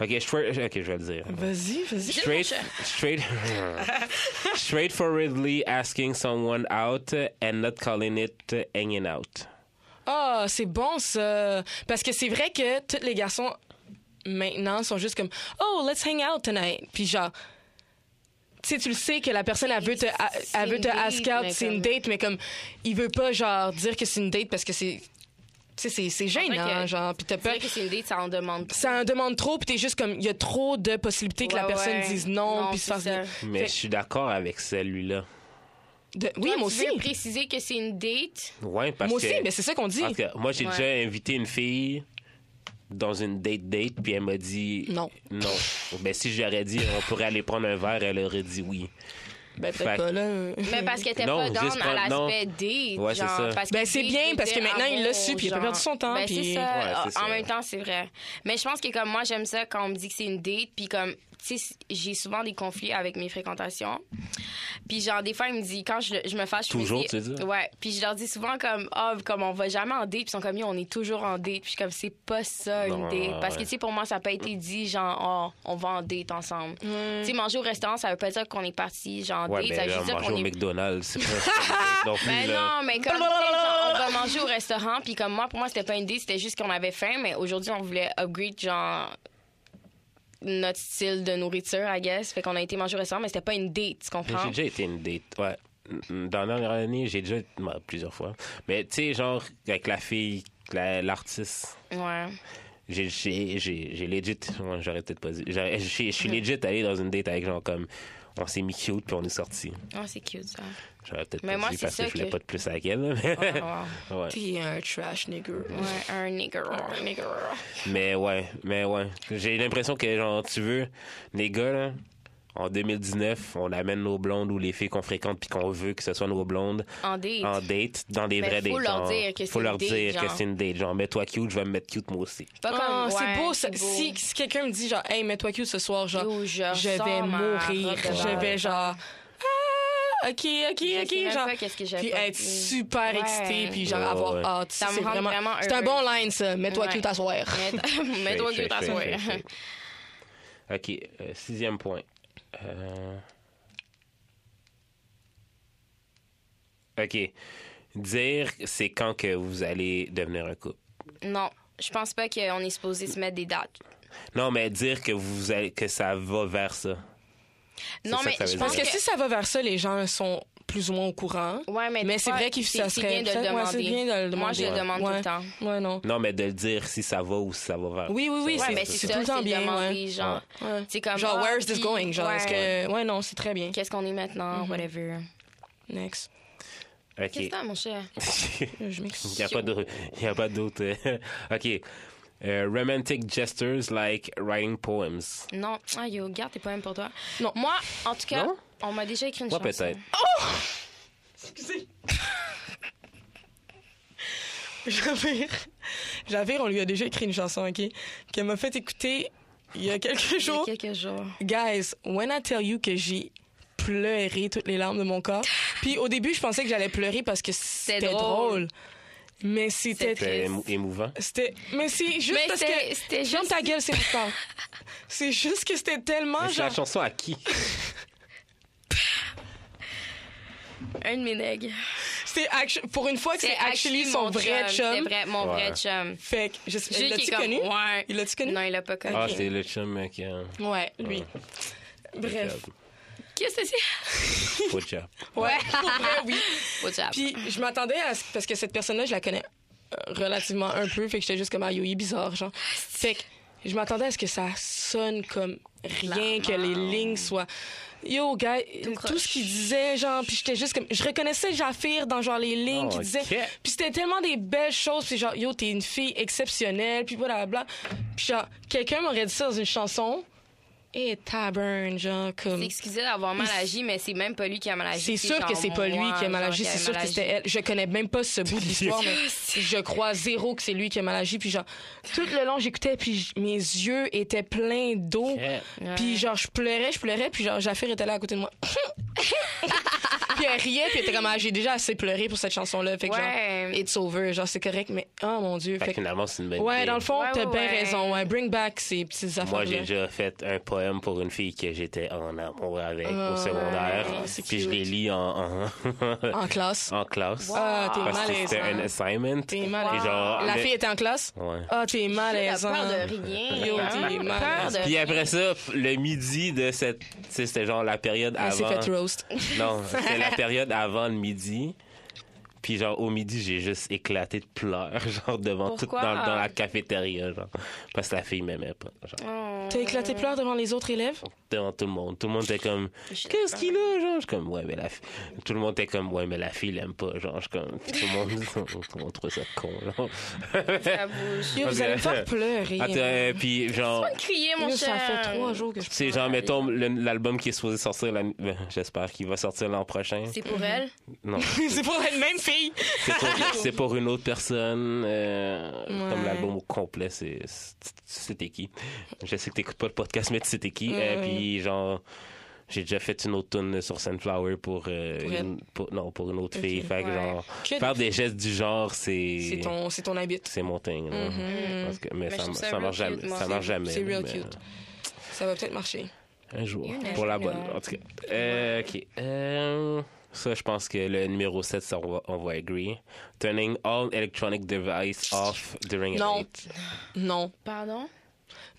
Speaker 1: OK, OK, straight- OK, je vais le dire.
Speaker 2: Vas-y, vas-y.
Speaker 1: Straight, straight, straightforwardly asking someone out uh, and not calling it uh, hanging out.
Speaker 2: Ah, c'est bon ça. Parce que c'est vrai que tous les garçons maintenant sont juste comme Oh, let's hang out tonight. Puis genre, tu sais, tu le sais que la personne, elle veut te, elle-
Speaker 3: C'est
Speaker 2: elle veut
Speaker 3: une
Speaker 2: te
Speaker 3: date,
Speaker 2: ask out,
Speaker 3: mais
Speaker 2: c'est une
Speaker 3: comme-
Speaker 2: date, mais comme, il veut pas genre dire que c'est une date parce que c'est. Tu sais, c'est- c'est
Speaker 3: dirait
Speaker 2: gênant,
Speaker 3: que-
Speaker 2: genre. Puis t'as
Speaker 3: C'est
Speaker 2: peur.
Speaker 3: vrai que c'est une date, ça en demande.
Speaker 2: Ça en demande trop, puis t'es juste comme, il y a trop de possibilités que la
Speaker 3: Ouais,
Speaker 2: personne
Speaker 3: ouais.
Speaker 2: dise non,
Speaker 3: Non,
Speaker 2: puis se
Speaker 3: c'est
Speaker 2: fasse.
Speaker 3: ça.
Speaker 1: Mais
Speaker 2: Fait-
Speaker 1: je suis d'accord avec celui-là.
Speaker 2: de- Oui,
Speaker 3: Toi,
Speaker 2: moi
Speaker 3: tu
Speaker 2: aussi.
Speaker 3: veux préciser que c'est une date.
Speaker 1: Ouais, parce
Speaker 2: Moi aussi,
Speaker 1: que,
Speaker 2: mais c'est ça qu'on dit.
Speaker 1: parce que moi j'ai
Speaker 3: Ouais.
Speaker 1: déjà invité une fille dans une date-date, puis elle m'a dit...
Speaker 2: Non.
Speaker 1: Non. Ben, si je lui aurais dit, on pourrait aller prendre un verre, elle aurait dit oui.
Speaker 2: Ben,
Speaker 1: Fait-
Speaker 2: peut-être pas, là.
Speaker 3: Mais parce qu'elle était
Speaker 1: Non,
Speaker 3: pas
Speaker 1: juste
Speaker 3: down
Speaker 1: pas-
Speaker 3: à
Speaker 1: non.
Speaker 3: l'aspect D.
Speaker 1: Ouais, c'est
Speaker 3: genre,
Speaker 1: ça.
Speaker 3: parce
Speaker 2: Ben,
Speaker 3: que
Speaker 2: c'est
Speaker 3: D,
Speaker 2: bien,
Speaker 3: D,
Speaker 2: parce que
Speaker 3: D,
Speaker 2: maintenant, il l'a
Speaker 3: amour,
Speaker 2: su, puis il a
Speaker 3: genre.
Speaker 2: perdu son temps,
Speaker 3: Ben,
Speaker 2: puis-
Speaker 3: c'est ça.
Speaker 1: Ouais,
Speaker 3: en
Speaker 1: c'est ça.
Speaker 3: même temps, c'est vrai. Mais je pense que, comme moi, j'aime ça quand on me dit que c'est une date, puis comme, tu sais, j'ai souvent des conflits avec mes fréquentations. Puis, genre, des fois, il me dit, quand je, le- je me fâche, je me
Speaker 1: Toujours,
Speaker 3: dis-
Speaker 1: tu veux dire?
Speaker 3: Ouais. Puis, je leur dis souvent, comme, oh, comme on va jamais en date, puis ils sont comme, Yo, on est toujours en date. Puis, je suis comme, c'est pas ça, une
Speaker 1: Non,
Speaker 3: date. Parce que,
Speaker 1: ouais.
Speaker 3: tu sais, pour moi, ça n'a pas été dit, genre, oh, on va en date ensemble.
Speaker 2: Mm.
Speaker 3: Tu sais, manger au restaurant, ça veut pas dire qu'on est parti, genre, en
Speaker 1: Ouais,
Speaker 3: date. Ça
Speaker 1: ben,
Speaker 3: veut
Speaker 1: là,
Speaker 3: juste dire
Speaker 1: manger
Speaker 3: qu'on
Speaker 1: au
Speaker 3: est
Speaker 1: McDonald's, c'est pas non plus,
Speaker 3: ben
Speaker 1: là.
Speaker 3: non, mais comme tu sais, genre, on va manger au restaurant, puis comme moi, pour moi, c'était pas une idée, c'était juste qu'on avait faim, mais aujourd'hui, on voulait upgrade, genre notre style de nourriture, I guess. Fait qu'on a été manger au restaurant, mais c'était pas une date, tu
Speaker 1: Mais
Speaker 3: comprends?
Speaker 1: J'ai déjà été une date, ouais. Mm, Dans la dernière année, j'ai déjà... ouais, plusieurs fois. Mais tu sais, genre, avec la fille, la- l'artiste...
Speaker 3: Ouais.
Speaker 1: J'ai- J'ai j'ai- j'ai legit, ouais, j'aurais peut-être pas dit. J'aurais- j'ai- Je suis legit allé dans une date avec genre comme. On s'est mis cute puis on est sorti.
Speaker 3: Oh, c'est cute, ça.
Speaker 1: J'aurais peut-être
Speaker 3: Mais
Speaker 1: pas
Speaker 3: moi,
Speaker 1: dit
Speaker 3: c'est
Speaker 1: parce que
Speaker 3: ça
Speaker 1: je voulais
Speaker 3: que- Ah,
Speaker 1: pas de plus avec elle. là, mais-
Speaker 3: Ouais, ouais.
Speaker 1: ouais.
Speaker 2: T'es un trash nigger.
Speaker 3: Ouais, un nigger, un nigger.
Speaker 1: Mais ouais, mais ouais. J'ai l'impression que genre, tu veux, les gars, là, en 2019, on amène nos blondes ou les filles qu'on fréquente puis qu'on veut que ce soit nos blondes
Speaker 3: En date.
Speaker 1: en date dans des
Speaker 3: Mais
Speaker 1: vraies dates.
Speaker 3: faut leur
Speaker 1: genre.
Speaker 3: dire que
Speaker 1: Faut
Speaker 3: c'est
Speaker 1: leur
Speaker 3: une date,
Speaker 1: dire que
Speaker 3: genre.
Speaker 1: c'est une date. Genre, mets-toi cute, je vais me mettre cute moi aussi.
Speaker 3: Pas comme.
Speaker 2: Ah,
Speaker 3: ouais,
Speaker 2: c'est beau, ça.
Speaker 3: c'est beau.
Speaker 2: Si, si quelqu'un me dit, genre, hey, mets-toi cute ce soir, genre,
Speaker 3: Yo, je
Speaker 2: je vais
Speaker 3: ressors ma
Speaker 2: mourir.
Speaker 3: robe de
Speaker 2: Je
Speaker 3: bain.
Speaker 2: vais, genre, ah, ok, ok,
Speaker 3: Je sais
Speaker 2: ok,
Speaker 3: même
Speaker 2: genre.
Speaker 3: pas qu'est-ce que j'ai
Speaker 2: Puis
Speaker 3: pas
Speaker 2: être
Speaker 3: dit.
Speaker 2: super
Speaker 3: Ouais.
Speaker 2: excité, puis genre,
Speaker 1: Ouais,
Speaker 2: avoir
Speaker 1: ouais.
Speaker 2: hâte.
Speaker 3: Ça me
Speaker 2: C'est
Speaker 3: rend vraiment
Speaker 2: C'est un
Speaker 3: heureuse.
Speaker 2: bon line, ça. Mets-toi
Speaker 3: Ouais.
Speaker 2: cute à soir.
Speaker 3: Mets- Mets-toi
Speaker 1: Fait,
Speaker 3: cute à
Speaker 1: fait,
Speaker 3: soi.
Speaker 1: fait, fait, fait. OK, euh, sixième point. Euh, OK. Dire, c'est quand que vous allez devenir un couple.
Speaker 3: Non, je pense pas qu'on est supposé se mettre des dates.
Speaker 1: Non, mais dire que vous allez, que ça va vers ça. C'est
Speaker 3: Non,
Speaker 1: ça
Speaker 3: mais
Speaker 1: que ça veut
Speaker 3: je
Speaker 1: dire.
Speaker 3: pense
Speaker 2: Parce que
Speaker 3: que.
Speaker 2: si ça va vers ça, les gens sont plus ou moins au courant.
Speaker 3: Ouais, mais,
Speaker 2: Mais,
Speaker 3: des
Speaker 2: c'est
Speaker 3: fois,
Speaker 2: vrai que
Speaker 3: c'est-
Speaker 2: ça
Speaker 3: c'est bien
Speaker 2: serait.
Speaker 3: de le
Speaker 2: ouais,
Speaker 3: demander.
Speaker 2: c'est bien de le demander.
Speaker 3: Moi, je le demande
Speaker 2: Ouais.
Speaker 3: tout le temps.
Speaker 2: Ouais, non.
Speaker 1: Non, mais de le dire si ça va ou si ça va vers.
Speaker 2: Oui, oui, oui,
Speaker 1: ça va
Speaker 3: Ouais,
Speaker 2: c'est-
Speaker 3: mais
Speaker 1: vers
Speaker 3: c'est
Speaker 1: ça.
Speaker 3: ça,
Speaker 2: tout le temps
Speaker 3: c'est
Speaker 2: bien,
Speaker 3: de demander,
Speaker 1: Ouais.
Speaker 3: genre.
Speaker 2: Ouais.
Speaker 3: C'est comme.
Speaker 2: Genre,
Speaker 3: ah,
Speaker 2: where's this
Speaker 3: puis,
Speaker 2: going? Genre, est-ce
Speaker 3: ouais,
Speaker 2: que. Ouais, non, c'est très bien.
Speaker 3: Qu'est-ce qu'on est maintenant?
Speaker 2: Mm-hmm.
Speaker 3: Whatever.
Speaker 2: Next.
Speaker 1: OK.
Speaker 3: Qu'est-ce que t'as, mon cher?
Speaker 2: Je mixe.
Speaker 1: Il n'y a pas d'autre. Il y a pas d'autre. OK. Euh, romantic gestures like writing poems.
Speaker 3: Non. Ah, yo, garde tes poèmes pour toi.
Speaker 2: Non.
Speaker 3: Moi, en tout cas,
Speaker 1: Non?
Speaker 3: on m'a déjà écrit une
Speaker 1: Moi,
Speaker 3: chanson.
Speaker 1: peut-être.
Speaker 2: Javir. Javir, on lui a déjà écrit une chanson, OK? Qu'elle m'a fait écouter il y a quelques
Speaker 3: Il y a
Speaker 2: jours.
Speaker 3: quelques jours.
Speaker 2: Guys, when I tell you que j'ai pleuré toutes les larmes de mon corps. Puis au début, je pensais que j'allais pleurer parce que c'était
Speaker 3: drôle.
Speaker 2: drôle. Mais c'était.
Speaker 1: C'est
Speaker 3: Triste.
Speaker 1: émou- émouvant.
Speaker 2: C'était. Mais c'est juste
Speaker 3: Mais
Speaker 2: parce
Speaker 3: c'était-
Speaker 2: que.
Speaker 3: c'était
Speaker 2: Ferme
Speaker 3: juste-
Speaker 2: ta gueule, c'est pas. C'est juste que c'était tellement
Speaker 1: Mais c'est
Speaker 2: genre.
Speaker 1: la chanson à qui?
Speaker 3: Un de mes nègres.
Speaker 2: C'est actu- pour une fois que c'est actually son
Speaker 3: mon
Speaker 2: vrai
Speaker 3: C'est
Speaker 2: chum.
Speaker 3: vrai, mon
Speaker 1: Ouais.
Speaker 3: vrai chum.
Speaker 2: Fait que je sais-
Speaker 3: Celui
Speaker 2: l'as-tu
Speaker 3: qui est comme-
Speaker 2: connu?
Speaker 3: Ouais.
Speaker 2: Il l'a-tu connu?
Speaker 3: Non, il l'a pas connu.
Speaker 1: Ah, c'est le chum hein. qui a.
Speaker 2: Ouais, lui. Bref.
Speaker 3: Qu'est-ce que c'est?
Speaker 1: Good job.
Speaker 2: Ouais, pour vrai, oui.
Speaker 3: What's up?
Speaker 2: Puis je m'attendais à ce- parce que cette personne-là, je la connais euh, relativement un peu, fait que j'étais juste comme ah, yo, il est bizarre, genre. Fait que je m'attendais à ce que ça sonne comme rien, que les lignes soient. Yo, gars, tout,
Speaker 3: croche.
Speaker 2: ce qu'il disait, genre, puis j'étais juste comme. Je reconnaissais Jaffir dans, genre, les lignes
Speaker 1: Oh,
Speaker 2: qu'il disait.
Speaker 1: ok.
Speaker 2: Puis c'était tellement des belles choses, puis genre, yo, t'es une fille exceptionnelle, puis blablabla. Puis genre, quelqu'un m'aurait dit ça dans une chanson. Et tabern, genre, comme.
Speaker 3: Excusez d'avoir mal agi, mais c'est même pas lui qui a mal agi.
Speaker 2: C'est sûr que
Speaker 3: genre
Speaker 2: c'est pas lui
Speaker 3: moi,
Speaker 2: qui a mal
Speaker 3: genre,
Speaker 2: agi,
Speaker 3: qui
Speaker 2: c'est
Speaker 3: avait
Speaker 2: sûr
Speaker 3: mal
Speaker 2: que
Speaker 3: agi.
Speaker 2: c'était elle. Je connais même pas ce bout de l'histoire, mais je crois zéro que c'est lui qui a mal agi. Puis genre, tout le long, j'écoutais, puis j- mes yeux étaient pleins d'eau.
Speaker 1: Yeah.
Speaker 2: Puis genre, je pleurais, je pleurais, puis genre, Jaffir était là à côté de moi. puis elle riait, puis elle était comme, ah, j'ai déjà assez pleuré pour cette chanson-là. Fait que
Speaker 3: Ouais.
Speaker 2: genre, it's over, genre, c'est correct, mais oh mon Dieu.
Speaker 1: Fait
Speaker 2: Fait
Speaker 1: que
Speaker 2: que-
Speaker 1: finalement, c'est une bonne idée.
Speaker 2: ouais, dans le fond,
Speaker 3: Ouais,
Speaker 2: t'as
Speaker 3: ouais,
Speaker 2: bien
Speaker 3: ouais.
Speaker 2: raison. Ouais, bring back ces petites affaires.
Speaker 1: Moi, j'ai déjà fait un poème pour une fille que j'étais en amour avec au secondaire.
Speaker 3: ouais,
Speaker 2: c'est
Speaker 1: Puis je
Speaker 2: cute.
Speaker 1: l'ai lis en, en,
Speaker 2: En classe.
Speaker 1: en classe.
Speaker 2: Ah, t'es
Speaker 1: Parce que c'était
Speaker 2: malaisant.
Speaker 1: un assignment.
Speaker 2: T'es
Speaker 1: Puis
Speaker 2: malaisant.
Speaker 1: genre,
Speaker 2: La
Speaker 1: mais-
Speaker 2: fille était en classe?
Speaker 1: Ouais.
Speaker 2: Ah, t'es
Speaker 3: J'ai
Speaker 2: malaisant.
Speaker 3: peur de rien.
Speaker 2: Yo,
Speaker 3: hein?
Speaker 2: t'es
Speaker 3: peur
Speaker 2: malade.
Speaker 3: de
Speaker 1: Puis
Speaker 3: rien.
Speaker 1: après ça, le midi de cette. Tu sais, c'était genre la période
Speaker 2: Ah, Elle s'est
Speaker 1: avant.
Speaker 2: fait roast.
Speaker 1: Non, c'était la période avant le midi. Puis genre au midi, j'ai juste éclaté de pleurs, genre devant tout
Speaker 3: Pourquoi?
Speaker 1: dans, dans la cafétéria, genre parce que la fille m'aimait pas. genre.
Speaker 3: Oh.
Speaker 2: T'as éclaté de pleurs devant les autres élèves?
Speaker 1: devant tout le monde. Tout le monde était comme qu'est-ce qu'il a genre je suis comme ouais mais la fi- tout le monde était comme ouais mais la fille l'aime pas genre je suis comme tout le monde on, on trouve ça con genre.
Speaker 3: Ta bouche.
Speaker 2: Yo, vous allez me faire pleurer.
Speaker 1: Attends, euh, puis genre
Speaker 3: Pas de crier, mon
Speaker 2: Yo,
Speaker 3: cher.
Speaker 2: ça fait trois jours que je
Speaker 1: c'est genre mettons le- l'album qui est supposé sortir l'année- ben, j'espère qu'il va sortir l'an prochain.
Speaker 3: C'est pour elle.
Speaker 1: Non,
Speaker 2: C'est pour la même fille.
Speaker 1: c'est pour, c'est pour une autre personne euh, comme
Speaker 2: Ouais.
Speaker 1: l'album au complet c'est c'est- c'était qui Je sais que t'écoutes pas le podcast mais tu sais t'es qui Euh,
Speaker 2: Ouais.
Speaker 1: puis genre j'ai déjà fait une autre tune sur Sunflower pour, euh,
Speaker 2: Pour elle?
Speaker 1: une- pour- non pour une autre
Speaker 2: Ok,
Speaker 1: fille fait que
Speaker 3: ouais.
Speaker 1: genre
Speaker 2: Que-
Speaker 1: Faire des gestes du genre, c'est.
Speaker 2: C'est ton, Mm-hmm. Ben, c'est ton habit.
Speaker 1: C'est mon thing. là. Parce que- mais,
Speaker 3: Mais je
Speaker 1: ça,
Speaker 3: trouve ça
Speaker 1: ça
Speaker 3: real
Speaker 1: marche
Speaker 3: cute,
Speaker 1: jamais.
Speaker 3: moi.
Speaker 1: Ça
Speaker 3: C'est-
Speaker 1: marche jamais.
Speaker 2: c'est real
Speaker 1: mais,
Speaker 2: cute.
Speaker 1: euh,
Speaker 2: Ça va peut-être marcher.
Speaker 1: Un jour.
Speaker 3: You
Speaker 1: Pour la
Speaker 3: never
Speaker 1: bonne.
Speaker 3: know.
Speaker 1: En tout cas. Euh, OK. Euh, ça, je pense que le numéro 7, ça, on va, on va agree. Turning all electronic device off during a
Speaker 2: Non.
Speaker 1: date.
Speaker 2: Non.
Speaker 3: Pardon?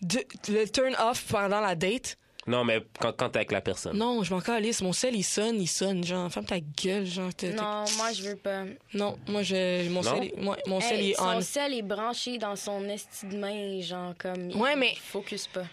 Speaker 2: De- le turn off pendant la date?
Speaker 1: Non, mais quand, quand t'es avec la personne.
Speaker 2: Non, je m'en calisse. Mon sel, il sonne, il sonne. Genre, ferme ta gueule. Genre, t'es- t'es-
Speaker 3: Non, moi, je veux pas.
Speaker 2: Non, moi, je, mon
Speaker 1: Non?
Speaker 2: sel, est- moi, mon sel, il
Speaker 3: Hey,
Speaker 2: est
Speaker 3: son
Speaker 2: on.
Speaker 3: sel est branché dans son esti de main, genre comme. il-
Speaker 2: Ouais, mais-
Speaker 3: Focus pas.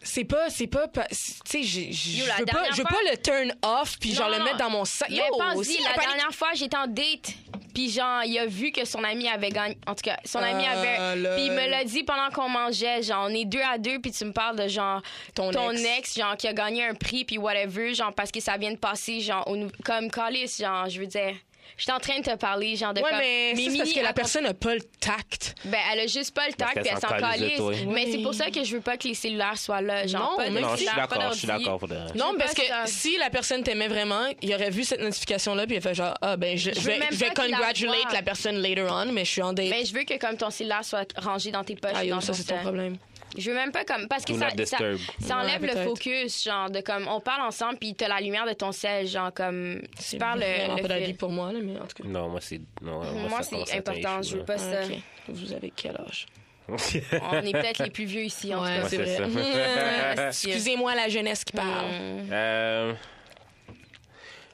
Speaker 2: C'est pas, c'est pas, pa- c'est- tu sais, j'ai- j'ai-
Speaker 3: Yo,
Speaker 2: je
Speaker 3: la
Speaker 2: veux pas,
Speaker 3: dernière
Speaker 2: je veux
Speaker 3: fois-
Speaker 2: pas le turn off puis
Speaker 3: Non,
Speaker 2: genre
Speaker 3: non,
Speaker 2: le
Speaker 3: non.
Speaker 2: mettre dans mon sac.
Speaker 3: Mais pense-y,
Speaker 2: aussi,
Speaker 3: la
Speaker 2: panique.
Speaker 3: dernière fois, j'étais en date, puis genre, il a vu que son ami avait gagné. En tout cas, son ami
Speaker 2: Ah,
Speaker 3: avait.
Speaker 2: là.
Speaker 3: Puis il me l'a dit pendant qu'on mangeait, genre, on est deux à deux, puis tu me parles de genre
Speaker 2: Ton
Speaker 3: ton,
Speaker 2: ex.
Speaker 3: ex. genre, qui a gagné un prix, puis whatever, genre, parce que ça vient de passer, genre, au nou- comme Callis, genre, je veux dire. J'étais en train de te parler, genre, de
Speaker 2: Ouais,
Speaker 3: comme.
Speaker 2: mais ça, c'est
Speaker 3: Mimi
Speaker 2: parce que la
Speaker 3: a-
Speaker 2: personne n'a pas le tact.
Speaker 3: Ben, elle a juste pas le temps,
Speaker 1: Parce
Speaker 3: puis
Speaker 1: qu'elle
Speaker 3: elle
Speaker 1: s'en
Speaker 3: s'en
Speaker 1: calisse de
Speaker 3: calisse.
Speaker 1: toi.
Speaker 2: Oui.
Speaker 3: Mais c'est pour ça que je veux pas que les cellulaires soient là. Genre,
Speaker 2: Non,
Speaker 3: pas de
Speaker 2: mais
Speaker 1: Non, je suis
Speaker 3: cellulaire, pas
Speaker 1: d'accord. Je suis
Speaker 3: d'ordi.
Speaker 1: d'accord. pour de vrai.
Speaker 2: Non,
Speaker 3: veux
Speaker 2: parce
Speaker 3: pas
Speaker 2: que
Speaker 3: ça.
Speaker 2: si la personne t'aimait vraiment, il aurait vu cette notification-là, puis il fait genre, ah, ben, je, je
Speaker 3: veux
Speaker 2: vais,
Speaker 3: même
Speaker 2: je vais
Speaker 3: pas qu'il la
Speaker 2: congratulate la,
Speaker 3: voie.
Speaker 2: personne later on, mais je suis en date.
Speaker 3: Mais je veux que comme ton cellulaire soit rangé dans tes poches
Speaker 2: Ah,
Speaker 3: ou
Speaker 2: yo,
Speaker 3: dans hein.
Speaker 2: ça,
Speaker 3: ton
Speaker 2: c'est ton
Speaker 3: sac.
Speaker 2: problème.
Speaker 3: Je veux même pas comme parce que
Speaker 1: Do
Speaker 3: ça,
Speaker 1: not
Speaker 3: ça,
Speaker 1: disturb.
Speaker 3: ça enlève
Speaker 2: Ouais,
Speaker 3: le
Speaker 2: peut-être.
Speaker 3: focus, genre de comme on parle ensemble puis t'as la lumière de ton sel, genre comme tu
Speaker 2: C'est
Speaker 3: parles euh,
Speaker 2: vraiment
Speaker 3: le,
Speaker 2: pas
Speaker 3: le
Speaker 2: d'avis
Speaker 3: fil.
Speaker 2: pour moi, là, mais en tout cas.
Speaker 1: Non, Ah, moi, c'est. Non,
Speaker 3: Mm, Moi
Speaker 1: ça commence
Speaker 3: c'est
Speaker 1: à être un
Speaker 3: important,
Speaker 1: issue,
Speaker 3: je veux pas
Speaker 2: Ah,
Speaker 3: ça.
Speaker 2: ok. Vous avez quel âge?
Speaker 1: là.
Speaker 3: On est peut-être les plus vieux ici en
Speaker 1: Ouais,
Speaker 3: tout
Speaker 1: c'est
Speaker 2: vrai.
Speaker 1: ça.
Speaker 2: Mmh, Excusez-moi la jeunesse qui
Speaker 3: cas.
Speaker 2: parle.
Speaker 3: Hmm.
Speaker 1: Euh,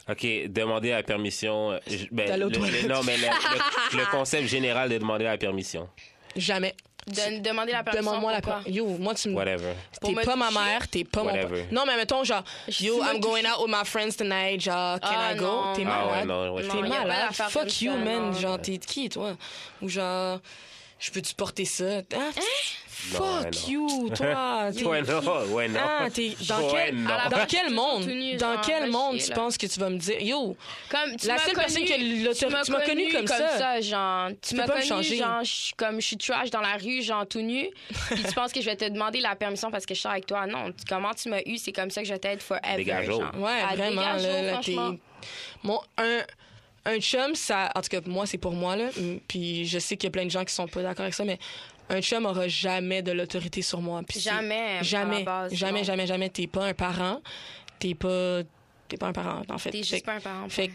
Speaker 1: OK, demander la permission. euh, je- ben,
Speaker 2: D'aller aux
Speaker 1: le- le-
Speaker 2: toilettes.
Speaker 1: non, mais le, le- le concept général de demander la permission.
Speaker 2: Jamais.
Speaker 3: Donne- Demandez la permission.
Speaker 2: Demande-moi la
Speaker 3: pourquoi.
Speaker 2: part. Yo, moi, tu me.
Speaker 1: Whatever.
Speaker 2: T'es
Speaker 3: Pour me
Speaker 2: pas ma
Speaker 3: toucher.
Speaker 2: mère, t'es pas mon
Speaker 1: Whatever.
Speaker 2: père. Non, mais mettons, genre,
Speaker 3: Je-
Speaker 2: yo,
Speaker 3: tu
Speaker 2: I'm
Speaker 3: m'as
Speaker 2: going out with my friends tonight, genre, can
Speaker 3: Ah,
Speaker 2: I go?
Speaker 3: non.
Speaker 2: T'es
Speaker 3: Ah,
Speaker 1: Ah ouais,
Speaker 2: malade.
Speaker 1: non, ouais, je
Speaker 3: Non,
Speaker 2: T'es
Speaker 3: y a pas
Speaker 2: malade.
Speaker 3: d'affaire
Speaker 2: Fuck
Speaker 3: comme
Speaker 2: you,
Speaker 3: ça,
Speaker 2: man.
Speaker 3: non.
Speaker 2: Genre, t'es de qui, toi? Ou genre, je peux-tu porter ça?
Speaker 3: Hein?
Speaker 2: Ah, Fuck
Speaker 1: Non, ouais, non.
Speaker 2: you, toi. T'es
Speaker 1: Ouais, non, ouais, non.
Speaker 2: Ah, t'es dans
Speaker 1: Ouais,
Speaker 2: quel,
Speaker 1: non.
Speaker 3: à la-
Speaker 2: dans quel
Speaker 3: Tout
Speaker 2: monde,
Speaker 3: nu,
Speaker 2: dans
Speaker 3: genre,
Speaker 2: quel
Speaker 3: va
Speaker 2: monde
Speaker 3: chier,
Speaker 2: tu
Speaker 3: là.
Speaker 2: penses que tu vas me dire, yo,
Speaker 3: Comme tu
Speaker 2: La
Speaker 3: m'as
Speaker 2: seule
Speaker 3: connue-
Speaker 2: personne qui a l'autorité-
Speaker 3: tu m'as
Speaker 2: tu m'as connue comme ça.
Speaker 3: genre tu
Speaker 2: peux
Speaker 3: m'as
Speaker 2: pas
Speaker 3: connu
Speaker 2: me changer.
Speaker 3: genre je suis comme je suis trash dans la rue genre tout nu. Puis tu penses que je vais te demander la permission parce que je sors avec toi non, tu- comment tu m'as eu, c'est comme ça que je vais t'aide forever.
Speaker 1: Dégageons.
Speaker 3: genre.
Speaker 2: Ouais,
Speaker 3: Ah,
Speaker 2: vraiment. là,
Speaker 3: dégageons,
Speaker 2: là, t'es-
Speaker 3: franchement.
Speaker 2: Mon- un, un chum, ça. En tout cas, moi, c'est pour moi, là. Mm, Puis je sais qu'il y a plein de gens qui sont pas d'accord avec ça, mais un chum aura jamais de l'autorité sur moi. Puis c'est-
Speaker 3: Jamais, à
Speaker 2: Jamais.
Speaker 3: la base,
Speaker 2: jamais,
Speaker 3: non.
Speaker 2: jamais, jamais. T'es pas un parent. T'es pas. T'es pas un parent, en fait.
Speaker 3: T'es
Speaker 2: Fait
Speaker 3: juste
Speaker 2: que-
Speaker 3: pas un parent.
Speaker 2: Fait que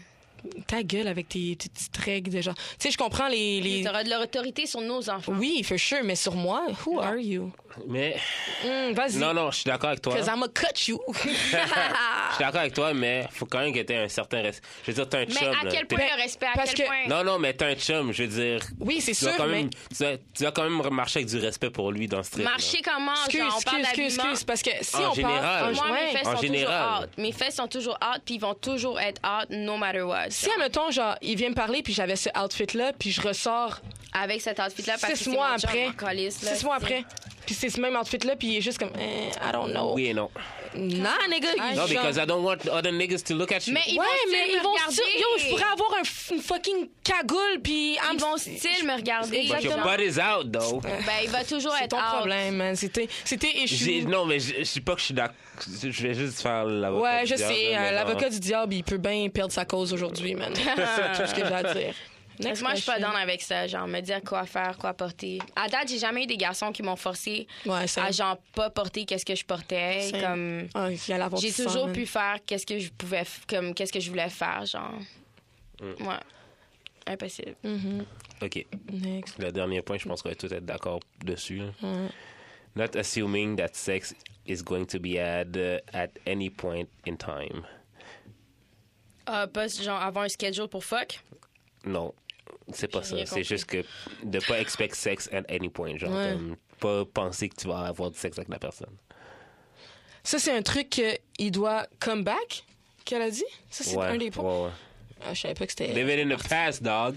Speaker 2: ta gueule avec tes, tes petites règles de genre. Tu sais, je comprends les. les-
Speaker 3: Tu auras de leur autorité sur nos enfants.
Speaker 2: Oui, for sure, mais sur moi, who are you?
Speaker 1: Mais
Speaker 2: Mm, Vas-y.
Speaker 1: non, non, je suis d'accord avec toi.
Speaker 2: Cause I'ma cut you.
Speaker 1: Je suis d'accord avec toi, mais faut quand même que t'aies un certain respect. Je veux dire, t'es un
Speaker 3: Mais
Speaker 1: chum.
Speaker 3: à
Speaker 1: là.
Speaker 3: quel
Speaker 1: T'es-
Speaker 3: point le respect, à
Speaker 2: parce
Speaker 3: quel
Speaker 2: que-
Speaker 3: point.
Speaker 1: Non, non, mais t'es un chum. Je veux dire,
Speaker 2: oui, c'est
Speaker 1: tu dois,
Speaker 2: sûr,
Speaker 1: quand
Speaker 2: mais.
Speaker 1: même, tu, dois, tu dois quand même marcher avec du respect pour lui dans ce trip. là.
Speaker 3: Marcher comment
Speaker 2: Excuse,
Speaker 3: genre, on parle
Speaker 2: excuse, excuse,
Speaker 3: d'habillement.
Speaker 2: excuse, parce que si
Speaker 1: En
Speaker 2: on
Speaker 1: général.
Speaker 2: parle,
Speaker 1: Moi,
Speaker 3: Moi,
Speaker 2: ouais.
Speaker 3: mes fesses
Speaker 1: En
Speaker 3: sont
Speaker 1: général.
Speaker 3: toujours out. Mes fesses sont toujours out, puis ils vont toujours être out, no matter what.
Speaker 2: si admettons genre il vient me parler puis j'avais ce outfit là puis je ressors
Speaker 3: Avec cet outfit-là, parce que
Speaker 2: six
Speaker 3: c'est
Speaker 2: mois
Speaker 3: mon job,
Speaker 2: après,
Speaker 3: mon calice, là,
Speaker 2: six mois
Speaker 3: tu sais.
Speaker 2: après, puis c'est ce même outfit là puis il est juste comme eh, I don't know,
Speaker 1: Oui et non.
Speaker 2: nah nigga, il-
Speaker 1: Non,
Speaker 2: genre-
Speaker 1: because I don't want other niggas to look at you.
Speaker 3: Mais ils
Speaker 2: ouais
Speaker 3: vont
Speaker 2: mais
Speaker 3: style
Speaker 2: ils
Speaker 3: me
Speaker 2: vont
Speaker 3: regarder.
Speaker 2: dire yo je pourrais avoir un f- une fucking cagoule puis I'm-
Speaker 3: Ils vont style me regarder.
Speaker 1: But your butt is out, though.
Speaker 2: Euh,
Speaker 3: Genre, Ben, il va toujours
Speaker 2: c'est
Speaker 3: être
Speaker 2: ton
Speaker 3: out.
Speaker 2: problème man, c'était c'était
Speaker 1: J'ai-
Speaker 2: échoué.
Speaker 1: Non, mais je je sais pas que je suis d'accord. Je vais juste faire l'avocat.
Speaker 2: Ouais,
Speaker 1: du
Speaker 2: je
Speaker 1: diable,
Speaker 2: sais,
Speaker 1: là,
Speaker 2: euh,
Speaker 1: mais non.
Speaker 2: l'avocat du diable, il peut bien perdre sa cause aujourd'hui, man. C'est tout ce que j'ai à dire.
Speaker 3: Parce
Speaker 2: Next
Speaker 3: que moi, je suis pas
Speaker 2: question.
Speaker 3: dans avec ça, genre, me dire quoi faire, quoi porter. À date, j'ai jamais eu des garçons qui m'ont forcé
Speaker 2: Ouais, c'est
Speaker 3: à, genre, pas porter qu'est-ce que je portais.
Speaker 2: Same.
Speaker 3: Comme...
Speaker 2: Ah, il y a l'avant
Speaker 3: J'ai
Speaker 2: qui sort,
Speaker 3: toujours
Speaker 2: man.
Speaker 3: pu faire qu'est-ce que je pouvais, f- comme, qu'est-ce que je voulais faire, genre.
Speaker 1: Mm.
Speaker 3: Ouais. Impossible.
Speaker 2: Mm.
Speaker 1: OK.
Speaker 2: Next.
Speaker 1: Le dernier point, je pense qu'on va tous être d'accord dessus. là.
Speaker 2: Ouais.
Speaker 3: Mm.
Speaker 1: Not assuming that sex is going to be had uh, at any point in time.
Speaker 3: Ah, pas, genre, avoir un schedule pour fuck.
Speaker 1: Non, c'est pas
Speaker 3: J'ai
Speaker 1: ça.
Speaker 3: rien
Speaker 1: C'est
Speaker 3: compris.
Speaker 1: juste que de pas expect sex at any point. Genre,
Speaker 2: Ouais.
Speaker 1: comme, pas penser que tu vas avoir du sexe avec la personne.
Speaker 2: Ça, c'est un truc qu'il doit come back, qu'elle a dit. Ça, c'est
Speaker 1: Ouais,
Speaker 2: un des points.
Speaker 1: ouais, ouais.
Speaker 2: Ah, je savais pas que c'était.
Speaker 1: Live it
Speaker 3: Euh,
Speaker 1: in the past, dog.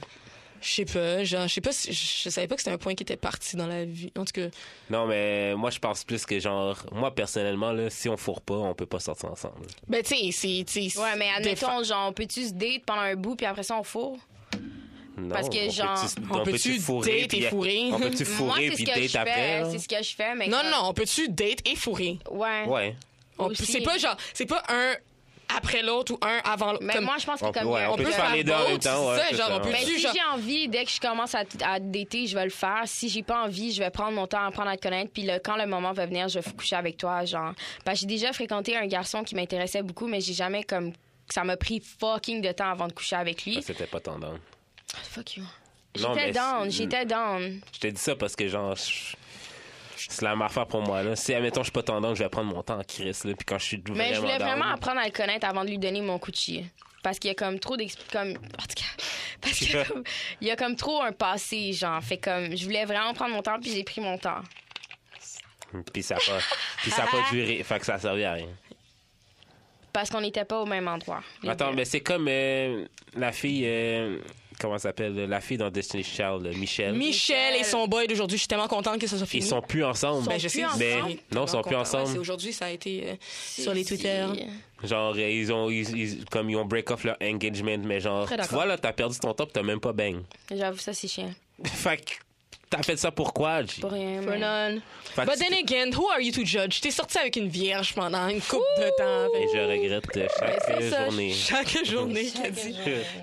Speaker 2: Je sais pas, genre, je sais pas si- Je savais pas que c'était un point qui était parti dans la vie. En tout cas,
Speaker 1: Non, mais moi, je pense plus que genre, moi, personnellement, là, si on fourre pas, on peut pas sortir ensemble.
Speaker 2: ben, tu sais, c'est. tu sais,
Speaker 3: Ouais, mais
Speaker 2: défa-
Speaker 3: admettons, genre, on peut-tu se date pendant un bout, puis après ça, on fourre?
Speaker 1: Non,
Speaker 3: Parce que,
Speaker 1: on
Speaker 3: genre,
Speaker 1: peut-tu-
Speaker 2: on
Speaker 1: on
Speaker 2: peut-tu
Speaker 1: peut-tu fourrer
Speaker 2: date et
Speaker 1: puis-
Speaker 2: fourrer?
Speaker 1: On peut-tu
Speaker 3: Moi,
Speaker 1: fourrer
Speaker 3: c'est
Speaker 1: puis
Speaker 3: ce que je
Speaker 1: date
Speaker 3: fais.
Speaker 1: après? hein? là?
Speaker 3: C'est ce que je fais, mais.
Speaker 2: Non,
Speaker 3: comme-
Speaker 2: non, on peut-tu date et fourrer?
Speaker 3: Ouais.
Speaker 1: Ouais.
Speaker 2: On-
Speaker 3: Aussi.
Speaker 2: C'est pas genre. C'est pas un après l'autre ou un avant l'autre.
Speaker 3: Mais
Speaker 2: comme-
Speaker 3: moi, je pense que
Speaker 1: On peut-
Speaker 3: comme.
Speaker 1: ouais, on
Speaker 2: on peut
Speaker 1: peut faire
Speaker 2: faire
Speaker 1: les deux en même
Speaker 2: d'autres,
Speaker 1: temps. ouais,
Speaker 2: c'est ça, genre,
Speaker 1: ça,
Speaker 2: on peut
Speaker 1: ouais.
Speaker 3: Ben, si
Speaker 2: genre-
Speaker 3: j'ai envie, dès que je commence à, à dater, je vais le faire. Si j'ai pas envie, je vais prendre mon temps à apprendre à te connaître. Puis le- quand le moment va venir, je vais coucher avec toi. Genre, Ben, j'ai déjà fréquenté un garçon qui m'intéressait beaucoup, mais j'ai jamais comme. Ça m'a pris fucking de temps avant de coucher avec lui.
Speaker 1: Ça, Ben, C'était pas tendance.
Speaker 3: Fuck you.
Speaker 1: Non, mais
Speaker 3: J'étais down,
Speaker 1: c'est-
Speaker 3: j'étais down.
Speaker 1: Je te dis ça parce que, genre, je- c'est la même affaire pour moi. Là. Si, admettons, je suis pas tendance, je vais prendre mon temps en crise. Là, puis quand je suis vraiment
Speaker 3: Mais je voulais
Speaker 1: down,
Speaker 3: vraiment apprendre à le connaître avant de lui donner mon coup de chien. Parce qu'il y a comme trop d'ex... Comme... En tout cas, parce qu'il y a comme- il y a comme trop un passé, genre. Fait comme, je voulais vraiment prendre mon temps, puis j'ai pris mon temps.
Speaker 1: Puis ça a pas, puis ça a pas duré. Fait que ça servait à rien.
Speaker 3: Parce qu'on n'était pas au même endroit. les
Speaker 1: Attends,
Speaker 3: deux.
Speaker 1: mais c'est comme euh, la fille... euh, comment ça s'appelle? La fille dans Destiny's Child, là, Michelle.
Speaker 2: Michel et son boy d'aujourd'hui, je suis tellement contente que ça soit
Speaker 1: Ils
Speaker 2: fini.
Speaker 1: sont plus ensemble.
Speaker 2: Ben, je sais.
Speaker 1: Mais
Speaker 2: Ils sont
Speaker 1: non, ils sont plus
Speaker 2: contents. Ouais, c'est
Speaker 1: ensemble.
Speaker 2: Aujourd'hui, ça a été euh, sur les
Speaker 3: Si.
Speaker 2: Twitter.
Speaker 1: Genre, euh, ils ont... ils- ils- comme ils ont break off leur engagement, mais genre...
Speaker 3: Très
Speaker 1: Tu
Speaker 3: d'accord.
Speaker 1: vois, là, t'as perdu ton temps pis t'as même pas bang.
Speaker 3: J'avoue, ça, c'est chiant.
Speaker 1: fait que t'as fait ça pourquoi, G?
Speaker 3: Pour rien.
Speaker 2: For
Speaker 3: mais-
Speaker 2: none.
Speaker 1: Fait que
Speaker 2: But
Speaker 1: tu-
Speaker 2: then again, who are you to judge? T'es sorti avec une vierge pendant une coupe de temps.
Speaker 1: Et
Speaker 2: fait-
Speaker 1: je regrette euh, chaque
Speaker 2: C'est ça,
Speaker 1: journée.
Speaker 2: Chaque journée, qu'elle dit.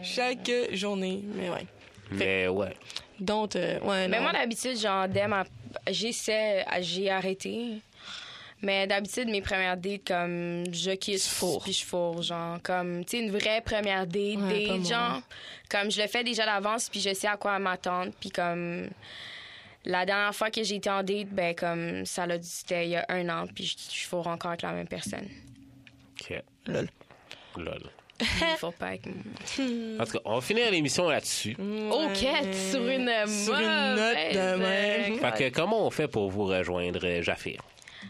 Speaker 2: Chaque journée. Mais ouais.
Speaker 1: Mais ouais.
Speaker 2: Donc, euh, ouais,
Speaker 3: Mais
Speaker 2: non.
Speaker 3: moi, d'habitude, genre, dès ma... J'essaie, j'ai arrêté. Mais d'habitude, mes premières dates, comme, je kiss,
Speaker 2: Tu fourres.
Speaker 3: puis je fourre, genre, comme, tu sais, une vraie première date,
Speaker 2: Ouais, pas
Speaker 3: date,
Speaker 2: moi.
Speaker 3: genre, comme, je le fais déjà d'avance, puis je sais à quoi m'attendre, puis comme... La dernière fois que j'ai été en date, ben comme ça l'a dit, c'était il y a un an, puis je, je fourre encore avec la même personne.
Speaker 1: OK.
Speaker 2: Lol.
Speaker 1: Lol.
Speaker 3: Il faut pas avec moi.
Speaker 1: En tout cas, on va finir l'émission là-dessus.
Speaker 2: Mm.
Speaker 3: Ok, sur une euh,
Speaker 2: Sur une note
Speaker 3: mauvaise,
Speaker 2: de
Speaker 3: euh,
Speaker 2: même.
Speaker 1: Fait que comment on fait pour vous rejoindre, euh, Jaffir?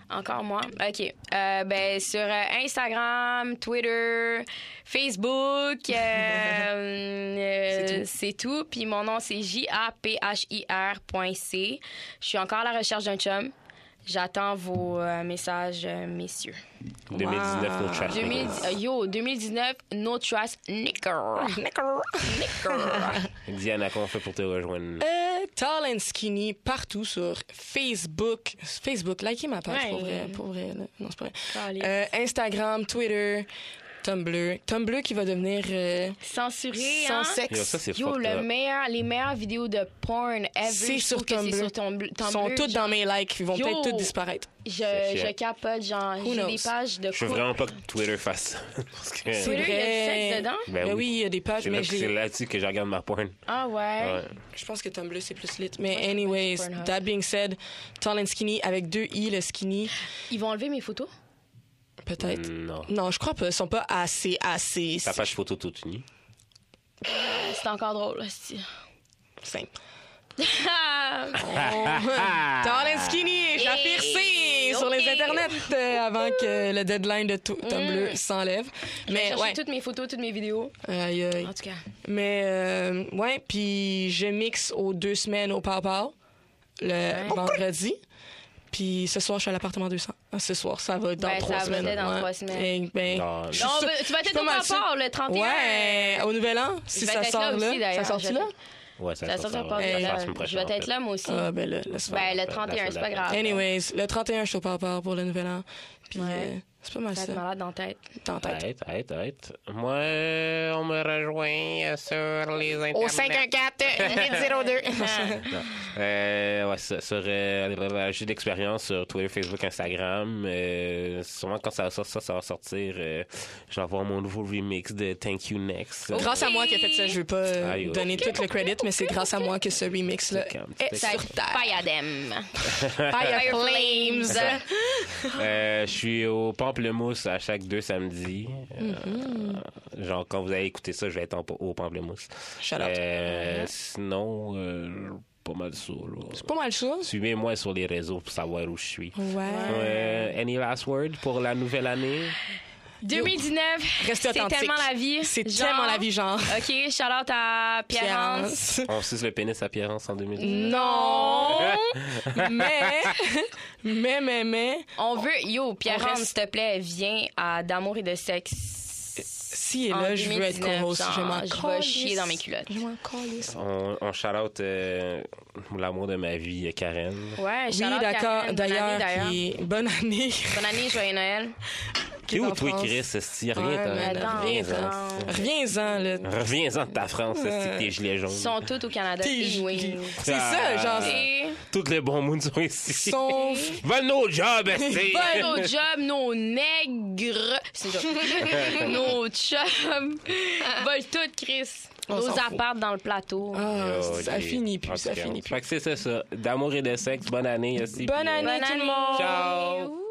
Speaker 3: Encore moi. OK. Euh, ben, sur euh, Instagram, Twitter, Facebook, euh, euh, c'est tout. Puis mon nom, c'est J-A-P-H-I-R.C. Je suis encore à la recherche d'un chum. J'attends vos euh, messages, euh, messieurs.
Speaker 1: 2019, notre trash.
Speaker 3: 2000 euh, yo, 2019, no trust, nicker.
Speaker 1: Diana, comment on fait pour te rejoindre?
Speaker 2: Euh, tall and skinny partout sur Facebook. Facebook, likez ma page pour
Speaker 3: Ouais.
Speaker 2: vrai. Pour vrai là. Non, c'est pas vrai.
Speaker 3: Caliste.
Speaker 2: Euh, Instagram, Twitter, Tumblr. Tumblr qui va devenir euh,
Speaker 3: Censuré,
Speaker 2: sans
Speaker 3: hein?
Speaker 2: sexe.
Speaker 1: Yo, ça, c'est
Speaker 3: Yo,
Speaker 1: fucked
Speaker 3: le
Speaker 1: up.
Speaker 3: meilleur, les meilleures vidéos de porn ever.
Speaker 2: C'est
Speaker 3: je
Speaker 2: sur
Speaker 3: trouve que
Speaker 2: Tumblr.
Speaker 3: C'est sur Tumblr.
Speaker 2: Ils sont
Speaker 3: Tumblr,
Speaker 2: toutes dans mes likes. Ils vont
Speaker 3: Yo.
Speaker 2: peut-être toutes disparaître.
Speaker 1: C'est
Speaker 3: Je,
Speaker 1: chiant.
Speaker 3: je capote, genre,
Speaker 2: Who
Speaker 3: j'ai
Speaker 2: knows?
Speaker 3: des pages
Speaker 1: Je
Speaker 3: de
Speaker 1: veux
Speaker 3: couple.
Speaker 1: vraiment pas que Twitter fasse ça. Parce que
Speaker 3: Euh, Twitter, il y a du
Speaker 2: Vrai.
Speaker 3: sexe dedans?
Speaker 1: Ben
Speaker 2: Ben
Speaker 1: oui.
Speaker 2: oui, il y a des pages,
Speaker 1: c'est là-
Speaker 2: mais je, les-
Speaker 1: c'est là-dessus que je regarde ma porn.
Speaker 3: Ah ouais?
Speaker 1: Ouais.
Speaker 2: je pense que Tumblr, c'est plus lit. Mais anyways,
Speaker 3: Pornhub.
Speaker 2: that being said, tall and skinny avec deux i, le skinny,
Speaker 3: Ils vont enlever mes photos?
Speaker 2: peut-être.
Speaker 1: Non.
Speaker 2: Non, je crois pas. Ils sont pas assez, assez
Speaker 1: Ta page photo toute nue.
Speaker 3: C'est encore drôle, là, c'est-
Speaker 2: simples. Oh.
Speaker 3: Ah!
Speaker 2: Tall and skinny, j'affirme
Speaker 3: Hey,
Speaker 2: sur les
Speaker 3: ok.
Speaker 2: internets euh, avant que le deadline de tout- Tumblr s'enlève. Mais
Speaker 3: Mm. Chercher
Speaker 2: ouais. euh,
Speaker 3: toutes mes photos, toutes mes vidéos.
Speaker 2: Aïe, aïe.
Speaker 3: En tout cas,
Speaker 2: Mais euh, ouais, puis je mixe aux deux semaines au Pow Pow le
Speaker 1: Oh,
Speaker 2: vendredi. Puis ce soir, je suis à l'appartement 200. Ah, Ce soir, ça va dans
Speaker 3: Ben,
Speaker 2: trois
Speaker 3: ça va
Speaker 2: semaines.
Speaker 3: être dans
Speaker 2: ouais.
Speaker 3: trois semaines.
Speaker 2: Et ben,
Speaker 1: Non,
Speaker 2: je suis
Speaker 1: non,
Speaker 3: Non, ben, tu
Speaker 2: sûre-
Speaker 3: vas
Speaker 2: je suis
Speaker 3: être
Speaker 2: pas
Speaker 3: au
Speaker 2: mal
Speaker 3: Pop
Speaker 2: sûre.
Speaker 3: Art, le 31.
Speaker 2: Ouais, au Nouvel An, si
Speaker 3: Je vais
Speaker 2: ça
Speaker 3: être
Speaker 2: sort
Speaker 3: là aussi,
Speaker 2: là. ça
Speaker 3: d'ailleurs,
Speaker 2: sort-tu
Speaker 3: je-
Speaker 2: là?
Speaker 1: Ouais, ça,
Speaker 3: Ça
Speaker 1: ça
Speaker 3: sort
Speaker 1: sort,
Speaker 3: pas
Speaker 1: ouais.
Speaker 3: là.
Speaker 1: Ça, c'est une prochaine,
Speaker 3: Je vais
Speaker 1: en
Speaker 3: être
Speaker 1: fait.
Speaker 3: là, moi aussi.
Speaker 2: Ah, ben là, laisse faire.
Speaker 3: Ben, le
Speaker 1: la
Speaker 3: 31, c'est pas
Speaker 1: semaine
Speaker 3: grave.
Speaker 2: Anyways, le 31, je suis au Pow Pow pour le Nouvel An. Puis
Speaker 3: Ouais.
Speaker 2: euh, c'est pas mal
Speaker 3: Ça va
Speaker 2: ça.
Speaker 3: être malade dans la tête.
Speaker 2: T'es en tête.
Speaker 1: Arrête, arrête, arrête. Moi, on me rejoint sur les internets.
Speaker 2: Au 514-802.
Speaker 1: Non. Euh, ouais, sur, sur, euh, j'ai de l'expérience sur Twitter, Facebook, Instagram. Euh, sûrement quand ça va sortir, ça, ça va sortir. euh, je vais avoir mon nouveau remix de Thank You Next.
Speaker 2: Grâce à moi qui a fait ça, je veux pas euh,
Speaker 1: Aïe, ouais.
Speaker 2: donner tout le credit, mais c'est grâce à moi que ce remix-là
Speaker 1: C'est calme,
Speaker 2: est
Speaker 1: c'est calme.
Speaker 2: sur terre.
Speaker 3: Fayadem.
Speaker 2: Fire
Speaker 3: Flames.
Speaker 1: Euh, je suis au Pamplemousse à chaque deux samedis. Euh,
Speaker 2: Mm-hmm.
Speaker 1: Genre, quand vous allez écouter ça, je vais être en- au Pamplemousse.
Speaker 2: Shout out.
Speaker 1: Euh, sinon, euh, pas mal ça. là.
Speaker 2: C'est pas mal ça.
Speaker 1: Suivez-moi sur les réseaux pour savoir où je suis.
Speaker 2: Ouais.
Speaker 1: Ouais, any last word pour la nouvelle année?
Speaker 3: 2019,
Speaker 2: Restez
Speaker 3: c'est
Speaker 2: authentique.
Speaker 3: tellement la vie.
Speaker 2: C'est
Speaker 3: Genre-
Speaker 2: tellement la vie, genre.
Speaker 3: OK, shout out à Pierre
Speaker 1: On suce le pénis à Pierrance en 2019.
Speaker 2: Non! mais, mais, mais, mais,
Speaker 3: On veut, yo, Pierre
Speaker 2: On reste-
Speaker 3: s'il te plaît, viens à D'amour et de sexe.
Speaker 2: si et
Speaker 3: en
Speaker 2: là, je veux être
Speaker 3: 2019,
Speaker 2: co-host. Je m'en
Speaker 3: genre, je vais
Speaker 2: calisse.
Speaker 3: chier dans mes culottes.
Speaker 2: Je m'en calisse.
Speaker 1: On, on shout out euh, l'amour de ma vie, Karen.
Speaker 3: Ouais,
Speaker 2: Oui, d'accord. D'ailleurs, puis bonne année.
Speaker 3: Bonne année, joyeux Noël.
Speaker 1: T'es où,
Speaker 2: en
Speaker 1: toi,
Speaker 2: France.
Speaker 1: Chris? Esti? Reviens,
Speaker 2: Ouais,
Speaker 1: t'en-
Speaker 2: mais
Speaker 3: attends,
Speaker 1: reviens-en.
Speaker 3: attends.
Speaker 1: esti.
Speaker 2: Reviens-en, là.
Speaker 1: Reviens-en de ta France, esti, tes gilets jaunes.
Speaker 3: Ils sont tous au Canada.
Speaker 2: T'es-
Speaker 3: anyway.
Speaker 2: C'est ça, genre,
Speaker 3: Et
Speaker 1: Tout le bon monde sont ici.
Speaker 2: son...
Speaker 1: Va nos jobs, esti!
Speaker 3: pas nos jobs, nos nègres. C'est une joke. nos chums. Volent tout, Chris.
Speaker 2: On
Speaker 3: nos
Speaker 2: s'en fout.
Speaker 3: apparts dans le plateau.
Speaker 1: Oh,
Speaker 2: Ah,
Speaker 1: Yo,
Speaker 2: ça
Speaker 1: des-
Speaker 2: finit plus,
Speaker 1: en
Speaker 2: ça
Speaker 1: tout cas.
Speaker 2: finit plus.
Speaker 1: Fait que c'est ça, ça. D'amour et de sexe, bonne année, esti.
Speaker 2: Bonne
Speaker 1: puis, euh,
Speaker 2: année, tout le monde!
Speaker 1: Ciao.
Speaker 3: Ouh.